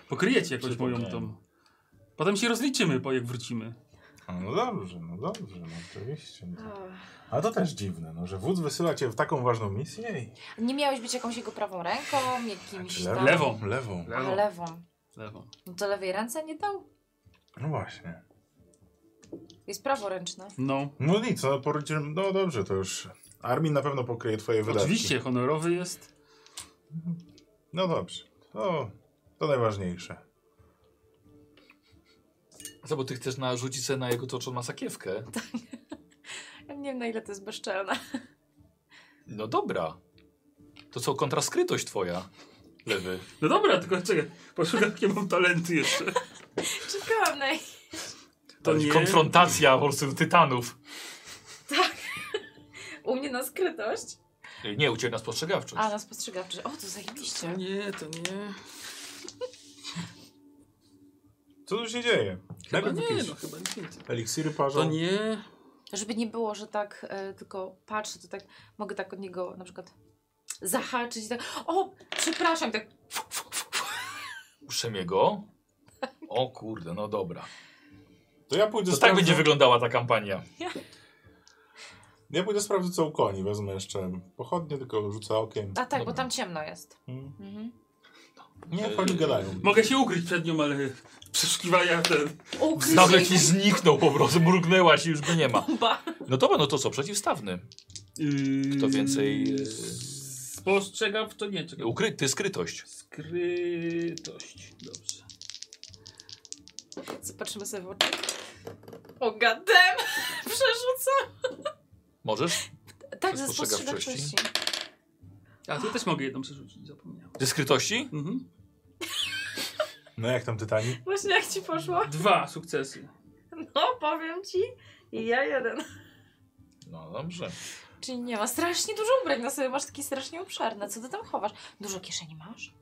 Speaker 4: pokryjecie jakoś moją
Speaker 1: Przypomniałem.
Speaker 4: tą. Potem się rozliczymy, po jak wrócimy.
Speaker 3: A, No dobrze, no dobrze, no oczywiście. No to... A to też dziwne, no, że wódz wysyła cię w taką ważną misję i...
Speaker 2: Nie miałeś być jakąś jego prawą ręką, jakimś tam...
Speaker 4: lewo? Lewą.
Speaker 3: Lewą.
Speaker 2: A, lewą.
Speaker 4: Lewo.
Speaker 2: No to lewej ręce nie dał?
Speaker 3: No właśnie.
Speaker 2: Jest praworęczny.
Speaker 4: No,
Speaker 3: No nic, no, porudziłem- no dobrze, to już... Armin na pewno pokryje twoje wydatki.
Speaker 4: oczywiście, honorowy jest.
Speaker 3: No dobrze, to, to najważniejsze.
Speaker 1: Co, bo ty chcesz narzucić sobie na jego to, czy on ma sakiewkę?
Speaker 2: Ja nie wiem na ile to jest bezczelne.
Speaker 1: No dobra. To co, kontraskrytość twoja, lewy.
Speaker 4: No dobra, tylko czekaj, poszukam jakie mam talenty jeszcze.
Speaker 2: Czekałam na
Speaker 1: To
Speaker 4: To
Speaker 1: nie...
Speaker 4: nie-
Speaker 1: Konfrontacja po prostu tytanów.
Speaker 2: U mnie na skrytość.
Speaker 1: Ej, Nie, uciekł na spostrzegawczość.
Speaker 2: A, na spostrzegawczy. O, to zajebiście.
Speaker 4: Nie, to nie.
Speaker 3: Co tu się dzieje?
Speaker 4: Chyba
Speaker 3: Najpierw
Speaker 4: nie,
Speaker 3: jakieś
Speaker 4: no chyba nie.
Speaker 3: Eliksiry parzą?
Speaker 4: To nie.
Speaker 2: Żeby nie było, że tak e, tylko patrzę, to tak mogę tak od niego na przykład zahaczyć i tak o, przepraszam, i tak
Speaker 1: U Szemiego? O kurde, no dobra.
Speaker 3: To ja pójdę
Speaker 1: To tak
Speaker 3: sprawdzę-
Speaker 1: będzie wyglądała ta kampania.
Speaker 3: Ja pójdę sprawdzić co u koni, wezmę jeszcze pochodnie, tylko rzucę okiem.
Speaker 2: a tak, bo
Speaker 1: Dobra.
Speaker 2: tam ciemno jest.
Speaker 3: Mm.
Speaker 2: Mhm.
Speaker 3: Nie, koni gadają.
Speaker 4: Mogę się ukryć przed nią, ale przeszukiwania ten.
Speaker 2: Ukryj
Speaker 1: Nagle
Speaker 2: się
Speaker 1: ci zniknął po prostu, mrugnęłaś i już go nie ma.
Speaker 2: bomba.
Speaker 1: No dobra, no to co, przeciwstawny.
Speaker 4: Yy,
Speaker 1: Kto więcej, yy,
Speaker 4: Spostrzegam, to nie, czekaj.
Speaker 1: Ukryty, skrytość.
Speaker 4: Skrytość. Dobrze.
Speaker 2: Zobaczymy sobie w oczy. O, gadem! Przerzucę.
Speaker 1: Możesz?
Speaker 2: Tak, ze
Speaker 1: Spostrzegawczości.
Speaker 2: spostrzegawczości.
Speaker 4: A tu też mogę jedną przerzucić, zapomniałem.
Speaker 1: Ze skrytości?
Speaker 4: Mhm.
Speaker 3: No jak tam Tytani?
Speaker 2: Właśnie jak ci poszło?
Speaker 4: Dwa sukcesy.
Speaker 2: No, powiem ci. I ja jeden.
Speaker 1: No dobrze.
Speaker 2: Czyli nie ma strasznie dużo ubrań na sobie, masz takie strasznie obszerne. Co ty tam chowasz? Dużo kieszeni masz?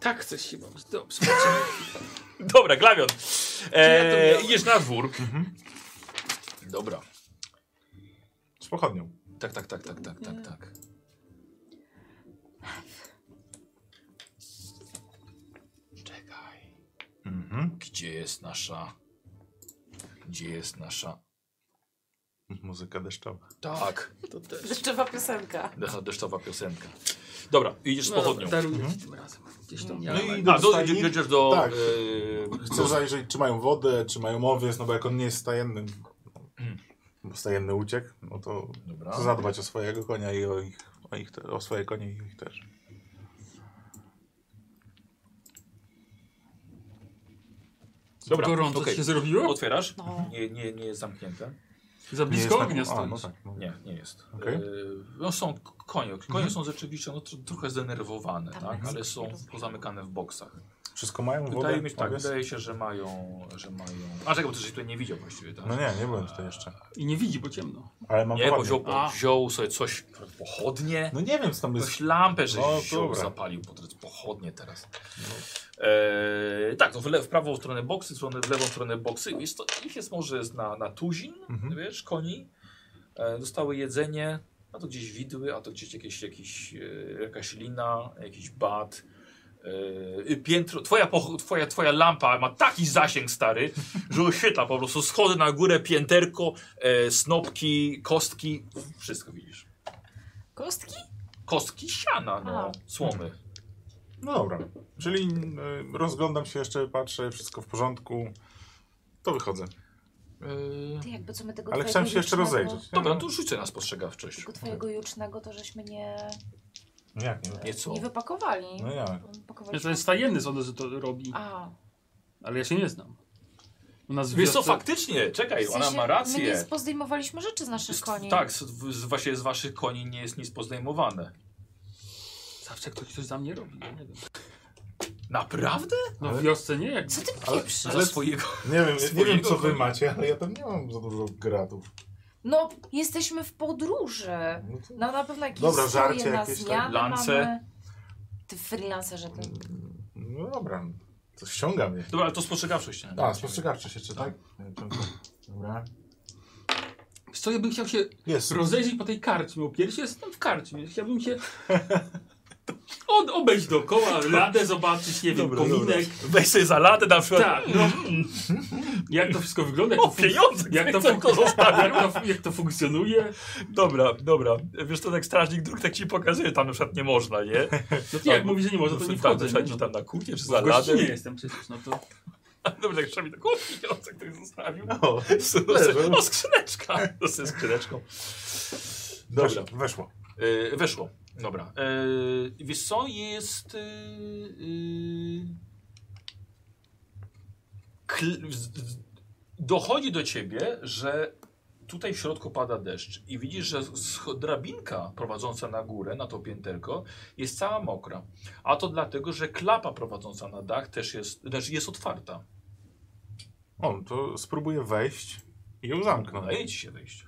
Speaker 4: Tak chcesz się bawić. Dobrze.
Speaker 1: Dobra, glawion.
Speaker 4: ja to miałem?
Speaker 1: Eee, idziesz na dwór.
Speaker 5: Mhm.
Speaker 1: Dobra.
Speaker 3: Z pochodnią.
Speaker 1: Tak, tak, tak, tak, tak, tak, tak. Czekaj.
Speaker 3: Mhm.
Speaker 1: Gdzie jest nasza... Gdzie jest nasza
Speaker 5: Muzyka deszczowa.
Speaker 1: Tak. To też.
Speaker 2: Deszczowa piosenka.
Speaker 1: Deszczowa piosenka. Dobra, idziesz z pochodnią.
Speaker 4: No
Speaker 1: Mhm.
Speaker 4: Daruję ci tym razem. Gdzieś tam miałem.
Speaker 5: No i-
Speaker 1: A, do,
Speaker 5: Dostajnik?
Speaker 1: jedziesz do...
Speaker 5: Tak.
Speaker 1: e,
Speaker 5: Chcę zajrzeć, czy mają wodę, czy mają owiec, no bo jak on nie jest stajennym, bo stajenny uciekł, no to
Speaker 1: Dobra.
Speaker 5: chcę zadbać o swojego konia i o ich, o ich te, o swoje konie i ich też.
Speaker 1: Dobra,
Speaker 4: Gorąco
Speaker 1: okej.
Speaker 4: się zrobiło?
Speaker 1: Otwierasz?
Speaker 2: No.
Speaker 1: Nie, nie, nie jest zamknięte.
Speaker 4: Za
Speaker 5: Nie
Speaker 4: blisko
Speaker 5: jest
Speaker 4: ognia
Speaker 5: na- a,
Speaker 4: stoi.
Speaker 5: no tak, no.
Speaker 1: Nie, nie jest.
Speaker 5: Okej. Mhm.
Speaker 1: E, no są k- konie. Konie są rzeczywiście no, tro, trochę zdenerwowane,
Speaker 2: Tam
Speaker 1: tak?
Speaker 2: jest.
Speaker 1: ale są pozamykane w boksach.
Speaker 5: Wszystko mają wodę?
Speaker 1: Wydaje mi się, tak,
Speaker 5: owiec?
Speaker 1: wydaje się, że mają, że mają... A czekaj, bo ty żeś tutaj nie widział właściwie, tak?
Speaker 5: No nie, nie byłem tutaj jeszcze.
Speaker 4: I nie widzi, bo ciemno.
Speaker 5: Ale mam
Speaker 1: Nie, bo
Speaker 5: pochodnie.
Speaker 1: wziął,
Speaker 4: A.
Speaker 1: wziął sobie coś, pochodnie,
Speaker 5: No nie wiem, co tam jest.
Speaker 1: jakąś lampę, żeś
Speaker 5: No,
Speaker 1: wziął,
Speaker 5: dobra. No.
Speaker 1: zapalił, pod pochodnie teraz. Eee, tak, to w, le, w prawą stronę boksy, w, stronę, w lewą stronę boksy. Jest to, ich jest może z na, na tuzin,
Speaker 5: Mhm.
Speaker 1: wiesz, koni. E, dostały jedzenie, a to gdzieś widły, a to gdzieś jakieś, jakiś, e, jakaś lina, jakiś bat. E, piętro, twoja, poch- twoja, twoja lampa ma taki zasięg stary, że oświetla po prostu schody na górę, pięterko, e, snopki, kostki, wszystko widzisz.
Speaker 2: Kostki?
Speaker 1: Kostki siana, no,
Speaker 2: A.
Speaker 1: słomy.
Speaker 5: No dobra. Czyli y, rozglądam się jeszcze, patrzę, wszystko w porządku. To wychodzę.
Speaker 1: Yy,
Speaker 8: Ty jakby co my tego
Speaker 5: Ale
Speaker 8: twojego
Speaker 5: chciałem się jeszcze
Speaker 8: jucznego-
Speaker 5: rozejrzeć. nie?
Speaker 1: dobra, to rzucę na spostrzegawczość.
Speaker 8: Tego twojego jucznego to żeśmy nie,
Speaker 5: No jak nie?
Speaker 1: Nieco.
Speaker 8: nie wypakowali.
Speaker 5: No jak?
Speaker 8: Pakowaliśmy-
Speaker 4: Ja to jest tajemny sądzę, że to robi,
Speaker 8: A,
Speaker 4: ale ja się nie znam. U nas w
Speaker 1: Wiesz co,
Speaker 4: wiosce-
Speaker 1: faktycznie, czekaj,
Speaker 8: w
Speaker 1: ona
Speaker 8: sensie
Speaker 1: ma
Speaker 8: My nie
Speaker 1: rację.
Speaker 8: spozdejmowaliśmy rzeczy z naszych
Speaker 1: Z-
Speaker 8: koni.
Speaker 1: Tak, z, z, właśnie z waszych koni nie jest nic pozdejmowane.
Speaker 4: Zawsze ktoś coś za mnie robi, ja nie wiem.
Speaker 1: Naprawdę?
Speaker 4: No
Speaker 5: Ale-
Speaker 4: w wiosce nie, jak
Speaker 8: Co ty
Speaker 5: Ale-
Speaker 8: pieprzysz?
Speaker 1: Za swojego.
Speaker 5: Nie wiem, nie wiem
Speaker 1: Swojego
Speaker 5: co wy
Speaker 1: konia.
Speaker 5: macie, ale ja tam nie mam za dużo gratów.
Speaker 8: No, jesteśmy w podróży.
Speaker 5: No to-
Speaker 8: No na pewno jakieś
Speaker 5: Dobra,
Speaker 8: stroje
Speaker 5: żarcie
Speaker 8: na
Speaker 5: jakieś tak. tam.
Speaker 8: zmianę
Speaker 1: Lance.
Speaker 8: mamy. Ty freelancerze, ty.
Speaker 5: No dobra, to ściąga mnie.
Speaker 1: Dobra, ale to spostrzegawczość. nie?
Speaker 5: A, spostrzegawczy się czy tak? Dobra.
Speaker 4: Wiesz co, ja bym chciał się
Speaker 5: Jest.
Speaker 4: rozejrzeć po tej karczmie, bo pierwszy jestem w karczmie, chciałbym się od, obejść dookoła, ladę zobaczyć, nie wiem,
Speaker 5: Dobra,
Speaker 4: kominek,
Speaker 1: Weź sobie za latę na przykład.
Speaker 4: tak, no. Jak to wszystko wygląda, jak
Speaker 1: O,
Speaker 4: to, fun-
Speaker 1: pieniądze!
Speaker 4: jak to,
Speaker 1: chcę
Speaker 4: fun-
Speaker 1: go zostawić.
Speaker 4: jak to, jak to funkcjonuje,
Speaker 1: Dobra, dobra. Wiesz, to tak strażnik dróg tak ci pokazuje, tam na przykład nie można, nie?
Speaker 4: no to jak mówi, że nie można, to
Speaker 1: No,
Speaker 4: nie
Speaker 1: tak,
Speaker 4: wchodzę,
Speaker 1: trzeba
Speaker 4: nie?
Speaker 1: ci
Speaker 4: No,
Speaker 1: tam na kuchnię czy za
Speaker 4: w
Speaker 1: ladę.
Speaker 4: gościnie jestem przecież, no to
Speaker 1: Dobrze, jak trzeba mi tak, o, pieniądze, który zostawił.
Speaker 5: O, leży.
Speaker 1: O, skrzyneczka. Ze skrzyneczką.
Speaker 5: Dobra. Weszło.
Speaker 1: E, weszło. Dobra. E, wiesz co, jest. E, e, kl, z, z, dochodzi do ciebie, że tutaj w środku pada deszcz i widzisz, że scho- drabinka prowadząca na górę, na to pięterko, jest cała mokra. A to dlatego, że klapa prowadząca na dach też jest, znaczy jest otwarta.
Speaker 5: O, to spróbuję wejść i ją zamknąć.
Speaker 1: Tak, Daje ci się wejść.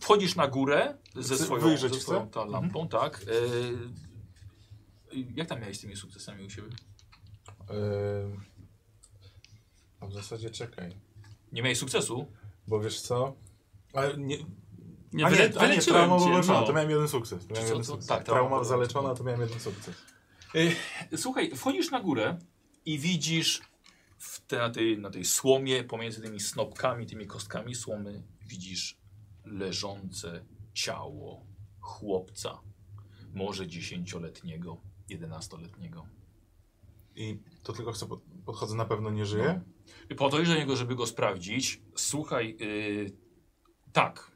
Speaker 1: Wchodzisz na górę ze
Speaker 5: Chcę
Speaker 1: swoją,
Speaker 5: wyjrzeć, Mhm.
Speaker 1: ze swoją
Speaker 5: chcę?
Speaker 1: ta lampą, tak. E, jak tam miałeś z tymi sukcesami u siebie?
Speaker 5: Ym, Yy, A w zasadzie czekaj,
Speaker 1: Nie miałeś sukcesu?
Speaker 5: bo wiesz co? Ale nie,
Speaker 4: nie,
Speaker 5: a nie,
Speaker 4: wyle-
Speaker 5: a nie
Speaker 4: wyleciałem
Speaker 5: trauma
Speaker 4: cię,
Speaker 5: wyleczona,
Speaker 4: no.
Speaker 5: to miałem jeden sukces. To miałem
Speaker 1: co,
Speaker 5: jeden
Speaker 1: co?
Speaker 5: sukces.
Speaker 1: Tak, trauma
Speaker 5: trauma
Speaker 1: wyleczona.
Speaker 5: zaleczona, to miałem jeden sukces.
Speaker 1: Słuchaj, wchodzisz na górę i widzisz w te, na, tej, na tej słomie, pomiędzy tymi snopkami, tymi kostkami słomy, widzisz leżące ciało chłopca. Może dziesięcioletniego, jedenastoletniego.
Speaker 5: I to tylko chcę, pod, podchodzę, na pewno nie żyje.
Speaker 1: No. Podejdź do niego, żeby go sprawdzić. Słuchaj, yy, tak,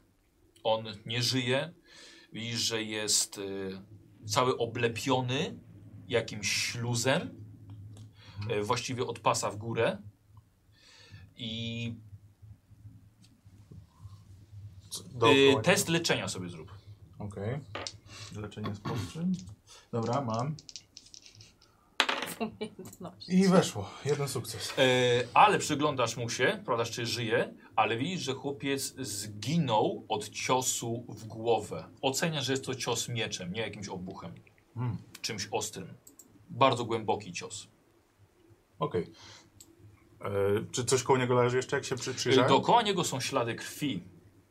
Speaker 1: on nie żyje. Widzisz, że jest yy, cały oblepiony jakimś śluzem, yy, właściwie od pasa w górę. I
Speaker 5: Co-
Speaker 1: yy,
Speaker 5: dookoła
Speaker 1: test leczenia sobie zrób.
Speaker 5: niego. Okej. Leczenie spoczyn. Dobra, mam.
Speaker 2: Umiejętności.
Speaker 5: I weszło, jeden sukces.
Speaker 1: E, ale przyglądasz mu się, prawda, czy żyje, ale widzisz, że chłopiec zginął od ciosu w głowę. Oceniasz, że jest to cios mieczem, nie jakimś obuchem.
Speaker 5: Mm.
Speaker 1: Czymś ostrym. Bardzo głęboki cios.
Speaker 5: Okej. E, Czy coś koło niego leży jeszcze, jak się przy,
Speaker 1: E,
Speaker 5: przyjrzałem?
Speaker 1: dookoła niego są ślady krwi,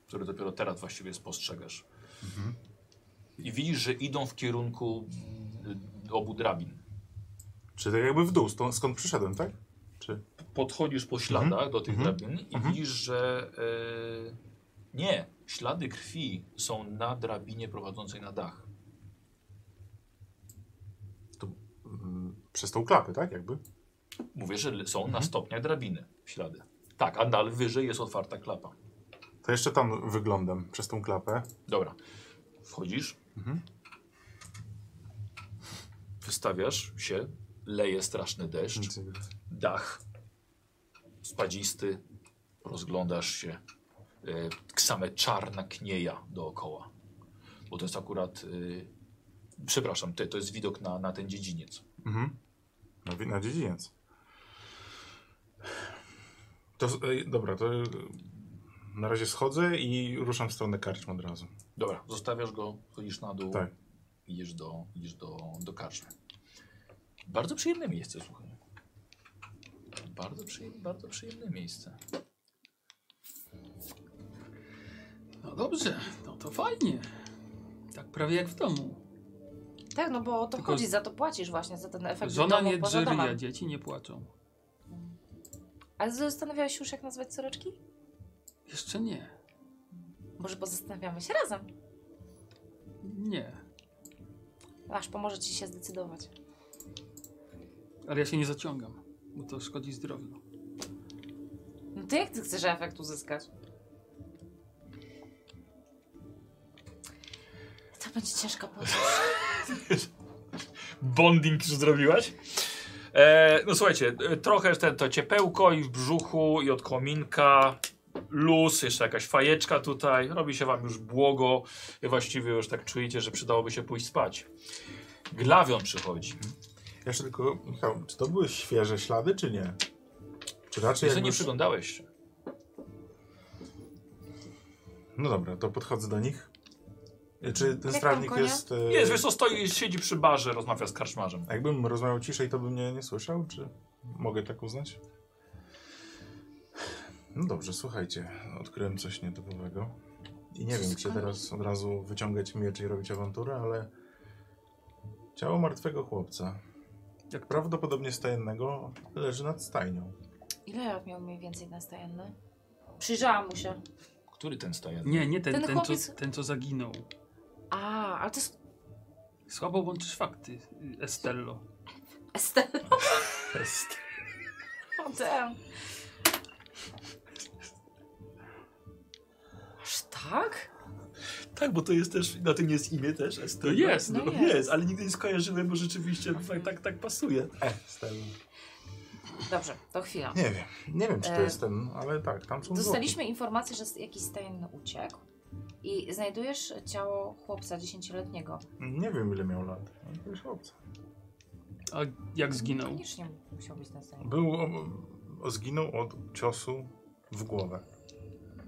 Speaker 1: które dopiero teraz właściwie spostrzegasz. I widzisz, że idą w kierunku y, obu drabin.
Speaker 5: Czy tak jakby w dół, stąd, skąd przyszedłem, tak?
Speaker 1: podchodzisz po śladach do tych
Speaker 5: Mhm.
Speaker 1: drabin i
Speaker 5: Mhm.
Speaker 1: widzisz, że Nie, ślady krwi są na drabinie prowadzącej na dach.
Speaker 5: Mm, Przez tą klapę, tak? Jakby.
Speaker 1: Mówię, że l- są na
Speaker 5: Mhm.
Speaker 1: stopniach drabiny ślady. Tak, a dal wyżej jest otwarta klapa.
Speaker 5: To jeszcze tam wyglądam przez tą klapę.
Speaker 1: Dobra. Wchodzisz.
Speaker 5: Mhm.
Speaker 1: Wystawiasz się. Leje straszny deszcz.
Speaker 5: Nic nie widać.
Speaker 1: Dach. Spadzisty. Rozglądasz się. E, same czarna knieja dookoła. Bo to jest akurat... Y, przepraszam, to, to jest widok na, na ten dziedziniec.
Speaker 5: Mhm. Na, wi- na dziedziniec. To, s- ej, dobra, to y, na razie schodzę i ruszam w stronę karczm od razu.
Speaker 1: Dobra, zostawiasz go, chodzisz na dół.
Speaker 5: Tak.
Speaker 1: Idziesz do, idziesz do, do karczmy. Bardzo przyjemne miejsce, słuchaj. Bardzo, przyje, bardzo przyjemne miejsce.
Speaker 4: No dobrze, no to fajnie. Tak prawie jak w domu.
Speaker 2: Tak, no bo o to
Speaker 4: Tylko-
Speaker 2: chodzi, za to płacisz właśnie, za ten efekt
Speaker 4: Żona
Speaker 2: Tak, domu
Speaker 4: nie
Speaker 2: poza
Speaker 4: drzeje,
Speaker 2: domem.
Speaker 4: dzieci nie płaczą.
Speaker 2: Ale zastanawiałaś się już, jak nazwać córeczki?
Speaker 4: Jeszcze nie.
Speaker 2: Może pozastanawiamy się razem.
Speaker 4: Nie.
Speaker 2: Aż pomoże ci się zdecydować.
Speaker 4: Ale ja się nie zaciągam, bo to szkodzi zdrowiu.
Speaker 2: No to jak ty chcesz efekt uzyskać? To będzie ciężka podróż.
Speaker 1: Bonding już zrobiłaś? E, no słuchajcie, e, trochę te, to ciepełko i w brzuchu i od kominka. Luz, jeszcze jakaś fajeczka tutaj. Robi się wam już błogo. Właściwie już tak czujecie, że przydałoby się pójść spać. Glawion przychodzi.
Speaker 5: Ja Jeszcze tylko, Michał, czy to były świeże ślady, czy nie? Czy raczej
Speaker 1: Ty
Speaker 5: jakby...
Speaker 1: nie przyglądałeś się.
Speaker 5: No dobra, to podchodzę do nich. Y, Czy ten
Speaker 2: tam
Speaker 5: strawnik
Speaker 2: konia?
Speaker 5: jest... y,
Speaker 1: Jest, wiesz co, stoi, siedzi przy barze, rozmawia z karczmarzem.
Speaker 5: A Jakbym rozmawiał ciszej, to bym mnie nie słyszał, czy mogę tak uznać? No dobrze, słuchajcie, odkryłem coś nietypowego. I nie wiem, czy teraz od razu wyciągać miecz i robić awanturę, ale ciało martwego chłopca, jak prawdopodobnie stajennego, leży nad stajnią.
Speaker 2: Ile lat miał mniej więcej nastajenny? Przyjrzałam mu się.
Speaker 1: Który ten staje?
Speaker 4: Nie, nie ten,
Speaker 2: Ten
Speaker 4: ten,
Speaker 2: chłopiec-
Speaker 4: co, ten co zaginął.
Speaker 2: A, ale to jest
Speaker 4: Słabo łączysz fakty, y, Estello.
Speaker 2: Estelle.
Speaker 1: Jest.
Speaker 2: Aż tak?
Speaker 1: Tak, bo to jest też, na tym jest imię też. Jest,
Speaker 4: To jest,
Speaker 2: no. jest.
Speaker 1: ale nigdy nie skojarzyłem, bo rzeczywiście tak, tak, tak pasuje.
Speaker 5: E, stajnia.
Speaker 2: Dobrze, to chwila.
Speaker 5: Nie wiem, nie wiem, czy to
Speaker 2: E,
Speaker 5: jest ten, ale tak, tam są
Speaker 2: Dostaliśmy informację, że jakiś stajenny uciekł i znajdujesz ciało chłopca dziesięcioletniego.
Speaker 5: zwłoki. Nie wiem, ile miał lat. ale to jest chłopca.
Speaker 4: A jak zginął?
Speaker 2: Koniecznie musiał być nastajenny.
Speaker 5: Był, o, o, zginął od ciosu w głowę.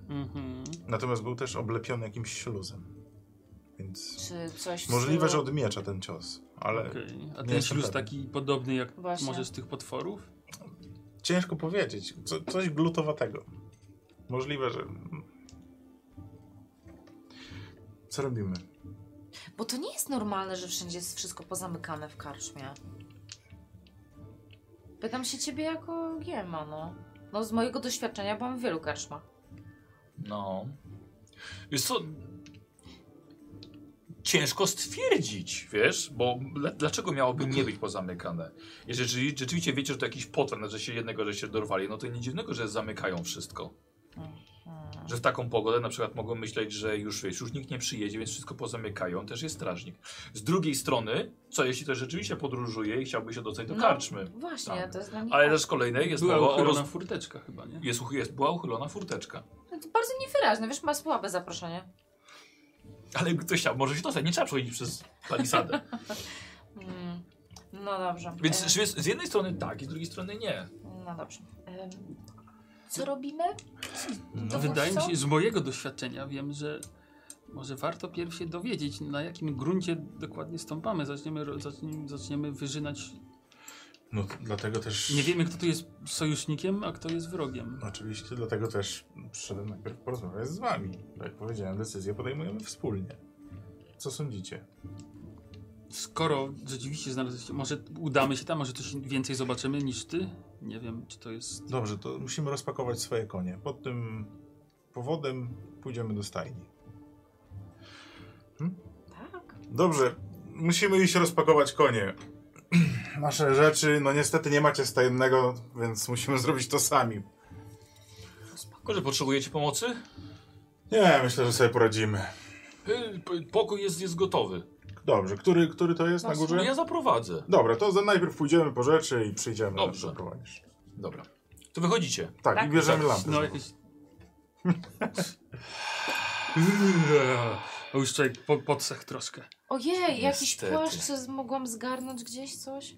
Speaker 4: Mhm.
Speaker 5: Natomiast był też oblepiony jakimś śluzem. Więc
Speaker 2: Czy coś w
Speaker 5: możliwe,
Speaker 2: stylu-
Speaker 5: że od miecza ten cios, ale
Speaker 4: Okej. A
Speaker 5: nie
Speaker 4: ten
Speaker 5: jestem
Speaker 4: śluz
Speaker 5: pewien.
Speaker 4: taki podobny jak
Speaker 2: Właśnie.
Speaker 4: może z tych potworów?
Speaker 5: ciężko powiedzieć. Co, coś glutowatego. Możliwe, że. Co robimy?
Speaker 2: Bo to nie jest normalne, że wszędzie jest wszystko pozamykane w karczmie. Pytam się ciebie jako giema, no. No z mojego doświadczenia byłam w wielu karczmach.
Speaker 1: No. Jest co? Ciężko stwierdzić, wiesz, bo dla- dlaczego miałoby nie być pozamykane? Jeżeli rzeczywiście- rzeczywiście wiecie, że to jakiś potem, że się jednego, że się dorwali, no to nie dziwnego, że zamykają wszystko.
Speaker 2: Mhm.
Speaker 1: Że w taką pogodę na przykład mogą myśleć, że już wiesz, już nikt nie przyjedzie, więc wszystko pozamykają, też jest strażnik. Z drugiej strony, co jeśli ktoś rzeczywiście podróżuje i chciałby się dostać do
Speaker 2: No.
Speaker 1: karczmy?
Speaker 2: Właśnie,
Speaker 1: Tak.
Speaker 2: to jest dla mnie...
Speaker 1: Ale też kolejne jest
Speaker 4: Była
Speaker 1: mowa o
Speaker 4: uchylona
Speaker 1: roz...
Speaker 4: furteczka chyba, nie?
Speaker 1: jest, uch- jest, była uchylona furteczka.
Speaker 2: No To bardzo niewyraźne, wiesz, ma słabe zaproszenie.
Speaker 1: Ale jakby ktoś chciał, może się dostać, nie trzeba przechodzić przez palisadę.
Speaker 2: Mm. No dobrze.
Speaker 1: Więc
Speaker 2: E,
Speaker 1: z- z jednej strony tak, i z drugiej strony nie.
Speaker 2: No dobrze. Em, Co robimy?
Speaker 4: No, wydaje mi się, z mojego doświadczenia wiem, że może warto pierw się dowiedzieć, na jakim gruncie dokładnie stąpamy. Zaczniemy, ro- zaczniemy, zaczniemy wyżynać.
Speaker 5: No, dlatego też.
Speaker 4: Nie wiemy, kto tu jest sojusznikiem, a kto jest wrogiem.
Speaker 5: Oczywiście, dlatego też przyszedłem najpierw porozmawiać z wami. Tak jak powiedziałem, decyzję podejmujemy wspólnie. Co sądzicie?
Speaker 4: Skoro rzeczywiście znaleźliśmy, może udamy się tam, może coś więcej zobaczymy niż ty? Nie wiem, czy to jest...
Speaker 5: Dobrze, to musimy rozpakować swoje konie. Pod tym powodem pójdziemy do stajni. Hm?
Speaker 2: Tak.
Speaker 5: Dobrze, musimy iść rozpakować konie. Nasze rzeczy, no niestety nie macie stajennego, więc musimy zrobić to sami.
Speaker 1: Tylko, że potrzebujecie pomocy?
Speaker 5: Nie, myślę, że sobie poradzimy.
Speaker 1: Y, p- Pokój jest, jest gotowy.
Speaker 5: Dobrze, który, który to jest na
Speaker 1: No,
Speaker 5: górze?
Speaker 1: Ja zaprowadzę.
Speaker 5: Dobra, to za- najpierw pójdziemy po rzeczy i przyjdziemy.
Speaker 1: Dobrze.
Speaker 5: Zaprowadzisz.
Speaker 1: Dobra. To wychodzicie.
Speaker 5: Tak,
Speaker 2: Tak.
Speaker 5: i bierzemy
Speaker 1: Tak,
Speaker 5: lampę.
Speaker 4: No jakieś... A już człowiek po, podsech troszkę.
Speaker 2: Ojej, jakiś
Speaker 1: Niestety.
Speaker 2: płaszcz se mogłam zgarnąć gdzieś coś.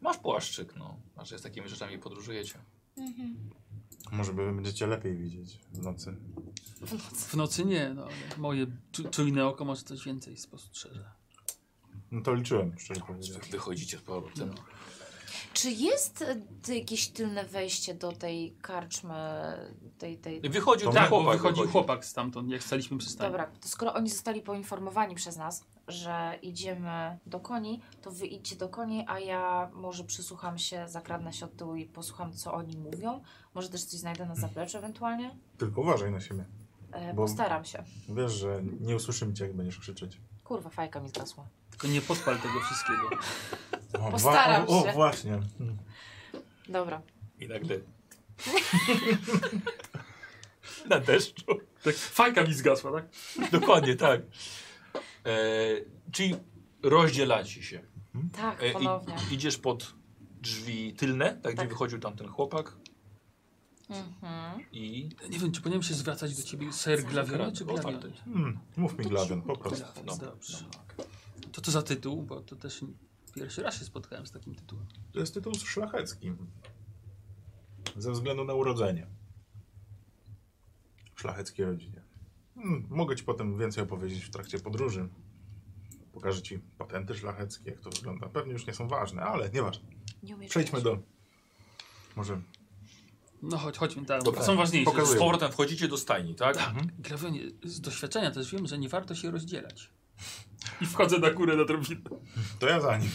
Speaker 1: Masz płaszczyk, no. Znaczy z takimi rzeczami podróżujecie.
Speaker 5: Może by będziecie lepiej widzieć w nocy.
Speaker 4: W nocy nie, no, ale moje czu- czujne oko może coś więcej spostrzeże.
Speaker 5: No to liczyłem, szczerze mówiąc.
Speaker 1: Wychodzicie z powrotem.
Speaker 2: Czy jest e, ty- jakieś tylne wejście do tej karczmy, tej, tej...
Speaker 1: Wychodzi
Speaker 5: To
Speaker 1: ten
Speaker 4: Tak, bo
Speaker 1: chłopak.
Speaker 4: wychodzi chłopak stamtąd, jak staliśmy przy
Speaker 1: Tak.
Speaker 4: stanie.
Speaker 2: Dobra, to skoro oni zostali poinformowani przez nas, że idziemy do koni, to wy idźcie do koni, a ja może przysłucham się, zakradnę się od tyłu i posłucham, co oni mówią. Może też coś znajdę na
Speaker 1: Hmm.
Speaker 2: zapleczu ewentualnie.
Speaker 5: Tylko uważaj na siebie.
Speaker 2: E,
Speaker 5: Bo-
Speaker 2: Postaram się.
Speaker 5: Wiesz, że nie usłyszymy cię, jak będziesz krzyczeć.
Speaker 2: Kurwa, fajka mi zgasła.
Speaker 4: Tylko nie podpal tego wszystkiego.
Speaker 5: O,
Speaker 2: Postaram
Speaker 5: wa- o,
Speaker 2: się.
Speaker 5: O, właśnie. Hmm.
Speaker 2: Dobra.
Speaker 1: I tak nagle... Na deszczu.
Speaker 4: Tak, fajka mi zgasła, tak?
Speaker 1: Dokładnie, tak. E, czyli rozdzielacie się.
Speaker 2: Tak,
Speaker 1: E,
Speaker 2: ponownie.
Speaker 1: i, idziesz pod drzwi tylne, tak, gdzie
Speaker 2: Tak.
Speaker 1: wychodził tamten chłopak
Speaker 2: Mhm.
Speaker 1: i...
Speaker 4: Ja nie wiem, czy powinienem się zwracać do ciebie ser Glawiona, czy
Speaker 1: Otwarte.
Speaker 4: Glawiona?
Speaker 5: Hmm. Mów mi, Glawion, po prostu.
Speaker 1: No.
Speaker 4: Dobrze. To to za tytuł, bo to też pierwszy raz się spotkałem z takim tytułem.
Speaker 5: To jest tytuł szlachecki. Ze względu na urodzenie. W szlacheckiej rodzinie. Hmm, mogę ci potem więcej opowiedzieć w trakcie podróży. Pokażę ci patenty szlacheckie, jak to wygląda. Pewnie już nie są ważne, ale nieważne.
Speaker 2: Nie umiesz
Speaker 5: Przejdźmy
Speaker 2: grać.
Speaker 5: do... Może...
Speaker 4: No chodź, chodźmy tam.
Speaker 1: Dobra.
Speaker 4: Są ważniejsze.
Speaker 5: Pokazuję.
Speaker 1: Z powrotem wchodzicie do stajni, tak?
Speaker 4: Grawionie, z doświadczenia też wiem, że nie warto się rozdzielać. No I wchodzę na górę na drobinę.
Speaker 5: To ja za nim.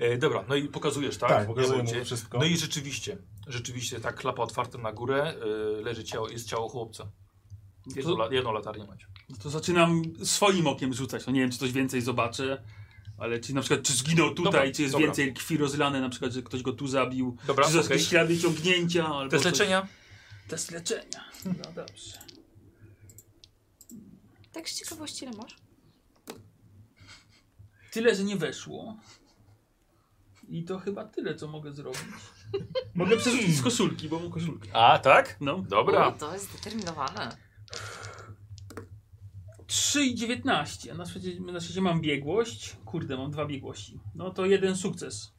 Speaker 1: E, dobra, no i pokazujesz, tak?
Speaker 5: Tak, pokazuję
Speaker 1: Gdzie-
Speaker 5: mu wszystko.
Speaker 1: No i rzeczywiście, rzeczywiście tak klapa otwarta na górę, y, leży ciało, jest ciało chłopca. Jedno,
Speaker 4: To, no
Speaker 1: la, jedną latarnię macie.
Speaker 4: to zaczynam swoim okiem rzucać. No nie wiem, czy coś więcej zobaczę. Ale czy na przykład, czy zginął tutaj,
Speaker 1: Dobra,
Speaker 4: czy jest
Speaker 1: dobra.
Speaker 4: więcej krwi rozlane, na przykład, że ktoś go tu zabił.
Speaker 1: Dobra,
Speaker 4: czy są
Speaker 1: okej.
Speaker 4: jakieś ślady ciągnięcia, albo
Speaker 1: Test
Speaker 4: coś.
Speaker 1: leczenia?
Speaker 4: Test leczenia. No dobrze.
Speaker 2: Tak z ciekawości, ile masz?
Speaker 4: Tyle, że nie weszło. I to chyba tyle, co mogę zrobić. Mogę przerzucić z koszulki, bo mam koszulkę.
Speaker 1: A, tak?
Speaker 4: No.
Speaker 2: O,
Speaker 1: Dobra.
Speaker 2: to jest zdeterminowane.
Speaker 4: 3 i 19. Na szczęście, na szczęście mam biegłość. Kurde, mam dwa biegłości. No to jeden sukces.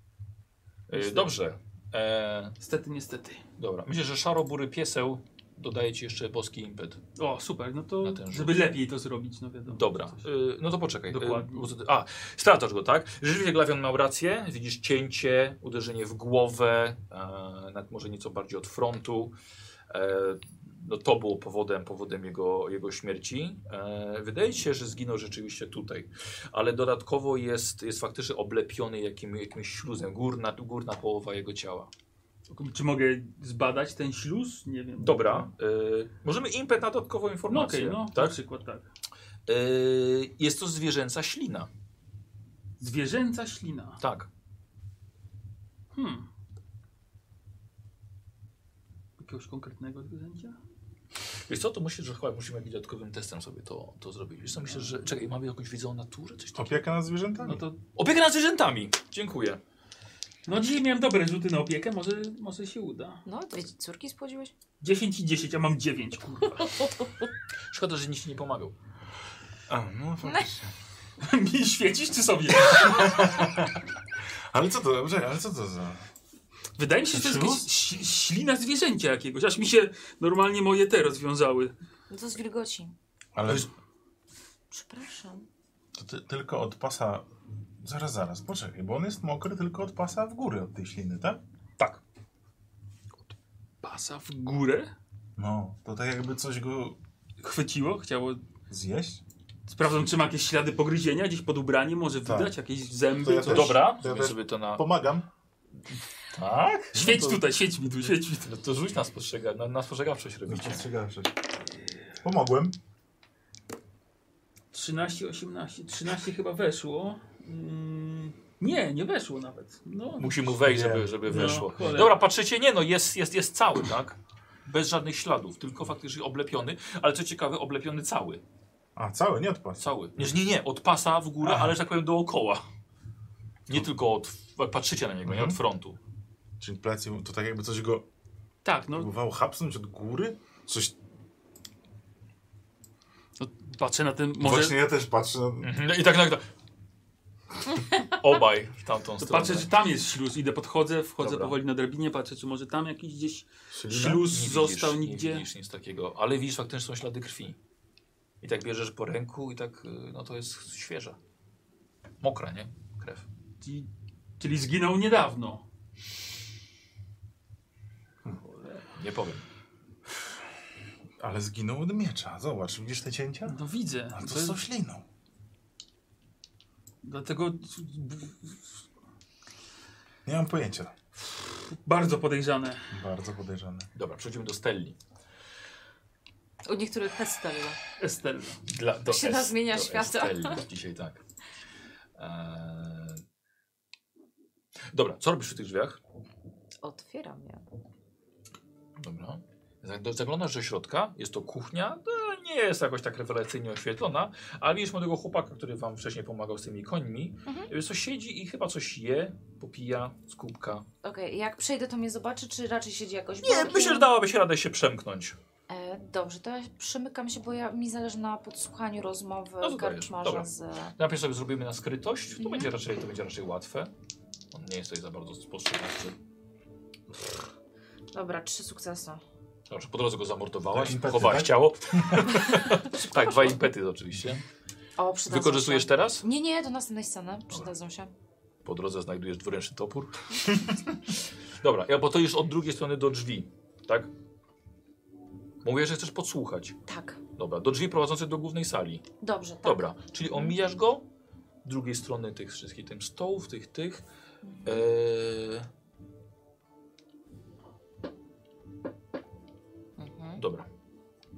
Speaker 1: Y, dobrze. E,
Speaker 4: Niestety, niestety.
Speaker 1: dobra, myślę, że szarobury pieseł dodaje ci jeszcze boski impet.
Speaker 4: O, super, no to
Speaker 1: Na ten rzut.
Speaker 4: żeby lepiej to zrobić, no wiadomo.
Speaker 1: Dobra,
Speaker 4: Coś.
Speaker 1: y, no to poczekaj. Y,
Speaker 4: Dokładnie.
Speaker 1: bo co ty- A, stratasz go, tak? Rzeczywiście Glawion miał rację. Widzisz cięcie, uderzenie w głowę, e, nawet może nieco bardziej od frontu. E, no to było powodem, powodem jego, jego śmierci. E, wydaje się, że zginął rzeczywiście tutaj, ale dodatkowo jest, jest faktycznie oblepiony jakim, jakimś śluzem, górna, górna połowa jego ciała.
Speaker 4: Czy mogę zbadać ten śluz? Nie wiem.
Speaker 1: Dobra, y, możemy impet na dodatkową
Speaker 4: No okej,
Speaker 1: informację.
Speaker 4: no
Speaker 1: tak?
Speaker 4: na przykład tak.
Speaker 1: Y, jest to zwierzęca ślina.
Speaker 4: Zwierzęca ślina.
Speaker 1: Tak.
Speaker 4: Hmm. Jakiegoś konkretnego zwierzęcia?
Speaker 1: Wiesz co, to myślę, że chyba musimy jakimś dodatkowym testem sobie to, to zrobić. Wiesz co, myślę, że... Czekaj, mamy jakąś wiedzę o naturze? Coś takiego?
Speaker 5: Opieka nad zwierzętami.
Speaker 4: No to.
Speaker 1: Opieka nad zwierzętami! Dziękuję.
Speaker 4: No dzisiaj miałem dobre rzuty na opiekę, może, może się uda.
Speaker 2: No, dwie córki spłodziłeś?
Speaker 4: 10 i 10, a mam 9, kurwa.
Speaker 1: Szkoda, że nikt ci nie pomagał.
Speaker 5: A, no faktycznie.
Speaker 4: Mi świecisz czy sobie?
Speaker 5: Ale co to, dobrze, ale co to za...
Speaker 4: Wydaje mi się, że to jest
Speaker 5: Czemu?
Speaker 4: jakaś ś- ślina zwierzęcia jakiegoś. Aż mi się normalnie moje te rozwiązały.
Speaker 2: No to z wilgoci.
Speaker 5: Ale
Speaker 2: Przepraszam.
Speaker 5: to ty, tylko od pasa... Zaraz, zaraz, poczekaj, bo on jest mokry tylko od pasa w górę od tej śliny, tak?
Speaker 1: Tak.
Speaker 4: Pasa w górę?
Speaker 5: No, to tak jakby coś go
Speaker 4: Chwyciło, chciało.
Speaker 5: zjeść?
Speaker 4: Sprawdzam, czy ma jakieś ślady pogryzienia gdzieś pod ubraniem, może
Speaker 5: Tak.
Speaker 4: widać jakieś zęby.
Speaker 5: To ja
Speaker 4: coś.
Speaker 5: też.
Speaker 1: Dobra,
Speaker 5: Ja
Speaker 1: ja
Speaker 5: też-
Speaker 1: sobie to na...
Speaker 5: Pomagam.
Speaker 1: Tak?
Speaker 4: Świeć
Speaker 1: No to-
Speaker 4: tutaj, siedź mi tu, siedź mi tu.
Speaker 1: No to rzuć na spostrzega, na, na spostrzegawczość robicie.
Speaker 5: No Spostrzegawczość. Pomogłem.
Speaker 4: 13, 18, 13 chyba weszło. Mm, nie, nie weszło nawet. No,
Speaker 1: Musi mu wejść,
Speaker 5: Nie.
Speaker 1: żeby, żeby
Speaker 4: No,
Speaker 1: weszło.
Speaker 4: cholera.
Speaker 1: Dobra, patrzycie, nie no, jest, jest, jest cały, tak? Bez żadnych śladów, tylko faktycznie oblepiony, ale co ciekawe, oblepiony cały.
Speaker 5: A, cały, nie odpadł.
Speaker 1: Cały. Nie, nie, nie, od pasa w górę,
Speaker 5: Aha.
Speaker 1: ale że tak powiem dookoła. Nie tylko od, jak patrzycie na niego, nie
Speaker 5: Mhm.
Speaker 1: od frontu.
Speaker 5: Czyli plecy, to tak jakby coś go
Speaker 4: tak, no
Speaker 5: próbowało hapsnąć od góry? Coś,
Speaker 4: no, patrzę na ten, może
Speaker 5: właśnie ja też patrzę na...
Speaker 1: I tak, tak, tak. Obaj w tamtą
Speaker 4: to
Speaker 1: stronę.
Speaker 4: patrzę, czy tam jest śluz. Idę, podchodzę, wchodzę
Speaker 1: Dobra.
Speaker 4: powoli na drabinie, patrzę, czy może tam jakiś gdzieś
Speaker 5: Ślinę?
Speaker 4: śluz
Speaker 1: Nie widzisz,
Speaker 4: został
Speaker 1: nie
Speaker 4: nigdzie.
Speaker 1: widzisz nic takiego, ale widzisz faktycznie są ślady krwi. I tak bierzesz po ręku i tak, y, no to jest świeża. Mokra, nie? Krew.
Speaker 4: Czyli- Czyli zginął niedawno.
Speaker 1: Nie powiem.
Speaker 5: Ale zginął od miecza, zobacz, widzisz te cięcia?
Speaker 4: No widzę.
Speaker 5: A to
Speaker 4: To-
Speaker 5: z tą śliną.
Speaker 4: Dlatego
Speaker 5: Nie mam pojęcia.
Speaker 4: bardzo podejrzane.
Speaker 5: Bardzo podejrzane.
Speaker 1: Dobra, przechodzimy do Stelli.
Speaker 8: U niektórych pesteliła.
Speaker 4: Estella.
Speaker 1: Dla, do
Speaker 2: się nazmienia
Speaker 1: do
Speaker 2: świata.
Speaker 1: Estelli dzisiaj tak. Eee... Dobra, co robisz przy tych drzwiach?
Speaker 8: Otwieram je.
Speaker 1: Dobra. Zag- Zaglądasz do środka, jest to kuchnia, no, nie jest jakoś tak rewelacyjnie oświetlona, ale widzisz młodego chłopaka, który wam wcześniej pomagał z tymi końmi. Wiesz co, siedzi i chyba coś je, popija z kubka.
Speaker 2: Okej, jak przejdę, to mnie zobaczy, czy raczej siedzi jakoś
Speaker 1: Nie,
Speaker 2: bokiem?
Speaker 1: myślę, że dałaby się radę się przemknąć.
Speaker 2: E, dobrze, to ja przymykam się, bo ja, mi zależy na podsłuchaniu rozmowy
Speaker 1: No to dajesz, dobra.
Speaker 2: karczmarza z...
Speaker 1: Najpierw sobie zrobimy na skrytość, to,
Speaker 2: Mhm.
Speaker 1: będzie, raczej, to będzie raczej łatwe. On nie jest tutaj za bardzo spostrzegawczy.
Speaker 2: Dobra, trzy sukcesy.
Speaker 1: Dobrze, po drodze go zamordowałaś,
Speaker 5: Tak, impety,
Speaker 1: chowałaś
Speaker 5: tak?
Speaker 1: ciało. tak, dwa impety oczywiście.
Speaker 2: O, przydadzą
Speaker 1: Wykorzystujesz
Speaker 2: się.
Speaker 1: teraz?
Speaker 2: Nie, nie, do następnej sceny. Przydadzą się.
Speaker 1: Po drodze znajdujesz dwuręczny topór. Dobra, ja, bo to już od drugiej strony do drzwi, tak? Mówię, że chcesz podsłuchać.
Speaker 2: Tak,
Speaker 1: Dobra, do drzwi prowadzących do głównej sali.
Speaker 2: dobrze, tak.
Speaker 1: Dobra, czyli omijasz go, z drugiej strony tych wszystkich, tym stołów, tych, tych. Eee...
Speaker 2: Mhm.
Speaker 1: Dobra.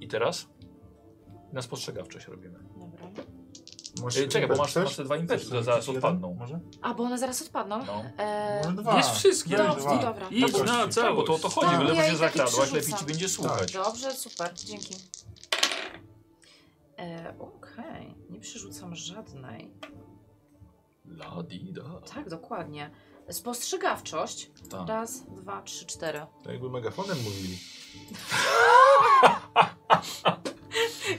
Speaker 1: I teraz? Na spostrzegawczość robimy.
Speaker 2: Dobra.
Speaker 5: Masz
Speaker 1: Ej, czekaj, bo
Speaker 5: impet
Speaker 1: masz-
Speaker 5: też?
Speaker 1: masz te dwa impety,
Speaker 5: Chcesz
Speaker 1: to zaraz
Speaker 5: dorzucić jeden?
Speaker 1: odpadną.
Speaker 5: Może?
Speaker 2: A, bo one zaraz odpadną?
Speaker 1: No.
Speaker 2: E,
Speaker 5: Może dwa.
Speaker 4: Bierz wszystkie.
Speaker 5: Jeden,
Speaker 2: Dobrze,
Speaker 5: dwa.
Speaker 2: dobra.
Speaker 4: Idź
Speaker 5: Tak,
Speaker 4: na
Speaker 1: Tak, bo
Speaker 5: tak,
Speaker 4: całość.
Speaker 1: to o to chodzi,
Speaker 2: Tak,
Speaker 1: byle
Speaker 2: No, ja
Speaker 1: będzie
Speaker 2: i taki
Speaker 1: zakradłaś, lepiej
Speaker 2: przerzucam. Tak.
Speaker 1: ci będzie słuchać.
Speaker 2: Dobrze, super, dzięki. E, Okej, nie przerzucam żadnej.
Speaker 1: La di da.
Speaker 2: Tak, dokładnie. Spostrzegawczość.
Speaker 1: Tak.
Speaker 2: Raz, dwa, trzy, cztery.
Speaker 5: To jakby megafonem mówili.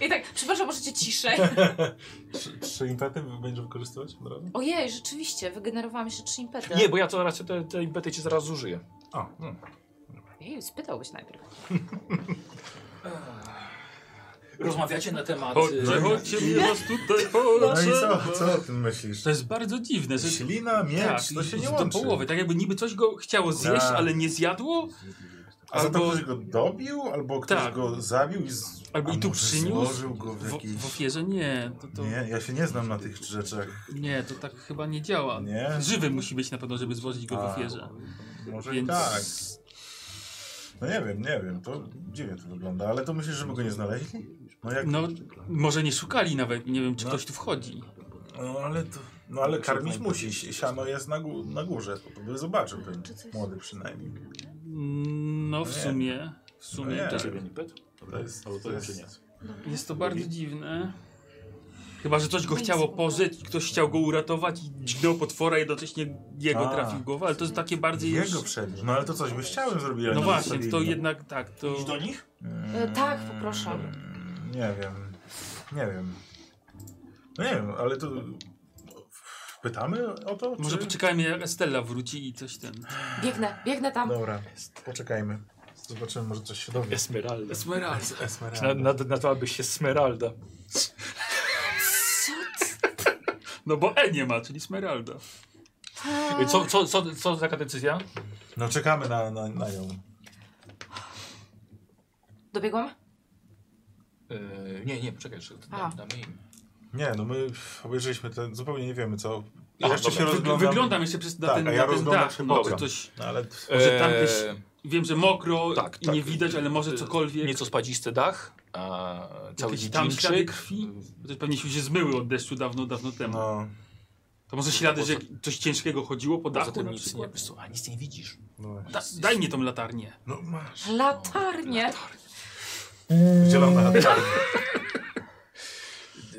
Speaker 2: I tak, przepraszam, możecie ciszej.
Speaker 5: Trzy, trzy impety będziesz wykorzystywać od razu?
Speaker 2: Ojej, rzeczywiście, wygenerowałam jeszcze trzy impety.
Speaker 1: Nie, bo ja to zaraz te, te impety cię zaraz zużyję.
Speaker 5: A, hmm.
Speaker 2: Ej, spytałbyś najpierw.
Speaker 1: Rozmawiacie na temat.
Speaker 4: Chodźcie, chodźcie, mnie was tutaj
Speaker 5: y, No i
Speaker 4: potrzeba.
Speaker 5: co, co o tym myślisz?
Speaker 4: To jest bardzo dziwne. że- Tak,
Speaker 5: Ślina, miecz, to się nie
Speaker 4: do
Speaker 5: łączy.
Speaker 4: połowy, tak jakby niby coś go chciało zjeść,
Speaker 5: Tak.
Speaker 4: ale nie zjadło.
Speaker 5: A za to
Speaker 4: Albo-
Speaker 5: ktoś go dobił, albo ktoś
Speaker 4: Tak.
Speaker 5: go zabił i, z...
Speaker 4: Albo
Speaker 5: A
Speaker 4: i tu
Speaker 5: może
Speaker 4: przyniósł.
Speaker 5: złożył go w
Speaker 4: w,
Speaker 5: jakiś...
Speaker 4: w ofierze nie. To, to, nie.
Speaker 5: Nie, ja się nie znam na tych rzeczach.
Speaker 4: to tak chyba nie działa.
Speaker 5: Nie?
Speaker 4: Żywy musi być na pewno, żeby złożyć go w
Speaker 5: A,
Speaker 4: ofierze.
Speaker 5: Może
Speaker 4: Więc
Speaker 5: i tak. No nie wiem, nie wiem, to dziwnie to wygląda, ale to myślisz, że my go nie znaleźli? No jak...
Speaker 4: no, może nie szukali nawet, nie wiem czy
Speaker 5: No.
Speaker 4: ktoś tu wchodzi.
Speaker 5: No ale to... No ale karmić musi, si- siano jest na, gó na górze, to by zobaczył ten młody przynajmniej.
Speaker 4: No w
Speaker 5: No nie.
Speaker 4: sumie, w sumie
Speaker 5: nie.
Speaker 4: też
Speaker 1: Jeden impet?
Speaker 5: To jest...
Speaker 1: Albo to
Speaker 5: jest-
Speaker 1: czy nie?
Speaker 4: jest to bardzo dziwne. Chyba, że coś go
Speaker 2: Nic
Speaker 4: chciało
Speaker 2: spoko.
Speaker 4: pożyć, ktoś chciał go uratować i dźgnął potwora, jednocześnie jego
Speaker 5: A.
Speaker 4: trafił głowa, ale to jest takie bardziej Znaczy już...
Speaker 5: Jego przebił. No ale to coś byś chciał im zrobić, ale
Speaker 4: No
Speaker 5: nie
Speaker 4: właśnie,
Speaker 5: zostawili,
Speaker 4: to
Speaker 5: no.
Speaker 4: jednak tak, to...
Speaker 1: nich?
Speaker 2: E, tak, poproszę.
Speaker 5: Mm, Nie wiem. Nie wiem. No nie wiem, ale to. Pytamy o to?
Speaker 4: Może
Speaker 5: czy...
Speaker 4: poczekajmy, jak Estella wróci i coś ten...
Speaker 2: Biegnę, biegnę tam.
Speaker 5: Dobra, poczekajmy. Zobaczymy, może coś się dowie.
Speaker 1: Esmeralda.
Speaker 4: Esmeralda.
Speaker 1: Na,
Speaker 5: Esmeralda.
Speaker 1: na, nazwałabyś się Smeralda.
Speaker 4: No bo E nie ma, czyli Smeralda.
Speaker 1: Co, co, co, co za taka decyzja?
Speaker 5: No czekamy na, na, na nią.
Speaker 2: Dobiegłam?
Speaker 1: Yy, nie, nie, poczekaj, jeszcze
Speaker 2: A.
Speaker 1: damy im.
Speaker 5: Nie, no my obejrzeliśmy ten, zupełnie nie wiemy co.
Speaker 3: Ja jeszcze się rozglądam.
Speaker 4: Wyglądam jeszcze przez na
Speaker 3: Tak,
Speaker 4: ten,
Speaker 3: a ja
Speaker 4: na ten
Speaker 3: rozglądam
Speaker 4: dach.
Speaker 3: się
Speaker 4: No,
Speaker 1: mokro.
Speaker 4: czy coś,
Speaker 3: No, ale
Speaker 4: Może tam gdzieś-
Speaker 1: Eee,
Speaker 4: wiem, że mokro
Speaker 1: Tak,
Speaker 4: i
Speaker 1: tak.
Speaker 4: nie widać, ale może cokolwiek.
Speaker 1: Nieco spadzisty dach, a cały
Speaker 4: Jakieś tam ślady
Speaker 1: dziedzińczyk.
Speaker 4: krwi. Bo też pewnie się już zmyły od deszczu dawno, dawno temu.
Speaker 3: no,
Speaker 4: To może ślady, że coś ciężkiego chodziło po
Speaker 1: Poza
Speaker 4: dachu
Speaker 1: tym
Speaker 4: na
Speaker 1: nic nie,
Speaker 4: przykład.
Speaker 1: wiesz co, a nic nie widzisz.
Speaker 5: No właśnie.
Speaker 4: Da, daj mi tą latarnię.
Speaker 3: no masz.
Speaker 2: Latarnie.
Speaker 3: Zielona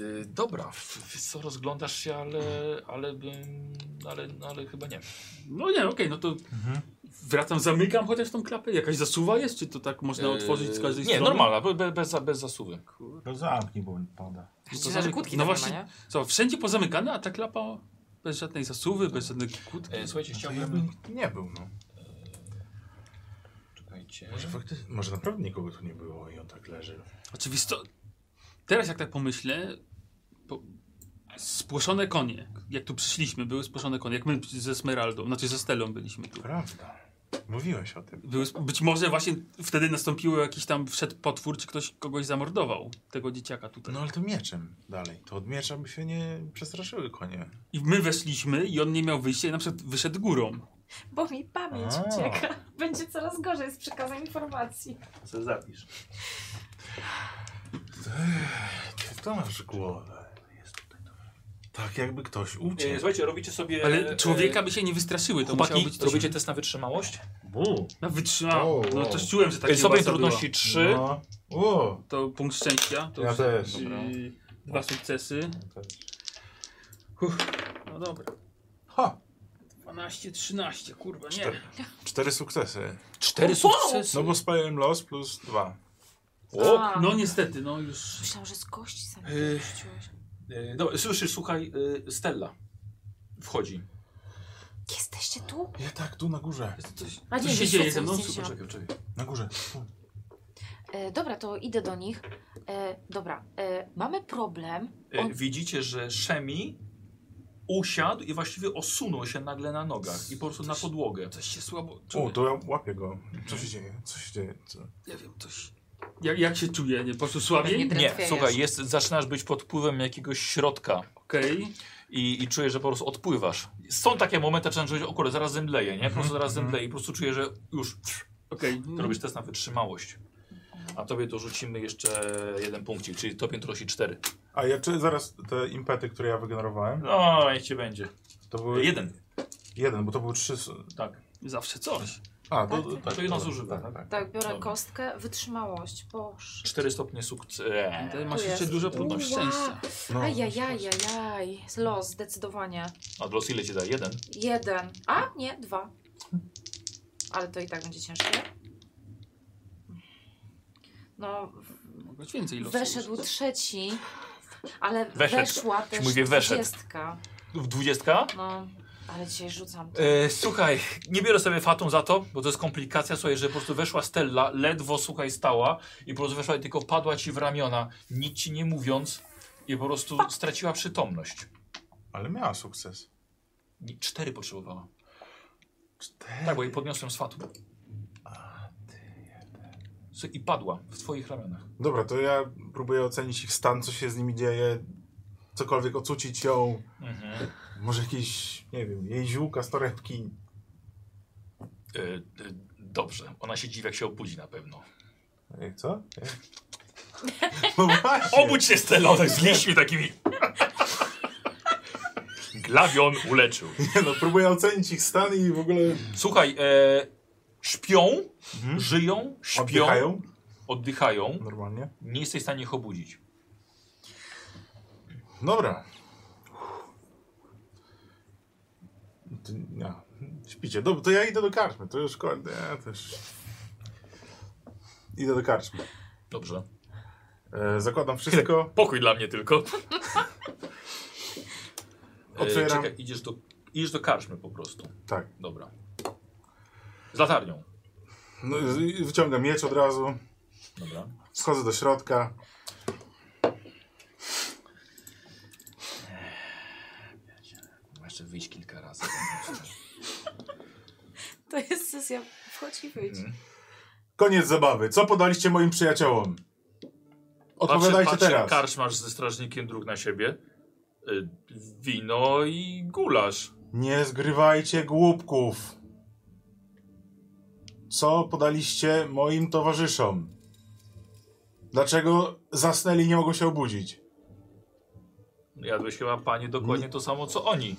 Speaker 1: Yy, dobra, w- wiesz co, rozglądasz się, ale, ale, bym- ale, ale chyba nie.
Speaker 4: No nie, okej, no to wracam, zamykam chociaż tą klapę. Jakaś zasuwa jest, czy to tak można otworzyć z każdej
Speaker 1: Eee, Nie,
Speaker 4: strony?
Speaker 1: normalna, be- be- bez, bez zasuwy.
Speaker 3: No zamknij, bo pada.
Speaker 4: To
Speaker 2: Widzicie, że
Speaker 4: zamyka-
Speaker 2: kłódki
Speaker 4: No
Speaker 2: tam nie
Speaker 4: właśnie,
Speaker 2: ma, nie?
Speaker 4: Co, wszędzie pozamykane, a ta klapa bez żadnej zasuwy, bez żadnej kłódki.
Speaker 1: Eee, Słuchajcie,
Speaker 5: To ja
Speaker 1: chciałbym...
Speaker 5: bym Znaczy, nikt nie był, no.
Speaker 1: Czekajcie.
Speaker 5: Może faktycznie, może naprawdę nikogo tu nie było i on tak leży.
Speaker 4: Oczywiście, teraz jak tak pomyślę, po, spłoszone konie, jak tu przyszliśmy, były spłoszone konie, jak my ze Smeraldą, znaczy ze Stelą byliśmy tu.
Speaker 5: Prawda. Mówiłeś o tym.
Speaker 4: Były, sp- być może właśnie wtedy nastąpiło jakiś tam, wszedł potwór, czy ktoś kogoś zamordował, tego dzieciaka tutaj.
Speaker 5: No ale to mieczem dalej. To od miecza by się nie przestraszyły konie.
Speaker 4: I my weszliśmy i on nie miał wyjścia i na przykład wyszedł górą.
Speaker 2: Bo mi pamięć
Speaker 5: A.
Speaker 2: ucieka. Będzie coraz gorzej z przekazem informacji.
Speaker 7: Co zapisz?
Speaker 5: Ty to masz głowę. Tak jakby ktoś
Speaker 7: E,
Speaker 5: uciekł.
Speaker 7: słuchajcie, robicie sobie...
Speaker 4: Ale człowieka by się nie wystraszyły, to musiało
Speaker 1: E, Chłopaki,
Speaker 4: być coś...
Speaker 1: robicie test na wytrzymałość?
Speaker 5: Bu.
Speaker 4: No wytrzymało,
Speaker 5: O,
Speaker 4: no
Speaker 5: wow.
Speaker 4: to czułem, że takie
Speaker 1: Stopień
Speaker 4: łasa
Speaker 1: trudności 3.
Speaker 5: No. O.
Speaker 4: była. To punkt szczęścia. To
Speaker 5: Ja
Speaker 4: już-
Speaker 5: też.
Speaker 4: i Dwa sukcesy. Uff, no dobra.
Speaker 5: Ha.
Speaker 4: 12, 13, kurwa, nie.
Speaker 5: Cztery. Cztery sukcesy.
Speaker 1: Cztery sukcesy.
Speaker 5: No bo spałem los plus dwa.
Speaker 1: O!
Speaker 2: A.
Speaker 4: No niestety, no już.
Speaker 2: Myślałam, że z kości sami
Speaker 1: Yy.
Speaker 2: rzuciłeś.
Speaker 1: E, Dobra, słyszysz, słuchaj, e, Stella wchodzi.
Speaker 2: Jesteście tu?
Speaker 5: Ja tak, tu na górze.
Speaker 4: Jest Coś,
Speaker 2: A
Speaker 4: coś
Speaker 2: nie,
Speaker 4: się
Speaker 2: nie
Speaker 4: dzieje
Speaker 2: świecą,
Speaker 4: ze mną?
Speaker 2: nie
Speaker 4: Super,
Speaker 2: świecą.
Speaker 4: czekaj, czekaj.
Speaker 5: Na górze.
Speaker 2: E, dobra, to idę do nich. E, dobra, e, mamy problem.
Speaker 1: E,
Speaker 2: On-
Speaker 1: Widzicie, że Szemi usiadł i właściwie osunął się nagle na nogach i po prostu na podłogę.
Speaker 4: Coś się słabo czuję.
Speaker 5: O, to ja łapię go. Co się dzieje? Co się dzieje? Co?
Speaker 4: Nie wiem, coś. Jak, jak się czuję? Nie, po prostu słabiej?
Speaker 2: Pewnie
Speaker 1: Nie,
Speaker 2: Drętwiejesz.
Speaker 1: słuchaj, jest, zaczynasz być pod wpływem jakiegoś środka
Speaker 4: Okej.
Speaker 1: i, i czujesz, że po prostu odpływasz. Są takie momenty, że czujesz, o kurde, zaraz zemdleję, nie? Po prostu zaraz zemdleję i po prostu czuję, że już pff,
Speaker 4: Okej. no,
Speaker 1: to robisz test na wytrzymałość. A tobie to rzucimy jeszcze jeden punkcik, czyli topień trosi 4.
Speaker 5: A ja czy zaraz te impety, które ja wygenerowałem,
Speaker 1: No, niech ci będzie.
Speaker 5: to były...
Speaker 1: Jeden,
Speaker 5: Jeden, bo to były trzy... su-
Speaker 1: tak.
Speaker 4: Zawsze coś.
Speaker 5: A, to...
Speaker 2: Tak, tak.
Speaker 5: tak,
Speaker 1: To jedno
Speaker 5: dobra,
Speaker 1: zużywa, tak?
Speaker 2: Tak, biorę
Speaker 1: Dobra.
Speaker 2: kostkę, wytrzymałość, boż.
Speaker 1: 4 stopnie E, sukcesu.
Speaker 4: Tutaj masz
Speaker 2: tu
Speaker 4: jeszcze
Speaker 2: jest.
Speaker 4: dużo punktów
Speaker 2: Ua.
Speaker 4: szczęścia.
Speaker 5: No,
Speaker 2: Ajajajajaj, los, zdecydowanie.
Speaker 1: A los ile ci da? Jeden?
Speaker 2: Jeden, a nie, dwa. Ale to i tak będzie ciężkie. No,
Speaker 4: Mogę mieć więcej losów.
Speaker 2: weszedł trzeci, ale
Speaker 1: Weszedł.
Speaker 2: weszła też
Speaker 1: mówię, weszedł.
Speaker 2: dwudziestka.
Speaker 1: W dwudziestka?
Speaker 2: No, ale dzisiaj rzucam to.
Speaker 1: E, słuchaj, nie biorę sobie fatą za to, bo to jest komplikacja, słuchaj, że po prostu weszła Stella, ledwo, słuchaj, stała i po prostu weszła i tylko padła ci w ramiona, nic ci nie mówiąc i po prostu straciła przytomność.
Speaker 5: Ale miała sukces.
Speaker 1: Nie, Cztery potrzebowała.
Speaker 5: Cztery.
Speaker 1: Tak, bo jej podniosłem z fatu. Słuchaj, I padła w twoich ramionach.
Speaker 5: Dobra, to ja próbuję ocenić ich stan, co się z nimi dzieje, cokolwiek ocucić ją,
Speaker 1: Mhm.
Speaker 5: może jakieś, nie wiem, jej ziółka z torebki.
Speaker 1: E, e, dobrze, ona się dziwi, jak się obudzi na pewno.
Speaker 5: Ej, E, co? Ej. No właśnie!
Speaker 1: Obudź się, Stella, ona z liśćmi takimi. Glawion uleczył.
Speaker 5: Nie, No, próbuję ocenić ich stan i w ogóle
Speaker 1: Słuchaj, e, śpią, żyją, śpią,
Speaker 5: Mhm. oddychają No.
Speaker 1: oddychają.
Speaker 5: normalnie.
Speaker 1: Nie jesteś w stanie ich obudzić.
Speaker 5: Dobra. To, ja, śpicie. Dobra, to ja idę do karczmy, to już kurde, ja też... Idę do karczmy.
Speaker 1: Dobrze.
Speaker 5: E, zakładam wszystko,
Speaker 1: Pokój dla mnie tylko. E,
Speaker 5: otwieram...
Speaker 1: czekaj, idziesz do, idziesz do karczmy po prostu.
Speaker 5: Tak.
Speaker 1: Dobra. Z latarnią.
Speaker 5: No, z- wyciągam miecz od razu.
Speaker 1: Dobra.
Speaker 5: Schodzę do środka.
Speaker 1: Jeszcze wyjść kilka razy.
Speaker 2: To jest sesja, wchodź i wyjdź.
Speaker 1: Mm.
Speaker 5: Koniec zabawy. Co podaliście moim przyjaciołom? Odpowiadajcie
Speaker 1: patrzy
Speaker 5: teraz.
Speaker 1: karczmarz ze strażnikiem dróg na siebie. y, wino i gulasz.
Speaker 5: Nie zgrywajcie głupków. Co podaliście moim towarzyszom? Dlaczego zasnęli i nie mogą się obudzić?
Speaker 1: Jadłeś chyba panie dokładnie to samo co oni.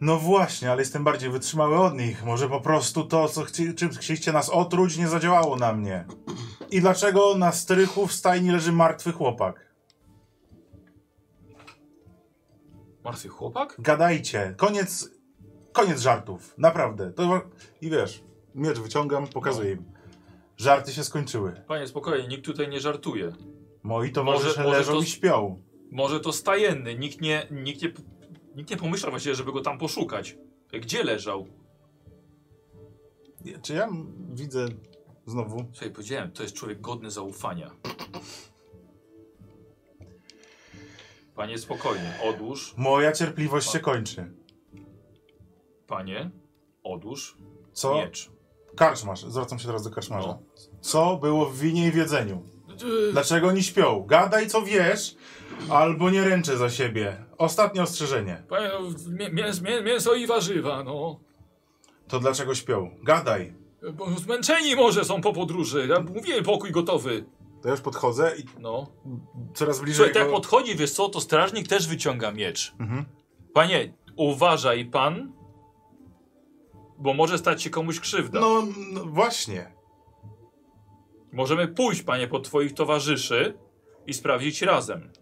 Speaker 5: No właśnie, ale jestem bardziej wytrzymały od nich. Może po prostu to, co chci- czym chcieliście nas otruć, nie zadziałało na mnie. I dlaczego na strychu w stajni leży martwy chłopak?
Speaker 1: Martwy chłopak?
Speaker 5: Gadajcie. Koniec, koniec żartów. Naprawdę. To... I wiesz, miecz wyciągam, pokazuję im. Żarty się skończyły.
Speaker 1: Panie spokojnie, nikt tutaj nie żartuje.
Speaker 5: Moi towarzysze
Speaker 1: może
Speaker 5: leżą
Speaker 1: to-
Speaker 5: i śpią.
Speaker 1: Może to stajenny, nikt nie, nikt nie, nikt nie pomyślał właściwie, żeby go tam poszukać. Gdzie leżał?
Speaker 5: Nie, Czy ja m- widzę znowu?
Speaker 1: Słuchaj, powiedziałem, to jest człowiek godny zaufania. Panie spokojnie, odłóż,
Speaker 5: Moja cierpliwość się kończy.
Speaker 1: panie, odłóż
Speaker 5: Co?
Speaker 1: miecz.
Speaker 5: Karczmarz. Zwracam się teraz do karczmarza.
Speaker 1: No. Znaczy, y-
Speaker 5: Co było w winie i w jedzeniu? Dlaczego oni śpią? Gadaj co wiesz, albo nie ręczę za siebie. Ostatnie ostrzeżenie.
Speaker 1: Panie, mię- mięs, mię- mięso i warzywa, no.
Speaker 5: To dlaczego śpią? Gadaj.
Speaker 1: Bo zmęczeni może są po podróży. Ja mówiłem, pokój gotowy.
Speaker 5: To ja już podchodzę i
Speaker 1: No.
Speaker 5: coraz bliżej.
Speaker 1: Słuchaj, tak jak
Speaker 5: go-
Speaker 1: podchodzi, wiesz co, to strażnik też wyciąga miecz.
Speaker 5: Mhm.
Speaker 1: Panie, uważaj pan, bo może stać się komuś krzywda.
Speaker 5: No, no właśnie.
Speaker 1: Możemy pójść, panie, po twoich towarzyszy i sprawdzić razem.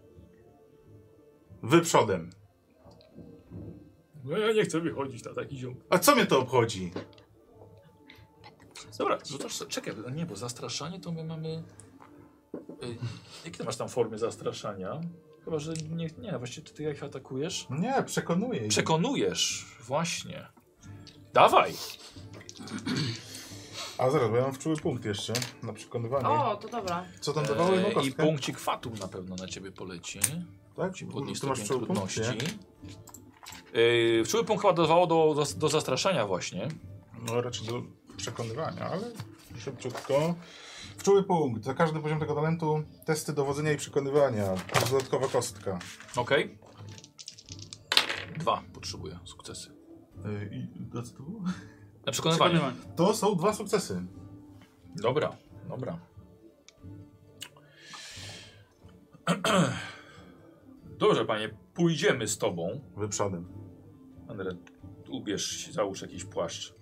Speaker 5: Wy przodem.
Speaker 1: No ja nie chcę wychodzić na taki ziom.
Speaker 5: A co mnie to obchodzi?
Speaker 1: Dobra, rzucasz sobie. Czekaj, bo- nie, bo zastraszanie to my mamy. Y, jakie ty masz tam formy zastraszania? Chyba, że nie, nie właściwie to ty jak atakujesz?
Speaker 5: Nie, przekonuję. ich.
Speaker 1: Przekonujesz, właśnie. Dawaj!
Speaker 5: A zaraz, bo ja mam wczuły punkt jeszcze na przekonywanie.
Speaker 2: O, to dobra.
Speaker 5: Co tam dawały? No,
Speaker 1: E, I
Speaker 5: kostkę.
Speaker 1: punkcik fatum na pewno na ciebie poleci.
Speaker 5: Tak?
Speaker 1: Ci podnieść
Speaker 5: Ty masz
Speaker 1: stopień
Speaker 5: wczuły punkt?
Speaker 1: trudności.
Speaker 5: Nie.
Speaker 1: Yy, wczuły punkt chyba dawało do, do, do zastraszania właśnie.
Speaker 5: No raczej do przekonywania, ale szybciutko. Wczuły punkt. Za każdy poziom tego talentu testy dowodzenia i przekonywania. To jest dodatkowa kostka.
Speaker 1: Okej. Dwa potrzebuję sukcesy.
Speaker 5: Yy, I co to było?
Speaker 1: Na przekonywanie.
Speaker 5: To są dwa sukcesy.
Speaker 1: Dobra, dobra. Dobrze, panie, pójdziemy z tobą.
Speaker 5: Wyprzodem.
Speaker 1: Andre, ubierz się, załóż jakiś płaszcz.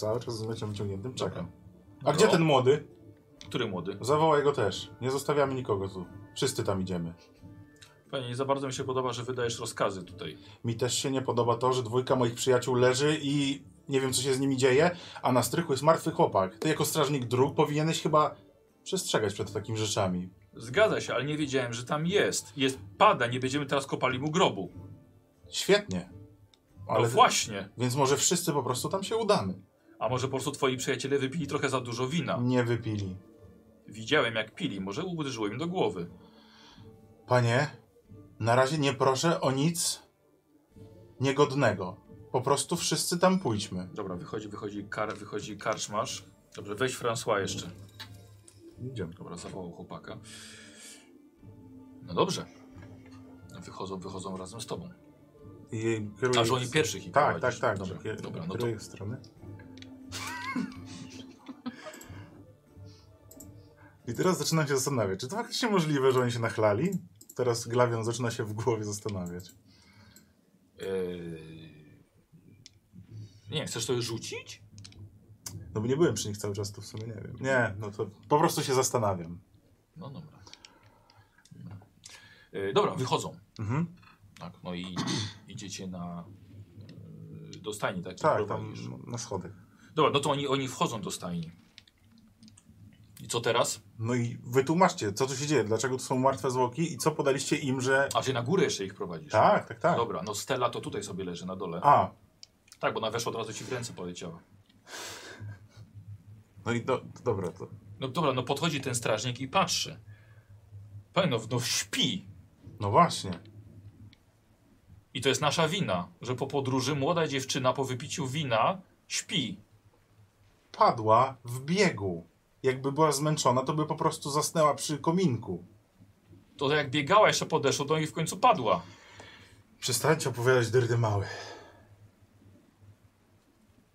Speaker 5: Cały czas z mieczem wyciągniętym czekam. A
Speaker 1: Dobra.
Speaker 5: gdzie ten młody?
Speaker 1: Który młody?
Speaker 5: Zawołaj go też. Nie zostawiamy nikogo tu. Wszyscy tam idziemy.
Speaker 1: Panie, nie za bardzo mi się podoba, że wydajesz rozkazy tutaj.
Speaker 5: Mi też się nie podoba to, że dwójka moich przyjaciół leży i nie wiem, co się z nimi dzieje, a na strychu jest martwy chłopak. Ty jako strażnik dróg powinieneś chyba przestrzegać przed takimi rzeczami.
Speaker 1: Zgadza się, ale nie wiedziałem, że tam jest. Jest pada, nie będziemy teraz kopali mu grobu.
Speaker 5: Świetnie.
Speaker 1: Ale
Speaker 5: Ale
Speaker 1: No właśnie.
Speaker 5: Więc może wszyscy po prostu tam się udamy.
Speaker 1: A może po prostu twoi przyjaciele wypili trochę za dużo wina.
Speaker 5: Nie wypili.
Speaker 1: Widziałem jak pili, może uderzyło im do głowy.
Speaker 5: Panie, na razie nie proszę o nic niegodnego. Po prostu wszyscy tam pójdźmy.
Speaker 1: Dobra, wychodzi, wychodzi kar, wychodzi karczmarz. Dobrze, weź François jeszcze.
Speaker 5: Idziemy.
Speaker 1: Dobra, zawołał chłopaka. No dobrze. Wychodzą, wychodzą razem z tobą.
Speaker 5: I
Speaker 1: A że oni pierwszych ich
Speaker 5: Tak, tak,
Speaker 1: prowadzisz.
Speaker 5: tak.
Speaker 1: Dobra,
Speaker 5: Kieruję-
Speaker 1: dobra, no to
Speaker 5: kieruję w stronę. I teraz zaczynam się zastanawiać, czy to faktycznie możliwe, że oni się nachlali? Teraz Glawion zaczyna się w głowie zastanawiać.
Speaker 1: Eee, Nie, chcesz to rzucić?
Speaker 5: No bo nie byłem przy nich cały czas, to w sumie nie wiem. Nie, no to po prostu się zastanawiam.
Speaker 1: No dobra. Eee, Dobra, wychodzą.
Speaker 5: Mhm.
Speaker 1: Tak, no i idziecie na eee, do stajni, tak?
Speaker 5: Tak, tam
Speaker 1: Prowadzisz.
Speaker 5: na schodach.
Speaker 1: Dobra, no to oni, oni wchodzą do stajni. I co teraz?
Speaker 5: No i wytłumaczcie, co tu się dzieje, dlaczego tu są martwe zwłoki i co podaliście im, że...
Speaker 1: A ty na górę jeszcze ich prowadzisz?
Speaker 5: Tak, tak, tak.
Speaker 1: Dobra, no Stella to tutaj sobie leży na dole.
Speaker 5: A,
Speaker 1: Tak, bo ona weszła od razu ci w ręce poleciała.
Speaker 5: no i do, to dobra, to...
Speaker 1: No dobra, no podchodzi ten strażnik i patrzy. Panie, no, no śpi.
Speaker 5: No właśnie.
Speaker 1: I to jest nasza wina, że po podróży młoda dziewczyna po wypiciu wina śpi.
Speaker 5: Padła w biegu. Jakby była zmęczona, to by po prostu zasnęła przy kominku.
Speaker 1: To jak biegała jeszcze podeszła, to i w końcu padła.
Speaker 5: Przestańcie opowiadać dyrdy mały.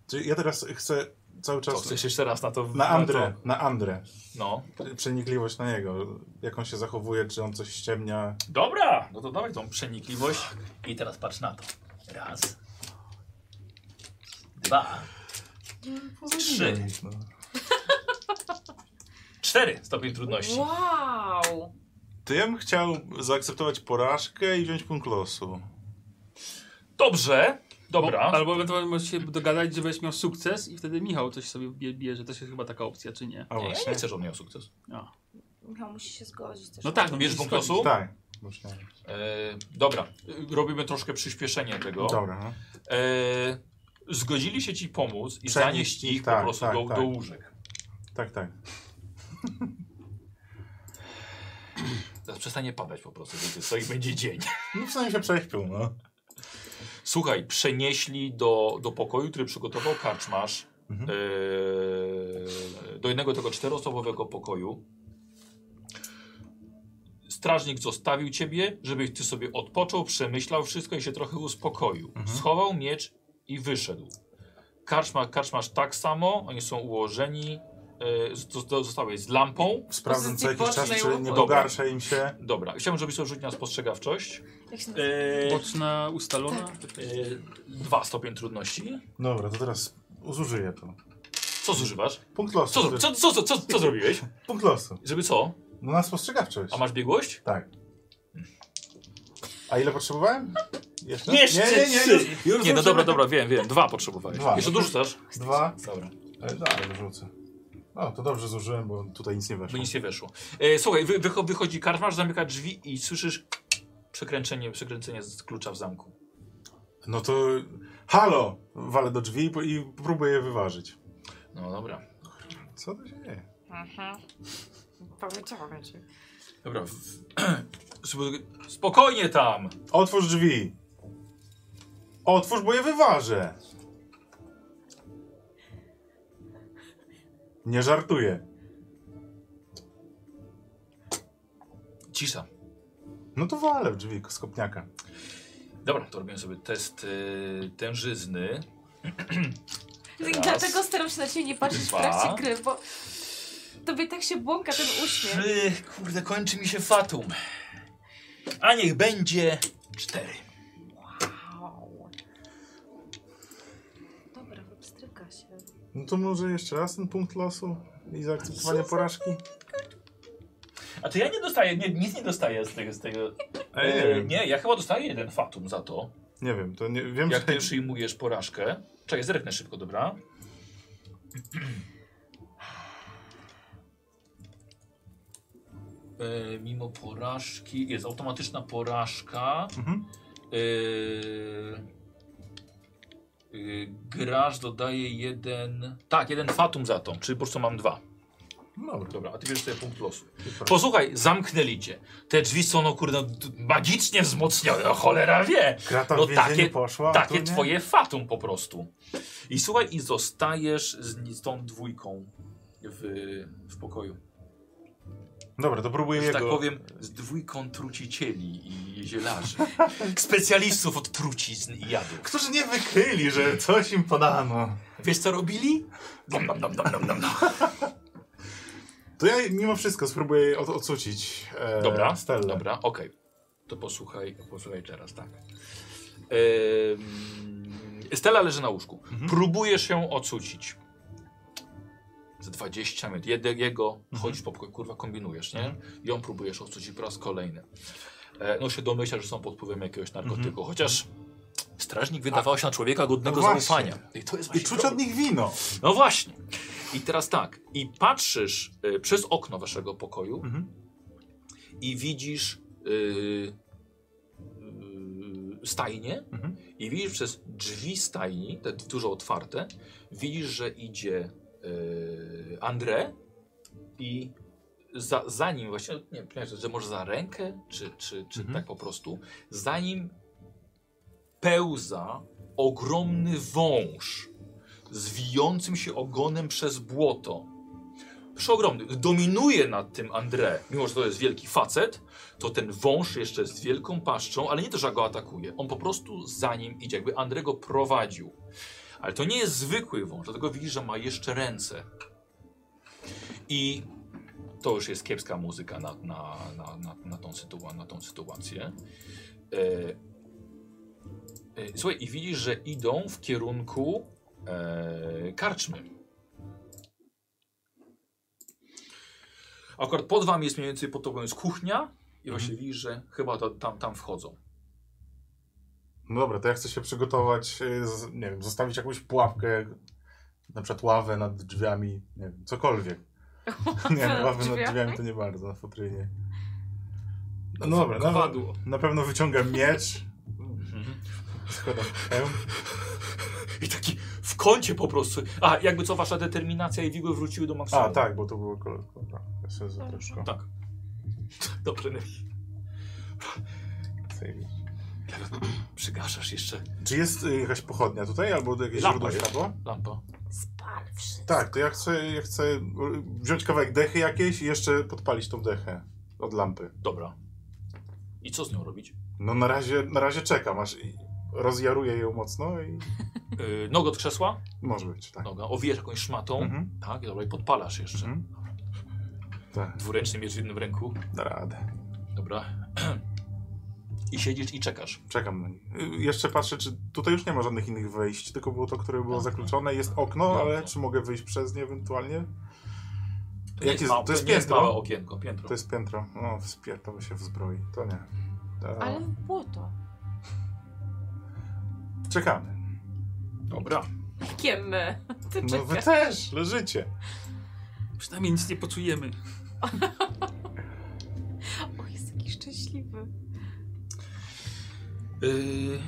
Speaker 5: Czyli ja teraz chcę cały
Speaker 1: To
Speaker 5: czas...
Speaker 1: chcesz jeszcze raz na to...
Speaker 5: Na Andrę,
Speaker 1: to-
Speaker 5: na Andrę.
Speaker 1: No.
Speaker 5: Przenikliwość na niego. Jak on się zachowuje, czy on coś ściemnia.
Speaker 1: Dobra, no to dawaj tą przenikliwość. Tak. I teraz patrz na to. Raz. Dwa. Trzy.
Speaker 5: No.
Speaker 1: Cztery stopień trudności.
Speaker 2: Wow!
Speaker 5: To ja bym chciał zaakceptować porażkę i wziąć punkt losu.
Speaker 1: Dobrze. Dobra.
Speaker 5: No,
Speaker 4: Albo ewentualnie możesz się dogadać, że będziesz miał sukces i wtedy Michał coś sobie bie- bierze. To jest chyba taka opcja, czy nie?
Speaker 5: A
Speaker 1: Nie, ja
Speaker 5: właśnie.
Speaker 1: nie chcę żadnego sukcesu.
Speaker 4: A.
Speaker 8: Michał musi się zgodzić też.
Speaker 4: No tak, no
Speaker 1: Bierz
Speaker 4: musisz
Speaker 1: punkt
Speaker 4: chodzić.
Speaker 1: losu.
Speaker 5: Tak. Właśnie.
Speaker 1: E, dobra, Y, robimy troszkę przyspieszenie tego.
Speaker 5: Dobra. No.
Speaker 1: E, zgodzili się ci pomóc i
Speaker 5: Przenieść
Speaker 1: zanieść ich
Speaker 5: ich, tak,
Speaker 1: po prostu
Speaker 5: tak,
Speaker 1: do,
Speaker 5: tak.
Speaker 1: do łóżek.
Speaker 5: Tak, tak.
Speaker 1: Teraz przestanie padać po prostu, wiecie, co ich będzie dzień.
Speaker 5: No przynajmniej się prześpił, no.
Speaker 1: Słuchaj, przenieśli do, do pokoju, który przygotował karczmasz.
Speaker 5: Mhm.
Speaker 1: e, do jednego tego czteroosobowego pokoju. Strażnik zostawił ciebie, żebyś ty sobie odpoczął, przemyślał wszystko i się trochę uspokoił. Schował miecz i wyszedł. Karczma, karczmasz tak samo, oni są ułożeni. E, zosta- zostałeś z lampą.
Speaker 5: Sprawdzam co
Speaker 2: Pozycji
Speaker 5: jakiś czas,
Speaker 2: bocznej
Speaker 5: czy nie
Speaker 2: łopu.
Speaker 5: pogarsza im się.
Speaker 1: Dobra, chciałbym, żebyś sobie rzucił na spostrzegawczość.
Speaker 8: Jak się nazywa?
Speaker 1: E,
Speaker 4: Boczna ustalona.
Speaker 2: Tak.
Speaker 1: E, dwa stopień trudności.
Speaker 5: Dobra, to teraz zużyję to.
Speaker 1: Co zużywasz?
Speaker 5: Punkt losu.
Speaker 1: Co,
Speaker 5: To
Speaker 1: zro-
Speaker 5: jest
Speaker 1: co, co, co, co, co zrobiłeś?
Speaker 5: Punkt losu.
Speaker 1: Żeby co?
Speaker 5: No na spostrzegawczość.
Speaker 1: A masz biegłość?
Speaker 5: Tak. A ile potrzebowałem? Jeszcze?
Speaker 1: Jeszcze
Speaker 5: nie, nie, nie,
Speaker 1: trzy.
Speaker 5: już, już
Speaker 1: Nie, no
Speaker 5: rzuciłem.
Speaker 1: dobra, dobra, wiem, wiem. Dwa potrzebowałeś.
Speaker 5: Dwa.
Speaker 1: Jeszcze dorzucasz?
Speaker 5: Dwa.
Speaker 1: Dobra.
Speaker 5: E, Dalej rzucę. O, to dobrze zużyłem, bo tutaj nic nie
Speaker 1: By
Speaker 5: weszło.
Speaker 1: nic nie weszło. E, słuchaj, wy, wycho- wychodzi karczmarz, zamyka drzwi i słyszysz przekręcenie, przekręcenie z klucza w zamku.
Speaker 5: No to halo! Walę do drzwi i, po- i próbuję je wyważyć.
Speaker 1: No dobra.
Speaker 5: Co to się dzieje?
Speaker 2: Mhm. Powiedziałam ci.
Speaker 1: Dobra. w- Sp- Spokojnie tam!
Speaker 5: Otwórz drzwi! Otwórz, bo je wyważę! Nie żartuję.
Speaker 1: Cisza.
Speaker 5: No to walę w drzwi z kopniaka.
Speaker 1: Dobra, to robimy sobie test y, tężyzny. Raz.
Speaker 8: Dlatego staram się na ciebie nie patrzeć
Speaker 1: Dwa.
Speaker 8: w trakcie gry, bo tobie tak się błąka ten uśmiech.
Speaker 1: Trzy, kurde, kończy mi się fatum. A niech będzie cztery.
Speaker 8: Wow. Dobra, obstryka się.
Speaker 5: No to może jeszcze raz ten punkt losu i zaakceptowanie porażki?
Speaker 1: A to ja nie dostaję, nie, nic nie dostaję z tego. Z tego.
Speaker 5: A ja nie
Speaker 1: E,
Speaker 5: wiem.
Speaker 1: nie, ja chyba dostaję jeden fatum za to.
Speaker 5: Nie wiem, to nie, wiem,
Speaker 1: Jak
Speaker 5: że...
Speaker 1: ty przyjmujesz porażkę. Czekaj, zerknę szybko, dobra? E, mimo porażki jest automatyczna porażka.
Speaker 5: Mhm.
Speaker 1: E, e, graż dodaje jeden. Tak, jeden fatum za to, czyli po prostu mam dwa.
Speaker 5: Dobra.
Speaker 1: Dobra, a ty bierzesz sobie punkt losu. Posłuchaj, zamknęli cię. Te drzwi są, no kurde, d- magicznie wzmocnione, no cholera wie.
Speaker 5: Krata w
Speaker 1: No
Speaker 5: więzieniu
Speaker 1: takie-
Speaker 5: poszła, a tu
Speaker 1: Takie
Speaker 5: nie?
Speaker 1: twoje fatum po prostu. I słuchaj, i zostajesz z, z tą dwójką w, w pokoju.
Speaker 5: Dobra, to próbuję
Speaker 1: Że
Speaker 5: jego...
Speaker 1: tak powiem, z dwójką trucicieli i zielarzy. Specjalistów od trucizn i jadów.
Speaker 5: Którzy nie wykryli, że coś im podano.
Speaker 1: Wiesz co robili? Dom, dom, dom, dom, dom, dom.
Speaker 5: To ja mimo wszystko spróbuję od, odsucić e,
Speaker 1: Dobra,
Speaker 5: Stellę.
Speaker 1: dobra, okej. To posłuchaj, posłuchaj teraz, tak. Ehm, Stella leży na łóżku.
Speaker 5: Mhm.
Speaker 1: Próbujesz ją ocucić. Z 20 minut. Jed, jego
Speaker 5: Mhm.
Speaker 1: chodzisz po pokoju, kurwa, kombinujesz, nie? Ją próbujesz ocucić po raz kolejny. E, no się domyślasz, że są pod wpływem jakiegoś narkotyku, chociaż strażnik wydawał się na człowieka godnego
Speaker 5: Mhm. No właśnie.
Speaker 1: zaufania. I to jest
Speaker 5: I
Speaker 1: właśnie
Speaker 5: czuć
Speaker 1: problem.
Speaker 5: od nich wino.
Speaker 1: No właśnie. I teraz tak. I patrzysz y, przez okno waszego pokoju
Speaker 5: Mhm.
Speaker 1: i widzisz y, y, stajnię
Speaker 5: Mhm.
Speaker 1: i widzisz przez drzwi stajni, te dużo otwarte, widzisz, że idzie y, André i za, za nim właśnie, no, nie wiem, że może za rękę, czy, czy, czy
Speaker 5: Mhm.
Speaker 1: tak po prostu, za nim pełza ogromny wąż z wijącym się ogonem przez błoto. Przeogromny. Dominuje nad tym André. Mimo, że to jest wielki facet, to ten wąż jeszcze jest wielką paszczą, ale nie to, że go atakuje. On po prostu za nim idzie, jakby André go prowadził. Ale to nie jest zwykły wąż, dlatego widzisz, że ma jeszcze ręce. I to już jest kiepska muzyka na, na, na, na, na, tą, sytuację, na tą sytuację. E, e, słuchaj, i widzisz, że idą w kierunku e, karczmy. Akurat pod wami jest mniej więcej pod tobą jest kuchnia i
Speaker 5: Mhm.
Speaker 1: właśnie widzisz, że chyba to, tam, tam wchodzą.
Speaker 5: No dobra, to ja chcę się przygotować, y, z, nie wiem, zostawić jakąś pułapkę, na przykład ławę nad drzwiami, nie wiem, cokolwiek. nie, no,
Speaker 2: nad
Speaker 5: ławę nad
Speaker 2: drzwiami?
Speaker 5: drzwiami to nie bardzo, na futrynie. No dobra, na,
Speaker 4: Kowadło.
Speaker 5: na pewno wyciągam miecz. Składam hełm.
Speaker 1: I taki w kącie po prostu. A, jakby co wasza determinacja i wigły wróciły do maksimum.
Speaker 5: A, tak, bo to było kolor. Dobra, ja sobie za troszkę.
Speaker 1: Tak. Dobrze, Nelly.
Speaker 5: Sejmie.
Speaker 1: Przygaszasz jeszcze.
Speaker 5: Czy jest y, jakaś pochodnia tutaj, albo jakieś
Speaker 1: Lampa
Speaker 5: źródło
Speaker 1: jest.
Speaker 5: światła?
Speaker 1: Lampa.
Speaker 8: Spal wszystko.
Speaker 5: Tak, to ja chcę, ja chcę y, wziąć kawałek dechy jakiejś i jeszcze podpalić tą dechę od lampy.
Speaker 1: Dobra. I co z nią robić?
Speaker 5: No na razie, na razie czekam, aż i- rozjaruję ją mocno i
Speaker 1: Yy, nogę od krzesła?
Speaker 5: może być, tak.
Speaker 1: Noga. Owijasz jakąś szmatą.
Speaker 5: Mhm.
Speaker 1: Tak, dobra, i podpalasz jeszcze.
Speaker 5: Mhm. Tak,
Speaker 1: Dwuręczny miecz w jednym ręku.
Speaker 5: da radę.
Speaker 1: Dobra. I siedzisz i czekasz.
Speaker 5: Czekam na nie. Y, Jeszcze patrzę, czy tutaj już nie ma żadnych innych wejść, tylko było to, które było
Speaker 1: Tak.
Speaker 5: zakluczone. Jest okno,
Speaker 1: Tak.
Speaker 5: ale czy mogę wyjść przez nie ewentualnie?
Speaker 1: To nie
Speaker 5: Jakie
Speaker 1: jest, ma-
Speaker 5: to jest
Speaker 1: nie jest
Speaker 5: piętro?
Speaker 1: małe okienko, piętro.
Speaker 5: To jest piętro. No, wspierdolę się w zbroi. To nie. To...
Speaker 2: Ale w błoto.
Speaker 5: Czekamy.
Speaker 1: Dobra.
Speaker 2: Jakie my? Ty
Speaker 5: No wy
Speaker 2: czekasz.
Speaker 5: też, leżycie.
Speaker 4: Przynajmniej nic nie poczujemy.
Speaker 2: O, jest taki szczęśliwy.
Speaker 1: Yy,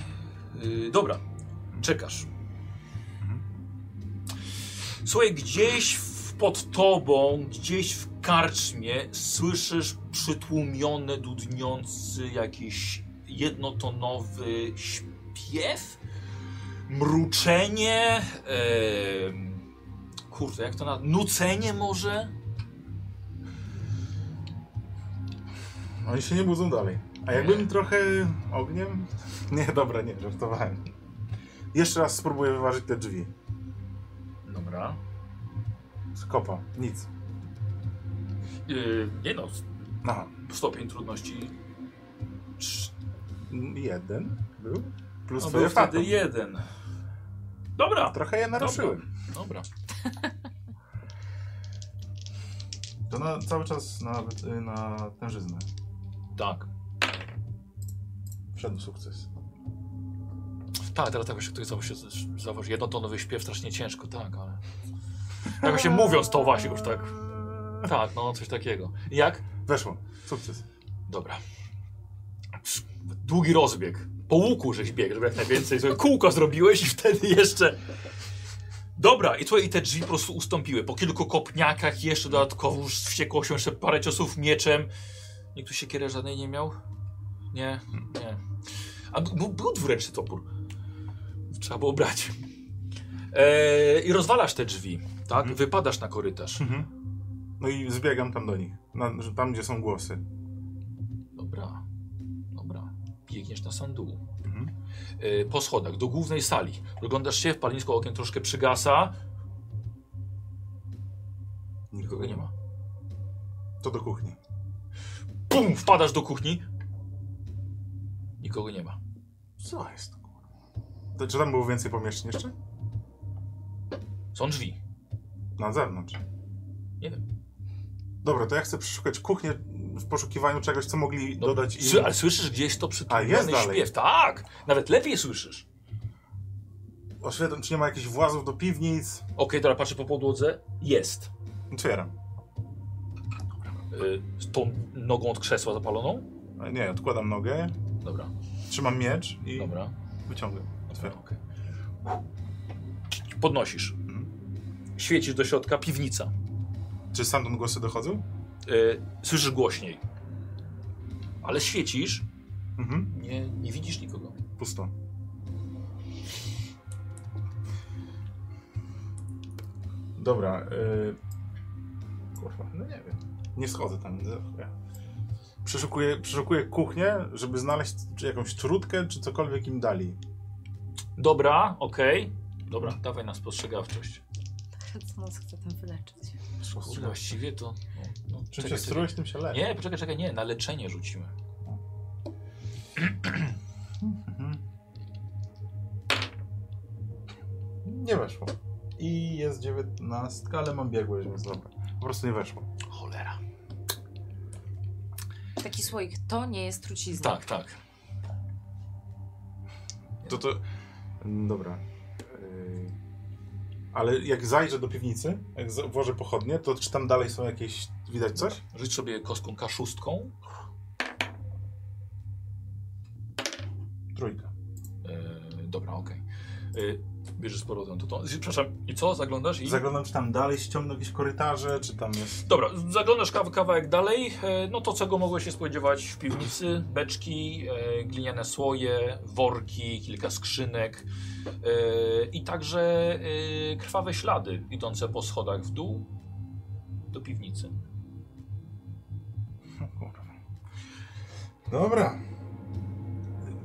Speaker 1: yy, dobra, czekasz. Mhm. Słuchaj, gdzieś w, pod tobą, gdzieś w karczmie słyszysz przytłumiony, dudniący jakiś jednotonowy śpiew, mruczenie, em, kurde, jak to na... nucenie może?
Speaker 5: No, Oni się nie budzą dalej. A jakbym trochę ogniem? Nie, dobra, nie, żartowałem. Jeszcze raz spróbuję wyważyć te drzwi.
Speaker 1: Dobra.
Speaker 5: Z kopa. Nic.
Speaker 1: Yy, nie no,
Speaker 5: Aha.
Speaker 1: stopień trudności cz-
Speaker 5: Jeden był. Plus
Speaker 1: No
Speaker 5: no,
Speaker 1: był wtedy
Speaker 5: twoje fatum.
Speaker 1: jeden. Dobra.
Speaker 5: Trochę je naruszyłem.
Speaker 1: Dobra.
Speaker 5: To na, cały czas na, y, na tężyznę.
Speaker 1: Tak.
Speaker 5: Wszedł sukces.
Speaker 1: Tak, teraz jakoś ktoś zauważy, zauważy jednotonowy śpiew strasznie ciężko, tak, ale... Jakoś się mówiąc to właśnie już tak... Tak, no coś takiego. Jak?
Speaker 5: Weszło. Sukces.
Speaker 1: Dobra. Długi rozbieg. Po łuku żeś biegł, żeby jak najwięcej. Sobie kółko zrobiłeś i wtedy jeszcze... Dobra, i słuchaj, i te drzwi po prostu ustąpiły. Po kilku kopniakach jeszcze dodatkowo już z wściekłością, jeszcze parę ciosów mieczem. Nikt tu siekierę żadnej nie miał? Nie, nie. A b- b- był dwuręczny topór. Trzeba było brać. Eee, I rozwalasz te drzwi, tak?
Speaker 5: Mhm.
Speaker 1: Wypadasz na korytarz.
Speaker 5: Mhm. No i zbiegam tam do nich. Na, tam, gdzie są głosy.
Speaker 1: Dobra, dobra. Biegniesz na sam dół.
Speaker 5: Mhm.
Speaker 1: E, po schodach, do głównej sali. Wyglądasz się, palnisko okien troszkę przygasa. Nikogo nie ma.
Speaker 5: To do kuchni.
Speaker 1: Pum! Wpadasz do kuchni. Nikogo nie ma.
Speaker 5: Co jest? To, czy tam było więcej pomieszczeń jeszcze?
Speaker 1: Są drzwi.
Speaker 5: Na zewnątrz.
Speaker 1: Nie wiem.
Speaker 5: Dobra, to ja chcę przeszukać kuchnię w poszukiwaniu czegoś, co mogli
Speaker 1: No,
Speaker 5: dodać im.
Speaker 1: Sły, ale słyszysz gdzieś to
Speaker 5: A, jest
Speaker 1: przytłumiony
Speaker 5: dalej.
Speaker 1: śpiew. Tak! Nawet lepiej słyszysz.
Speaker 5: Oświetlę, czy nie ma jakichś włazów do piwnic.
Speaker 1: Okej, dobra, patrzę po podłodze. Jest.
Speaker 5: Otwieram.
Speaker 1: Y, z tą nogą od krzesła zapaloną?
Speaker 5: A Nie, odkładam nogę,
Speaker 1: Dobra,
Speaker 5: trzymam miecz i
Speaker 1: dobra.
Speaker 5: wyciągam.
Speaker 1: Dobra,
Speaker 5: Otwieram.
Speaker 1: okej. Tak. Mhm. Podnosisz. Świecisz do środka, piwnica.
Speaker 5: Czy stamtąd głosy dochodzą?
Speaker 1: Y, słyszysz głośniej. Ale świecisz,
Speaker 5: Mhm.
Speaker 1: nie, nie widzisz nikogo.
Speaker 5: Pusto. Dobra. y, Kurwa, no nie wiem. Nie schodzę tam. Ja. Przeszukuję, przeszukuję kuchnię, żeby znaleźć czy jakąś trutkę, czy cokolwiek im dali.
Speaker 1: Dobra, okej. Dobra, dawaj na spostrzegawczość.
Speaker 2: Co nas chce tam wyleczyć?
Speaker 1: Kurde, właściwie to... No, no,
Speaker 5: Czym
Speaker 1: czekaj,
Speaker 5: się strułeś, tym się
Speaker 1: czekaj.
Speaker 5: lepiej.
Speaker 1: Nie, poczekaj, czekaj, nie, na leczenie rzucimy.
Speaker 5: Nie weszło. I jest 19, ale mam biegłość, więc dobra. Po prostu nie weszło.
Speaker 1: Cholera.
Speaker 2: Taki słoik, to nie jest trucizna.
Speaker 1: Tak, tak.
Speaker 5: To to. Mm, Dobra. Yy, Ale jak zajrzę do piwnicy, jak za- włożę pochodnie, to czy tam dalej są jakieś. widać coś?
Speaker 1: Rzuć sobie kostką K6.
Speaker 5: Trójka.
Speaker 1: E, dobra, okej. E, Bierzesz z powrotem to, to. Przepraszam, i co? Zaglądasz i...
Speaker 5: Zaglądam, czy tam dalej ściągnę jakieś korytarze, czy tam jest.
Speaker 1: Dobra, zaglądasz kaw- kawałek dalej. E, No to, czego mogłeś się spodziewać w piwnicy? Beczki, e, gliniane słoje, worki, kilka skrzynek e, i także e, krwawe ślady idące po schodach w dół do piwnicy.
Speaker 5: Dobra.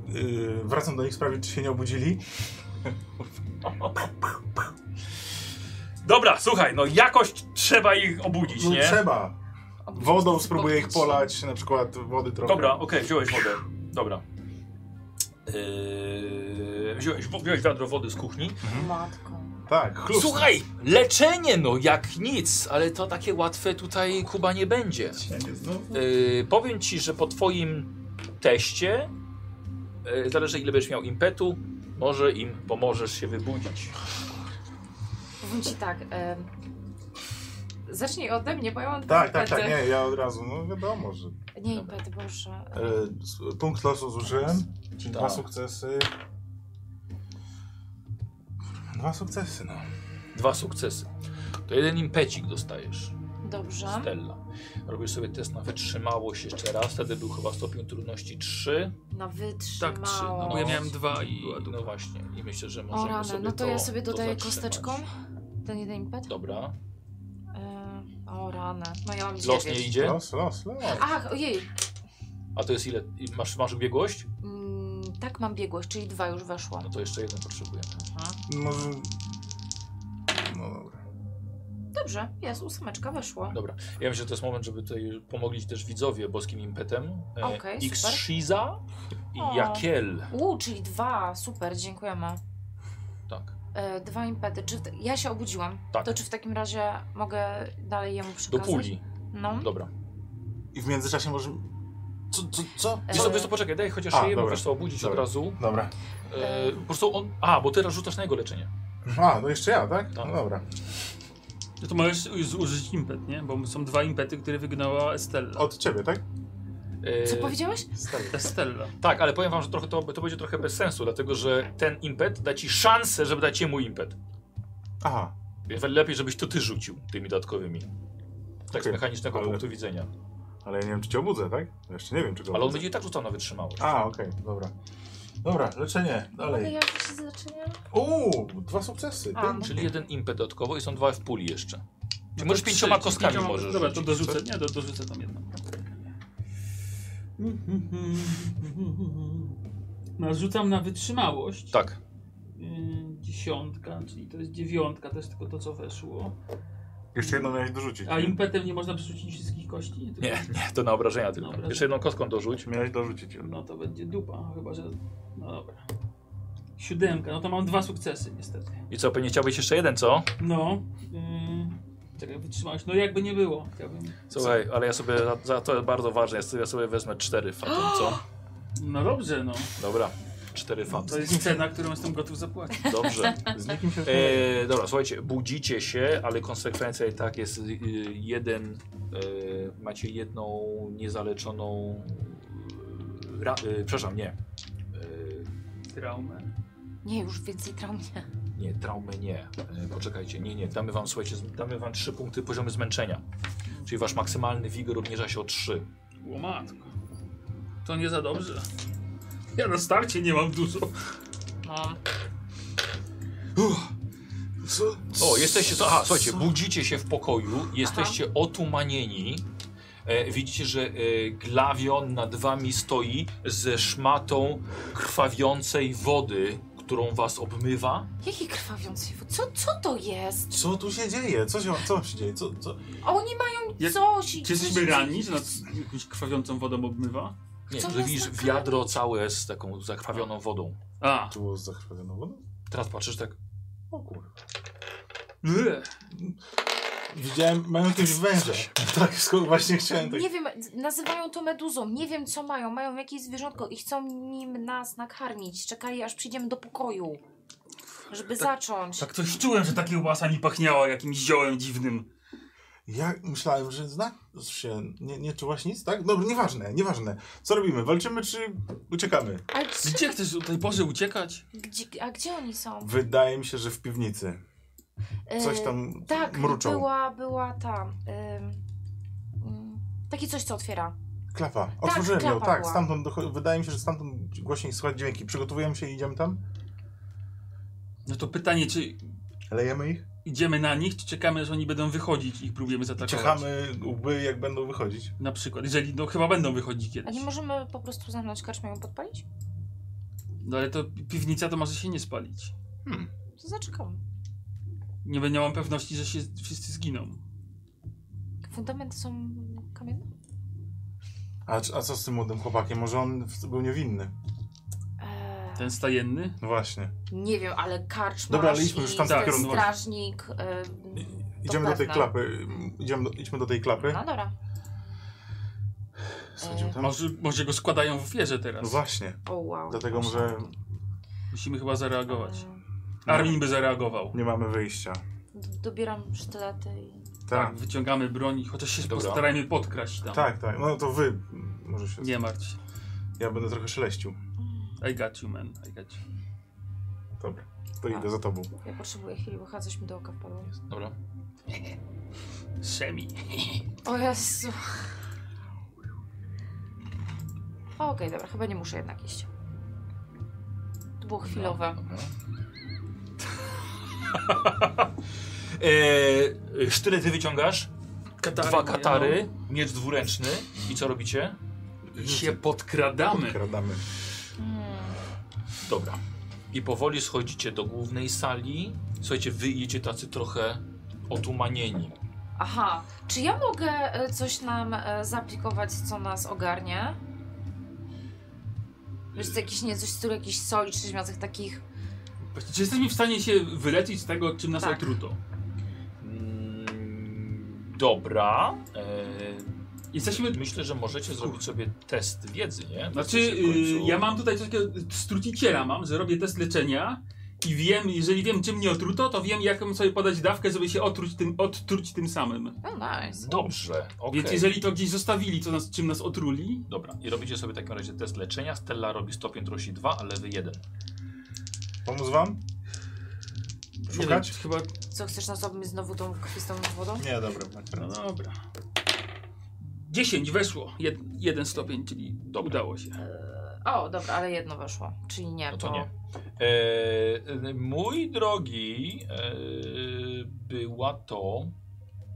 Speaker 5: Yy, wracam do nich sprawdzić, czy się nie obudzili.
Speaker 1: Dobra, słuchaj, no jakoś trzeba ich obudzić,
Speaker 5: No
Speaker 1: nie?
Speaker 5: trzeba. Wodą spróbuję ich polać, na przykład wody trochę.
Speaker 1: Dobra, okej, wziąłeś wodę. Dobra. Yy, wziąłeś, wziąłeś wiadro wody z kuchni.
Speaker 2: Matko.
Speaker 5: Tak, chlust.
Speaker 1: Słuchaj, leczenie no jak nic, ale to takie łatwe tutaj Kuba nie będzie. Yy, powiem ci, że po twoim teście, yy, zależy ile będziesz miał impetu, może im pomożesz się wybudzić.
Speaker 2: Powiem ci tak. em, zacznij ode mnie, bo ja mam
Speaker 5: Tak, tak,
Speaker 2: impety.
Speaker 5: tak, nie, ja od razu, no wiadomo, że...
Speaker 2: Nie impety, boże.
Speaker 5: E, s- punkt losu zużyłem, czyli dwa
Speaker 1: Tak.
Speaker 5: sukcesy. Dwa sukcesy, no.
Speaker 1: Dwa sukcesy. To jeden impecik dostajesz,
Speaker 2: Dobrze.
Speaker 1: Stella. Robisz sobie test na wytrzymałość jeszcze raz, wtedy był chyba stopień trudności 3.
Speaker 2: Na wytrzymałość.
Speaker 4: Tak, trzy. No, bo ja miałem dwa i była
Speaker 1: I,
Speaker 4: dupa.
Speaker 1: no właśnie, i myślę, że
Speaker 2: O
Speaker 1: możemy
Speaker 2: rany,
Speaker 1: sobie
Speaker 2: no to ja sobie
Speaker 1: to
Speaker 2: dodaję
Speaker 1: zatrzymać.
Speaker 2: kosteczką. Ten jeden impet.
Speaker 1: Dobra.
Speaker 2: E, o rany. No ja mam
Speaker 1: Los nie
Speaker 2: dziewięć.
Speaker 1: idzie.
Speaker 5: Los, los, los.
Speaker 2: Ach, ojej.
Speaker 1: A to jest ile? I Masz, masz biegłość?
Speaker 2: Mm, tak mam biegłość, czyli dwa już weszło.
Speaker 1: No to jeszcze jeden potrzebujemy.
Speaker 5: Może... No dobra.
Speaker 2: Dobrze, jest, ósemeczka weszło.
Speaker 1: Dobra. Ja myślę, że to jest moment, żeby tutaj pomogli ci też widzowie boskim impetem. E,
Speaker 2: Okej, super.
Speaker 1: X Shiza
Speaker 2: O.
Speaker 1: i Jakiel.
Speaker 2: U, czyli dwa, super, dziękujemy.
Speaker 1: Tak.
Speaker 2: E, dwa impety. Czy w- ja się obudziłam?
Speaker 1: Tak.
Speaker 2: To czy w takim razie mogę dalej jemu
Speaker 1: Do
Speaker 2: przekazać?
Speaker 1: puli. Mm.
Speaker 2: No.
Speaker 1: Dobra.
Speaker 5: I w międzyczasie może... Co, co, co?
Speaker 1: Wiesz co, wiesz co, poczekaj, daj chociaż
Speaker 5: A,
Speaker 1: jej, bo
Speaker 5: dobra.
Speaker 1: wiesz co, obudzić od
Speaker 5: Dobra.
Speaker 1: razu.
Speaker 5: Dobra.
Speaker 1: E, po prostu on... A, bo teraz rzucasz na jego leczenie.
Speaker 5: A, no jeszcze ja, tak? No
Speaker 1: Tak.
Speaker 5: dobra.
Speaker 4: No to możesz zużyć impet, nie? Bo są dwa impety, które wygnała Estella.
Speaker 5: Od ciebie, tak?
Speaker 1: E,
Speaker 2: Co powiedziałeś?
Speaker 4: Estella.
Speaker 1: Tak, ale powiem wam, że trochę to, to będzie trochę bez sensu, dlatego że ten impet da ci szansę, żeby dać jemu impet.
Speaker 5: Aha.
Speaker 1: Więc lepiej, żebyś to ty rzucił tymi dodatkowymi. Tak z
Speaker 5: Okej,
Speaker 1: mechanicznego
Speaker 5: ale-
Speaker 1: punktu widzenia.
Speaker 5: Ale ja nie wiem, czy cię obudzę, tak? Jeszcze nie wiem, czy go
Speaker 1: Ale on
Speaker 5: obudzę.
Speaker 1: będzie i tak rzucał na wytrzymałość.
Speaker 5: A, okej, dobra. Dobra, leczenie,
Speaker 2: Mogę
Speaker 5: dalej.
Speaker 2: ja wrzucić leczenie?
Speaker 5: Uuu, dwa sukcesy.
Speaker 2: A,
Speaker 5: pięknie.
Speaker 2: no.
Speaker 1: Czyli jeden impet dodatkowo i są dwa w puli jeszcze.
Speaker 4: Mhm. No to
Speaker 1: możesz
Speaker 4: trzy,
Speaker 1: pięcioma
Speaker 4: czyli
Speaker 1: kostkami możesz
Speaker 4: Dobra, to
Speaker 1: rzucić,
Speaker 4: dorzucę. Nie, do, dorzucę tam jedną. Narzucam No, na wytrzymałość.
Speaker 1: Tak.
Speaker 4: Yy, dziesiątka, czyli to jest dziewiątka, to jest tylko to, co weszło.
Speaker 5: Jeszcze jedną miałeś dorzucić.
Speaker 4: A impetem nie można przerzucić wszystkich kości? Nie, tylko-
Speaker 1: Nie, nie, to na obrażenia tylko.
Speaker 4: Dobra.
Speaker 1: Jeszcze jedną kostką dorzuć.
Speaker 5: Miałeś dorzucić.
Speaker 4: No to będzie dupa, chyba że. No dobra. Siódemka, no to mam dwa sukcesy niestety.
Speaker 1: I co, pewnie chciałbyś jeszcze jeden, co?
Speaker 4: No. Yy, czekaj, wytrzymałeś. No jakby nie było. Chciałbym.
Speaker 1: Słuchaj, ale ja sobie, za, za, to jest bardzo ważne, ja sobie, ja sobie wezmę cztery fatum, co?
Speaker 4: No dobrze, no.
Speaker 1: Dobra, cztery
Speaker 4: To
Speaker 1: fatum.
Speaker 4: jest cena, którą jestem gotów zapłacić.
Speaker 1: Dobrze.
Speaker 5: Z nikim się
Speaker 1: E, dobra, słuchajcie, budzicie się, ale konsekwencja i tak jest y, jeden, y, macie jedną niezaleczoną, y, ra, y, przepraszam, nie, y,
Speaker 4: Traumę.
Speaker 2: Nie, już więcej traum nie.
Speaker 1: Nie, traumy nie. E, Poczekajcie, nie, nie. Damy wam, słuchajcie, z- damy wam 3 punkty poziomu zmęczenia. Czyli wasz maksymalny wigor obniża się o 3.
Speaker 4: Łomatko. To nie za dobrze. Ja na starcie nie mam dużo.
Speaker 2: No.
Speaker 1: O, jesteście. Aha, słuchajcie, budzicie się w pokoju, jesteście otumanieni. E, widzicie, że e, glawion nad wami stoi ze szmatą krwawiącej wody, którą was obmywa.
Speaker 2: Jaki krwawiący wód? Co, co to jest?
Speaker 5: Co tu się dzieje? Co się, co się dzieje? Co, co?
Speaker 2: Oni mają
Speaker 4: Jak-
Speaker 2: coś i
Speaker 4: Czy jesteśmy rani, że nas jakąś krwawiącą wodą obmywa?
Speaker 1: Nie,
Speaker 2: Chcą
Speaker 1: że
Speaker 2: nas
Speaker 1: widzisz
Speaker 2: nakarmić.
Speaker 1: wiadro całe z taką zakrwawioną wodą.
Speaker 4: A,
Speaker 5: Tu było zakrwawioną wodą?
Speaker 1: Teraz patrzysz tak.
Speaker 5: no, O kurwa.
Speaker 4: Ble.
Speaker 5: Widziałem, mają jakieś węże. Tak, skąd właśnie chciałem tak...
Speaker 2: Nie wiem, nazywają to meduzą. Nie wiem, co mają. Mają jakieś zwierzątko i chcą nim nas nakarmić. Czekali, aż przyjdziemy do pokoju, żeby zacząć.
Speaker 4: tak coś czułem, że ta kiełbasa mi pachniała jakimś ziołem dziwnym.
Speaker 5: Ja myślałem, że znak się... Nie, nie czułaś nic, tak? Dobra, nieważne, nieważne. Co robimy? Walczymy czy uciekamy?
Speaker 2: Ale czy,
Speaker 4: Gdzie chcesz o tej porze uciekać?
Speaker 2: gdzie, a gdzie oni są?
Speaker 5: Wydaje mi się, że w piwnicy.
Speaker 2: E,
Speaker 5: Coś tam
Speaker 2: tak,
Speaker 5: mruczą.
Speaker 2: była, była ta... ym, mm, takie coś, co otwiera.
Speaker 5: Klapa. Otworzyłem ją,
Speaker 2: klapa
Speaker 5: tak.
Speaker 2: była.
Speaker 5: Stamtąd docho- Wydaje mi się, że stamtąd głośniej słychać dźwięki. Przygotowujemy się i idziemy tam?
Speaker 4: No to pytanie, czy
Speaker 5: Lejemy ich?
Speaker 4: idziemy na nich, czy czekamy, aż oni będą wychodzić i ich próbujemy zaatakować?
Speaker 5: Ciechamy łby, jak będą wychodzić.
Speaker 4: Na przykład, jeżeli, no chyba będą wychodzić
Speaker 2: A
Speaker 4: kiedyś.
Speaker 2: nie możemy po prostu zamknąć karczmę i ją podpalić?
Speaker 4: No ale to piwnica to może się nie spalić.
Speaker 2: To zaczekam.
Speaker 4: Nie będę miał pewności, że się wszyscy zginą.
Speaker 2: Fundamenty są kamienne?
Speaker 5: A, c- a co z tym młodym chłopakiem? Może on w- był niewinny?
Speaker 2: Eee,
Speaker 4: Ten stajenny?
Speaker 5: No właśnie.
Speaker 2: Nie wiem, ale karczmarz
Speaker 5: Dobra, ale idźmy
Speaker 2: i
Speaker 5: już tam w
Speaker 4: Tak,
Speaker 5: kierunku.
Speaker 2: strażnik... ym,
Speaker 5: Idziemy do tej
Speaker 2: pewno.
Speaker 5: klapy. Idziemy do, idźmy do tej klapy.
Speaker 2: no dobra.
Speaker 5: Sądzimy tam?
Speaker 4: Może, może go składają w ofierze
Speaker 5: No
Speaker 4: teraz.
Speaker 5: właśnie.
Speaker 2: O wow.
Speaker 5: Dlatego może
Speaker 4: Musimy chyba zareagować.
Speaker 2: Eee,
Speaker 4: Armin by zareagował.
Speaker 5: nie mamy wyjścia.
Speaker 2: d- Dobieram sztylety i...
Speaker 5: Tak,
Speaker 4: Wyciągamy broń, chociaż się
Speaker 1: Dobra.
Speaker 4: postarajmy podkraść tam.
Speaker 5: tak, tak. No to wy może się...
Speaker 4: Nie martw się.
Speaker 5: Ja będę trochę szeleścił.
Speaker 4: I got you, man. I got you.
Speaker 5: Dobra. To idę za tobą.
Speaker 2: Ja potrzebuję chwili, bo chyba coś mi do oka wpadło.
Speaker 1: Dobra.
Speaker 4: Szemi.
Speaker 2: O Jezu. Okej, dobra, chyba nie muszę jednak iść. To było chwilowe.
Speaker 1: Dobra. e, sztylety wyciągasz,
Speaker 4: Katary,
Speaker 1: dwa katary, no, miecz dwuręczny i co robicie?
Speaker 4: I się podkradamy.
Speaker 5: Kradamy.
Speaker 2: Mm.
Speaker 1: Dobra. I powoli schodzicie do głównej sali. Słuchajcie, wy idziecie tacy trochę otumanieni.
Speaker 2: Aha, czy ja mogę e, coś nam e, zaaplikować, co nas ogarnie? Wiesz, co, jakiś nie, coś z jakiś soli czy zmiazek takich.
Speaker 4: Właśnie, Czy jesteśmy w stanie się wyleczyć z tego, czym nas
Speaker 2: Tak.
Speaker 4: otruto?
Speaker 1: Mm, Dobra.
Speaker 4: Jesteśmy...
Speaker 1: E, myślę, że możecie zrobić sobie test wiedzy, nie?
Speaker 4: Znaczy,
Speaker 1: Jesteście w końcu-
Speaker 4: y, ja mam tutaj coś takiego struciciela mam, że robię test leczenia i wiem, jeżeli wiem, czym mnie otruto, to wiem, jaką sobie podać dawkę, żeby się otruć tym, odtruć tym samym.
Speaker 2: Oh, nice.
Speaker 1: Dobrze, okej.
Speaker 4: Więc jeżeli to gdzieś zostawili, co nas, czym nas otruli,
Speaker 1: Dobra, i robicie sobie w takim razie test leczenia. Stella robi stopień rosi 2, a lewy 1.
Speaker 5: Pomóc wam?
Speaker 4: nie
Speaker 5: Szukać?
Speaker 4: Wiem, chyba.
Speaker 2: Co chcesz nas obmyć znowu tą krwistą wodą?
Speaker 5: Nie, dobra. macie
Speaker 4: No
Speaker 5: rację.
Speaker 4: dobra. 10 weszło, Jed, jeden stopień, czyli
Speaker 1: Dobra.
Speaker 4: udało się.
Speaker 2: O, dobra, ale jedno weszło. Czyli nie.
Speaker 1: No to nie. E, mój drogi, e, była to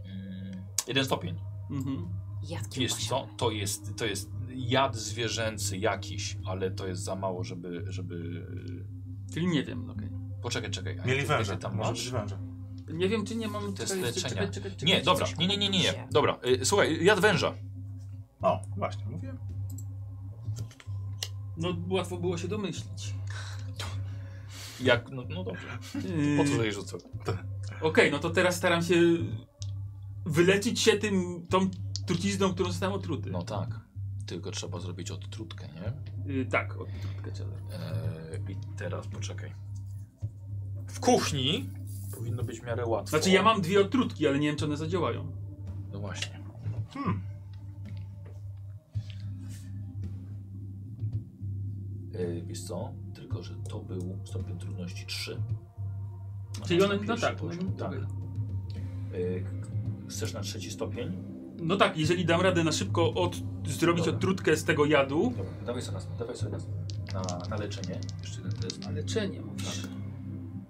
Speaker 1: mm, jeden stopień.
Speaker 4: Mhm.
Speaker 2: Jadkiem
Speaker 1: Wiesz co, to jest, to jest jad zwierzęcy jakiś, ale to jest za mało, żeby... żeby... e,
Speaker 4: Czyli nie wiem, okej.
Speaker 1: Poczekaj, czekaj. a
Speaker 5: Mieli
Speaker 1: ty-
Speaker 5: węże.
Speaker 1: ty tam
Speaker 5: Może
Speaker 1: masz?
Speaker 5: być węże.
Speaker 4: Nie wiem, czy nie mam
Speaker 1: Test
Speaker 4: czekaj,
Speaker 1: leczenia.
Speaker 4: Czekaj, czekaj, czekaj,
Speaker 1: Nie, dobra, nie, nie, nie, nie, nie. Dobra, y, słuchaj, jad węża.
Speaker 5: O, właśnie, mówiłem.
Speaker 4: No łatwo było się domyślić.
Speaker 1: Jak, no, no dobrze,
Speaker 4: Yy,
Speaker 5: Y-
Speaker 1: po co tutaj rzucę?
Speaker 4: Okej, no to teraz staram się wyleczyć się tym, tą trucizną, którą zostałem otruty.
Speaker 1: No tak, tylko trzeba zrobić odtrutkę, nie?
Speaker 4: Yy, tak, odtrutkę trzeba zrobić.
Speaker 1: Eee, I teraz poczekaj. W kuchni powinno być w miarę łatwo.
Speaker 4: Znaczy ja mam dwie odtrutki, ale nie wiem, czy one zadziałają.
Speaker 1: No właśnie.
Speaker 5: Hmm.
Speaker 1: Eee, wiesz co? Tylko, że to był stopień trudności 3.
Speaker 4: Czyli one, no tak,
Speaker 1: Poziom,
Speaker 4: no,
Speaker 1: tak.
Speaker 4: okej.
Speaker 1: Eee, k- chcesz na trzeci stopień?
Speaker 4: No tak, jeżeli dam radę na szybko od, zrobić
Speaker 1: Dobra.
Speaker 4: odtrutkę z tego jadu.
Speaker 1: Dobra, dawaj sobie raz, dawaj sobie raz. Na, na leczenie. Jeszcze jeden test. Tak.
Speaker 4: Na leczenie mówisz.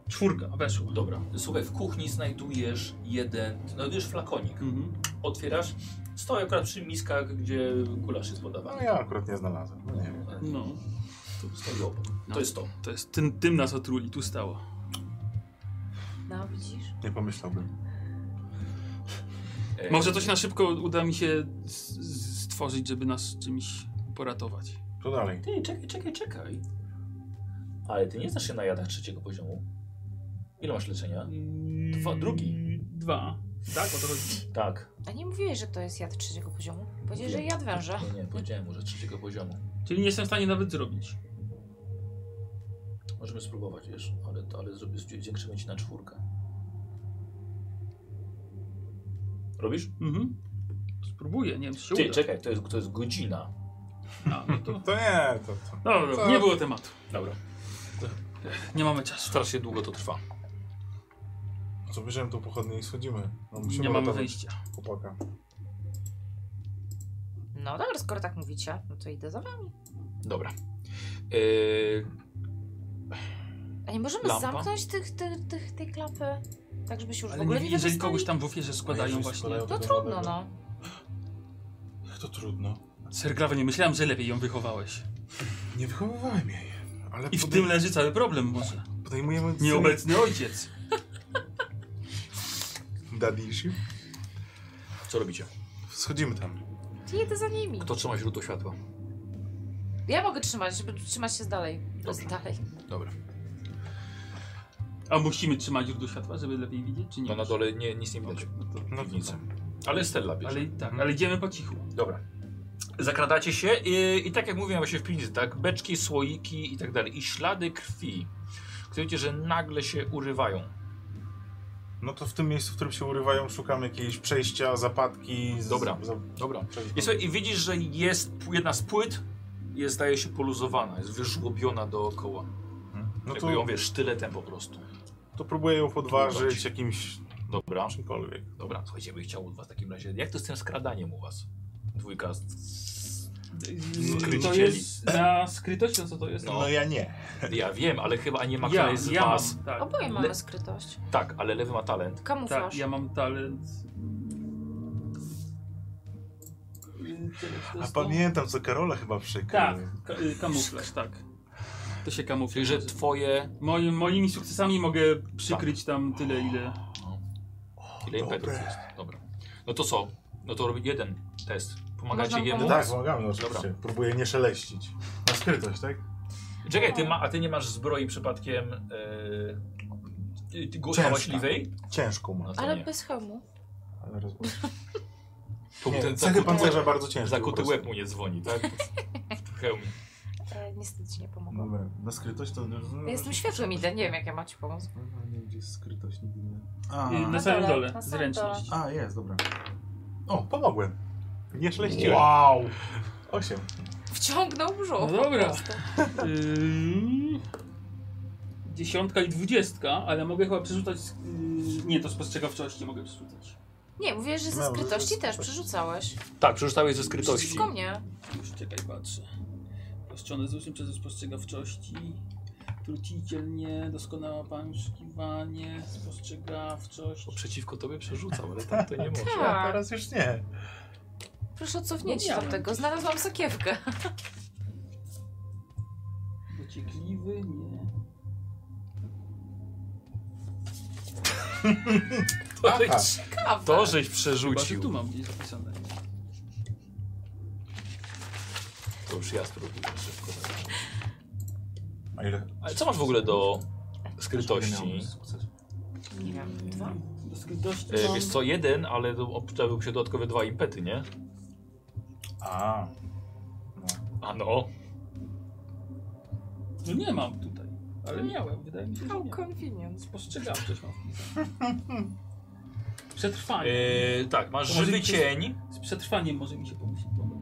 Speaker 4: Czwórka, weszło.
Speaker 1: Dobra, słuchaj, w kuchni znajdujesz jeden, znajdujesz flakonik.
Speaker 4: Mhm.
Speaker 1: Otwierasz, stoi akurat przy miskach, gdzie gulasz jest
Speaker 5: No
Speaker 1: podawany.
Speaker 5: ja akurat nie znalazłem. No nie wiem.
Speaker 4: No,
Speaker 1: Tu stoi obok. To
Speaker 4: No.
Speaker 1: jest to.
Speaker 4: to jest, tym, tym nas otruli, tu stało.
Speaker 8: No, widzisz?
Speaker 5: Nie pomyślałbym.
Speaker 1: E,
Speaker 4: Może coś na szybko uda mi się s- s- stworzyć, żeby nas czymś poratować.
Speaker 5: To dalej.
Speaker 1: Ty, czekaj, czekaj, czekaj. Ale ty nie znasz się na jadach trzeciego poziomu. Ile masz leczenia? Dwa- drugi.
Speaker 4: Dwa. Tak, o to chodzi.
Speaker 1: Tak.
Speaker 2: A nie mówiłeś, że to jest jad trzeciego poziomu? Powiedziałeś, że jad węża.
Speaker 1: Nie, nie, powiedziałem mu, że trzeciego poziomu.
Speaker 4: Czyli nie jestem w stanie nawet zrobić.
Speaker 1: Możemy spróbować, wiesz, ale, to- ale zrobię zwiększymy ci na czwórkę. Robisz?
Speaker 4: Mhm. Spróbuję, nie wiem, czy się
Speaker 1: Ty,
Speaker 4: uda.
Speaker 1: czekaj, to jest, to jest godzina.
Speaker 4: A, no to...
Speaker 5: To nie, to, to.
Speaker 4: No, Dobra,
Speaker 5: Co?
Speaker 4: nie było tematu.
Speaker 1: Dobra.
Speaker 4: Nie mamy czasu.
Speaker 1: Strasznie długo to trwa.
Speaker 5: Co bierzemy tą pochodnię i schodzimy. No, musimy
Speaker 4: Nie mamy
Speaker 5: ratować
Speaker 4: wyjścia.
Speaker 5: Chłopaka.
Speaker 2: No dobra, skoro tak mówicie, no to idę za wami.
Speaker 1: Dobra. Yy,
Speaker 2: A nie możemy
Speaker 1: Lampa?
Speaker 2: zamknąć tych, tych, tych, tej klapy? Tak, żeby się już w
Speaker 4: Ale
Speaker 2: ogóle
Speaker 4: nie,
Speaker 2: nie, nie
Speaker 4: jeżeli
Speaker 2: wydostali?
Speaker 4: kogoś tam w ofierze składają
Speaker 5: Jeżeli
Speaker 4: właśnie.
Speaker 5: składają
Speaker 2: No
Speaker 5: tego
Speaker 2: trudno,
Speaker 5: nowego.
Speaker 2: no.
Speaker 5: Jak to trudno.
Speaker 4: Serklawy, nie myślałem, że lepiej ją wychowałeś.
Speaker 5: Nie wychowywałem jej. Ale
Speaker 4: I w
Speaker 5: podej-
Speaker 4: tym leży cały problem może.
Speaker 5: podejmujemy...
Speaker 4: Nieobecny ojciec.
Speaker 5: Daddy issue?
Speaker 1: co robicie?
Speaker 5: Schodzimy tam.
Speaker 2: To jedę za nimi.
Speaker 1: Kto trzyma źródło światła?
Speaker 2: Ja mogę trzymać, żeby trzymać się z dalej.
Speaker 1: Dobrze.
Speaker 2: Z dalej.
Speaker 1: Dobra.
Speaker 4: A musimy trzymać źródło światła, żeby lepiej widzieć, czy nie?
Speaker 1: No na dole nie, nic nie widać.
Speaker 4: Okej, no to-
Speaker 5: No
Speaker 1: Piwnica. Ale Stella bierze.
Speaker 4: Ale tak, ale idziemy po cichu.
Speaker 1: Dobra. Zakradacie się i, i tak jak mówiłem właśnie w piwnicy, tak, beczki, słoiki i tak dalej. I ślady krwi, które widzicie, że nagle się urywają.
Speaker 5: No to w tym miejscu, w którym się urywają, szukamy jakiejś przejścia, zapadki. Z...
Speaker 1: Dobra.
Speaker 5: Za...
Speaker 1: Dobra.
Speaker 5: przejść-
Speaker 1: I, słuchaj, I widzisz, że jest p- jedna z płyt, jest, zdaje się poluzowana, jest wyżłobiona dookoła.
Speaker 5: No
Speaker 1: Jakby ją,
Speaker 5: to,
Speaker 1: wiesz, sztyletem po prostu.
Speaker 5: to próbuję ją podważyć
Speaker 1: Podważyć. No.
Speaker 5: jakimś...
Speaker 1: Dobra.
Speaker 5: czymkolwiek.
Speaker 1: Dobra, słuchajcie, bym chciał od was w takim razie, jak to z tym skradaniem u was? Dwójka z...
Speaker 4: To
Speaker 1: Skrycicieli.
Speaker 4: jest na skrytość, no co to jest?
Speaker 1: No.
Speaker 5: ja nie.
Speaker 1: Ja wiem, ale chyba nie ma
Speaker 4: ja,
Speaker 1: której z
Speaker 4: ja
Speaker 1: was.
Speaker 4: mam, tak.
Speaker 2: Oboje mamy
Speaker 1: Le-
Speaker 2: skrytość.
Speaker 1: Tak, ale lewy ma talent.
Speaker 2: Kamuflaż.
Speaker 4: Tak, ja mam talent.
Speaker 5: A pamiętam, co Karola chyba przykryła.
Speaker 4: Tak, ka- y, kamuflaż, tak. To się kamuflaż.
Speaker 1: Czyli, że twoje...
Speaker 4: Moim, moimi sukcesami mogę przykryć tam tyle, ile.
Speaker 1: Ile
Speaker 5: Dobre.
Speaker 1: impetów jest? Dobra. No to co? No to robi jeden test. Pomagacie
Speaker 2: Można
Speaker 1: jemu.
Speaker 2: pomóc?
Speaker 5: Tak, pomagamy no oczywiście.
Speaker 1: Dobra.
Speaker 5: Próbuję nie szeleścić. Na skrytość, tak?
Speaker 1: Czekaj, ty ma, a ty nie masz zbroi przypadkiem yy, ty głosu
Speaker 5: Ciężka.
Speaker 1: hałaśliwej?
Speaker 5: Ciężką
Speaker 1: No
Speaker 5: mam.
Speaker 1: to
Speaker 2: Ale
Speaker 1: nie.
Speaker 2: bez hełmu.
Speaker 5: Ale rozumiem.
Speaker 1: Tu
Speaker 5: Nie,
Speaker 1: ten
Speaker 5: cechy
Speaker 1: zakuty,
Speaker 5: pancerza bardzo ciężkie. po
Speaker 1: zakuty
Speaker 5: prostu.
Speaker 1: łeb mu nie dzwoni, tak? W hełmie.
Speaker 2: E, niestety ci nie pomogło.
Speaker 5: Dobra, na skrytość to...
Speaker 2: Ja jestem światłem idę, nie wiem jak ja mam ci pomóc.
Speaker 5: A, nie, gdzie jest skrytość, nigdy nie...
Speaker 4: Y,
Speaker 5: A,
Speaker 4: Na
Speaker 2: Na
Speaker 4: samym
Speaker 2: dole,
Speaker 4: dole,
Speaker 2: na samym
Speaker 4: zręczność.
Speaker 5: a jest, dobra. O, pomogłem. Nie szeleściłem.
Speaker 1: Wow!
Speaker 5: Osiem.
Speaker 2: Wciągnął brzuch.
Speaker 4: No
Speaker 2: po
Speaker 4: dobra.
Speaker 2: prostu.
Speaker 4: Yy, Dziesiątka i dwudziestka, ale mogę chyba przerzucać. Yy, nie, to spostrzegawczości mogę przerzucać.
Speaker 2: Nie, mówiłeś, że ze
Speaker 5: No,
Speaker 2: skrytości
Speaker 5: to-
Speaker 2: też przerzucałeś.
Speaker 1: Tak, przerzucałeś ze skrytości.
Speaker 2: Przeciwko mnie.
Speaker 4: Już czekaj, patrzę. Rozczony z ósmym przez spostrzegawczości. Truciciel nie, doskonałe pańszkiwanie, spostrzegawczość.
Speaker 1: Bo Przeciwko tobie przerzucał, ale tak to nie może.
Speaker 5: A,
Speaker 2: Tak.
Speaker 5: No, teraz już nie.
Speaker 2: Proszę cofnijcie się
Speaker 4: No,
Speaker 2: do tego. Znalazłam sakiewkę.
Speaker 4: Dociekliwy, nie.
Speaker 1: To, żeś,
Speaker 2: Ciekawe.
Speaker 1: to żeś
Speaker 4: Chyba, że tu
Speaker 1: przerzucił.
Speaker 4: mam gdzieś zapisane.
Speaker 1: To już ja spróbuję szybko.
Speaker 5: A ile?
Speaker 1: Ale co masz w ogóle do skrytości?
Speaker 2: Nie wiem, dwa.
Speaker 4: Do skrytości
Speaker 1: E,
Speaker 4: mam...
Speaker 1: wiesz co, jeden, ale do- obciąłby się dodatkowe dwa impety, nie?
Speaker 5: A.
Speaker 1: A no.
Speaker 4: No nie mam tutaj, ale
Speaker 1: No.
Speaker 4: miałem, wydaje mi się, że
Speaker 2: How
Speaker 4: No nie.
Speaker 2: convenient.
Speaker 4: Spostrzegawczość mam wpisane. Przetrwanie.
Speaker 1: E, tak, masz
Speaker 4: To może
Speaker 1: żywy
Speaker 4: i przez-
Speaker 1: cień.
Speaker 4: Z przetrwaniem może mi się pomyśleć pomyliło.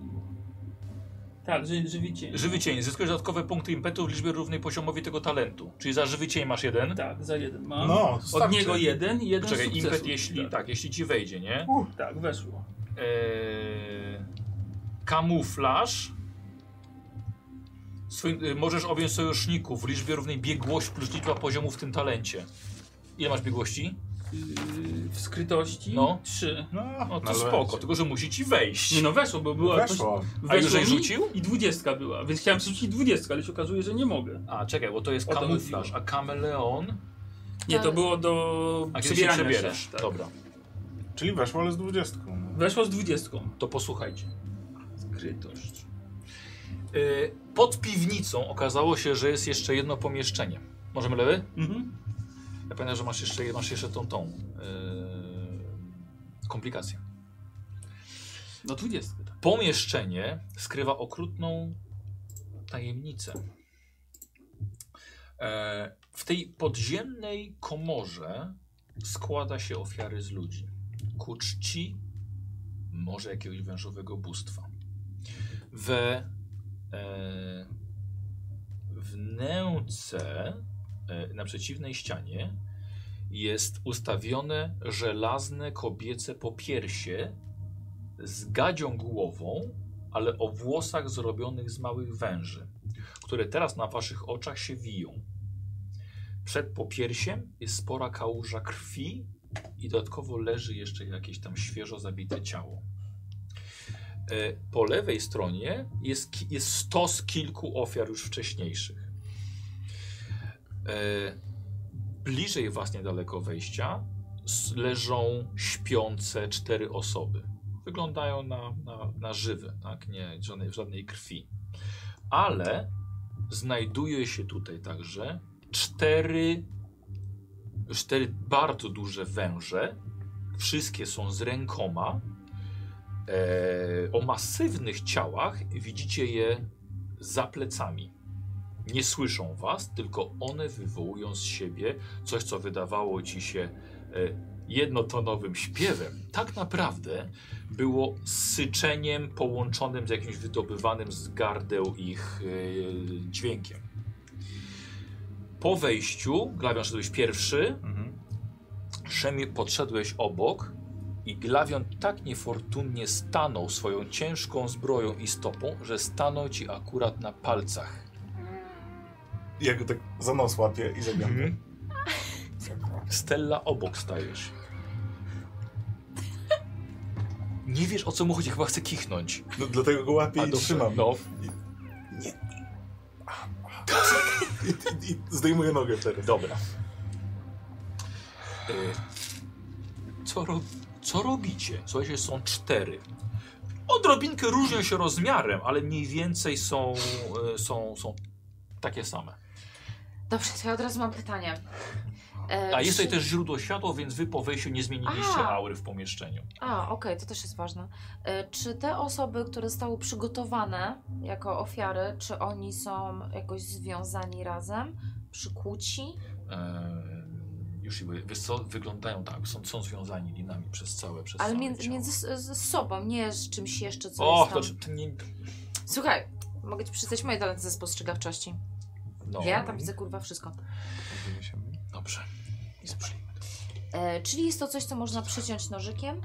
Speaker 4: Tak, ży, żywi cień.
Speaker 1: Żywy cień. Zyskujesz dodatkowe punkty impetu w liczbie równej poziomowi tego talentu. Czyli za żywy cień masz jeden.
Speaker 4: Tak, za jeden mam.
Speaker 5: No,
Speaker 4: Od
Speaker 5: starczy.
Speaker 4: niego jeden i jeden
Speaker 1: Czekaj,
Speaker 4: sukces.
Speaker 1: impet jeśli, tak.
Speaker 4: tak.
Speaker 1: jeśli ci wejdzie, nie?
Speaker 4: Tak, weszło.
Speaker 1: Yy, Eee, kamuflaż. Swój, y, możesz objąć sojuszników w liczbie równej biegłość plus liczba poziomu w tym talencie. Ile masz biegłości?
Speaker 4: Yy, w skrytości
Speaker 1: No.
Speaker 4: trzy.
Speaker 1: No to
Speaker 5: ale-
Speaker 1: spoko, tylko że musi ci wejść.
Speaker 4: Nie no weszło, bo była...
Speaker 5: Weszło.
Speaker 1: A
Speaker 4: weszło
Speaker 1: jeżeli
Speaker 4: mi
Speaker 1: rzucił?
Speaker 4: I dwudziestka była, więc chciałem rzucić dwudziestkę, ale się okazuje, że nie mogę.
Speaker 1: A czekaj, bo to jest
Speaker 4: O to no.
Speaker 1: kamuflaż,
Speaker 4: chodziło.
Speaker 1: a kameleon...
Speaker 4: Nie, to
Speaker 2: Ale-
Speaker 4: było do
Speaker 1: Tak. A kiedy się
Speaker 4: przebierania się.
Speaker 1: przebierasz?
Speaker 4: tak.
Speaker 1: Dobra,
Speaker 5: Czyli weszło, ale z dwudziestką.
Speaker 4: Weszło z dwudziestką.
Speaker 1: to posłuchajcie.
Speaker 4: Skrytość.
Speaker 1: Y, Pod piwnicą okazało się, że jest jeszcze jedno pomieszczenie. Możemy lewy?
Speaker 4: Mhm.
Speaker 1: Ja pamiętam, że masz jeszcze, masz jeszcze tą, tą yy, komplikację.
Speaker 4: Do dwudziestki. tak.
Speaker 1: Pomieszczenie skrywa okrutną tajemnicę. E, w tej podziemnej komorze składa się ofiary z ludzi. Ku czci może jakiegoś wężowego bóstwa. We e, wnęce e, na przeciwnej ścianie jest ustawione żelazne kobiece popiersie z gadzią głową, ale o włosach zrobionych z małych węży, które teraz na waszych oczach się wiją. Przed popiersiem jest spora kałuża krwi i dodatkowo leży jeszcze jakieś tam świeżo zabite ciało. E, Po lewej stronie jest, ki- jest stos kilku ofiar już wcześniejszych. E, Bliżej was niedaleko wejścia s- leżą śpiące cztery osoby wyglądają na, na, na żywe, tak? Nie, żadnej, żadnej krwi. Ale znajduje się tutaj także cztery, cztery bardzo duże węże. Wszystkie są z rękoma. E, o masywnych ciałach widzicie je za plecami. Nie słyszą was, tylko one wywołują z siebie coś, co wydawało ci się e, jednotonowym śpiewem. Tak naprawdę było syczeniem połączonym z jakimś wydobywanym z gardeł ich yy, dźwiękiem. Po wejściu, Glawion szedłeś pierwszy,
Speaker 5: Mhm.
Speaker 1: Szemie podszedłeś obok i Glawion tak niefortunnie stanął swoją ciężką zbroją i stopą, że stanął ci akurat na palcach.
Speaker 5: Ja go tak za nos łapię i żegnam.
Speaker 1: Stella obok stajesz. Nie wiesz o co mu chodzi, chyba chce kichnąć.
Speaker 5: No, dlatego go łapię i
Speaker 1: dobrze,
Speaker 5: trzymam.
Speaker 1: No,
Speaker 5: I, i, I zdejmuję nogę teraz.
Speaker 1: Dobra. Y, Co, ro co robicie? Słuchajcie, są cztery. Odrobinkę różnią się rozmiarem, ale mniej więcej są, y, są, są takie same.
Speaker 2: Dobrze, to ja od razu mam pytanie. E,
Speaker 1: A jest
Speaker 2: czy-
Speaker 1: tutaj też źródło światła, więc wy po wejściu nie zmieniliście
Speaker 2: Aha.
Speaker 1: aury w pomieszczeniu.
Speaker 2: A, okej, to też jest ważne. E, Czy te osoby, które zostały przygotowane jako ofiary, czy oni są jakoś związani razem, przykuci?
Speaker 1: Ehm, już i mówię, wiesz co, wyglądają tak, są, są związani linami przez całe, przez
Speaker 2: Ale
Speaker 1: całe
Speaker 2: między,
Speaker 1: ciało.
Speaker 2: między z, z sobą, nie z czymś jeszcze, co
Speaker 1: O,
Speaker 2: jest
Speaker 1: to,
Speaker 2: tam.
Speaker 1: czy- to nie,
Speaker 2: Słuchaj, mogę ci przyznać moje talenty ze spostrzegawczości.
Speaker 1: no,
Speaker 2: Ja tam widzę kurwa wszystko.
Speaker 1: Dobrze. I sprzyjmy.
Speaker 2: E, czyli jest to coś, co można przyciąć nożykiem?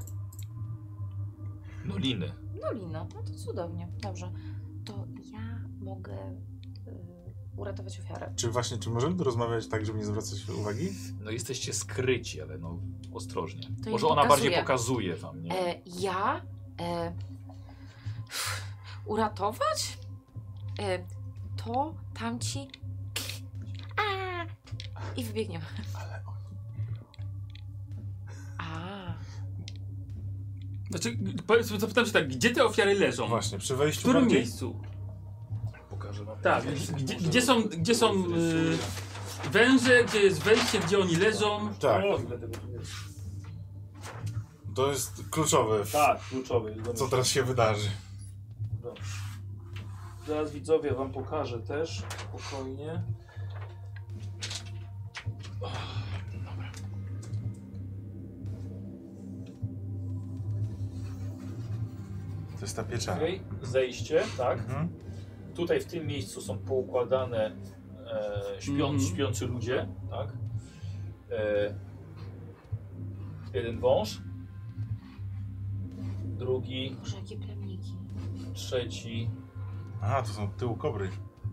Speaker 1: No liny.
Speaker 2: No lina, no to cudownie, dobrze. To ja mogę y, uratować ofiarę.
Speaker 5: Czy właśnie, czy możemy tu rozmawiać tak, żeby nie zwracać uwagi?
Speaker 1: No jesteście skryci, ale no ostrożnie.
Speaker 2: To
Speaker 1: Może
Speaker 2: im
Speaker 1: ona
Speaker 2: pokazuje.
Speaker 1: bardziej pokazuje wam, nie?
Speaker 2: E, ja e, uratować? E, to tamci. A, I wybiegniemy. A,
Speaker 4: Znaczy, powiedzmy, zapytam się tak, gdzie te ofiary
Speaker 3: No
Speaker 4: leżą?
Speaker 5: Właśnie, przy
Speaker 4: W
Speaker 5: wejściu
Speaker 4: którym
Speaker 5: bardziej-
Speaker 4: miejscu?
Speaker 1: Pokażę wam.
Speaker 4: Tak, więc gdzie, gdzie są, gdzie są y, węże, gdzie jest wejście, gdzie oni leżą?
Speaker 5: Tak,
Speaker 11: O, ile tego tu jest.
Speaker 5: to jest kluczowe, w-
Speaker 11: Tak, kluczowy. jest
Speaker 5: co
Speaker 11: domyślny.
Speaker 5: teraz się wydarzy.
Speaker 11: Dobrze. Zaraz widzowie wam pokażę też, spokojnie.
Speaker 5: To jest ta pieczara.
Speaker 1: Okej, Zejście, tak.
Speaker 5: Mhm.
Speaker 1: Tutaj w tym miejscu są poukładane e, śpią,
Speaker 4: Mhm.
Speaker 1: śpiący ludzie, tak. E, jeden wąż, drugi,
Speaker 2: Boże, jakie plemniki.
Speaker 1: trzeci,
Speaker 5: Aha, to są tył kobry.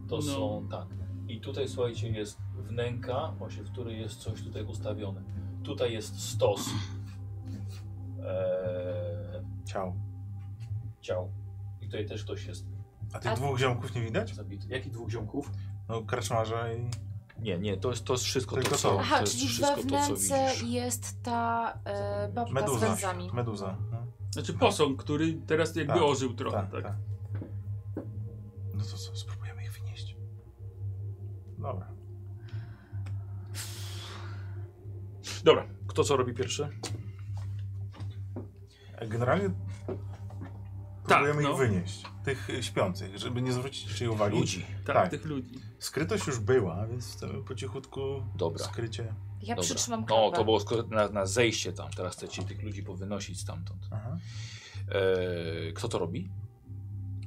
Speaker 1: To
Speaker 4: No.
Speaker 1: są tak. I tutaj słuchajcie, jest wnęka, właśnie w której jest coś tutaj ustawione. Tutaj jest stos eee,
Speaker 5: Ciao.
Speaker 1: ciał. I tutaj też ktoś jest
Speaker 3: A tych
Speaker 2: A-
Speaker 3: dwóch ziomków nie widać?
Speaker 1: zabity. Jakich dwóch ziomków?
Speaker 3: No kraczmarza i...
Speaker 1: Nie, nie, to jest, to jest wszystko
Speaker 3: Tylko
Speaker 1: to,
Speaker 3: to.
Speaker 1: co.
Speaker 2: Aha,
Speaker 1: to jest
Speaker 2: czyli w
Speaker 1: wszystko to, co
Speaker 2: wewnętrznie
Speaker 1: widzisz.
Speaker 2: jest ta e, babka z
Speaker 3: Meduza.
Speaker 2: węzami.
Speaker 3: Meduza. No,
Speaker 4: Znaczy posąg, który teraz jakby
Speaker 3: Tak,
Speaker 4: ożył trochę,
Speaker 3: tak,
Speaker 4: tak.
Speaker 3: tak. No to co, spróbujemy ich wynieść. Dobra.
Speaker 1: Dobra, kto co robi pierwszy?
Speaker 3: Generalnie
Speaker 4: Tak,
Speaker 3: próbujemy
Speaker 4: no.
Speaker 3: ich wynieść. Tych y, śpiących, żeby nie zwrócić czyjej uwagi.
Speaker 1: Ludzi.
Speaker 4: Tak,
Speaker 3: Tak.
Speaker 4: tych ludzi.
Speaker 3: Skrytość już była, więc chcemy po cichutku
Speaker 1: Dobra.
Speaker 3: skrycie.
Speaker 2: Ja
Speaker 1: Dobra.
Speaker 2: przytrzymam klapę.
Speaker 1: No, to było sko- na, na zejście tam. Teraz chcecie tych ludzi powynosić stamtąd.
Speaker 3: Aha.
Speaker 1: Eee, kto to robi?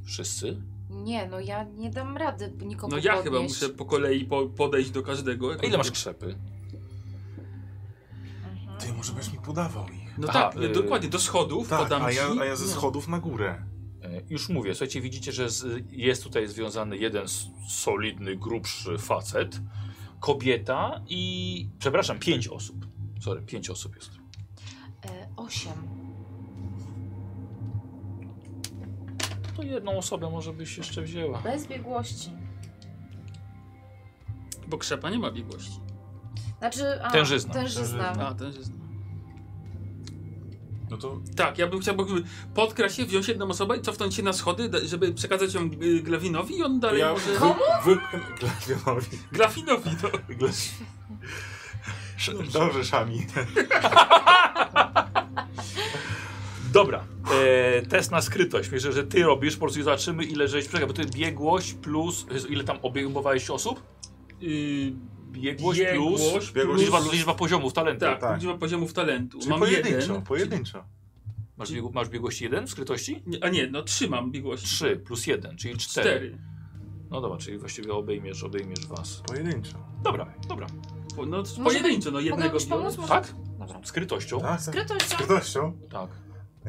Speaker 1: Wszyscy?
Speaker 2: Nie, no ja nie dam rady nikogo
Speaker 4: No ja chyba
Speaker 2: podnieść.
Speaker 4: muszę po kolei po, podejść do każdego.
Speaker 1: A ile masz krzepy?
Speaker 2: Mhm.
Speaker 3: Ty może byś mi podawał ich.
Speaker 4: No
Speaker 1: Aha,
Speaker 4: tak,
Speaker 1: y-
Speaker 4: dokładnie, do schodów
Speaker 3: Tak,
Speaker 4: podam
Speaker 3: a ja,
Speaker 4: ci.
Speaker 3: a ja ze
Speaker 4: No.
Speaker 3: schodów na górę.
Speaker 1: E, Już mówię, słuchajcie, widzicie, że z, jest tutaj związany jeden s- solidny, grubszy facet, kobieta i. Przepraszam, pięć osób. Sorry, pięć osób jest.
Speaker 2: E, osiem.
Speaker 1: To jedną osobę może byś jeszcze wzięła.
Speaker 2: Bez biegłości.
Speaker 4: Bo krzepa nie ma biegłości.
Speaker 2: Znaczy, a,
Speaker 1: Tężyzna.
Speaker 2: tężyzna.
Speaker 4: A, ten jest...
Speaker 3: No to
Speaker 4: Tak, ja bym chciał bo jakby podkraść się, wziąć jedną osobę i cofnąć się na schody, da- żeby przekazać ją y, Glawinowi i on dalej
Speaker 3: ja
Speaker 4: może...
Speaker 3: wypchnę Glawionowi.
Speaker 4: Glawinowi, no. to...
Speaker 3: Gla- Sz- Dobrze, Szami.
Speaker 5: Znaczy,
Speaker 1: Dobra, e, test na skrytość. Myślę, że ty robisz, po prostu zobaczymy, ile żeś przekazał. Bo to jest biegłość plus. Jezu, Ile tam objębowałeś osób?
Speaker 4: Yy,
Speaker 1: Biegłość, plus.
Speaker 4: biegłość
Speaker 3: biegłość
Speaker 1: Liczba, liczba poziomów talentu.
Speaker 4: Tak,
Speaker 3: tak.
Speaker 4: liczba poziomów talentu.
Speaker 3: Czyli
Speaker 4: Mam
Speaker 3: pojedynczo,
Speaker 4: jeden.
Speaker 3: pojedynczo.
Speaker 1: Masz, biegu, masz biegłość 1 w skrytości?
Speaker 4: Nie, A nie, no trzymam biegłości.
Speaker 1: 3 plus 1, czyli 4.
Speaker 4: Cztery.
Speaker 1: No dobra, czyli właściwie obejmiesz, obejmiesz was.
Speaker 3: Pojedynczo.
Speaker 1: Dobra, dobra.
Speaker 4: Po- No, pojedynczo, no jednego
Speaker 2: komuś pomóc?
Speaker 4: biorę.
Speaker 1: Tak?
Speaker 2: Dobra.
Speaker 1: Skrytością?
Speaker 3: Tak, tak.
Speaker 2: Skrytością.
Speaker 3: Skrytością.
Speaker 1: Tak.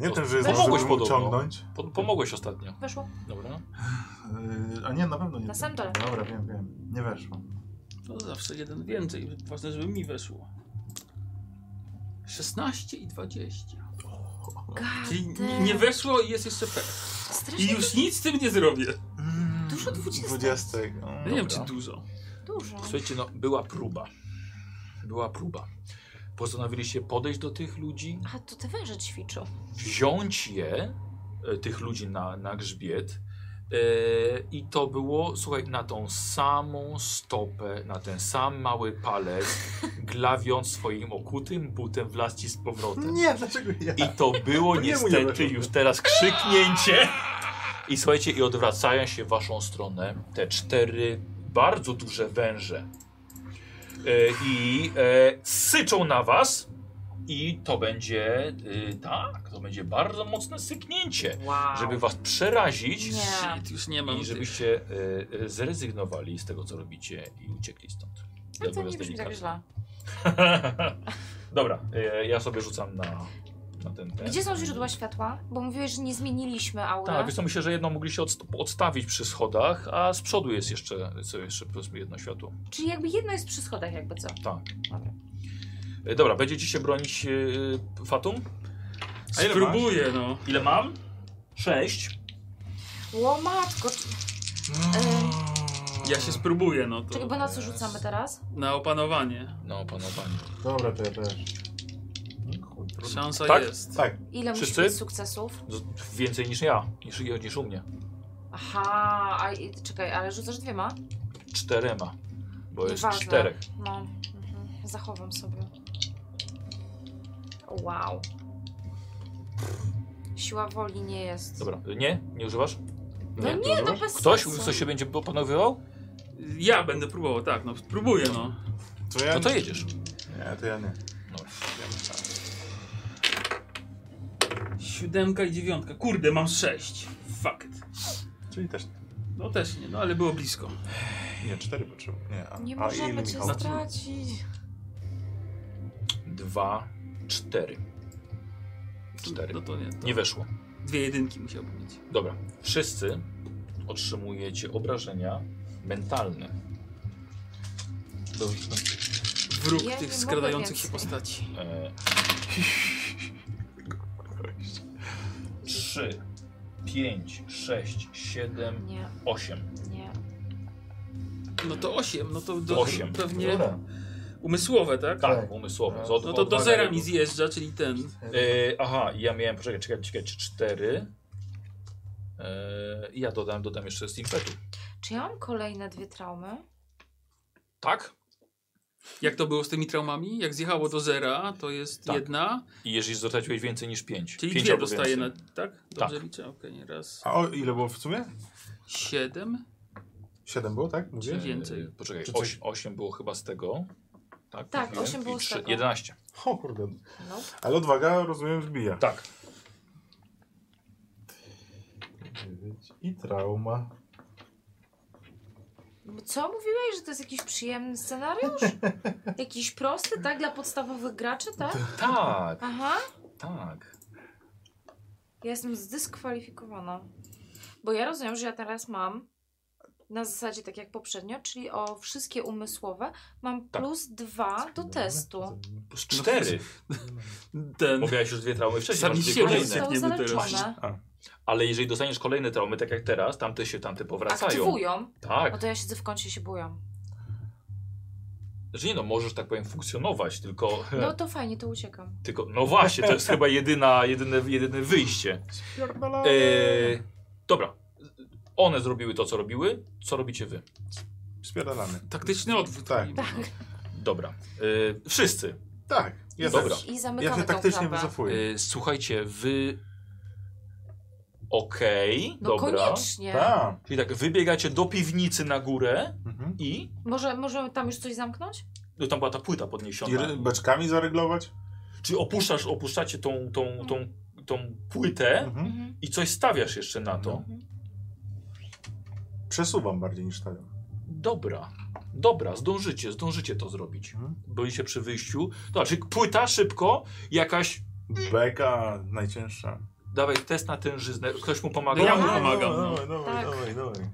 Speaker 3: Nie
Speaker 1: To-
Speaker 3: ten, że jest
Speaker 1: pomogłeś
Speaker 3: może bym
Speaker 1: podobno.
Speaker 3: ciągnąć.
Speaker 1: Po, pomogłeś ostatnio.
Speaker 2: Weszło.
Speaker 1: Dobra.
Speaker 5: Yy, A nie, na pewno nie.
Speaker 2: Na sam dole.
Speaker 5: Dobra, wiem, wiem. Nie weszło.
Speaker 4: No zawsze jeden więcej. Ważne, żeby mi weszło. 16 i 20. Czyli
Speaker 2: Gadę.
Speaker 4: nie weszło i jest jeszcze P. I
Speaker 2: Strasznie
Speaker 4: już nic z tym nie zrobię.
Speaker 2: Dużo dwudziestek.
Speaker 5: Dwudziestek.
Speaker 2: No
Speaker 4: Ja nie wiem, czy dużo.
Speaker 2: dużo.
Speaker 1: Słuchajcie, no była próba. Była próba. Postanowiliście podejść do tych ludzi,
Speaker 2: A, to te węże ćwiczą.
Speaker 1: wziąć je, e, tych ludzi na, na grzbiet. E, I to było, słuchaj, na tą samą stopę, na ten sam mały palec, glawiąc swoim okutym butem w lasci z powrotem.
Speaker 5: Nie, dlaczego ja?
Speaker 1: I to było
Speaker 5: To nie mój
Speaker 1: niestety
Speaker 5: obrazek.
Speaker 1: już teraz krzyknięcie. I słuchajcie, i odwracają się w waszą stronę te cztery bardzo duże węże. E, I e, syczą na was. I to będzie, y, tak, to będzie bardzo mocne syknięcie,
Speaker 2: Wow.
Speaker 1: żeby was przerazić
Speaker 2: Nie.
Speaker 4: Shit, już nie mam.
Speaker 1: i żebyście y, y, zrezygnowali z tego, co robicie i uciekli stąd.
Speaker 2: Ale to nie
Speaker 1: Natomiast
Speaker 2: brzmi tak
Speaker 1: delikatnie.
Speaker 2: źle.
Speaker 1: Dobra, y, ja sobie rzucam na, na ten ten.
Speaker 2: Gdzie są źródła światła? Bo mówiłeś, że nie zmieniliśmy aury.
Speaker 1: Tak, więc myślę, że jedno mogli się odst- odstawić przy schodach, a z przodu jest jeszcze, co jeszcze powiedzmy jedno światło. Tak.
Speaker 2: Czyli jakby jedno jest przy schodach, jakby co.
Speaker 1: E, Dobra, będziecie się bronić yy, Fatum?
Speaker 4: A ile Spróbuję, no.
Speaker 1: Ile mam? Sześć.
Speaker 2: Ło matko, czy-
Speaker 4: Ja się spróbuję, no
Speaker 2: czekaj,
Speaker 4: to.
Speaker 2: bo na co rzucamy teraz?
Speaker 4: Na opanowanie.
Speaker 1: No, panowanie.
Speaker 5: Dobra, to ja też. No, chuj, trudno.
Speaker 4: Szansa
Speaker 1: Tak?
Speaker 4: jest.
Speaker 5: Tak,
Speaker 2: Ile musi
Speaker 1: Wszyscy?
Speaker 2: być sukcesów?
Speaker 1: Z- Więcej niż ja, niż, niż u mnie.
Speaker 2: Aha, a, i- czekaj, ale rzucasz dwiema?
Speaker 1: Czterema, bo jest
Speaker 2: Nieważne.
Speaker 1: czterech.
Speaker 2: No, mhm. zachowam sobie. Wow. Siła woli nie jest.
Speaker 1: Dobra, nie? Nie używasz?
Speaker 2: No nie, no bez
Speaker 1: Ktoś,
Speaker 2: sensu.
Speaker 1: coś się będzie opanowywał?
Speaker 4: Ja będę próbował, tak, no spróbuję, no.
Speaker 3: To ja
Speaker 1: No to jedziesz. No,
Speaker 5: nie, to ja nie.
Speaker 4: Siódemka i dziewiątka. Kurde, mam sześć. Fakt.
Speaker 5: Czyli też nie.
Speaker 4: No też nie, no ale było blisko.
Speaker 5: Nie, cztery potrzebuję. Nie, a,
Speaker 2: Nie
Speaker 5: a ile,
Speaker 2: możemy cię
Speaker 5: Michał?
Speaker 2: stracić.
Speaker 1: Dwa, cztery. Cztery.
Speaker 4: No to nie. To
Speaker 1: Nie weszło.
Speaker 4: Dwie jedynki musiałbym mieć.
Speaker 1: Dobra, wszyscy otrzymujecie obrażenia mentalny.
Speaker 4: Dobrze. Wróg
Speaker 2: Ja nie
Speaker 4: tych
Speaker 2: mogę
Speaker 4: skradających się
Speaker 2: więcej.
Speaker 4: postaci.
Speaker 1: E, Trzy, pięć, sześć, siedem,
Speaker 2: Nie,
Speaker 1: osiem.
Speaker 2: nie.
Speaker 4: No to 8, no to do,
Speaker 1: Osiem.
Speaker 4: pewnie
Speaker 1: Dobra.
Speaker 4: umysłowe, tak?
Speaker 1: Tak, umysłowo. Z od-
Speaker 4: No to
Speaker 1: od-
Speaker 4: do zera mi zjeżdża, czyli ten.
Speaker 1: E, aha, ja miałem, poczekaj, czekaj, czekaj, czy cztery. E, ja dodam, dodam jeszcze z impetu.
Speaker 2: Czy ja mam kolejne dwie traumy?
Speaker 1: Tak?
Speaker 4: Jak to było z tymi traumami? Jak zjechało do zera, to jest
Speaker 1: Tak.
Speaker 4: jedna,
Speaker 1: I jeżeli straciłeś więcej niż pięć.
Speaker 4: czyli
Speaker 1: pięć
Speaker 4: dwie
Speaker 1: albo
Speaker 4: dostaje, na,
Speaker 1: więcej.
Speaker 4: tak? Dobrze liczę, okej, raz,
Speaker 5: A o ile było w sumie?
Speaker 4: siedem,
Speaker 5: Siedem było, tak? Mówię?
Speaker 4: czy więcej.
Speaker 1: E, poczekaj,
Speaker 5: Czy coś-
Speaker 1: osiem, osiem było chyba z tego. Tak,
Speaker 2: Tak,
Speaker 1: mówiłem.
Speaker 2: osiem
Speaker 1: I
Speaker 2: było z
Speaker 1: trzy-
Speaker 2: tego.
Speaker 1: 11.
Speaker 5: O kurde.
Speaker 2: No.
Speaker 5: Ale odwaga, rozumiem, wbija.
Speaker 1: Tak.
Speaker 5: Dziewięć I trauma.
Speaker 2: Co mówiłeś, że to jest jakiś przyjemny scenariusz? Jakiś prosty, tak? Dla podstawowych graczy, tak?
Speaker 1: Tak,
Speaker 2: Aha.
Speaker 1: tak.
Speaker 2: Ja jestem zdyskwalifikowana. Bo ja rozumiem, że ja teraz mam na zasadzie tak jak poprzednio, czyli o wszystkie umysłowe mam
Speaker 1: Tak.
Speaker 2: plus dwa do testu.
Speaker 4: No,
Speaker 1: Plus cztery.
Speaker 4: Ten.
Speaker 1: Bo miałeś już dwie traumy wcześniej,
Speaker 4: Sami
Speaker 1: masz dwie
Speaker 4: siebie
Speaker 1: kolejne.
Speaker 4: zsypnę.
Speaker 2: Są
Speaker 4: Nie będę
Speaker 2: zaleczone.
Speaker 1: Ale jeżeli dostaniesz kolejne traumy, tak jak teraz, tamte się tamte powracają.
Speaker 2: Aktywują.
Speaker 1: Tak.
Speaker 2: No to ja siedzę w kącie i się bujam.
Speaker 1: Znaczy nie no, możesz tak powiem funkcjonować, tylko...
Speaker 5: Tak.
Speaker 2: No to fajnie, to uciekam.
Speaker 1: tylko no właśnie, to jest chyba jedyna, jedyne, jedyne wyjście.
Speaker 5: Spierdalamy.
Speaker 4: yy.
Speaker 1: Eee, dobra. One zrobiły to, co robiły. Co robicie wy?
Speaker 5: Spierdalamy.
Speaker 4: Taktyczny odwrót.
Speaker 5: Tak.
Speaker 4: robimy, no.
Speaker 1: Dobra. Eee, wszyscy.
Speaker 5: Tak, ja
Speaker 1: Dobra.
Speaker 5: też.
Speaker 2: I
Speaker 5: Ja
Speaker 2: zamykamy
Speaker 5: się
Speaker 2: tą
Speaker 5: taktycznie
Speaker 2: klapę.
Speaker 5: wycofuję.
Speaker 1: Eee, słuchajcie, wy... Okej,
Speaker 2: No
Speaker 1: dobra.
Speaker 2: koniecznie.
Speaker 5: Tak.
Speaker 1: Czyli tak, wybiegacie do piwnicy na górę
Speaker 5: Mhm.
Speaker 1: i...
Speaker 2: Może, możemy tam już coś zamknąć?
Speaker 1: No tam była ta płyta
Speaker 5: I
Speaker 1: podniesiona.
Speaker 5: ry- beczkami zaryglować?
Speaker 1: Czyli opuszczasz, opuszczacie tą, tą, tą, tą płytę
Speaker 5: Mhm.
Speaker 2: Mhm.
Speaker 1: i coś stawiasz jeszcze na to.
Speaker 5: Przesuwam bardziej niż stawiam.
Speaker 1: Dobra, dobra, zdążycie, zdążycie to zrobić.
Speaker 5: Mhm.
Speaker 1: Byliście przy wyjściu. To znaczy płyta szybko, jakaś...
Speaker 5: Beka najcięższa.
Speaker 1: Dawaj test na tężyznę. Ktoś mu
Speaker 4: No
Speaker 1: pomaga?
Speaker 4: ja mu pomagam. no.
Speaker 5: Dawaj, dawaj,
Speaker 2: Tak.
Speaker 5: dawaj, dawaj.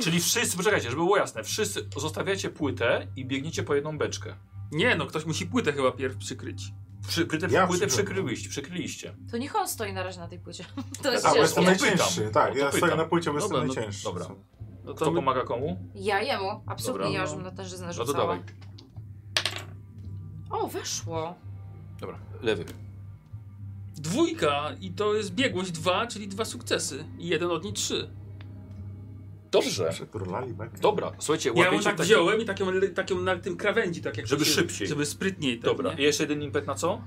Speaker 1: Czyli wszyscy, poczekajcie, żeby było jasne, wszyscy zostawiacie płytę i biegniecie po jedną beczkę.
Speaker 4: Nie, no ktoś musi płytę chyba pierw przykryć.
Speaker 1: Przy, płytę
Speaker 5: Ja
Speaker 1: płytę
Speaker 5: przykryłem.
Speaker 1: przykryliście, przykryliście.
Speaker 2: To niech on stoi na razie na tej płycie. To jest
Speaker 1: A,
Speaker 5: A, bo
Speaker 1: ja
Speaker 5: jestem
Speaker 1: to
Speaker 2: ciężkie.
Speaker 1: pytam.
Speaker 5: najcięższy. Tak,
Speaker 1: No to
Speaker 5: ja stoję
Speaker 1: pytam.
Speaker 5: na płycie, bo jestem
Speaker 4: Dobra, no,
Speaker 5: najcięższy.
Speaker 1: dobra.
Speaker 4: No to
Speaker 1: Kto
Speaker 4: my-
Speaker 1: pomaga komu?
Speaker 2: Ja jemu. Absolutnie
Speaker 1: Dobra.
Speaker 2: ja już bym na tężyznę
Speaker 1: No to
Speaker 2: rzucała.
Speaker 1: dawaj.
Speaker 2: O, weszło.
Speaker 1: Dobra, lewy.
Speaker 4: Dwójka i to jest biegłość dwa, czyli dwa sukcesy. I jeden od nich trzy.
Speaker 1: Dobrze.
Speaker 5: Przeturlali bekę.
Speaker 1: Dobra, słuchajcie,
Speaker 4: Ja ją
Speaker 1: łapiecie
Speaker 4: tak
Speaker 1: takie-
Speaker 4: wziąłem i taką, taką na tym krawędzi, tak jak
Speaker 1: Żeby
Speaker 4: to się-
Speaker 1: szybciej.
Speaker 4: Żeby sprytniej, tak,
Speaker 1: Dobra,
Speaker 4: nie?
Speaker 1: jeszcze jeden impet na co?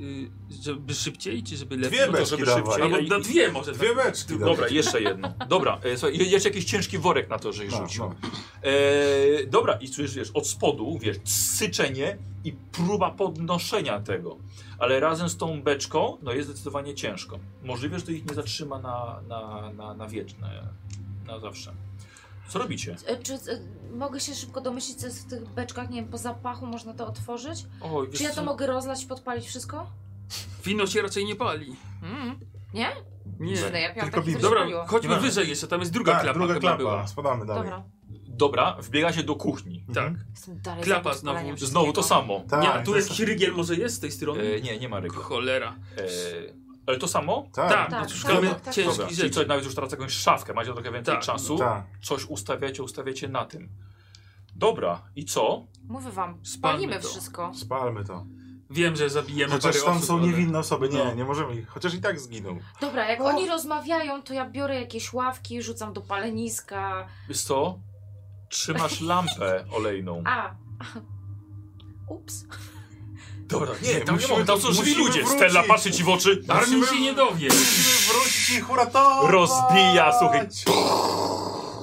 Speaker 4: Y, żeby szybciej, czy żeby lepiej?
Speaker 5: Dwie
Speaker 1: no to
Speaker 5: beczki
Speaker 1: żeby
Speaker 5: dawaj.
Speaker 1: szybciej.
Speaker 4: Albo
Speaker 1: i-
Speaker 4: na dwie może. tak.
Speaker 5: Dwie beczki dawaj.
Speaker 1: Dobra, jeszcze jedno. Dobra, e, słuchaj, je- jeszcze jakiś ciężki worek na to, że
Speaker 5: No,
Speaker 1: rzucił.
Speaker 5: no.
Speaker 1: E, dobra, i słyszysz, wiesz, od spodu, wiesz, syczenie i próba podnoszenia tego. Ale razem z tą beczką, no jest zdecydowanie ciężko. Możliwe, że to ich nie zatrzyma na, na, na, na wieczne, na zawsze. Co robicie?
Speaker 2: E, Czy e, mogę się szybko domyślić, co jest w tych beczkach? Nie wiem, po zapachu można to otworzyć?
Speaker 1: Oj,
Speaker 2: Czy ja to
Speaker 1: co?
Speaker 2: mogę rozlać, podpalić wszystko?
Speaker 4: Wino się raczej nie pali.
Speaker 2: Mm.
Speaker 1: Mhm.
Speaker 4: Nie.
Speaker 2: Źle, ja miałam
Speaker 5: tylko
Speaker 2: taki,
Speaker 5: piwo.
Speaker 2: który się
Speaker 4: Dobra,
Speaker 2: paliło.
Speaker 4: chodźmy
Speaker 5: Nie ma.
Speaker 4: wyżej jeszcze, tam jest druga
Speaker 5: Druga tak,
Speaker 4: klapa
Speaker 5: klapa, druga
Speaker 4: chyba
Speaker 5: klapa.
Speaker 4: była.
Speaker 5: Spadamy dalej.
Speaker 2: Dobra,
Speaker 1: Dobra, wbiega się do kuchni.
Speaker 4: Tak.
Speaker 2: jestem dalej
Speaker 4: Klapa
Speaker 2: za podpaleniem
Speaker 4: znowu.
Speaker 1: Znowu to
Speaker 2: wszystkiego.
Speaker 1: samo.
Speaker 5: Tak,
Speaker 4: nie, a tu
Speaker 5: to
Speaker 4: jest jakiś rygiel może jest z tej strony?
Speaker 1: E, nie, nie ma ryby.
Speaker 4: Cholera.
Speaker 1: E, ale to samo?
Speaker 5: Tak, tak.
Speaker 4: Tak, no
Speaker 2: tak,
Speaker 4: szukamy
Speaker 2: tak, tak.
Speaker 1: Dobra,
Speaker 4: ciężkich
Speaker 1: czyli co,
Speaker 4: rzeczy.
Speaker 1: nawet już teraz jakąś szafkę, macie trochę więcej
Speaker 4: Tak.
Speaker 1: czasu. Coś ustawiacie, ustawiacie na tym. Dobra, i co?
Speaker 2: Mówię wam,
Speaker 4: Spalmy
Speaker 2: palimy
Speaker 4: to.
Speaker 2: wszystko.
Speaker 5: Spalmy to.
Speaker 4: Wiem, że zabijemy
Speaker 5: Chociaż
Speaker 4: parę
Speaker 5: tam
Speaker 4: osób,
Speaker 5: są
Speaker 4: ale-
Speaker 5: niewinne osoby. Nie,
Speaker 4: No.
Speaker 5: nie możemy ich. Chociaż i tak zginą.
Speaker 2: Dobra, jak
Speaker 5: O.
Speaker 2: oni rozmawiają, to ja biorę jakieś ławki, rzucam do paleniska.
Speaker 1: Wiesz co? Trzymasz lampę olejną.
Speaker 2: A, ups.
Speaker 1: Dobra,
Speaker 5: nie,
Speaker 1: tam nie
Speaker 5: musimy
Speaker 1: mogę, tam są
Speaker 5: wró-
Speaker 1: żywi
Speaker 5: musimy
Speaker 1: ludzie.
Speaker 5: wrócić.
Speaker 1: Stella patrzy ci w oczy.
Speaker 4: Armin się nie dowie.
Speaker 5: Musimy wrócić ich uratować!
Speaker 1: Rozbija, słuchaj.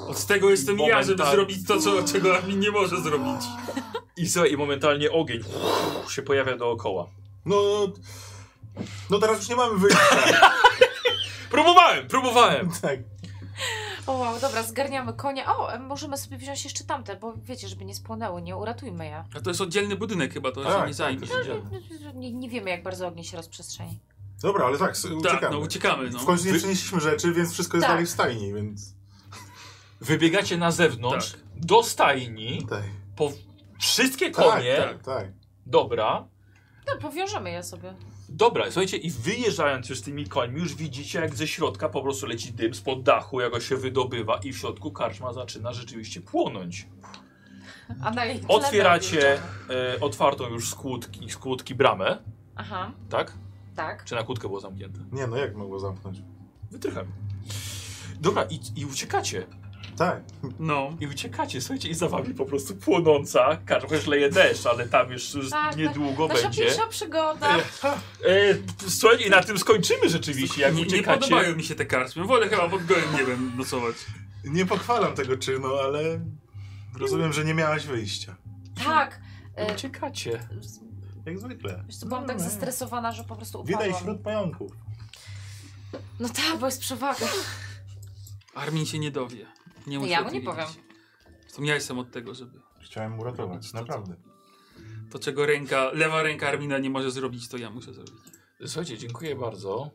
Speaker 4: Od tego jestem ja, żeby
Speaker 1: Momentalnie.
Speaker 4: zrobić to, co, czego Armin nie może zrobić.
Speaker 1: I, słuchaj, I momentalnie ogień uff, się pojawia dookoła.
Speaker 5: No... No teraz już nie mamy
Speaker 4: Tak,
Speaker 5: wyjścia.
Speaker 1: Próbowałem, próbowałem.
Speaker 5: tak.
Speaker 2: O, wow, dobra, zgarniamy konie. O, e, możemy sobie wziąć jeszcze tamte, bo wiecie, żeby nie spłonęły, nie uratujmy je. No,
Speaker 4: A to jest oddzielny budynek chyba, to
Speaker 5: Tak,
Speaker 4: się nie zajmie.
Speaker 2: Nie, nie wiemy, jak bardzo ogień się rozprzestrzeni.
Speaker 5: Dobra, ale tak, s- uciekamy.
Speaker 4: Tak, no uciekamy, no.
Speaker 5: W końcu nie przynieśliśmy rzeczy, więc wszystko jest
Speaker 2: Tak.
Speaker 5: dalej w stajni, więc...
Speaker 1: Wybiegacie na zewnątrz, do stajni,
Speaker 5: Tak.
Speaker 1: po wszystkie
Speaker 5: Tak,
Speaker 1: konie,
Speaker 5: tak, tak.
Speaker 1: dobra,
Speaker 2: No, powiążemy je sobie.
Speaker 1: Dobra, słuchajcie, i wyjeżdżając już z tymi końmi, już widzicie, jak ze środka po prostu leci dym spod dachu, jak go się wydobywa, i w środku karczma zaczyna rzeczywiście płonąć.
Speaker 2: A na jej tle
Speaker 1: Otwieracie
Speaker 2: będą
Speaker 1: e, otwartą już skłódki, skłódki bramę,
Speaker 2: Aha,
Speaker 1: tak?
Speaker 2: tak.
Speaker 1: Czy na kłódkę było zamknięte?
Speaker 5: Nie no, jak mogło zamknąć?
Speaker 1: Wytrycham. Dobra, i, i uciekacie.
Speaker 5: Tak.
Speaker 4: No.
Speaker 1: I uciekacie, słuchajcie, i za wami po prostu płonąca karczma. Chociaż leje deszcz, ale tam już już
Speaker 2: Tak, tak.
Speaker 1: niedługo
Speaker 2: Nasza
Speaker 1: będzie.
Speaker 2: pierwsza przygoda.
Speaker 1: E, słuchajcie, i na tym skończymy rzeczywiście, jak
Speaker 4: nie, nie
Speaker 1: uciekacie.
Speaker 4: podobają mi się te karczmy. Wolę chyba pod gołym niebem nocować.
Speaker 5: Nie pochwalam tego czynu, ale rozumiem, że nie miałaś wyjścia.
Speaker 2: Tak.
Speaker 1: I uciekacie.
Speaker 5: Jak zwykle.
Speaker 2: Wiesz co, byłam tak zestresowana, że po prostu
Speaker 5: Widaj
Speaker 2: upadłam.
Speaker 5: wśród pająków.
Speaker 2: No tak, bo jest przewaga.
Speaker 4: Armin się nie dowie. Nie musi
Speaker 2: Ja
Speaker 4: o
Speaker 2: mu
Speaker 4: tym
Speaker 2: nie powiem.
Speaker 4: wiedzieć. Zresztą ja jestem od tego, żeby...
Speaker 5: Chciałem uratować, naprawdę.
Speaker 4: To, czego ręka, lewa ręka Armina nie może zrobić, to ja muszę zrobić.
Speaker 1: Słuchajcie, dziękuję bardzo.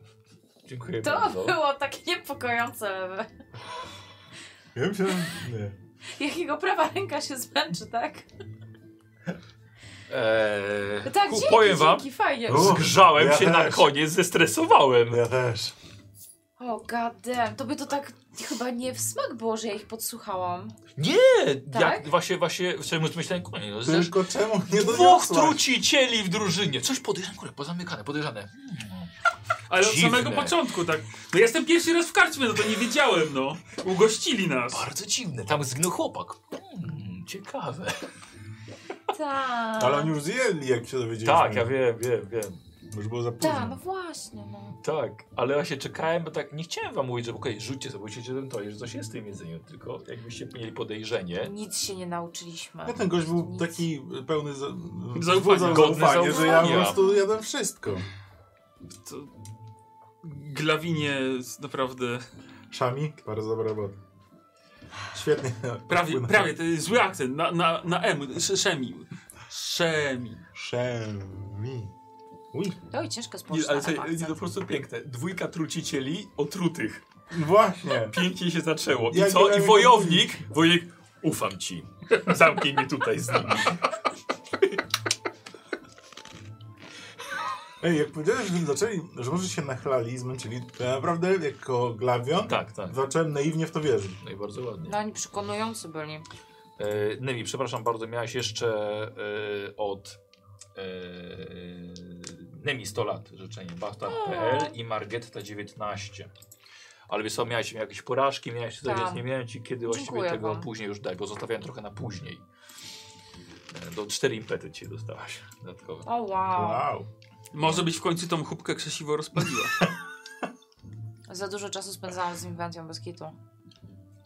Speaker 1: Dziękuję
Speaker 2: To
Speaker 1: bardzo.
Speaker 2: było takie niepokojące.
Speaker 5: Ja bym się... Nie.
Speaker 2: Jakiego prawa ręka się zmęczy, tak?
Speaker 1: Eee,
Speaker 2: Tak,
Speaker 1: ku-
Speaker 2: dzięki,
Speaker 1: powiem wam,
Speaker 2: dzięki, fajnie.
Speaker 5: U.
Speaker 1: zgrzałem
Speaker 5: Ja
Speaker 1: się na
Speaker 5: też.
Speaker 1: koniec, zestresowałem.
Speaker 5: No Ja też.
Speaker 2: O, gadem. Tobie to tak chyba nie w smak było, że ja ich podsłuchałam.
Speaker 1: Nie,
Speaker 2: Tak?
Speaker 1: jak właśnie, właśnie, w czym myślałem koniec. No, zresztą
Speaker 5: Tylko czemu nie
Speaker 1: Dwóch
Speaker 5: doniosłaś?
Speaker 1: trucicieli w drużynie. Coś podejrzane, kurde, pozamykane, podejrzane. Hmm.
Speaker 4: Ale od
Speaker 1: Dziwne.
Speaker 4: samego początku, tak. No ja jestem pierwszy raz w karczmie, no to nie wiedziałem, no. Ugościli nas.
Speaker 1: Bardzo dziwne, tam zgnął chłopak. Hmm, ciekawe.
Speaker 2: Tak.
Speaker 5: Ale oni już zjedli, jak się dowiedzieliśmy.
Speaker 1: Tak, ja wiem, wiem, wiem.
Speaker 5: Już było za
Speaker 2: Tak, no
Speaker 5: późno.
Speaker 2: właśnie, no.
Speaker 1: Tak, ale ja się czekałem, bo tak nie chciałem wam mówić, że okej, rzućcie sobie, rzućcie ten to, że coś jest w tym jedzeniu, tylko jakbyście mieli podejrzenie.
Speaker 2: Nic się nie nauczyliśmy.
Speaker 5: Ja No ten gość był
Speaker 2: Nic.
Speaker 5: taki pełny za...
Speaker 4: Zaufania.
Speaker 1: Godny
Speaker 5: zaufania, że ja po
Speaker 1: zaufania.
Speaker 5: prostu jadłem wszystko.
Speaker 4: To... Glawinie jest naprawdę...
Speaker 5: Szami, bardzo dobra robota. Świetnie.
Speaker 4: Prawie,
Speaker 5: Wpłynął.
Speaker 4: prawie, to jest zły akcent. Na, na, na M, sz- szemi. Szemi.
Speaker 5: Szemi. Uj.
Speaker 2: To i ciężko spojrzeć na ten akcent.
Speaker 1: prostu piękne. Dwójka trucicieli otrutych.
Speaker 5: Właśnie.
Speaker 1: Pięknie się zaczęło. I
Speaker 5: Jak
Speaker 1: co? I
Speaker 5: grałem-
Speaker 1: wojownik, wojownik, ufam ci. Zamknij mnie tutaj z nimi.
Speaker 5: Ej, jak powiedziałeś, że zaczęli, że może się nachlali i zmęczyli, to ja naprawdę jako glawion
Speaker 1: Tak, tak.
Speaker 5: zacząłem naiwnie w to wierzyć.
Speaker 1: No i bardzo ładnie.
Speaker 2: No oni przekonujący byli.
Speaker 1: E, Nemi, przepraszam bardzo, miałaś jeszcze e, od e, Nemi 100 lat życzenie. Bastard.pl
Speaker 2: Tak.
Speaker 1: i Margetta 19. Ale wiesz co, miałeś jakieś porażki, miałeś coś,
Speaker 2: Tak.
Speaker 1: więc nie miałem ci kiedy właściwie
Speaker 2: Dziękuję
Speaker 1: tego
Speaker 2: wam.
Speaker 1: później już dać, bo zostawiałem trochę na później. E, Do cztery impety cię dostałaś dodatkowe.
Speaker 2: O wow.
Speaker 5: Wow.
Speaker 4: Może być w końcu tą chubkę krzesiwo rozpaliła.
Speaker 2: Za dużo czasu spędzałam z inwencją bez kitu.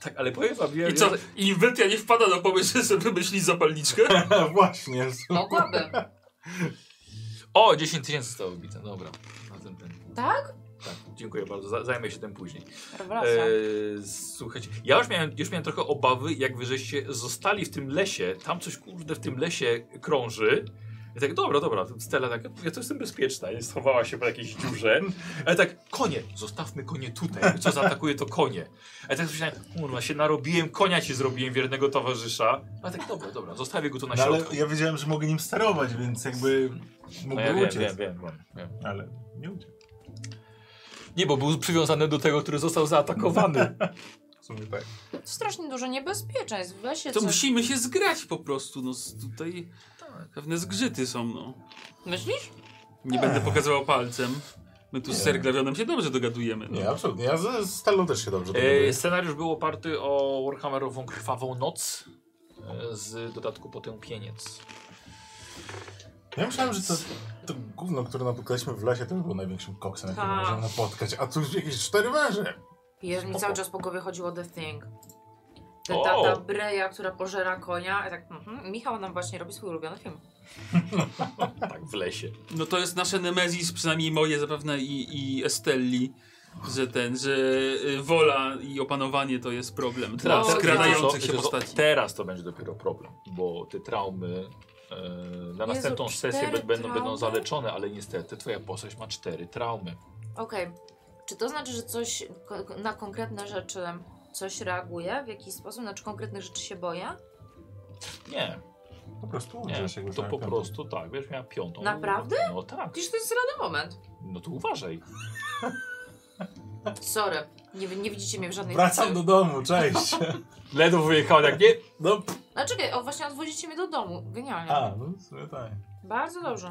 Speaker 1: Tak, ale powiem wam, ja,
Speaker 4: I co? I Wetia nie wpada na pomysł, że sobie wymyśli zapalniczkę?
Speaker 1: Tak,
Speaker 5: Właśnie.
Speaker 2: Mogłabym.
Speaker 1: O, 10 tysięcy zostało wbite, dobra. Na ten, ten.
Speaker 2: Tak?
Speaker 1: Tak, dziękuję bardzo, za- zajmę się tym później.
Speaker 2: Rewelacja.
Speaker 5: E,
Speaker 1: Eee, słuchajcie, ja już miałem, już miałem trochę obawy, jak wy żeście zostali w tym lesie, tam coś kurde w tym lesie krąży. I tak, dobra, dobra, Stella tak, ja to jestem bezpieczna, i schowała się po jakiejś dziurze. Ale tak, konie, zostawmy konie tutaj, co zaatakuje to konie. Ale tak myślałem, kurwa, się narobiłem, konia ci zrobiłem wiernego towarzysza. Ale tak, dobra, dobra, zostawię go tu na
Speaker 5: No, ale
Speaker 1: środku.
Speaker 5: ja wiedziałem, że mogę nim sterować, więc jakby mógłby
Speaker 1: No ja wiem,
Speaker 5: uciec.
Speaker 1: wiem, wiem, wiem, wiem.
Speaker 5: Ale nie uciekł.
Speaker 1: Nie, bo był przywiązany do tego, który został zaatakowany.
Speaker 5: W sumie tak.
Speaker 2: Strasznie dużo niebezpieczeństw w lesie.
Speaker 1: tak.
Speaker 4: To
Speaker 2: coś-
Speaker 4: musimy się zgrać po prostu, no z- tutaj
Speaker 1: Tak.
Speaker 4: pewne zgrzyty są, no.
Speaker 2: Myślisz?
Speaker 4: Nie będę pokazywał palcem. My tu z Serglawionem się dobrze dogadujemy. No.
Speaker 5: Nie, absolutnie. Ja ze Stalą też się dobrze
Speaker 1: E,
Speaker 5: dogaduję.
Speaker 1: scenariusz był oparty o Warhammerową Krwawą Noc e, z dodatku potępieniec.
Speaker 5: Ja myślałem, że to, to gówno, które napotkaliśmy w lesie, to było największym koksem, jakiego
Speaker 2: Tak.
Speaker 5: możemy napotkać. A tu jakieś cztery węże.
Speaker 2: Jezu, mi
Speaker 1: Spoko.
Speaker 2: cały czas po głowie chodziło The Thing. Ta,
Speaker 1: O!
Speaker 2: ta, ta breja, która pożera konia. I tak, mhm. Michał nam właśnie robi swój ulubiony film.
Speaker 1: Tak, w lesie.
Speaker 4: no to jest nasze Nemezis, przynajmniej moje zapewne i, i Estelli, że ten, że y, wola i opanowanie to jest problem. Dla
Speaker 2: teraz-
Speaker 4: skradających
Speaker 1: wiecie
Speaker 4: się
Speaker 1: co,
Speaker 4: postaci.
Speaker 1: Teraz to będzie dopiero problem, bo te traumy e, na następną
Speaker 2: Jezu,
Speaker 1: sesję
Speaker 2: cztery
Speaker 1: be- będą, będą
Speaker 2: traumy?
Speaker 1: zaleczone, ale niestety twoja postać ma cztery traumy.
Speaker 2: Okej. Czy to znaczy, że coś ko- na konkretne rzeczy
Speaker 8: coś reaguje w jakiś sposób? Znaczy konkretnych rzeczy się boję?
Speaker 1: Nie,
Speaker 5: Po prostu
Speaker 1: nie,
Speaker 5: uczysz się
Speaker 1: to
Speaker 5: na
Speaker 1: po
Speaker 5: piątą.
Speaker 1: prostu tak, wiesz, miała piątą.
Speaker 8: Naprawdę?
Speaker 1: No tak,
Speaker 8: Przecież to jest rany moment.
Speaker 1: no to uważaj.
Speaker 8: Sorry, nie, wi- nie widzicie mnie w żadnej
Speaker 5: Wracam do domu, cześć. Ledwo wyjechałem, jak nie? No, p-
Speaker 8: A czekaj, o właśnie odwodzicie mnie do domu. Genialnie.
Speaker 5: a, no, w sumie tak.
Speaker 8: Bardzo dobrze.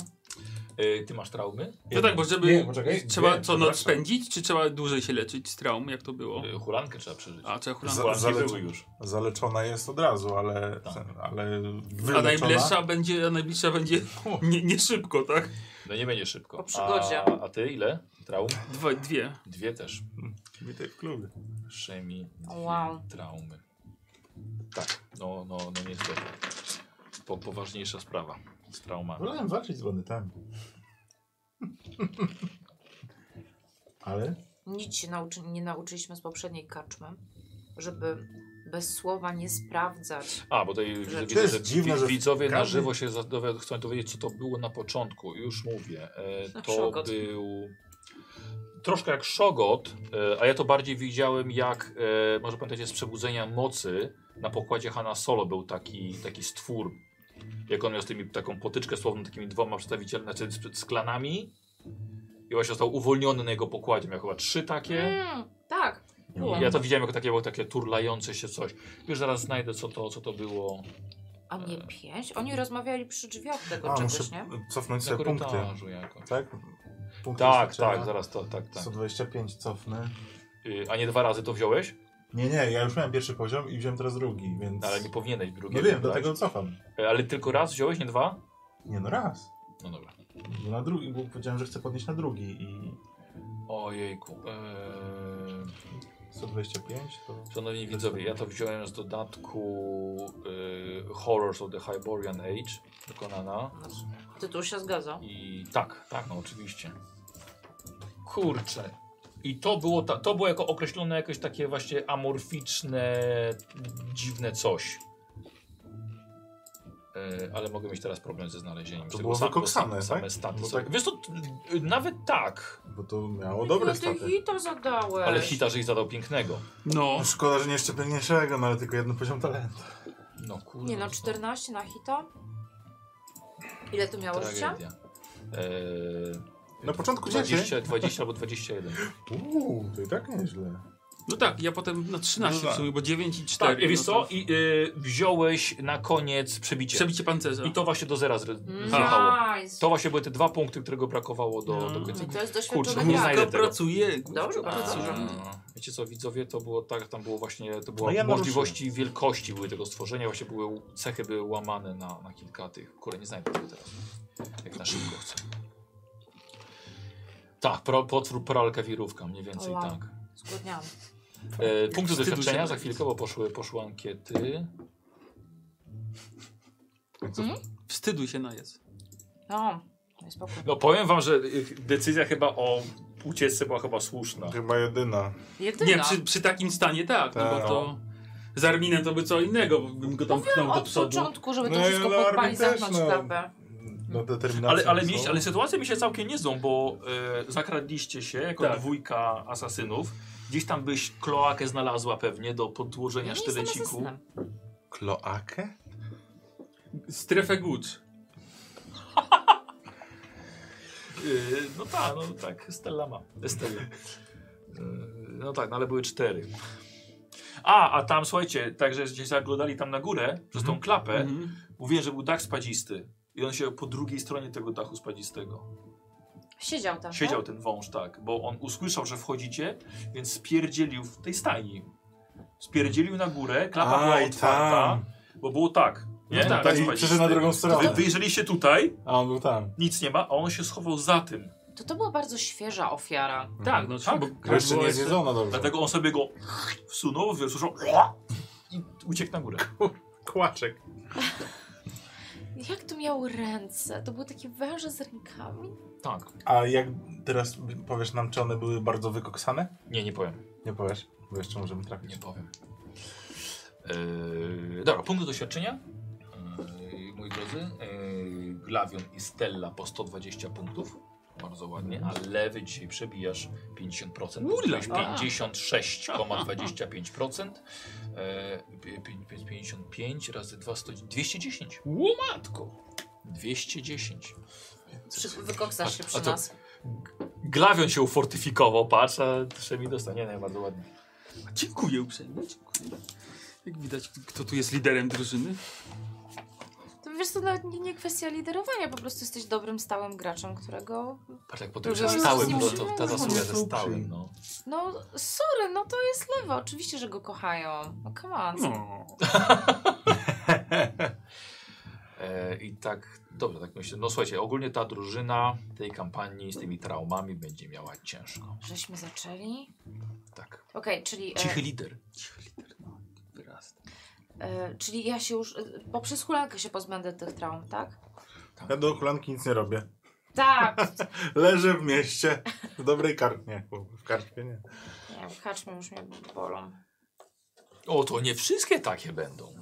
Speaker 1: E, ty masz traumy?
Speaker 4: No tak, bo żeby.
Speaker 5: Nie, poczekaj,
Speaker 4: trzeba
Speaker 5: dwie,
Speaker 4: co noc
Speaker 5: przepraszam.
Speaker 4: spędzić, czy trzeba dłużej się leczyć z traum, jak to było?
Speaker 1: E, hulankę trzeba przeżyć.
Speaker 4: A trzeba
Speaker 1: Za,
Speaker 4: hulantę.
Speaker 5: Za-
Speaker 1: Hulanki
Speaker 5: zalec-
Speaker 1: były już.
Speaker 5: Zaleczona jest od razu, ale,
Speaker 1: Tak.
Speaker 5: ale
Speaker 4: A
Speaker 5: wyleczona.
Speaker 4: najbliższa będzie, a najbliższa będzie nie, nie szybko, tak?
Speaker 1: No nie będzie szybko.
Speaker 8: Po przygodzie.
Speaker 1: A, a ty ile? Traum?
Speaker 4: Dwa, dwie.
Speaker 1: Dwie też.
Speaker 5: Witaj w klubie.
Speaker 1: Szemi,
Speaker 8: Wow.
Speaker 1: traumy. Tak, no, no, no niestety. Po, poważniejsza sprawa z traumami.
Speaker 5: Wolałem walczyć z bandytami. Ale?
Speaker 8: Nic się nauczy, nie nauczyliśmy z poprzedniej karczmy, żeby bez słowa nie sprawdzać.
Speaker 1: A, bo tutaj widzę,
Speaker 8: Rzeczy.
Speaker 5: To
Speaker 1: widzę,
Speaker 5: jest
Speaker 1: że
Speaker 5: dziwne,
Speaker 1: wi-
Speaker 5: że w
Speaker 1: widzowie na
Speaker 5: każdym-
Speaker 1: żywo się za- dowi- chcą dowiedzieć, co to było na początku. Już mówię. E, to
Speaker 8: Szogot.
Speaker 1: był troszkę jak szogot, e, a ja to bardziej widziałem jak, e, może pamiętacie, z Przebudzenia Mocy na pokładzie Hanna Solo był taki, taki stwór. Jak on miał z tymi, taką potyczkę słowną, takimi dwoma przedstawicielami, znaczy z, z klanami. I właśnie został uwolniony na jego pokładzie. Miał chyba trzy takie.
Speaker 8: Mm, tak.
Speaker 5: No,
Speaker 8: Było.
Speaker 1: I ja to widziałem jako takie, było takie turlające się coś. Już zaraz znajdę, co to, co to było.
Speaker 8: A nie pięć? Oni rozmawiali przy drzwiach tego
Speaker 5: A, no
Speaker 8: czegoś,
Speaker 5: muszę
Speaker 8: nie?
Speaker 5: cofnąć
Speaker 1: Na
Speaker 5: sobie punkty.
Speaker 1: korytarzu jako.
Speaker 5: Tak? Punkty
Speaker 1: Tak,
Speaker 5: doświadczenia.
Speaker 1: tak, zaraz to, tak, tak.
Speaker 5: 125 cofnę.
Speaker 1: Y, A nie dwa razy to wziąłeś?
Speaker 5: Nie, nie, ja już miałem pierwszy poziom i wziąłem teraz drugi, więc...
Speaker 1: No, Ale nie powinieneś drugiego
Speaker 5: Nie wiem,
Speaker 1: brać.
Speaker 5: dlatego cofam.
Speaker 1: Y, Ale tylko raz wziąłeś, nie dwa?
Speaker 5: Nie no, raz.
Speaker 1: No dobra.
Speaker 5: Bo na drugi, bo powiedziałem, że chcę podnieść na drugi i...
Speaker 1: Ojejku. e, Eee...
Speaker 5: 125 to...
Speaker 1: Szanowni widzowie, ja to wziąłem z dodatku y, Horrors of the Hyborian Age dokonana.
Speaker 8: Tytuł się zgadza.
Speaker 1: I tak, tak, no oczywiście. Kurczę. I to było, ta, to było jako określone jakieś takie właśnie amorficzne, dziwne coś. E, ale mogę mieć teraz problem ze znalezieniem.
Speaker 5: To
Speaker 1: tego
Speaker 5: było
Speaker 1: sam-
Speaker 5: wykoksane,
Speaker 1: bo same
Speaker 5: tak?
Speaker 1: staty
Speaker 5: Bo
Speaker 1: są-
Speaker 5: tak-
Speaker 1: Wiesz co, t- y, nawet tak.
Speaker 5: Bo to miało dobre
Speaker 8: no ty
Speaker 5: staty.
Speaker 8: hita zadałeś.
Speaker 1: Ale hita, że ich zadał pięknego.
Speaker 4: No.
Speaker 5: No, szkoda, że nie jeszcze piękniejszego, no ale tylko jeden poziom talentu.
Speaker 1: No kurwa.
Speaker 8: Nie no,
Speaker 1: to
Speaker 8: 14 na hita? Ile to miało życia?
Speaker 1: Tragedia. Eee,
Speaker 5: Na początku
Speaker 1: 20, 20 albo Tak, 21.
Speaker 5: Uuu, to i tak nieźle.
Speaker 4: No tak, ja potem na 13
Speaker 5: No
Speaker 4: w sumie, bo 9 i 4.
Speaker 1: Tak, i wiesz
Speaker 4: no
Speaker 1: co?
Speaker 4: to
Speaker 1: I y, wziąłeś na koniec przebicie.
Speaker 4: Przebicie pancerza.
Speaker 1: I to właśnie do zera zre-
Speaker 2: Mm.
Speaker 1: zjechało.
Speaker 8: Nice.
Speaker 1: To właśnie były te dwa punkty, którego brakowało do, do
Speaker 4: Mm.
Speaker 1: końca.
Speaker 8: To jest
Speaker 1: Kurczę,
Speaker 8: doświadczony
Speaker 1: nie
Speaker 4: Główka
Speaker 8: gracz.
Speaker 1: znajdę tego.
Speaker 4: pracuje. główka
Speaker 8: Dobrze,
Speaker 1: A,
Speaker 8: bardzo
Speaker 4: pracuje.
Speaker 1: Wiecie co, widzowie, to było tak, tam było właśnie, to było
Speaker 5: No ja
Speaker 1: możliwości wielkości były tego stworzenia, właśnie były, cechy były łamane na, na kilka tych, które nie znajdę tego teraz, jak na szybko chcę. Tak, pro, potwór pralka wirówka, mniej więcej
Speaker 8: Wow.
Speaker 1: tak.
Speaker 8: Zgłodniałam.
Speaker 1: E, punkty
Speaker 4: Wstydu się
Speaker 1: doświadczenia za
Speaker 4: napić.
Speaker 1: chwilkę, bo poszły, poszły ankiety.
Speaker 4: Wstydu się najedz.
Speaker 8: No, daj spokój.
Speaker 1: No powiem wam, że y, decyzja chyba o ucieczce była chyba słuszna.
Speaker 5: Chyba jedyna.
Speaker 8: Jedyna.
Speaker 4: Nie, przy, przy takim stanie tak, no bo
Speaker 5: Tak.
Speaker 4: to... Z Arminem to by co innego, bo bym go tam pchnął do
Speaker 8: Od
Speaker 4: przodu.
Speaker 8: początku, żeby to
Speaker 5: No i
Speaker 8: wszystko
Speaker 5: alarmy
Speaker 8: podpalić,
Speaker 5: też,
Speaker 8: zamknąć
Speaker 5: no.
Speaker 8: klapę.
Speaker 5: No determinacja.
Speaker 1: Ale, ale,
Speaker 5: są.
Speaker 1: mieliście, ale sytuacje mi się całkiem nie zdą, bo e, zakradliście się jako
Speaker 4: Tak.
Speaker 1: dwójka asasynów. Gdzieś tam byś kloakę znalazła pewnie do podłożenia
Speaker 8: Ja nie jestem
Speaker 1: sztyleciku.
Speaker 8: asesynem.
Speaker 5: Kloakę?
Speaker 4: Strefę głód.
Speaker 1: Y, no tak, no tak, Stella ma. Stella. Y, no tak, no ale były cztery. A, a tam słuchajcie, także gdzieś zaglądali tam na górę przez tą klapę.
Speaker 4: Mhm.
Speaker 1: Mówiłem, że był dach spadzisty. I on się po drugiej stronie tego dachu spadzistego.
Speaker 8: Siedział tam.
Speaker 1: Siedział ten wąż, tak, bo on usłyszał, że wchodzicie, więc spierdzielił w tej stajni. Spierdzielił na górę, klapa była
Speaker 5: Aj,
Speaker 1: otwarta,
Speaker 5: tam.
Speaker 1: bo było tak. Nie?
Speaker 4: No tak,
Speaker 1: Dach
Speaker 5: i
Speaker 1: spadzisty.
Speaker 5: przeszedł na drugą stronę.
Speaker 1: Wy wyjrzeliście tutaj,
Speaker 5: A on był tam.
Speaker 1: nic nie ma, a on się schował za tym.
Speaker 2: Mhm.
Speaker 8: no? To to była bardzo świeża ofiara.
Speaker 4: Tak, no
Speaker 1: Tak.
Speaker 4: bo
Speaker 5: Bo jeszcze
Speaker 4: bo-
Speaker 5: nie zjedzono dobrze.
Speaker 1: Dlatego on sobie go wsunął, wysłyszał i uciekł na górę.
Speaker 5: kłaczek.
Speaker 8: Jak to miał ręce? To były takie węże z rękami?
Speaker 1: Tak.
Speaker 5: A jak teraz powiesz nam, czy one były bardzo wykoksane?
Speaker 1: Nie, nie powiem.
Speaker 5: Nie powiesz, bo jeszcze możemy
Speaker 1: Nie
Speaker 5: trafić.
Speaker 1: powiem. Yy, dobra, punkt doświadczenia. E, Yy, moi drodzy, yy, Glawion i Stella po 120 punktów. bardzo ładnie, a lewy dzisiaj przebijasz 50%, bo zrobiłeś 56,25%, e, pi- pi- pi- 55 razy 2, 100, 210. Łomatko! 210.
Speaker 12: Przy, wykoksasz się
Speaker 1: A- a
Speaker 12: przy
Speaker 1: to-
Speaker 12: nas.
Speaker 1: Glawion się ufortyfikował, patrz, a Szemi dostanie, nie, bardzo ładnie.
Speaker 4: Dziękuję uprzejmie, dziękuję. Jak widać, kto tu jest liderem drużyny.
Speaker 2: To wiesz, to nawet nie, nie kwestia liderowania, po prostu jesteś dobrym, stałym graczem, którego...
Speaker 1: Patrz jak potem
Speaker 2: Dużo
Speaker 1: ze stałym,
Speaker 2: już
Speaker 1: no
Speaker 2: z
Speaker 1: to
Speaker 2: nim
Speaker 1: ta zasługa
Speaker 2: przyjemności.
Speaker 1: ze stałym, no.
Speaker 2: No, sorry, no to jest lewo, oczywiście, że go kochają. No come on.
Speaker 4: No.
Speaker 1: E, I tak, dobrze, tak myślę. No słuchajcie, ogólnie ta drużyna tej kampanii z tymi traumami będzie miała ciężko.
Speaker 2: Żeśmy zaczęli.
Speaker 1: Tak.
Speaker 2: Okej, czyli... e,
Speaker 1: Cichy lider.
Speaker 4: Wyrasta.
Speaker 2: E, czyli ja się już e, poprzez hulankę się pozbędę tych traum, tak?
Speaker 5: Ja do okulanki nic nie robię.
Speaker 2: Tak!
Speaker 5: Leżę w mieście. W dobrej karpie. W karpie nie.
Speaker 2: Nie, kaczmy już mnie bolą.
Speaker 1: O, to nie wszystkie takie będą.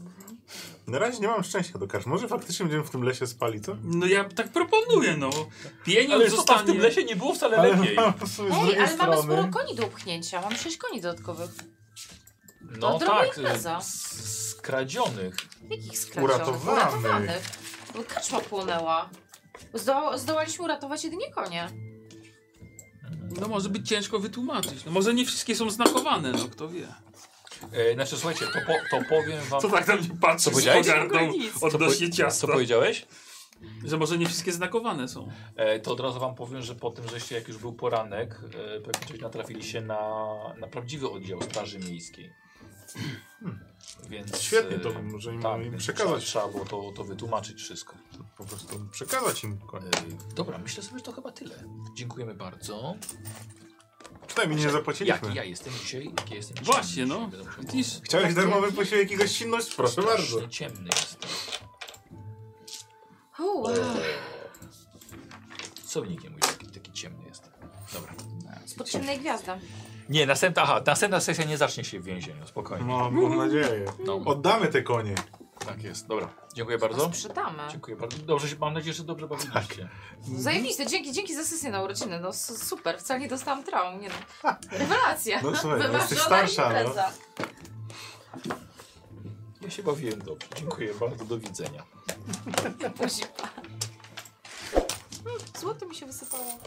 Speaker 5: Na razie nie mam szczęścia do karczmy. Może faktycznie będziemy w tym lesie spali, co?
Speaker 4: No ja tak proponuję, no. Pieniądz
Speaker 1: Ale to tam
Speaker 4: zostanie.
Speaker 1: w tym lesie nie było wcale lepiej.
Speaker 5: mam w sumie z
Speaker 2: Ej,
Speaker 5: drugiej
Speaker 2: ale mamy sporo
Speaker 5: strony-
Speaker 2: koni do upchnięcia. Mam sześć koni dodatkowych.
Speaker 1: No
Speaker 2: To droga
Speaker 1: tak,
Speaker 2: impreza.
Speaker 1: z- z- skradzionych.
Speaker 2: Jakich skradzionych?
Speaker 5: Uratowanych.
Speaker 2: Uratowanych. Bo kaczma płonęła. Zdoła, zdołaliśmy uratować jedynie konie.
Speaker 4: No może być ciężko wytłumaczyć. No może nie wszystkie są znakowane, no kto wie.
Speaker 1: E, znaczy słuchajcie, to, po, to powiem wam...
Speaker 4: Co tak na mnie patrzy
Speaker 1: Co
Speaker 4: z
Speaker 1: powiedziałeś?
Speaker 4: pogardą odnośnie
Speaker 1: Co
Speaker 4: ciasta?
Speaker 1: powiedziałeś?
Speaker 4: Że może nie wszystkie znakowane są.
Speaker 1: E, to od razu wam powiem, że po tym, żeście jak już był poranek, e, pewnie coś natrafiliście na, na prawdziwy oddział Straży Miejskiej. Hmm. Więc...
Speaker 5: Świetnie,
Speaker 1: e,
Speaker 5: to może im,
Speaker 1: Tak,
Speaker 5: im
Speaker 1: więc
Speaker 5: przekazać.
Speaker 1: Trzeba, trzeba było to, to wytłumaczyć wszystko.
Speaker 5: Po prostu przekazać im konie.
Speaker 1: E, dobra, myślę sobie, że to chyba tyle. Dziękujemy bardzo. Yy,
Speaker 5: Przynajmniej nie
Speaker 1: Jaki
Speaker 5: zapłaciliśmy.
Speaker 1: ja jestem dzisiaj? Jaki jestem dzisiaj?
Speaker 4: Właśnie, no.
Speaker 1: Będę musiał
Speaker 4: Widzisz?
Speaker 5: Chciałeś darmowy posiłek i gościnność? Proszę bardzo.
Speaker 1: Strasznie ciemny jestem.
Speaker 2: O, wow.
Speaker 1: Co wynikiem mój taki, taki ciemny jestem. Dobra.
Speaker 2: Spod ciemnej gwiazdy.
Speaker 1: Nie, następna, aha, następna sesja nie zacznie się w więzieniu, spokojnie.
Speaker 5: No, mam nadzieję.
Speaker 1: No,
Speaker 5: Oddamy te konie.
Speaker 1: tak jest, dobra. Tak. Dziękuję bardzo.
Speaker 2: Sprzedamy.
Speaker 1: Dziękuję bardzo. Dobrze, się- mam nadzieję, że dobrze bawiliście.
Speaker 2: Zajebiste, dzięki, dzięki za sesję na urodziny. No su- super, wcale nie dostałam traum. Nie no. Rewelacja.
Speaker 5: Tak. No słuchaj, no,
Speaker 2: Wyważona
Speaker 5: jesteś starsza, no.
Speaker 2: impreza.
Speaker 1: Ja się bawiłem dobrze. Dziękuję bardzo, do widzenia.
Speaker 2: Hmm, Buzi. Złoto mi się wysypało.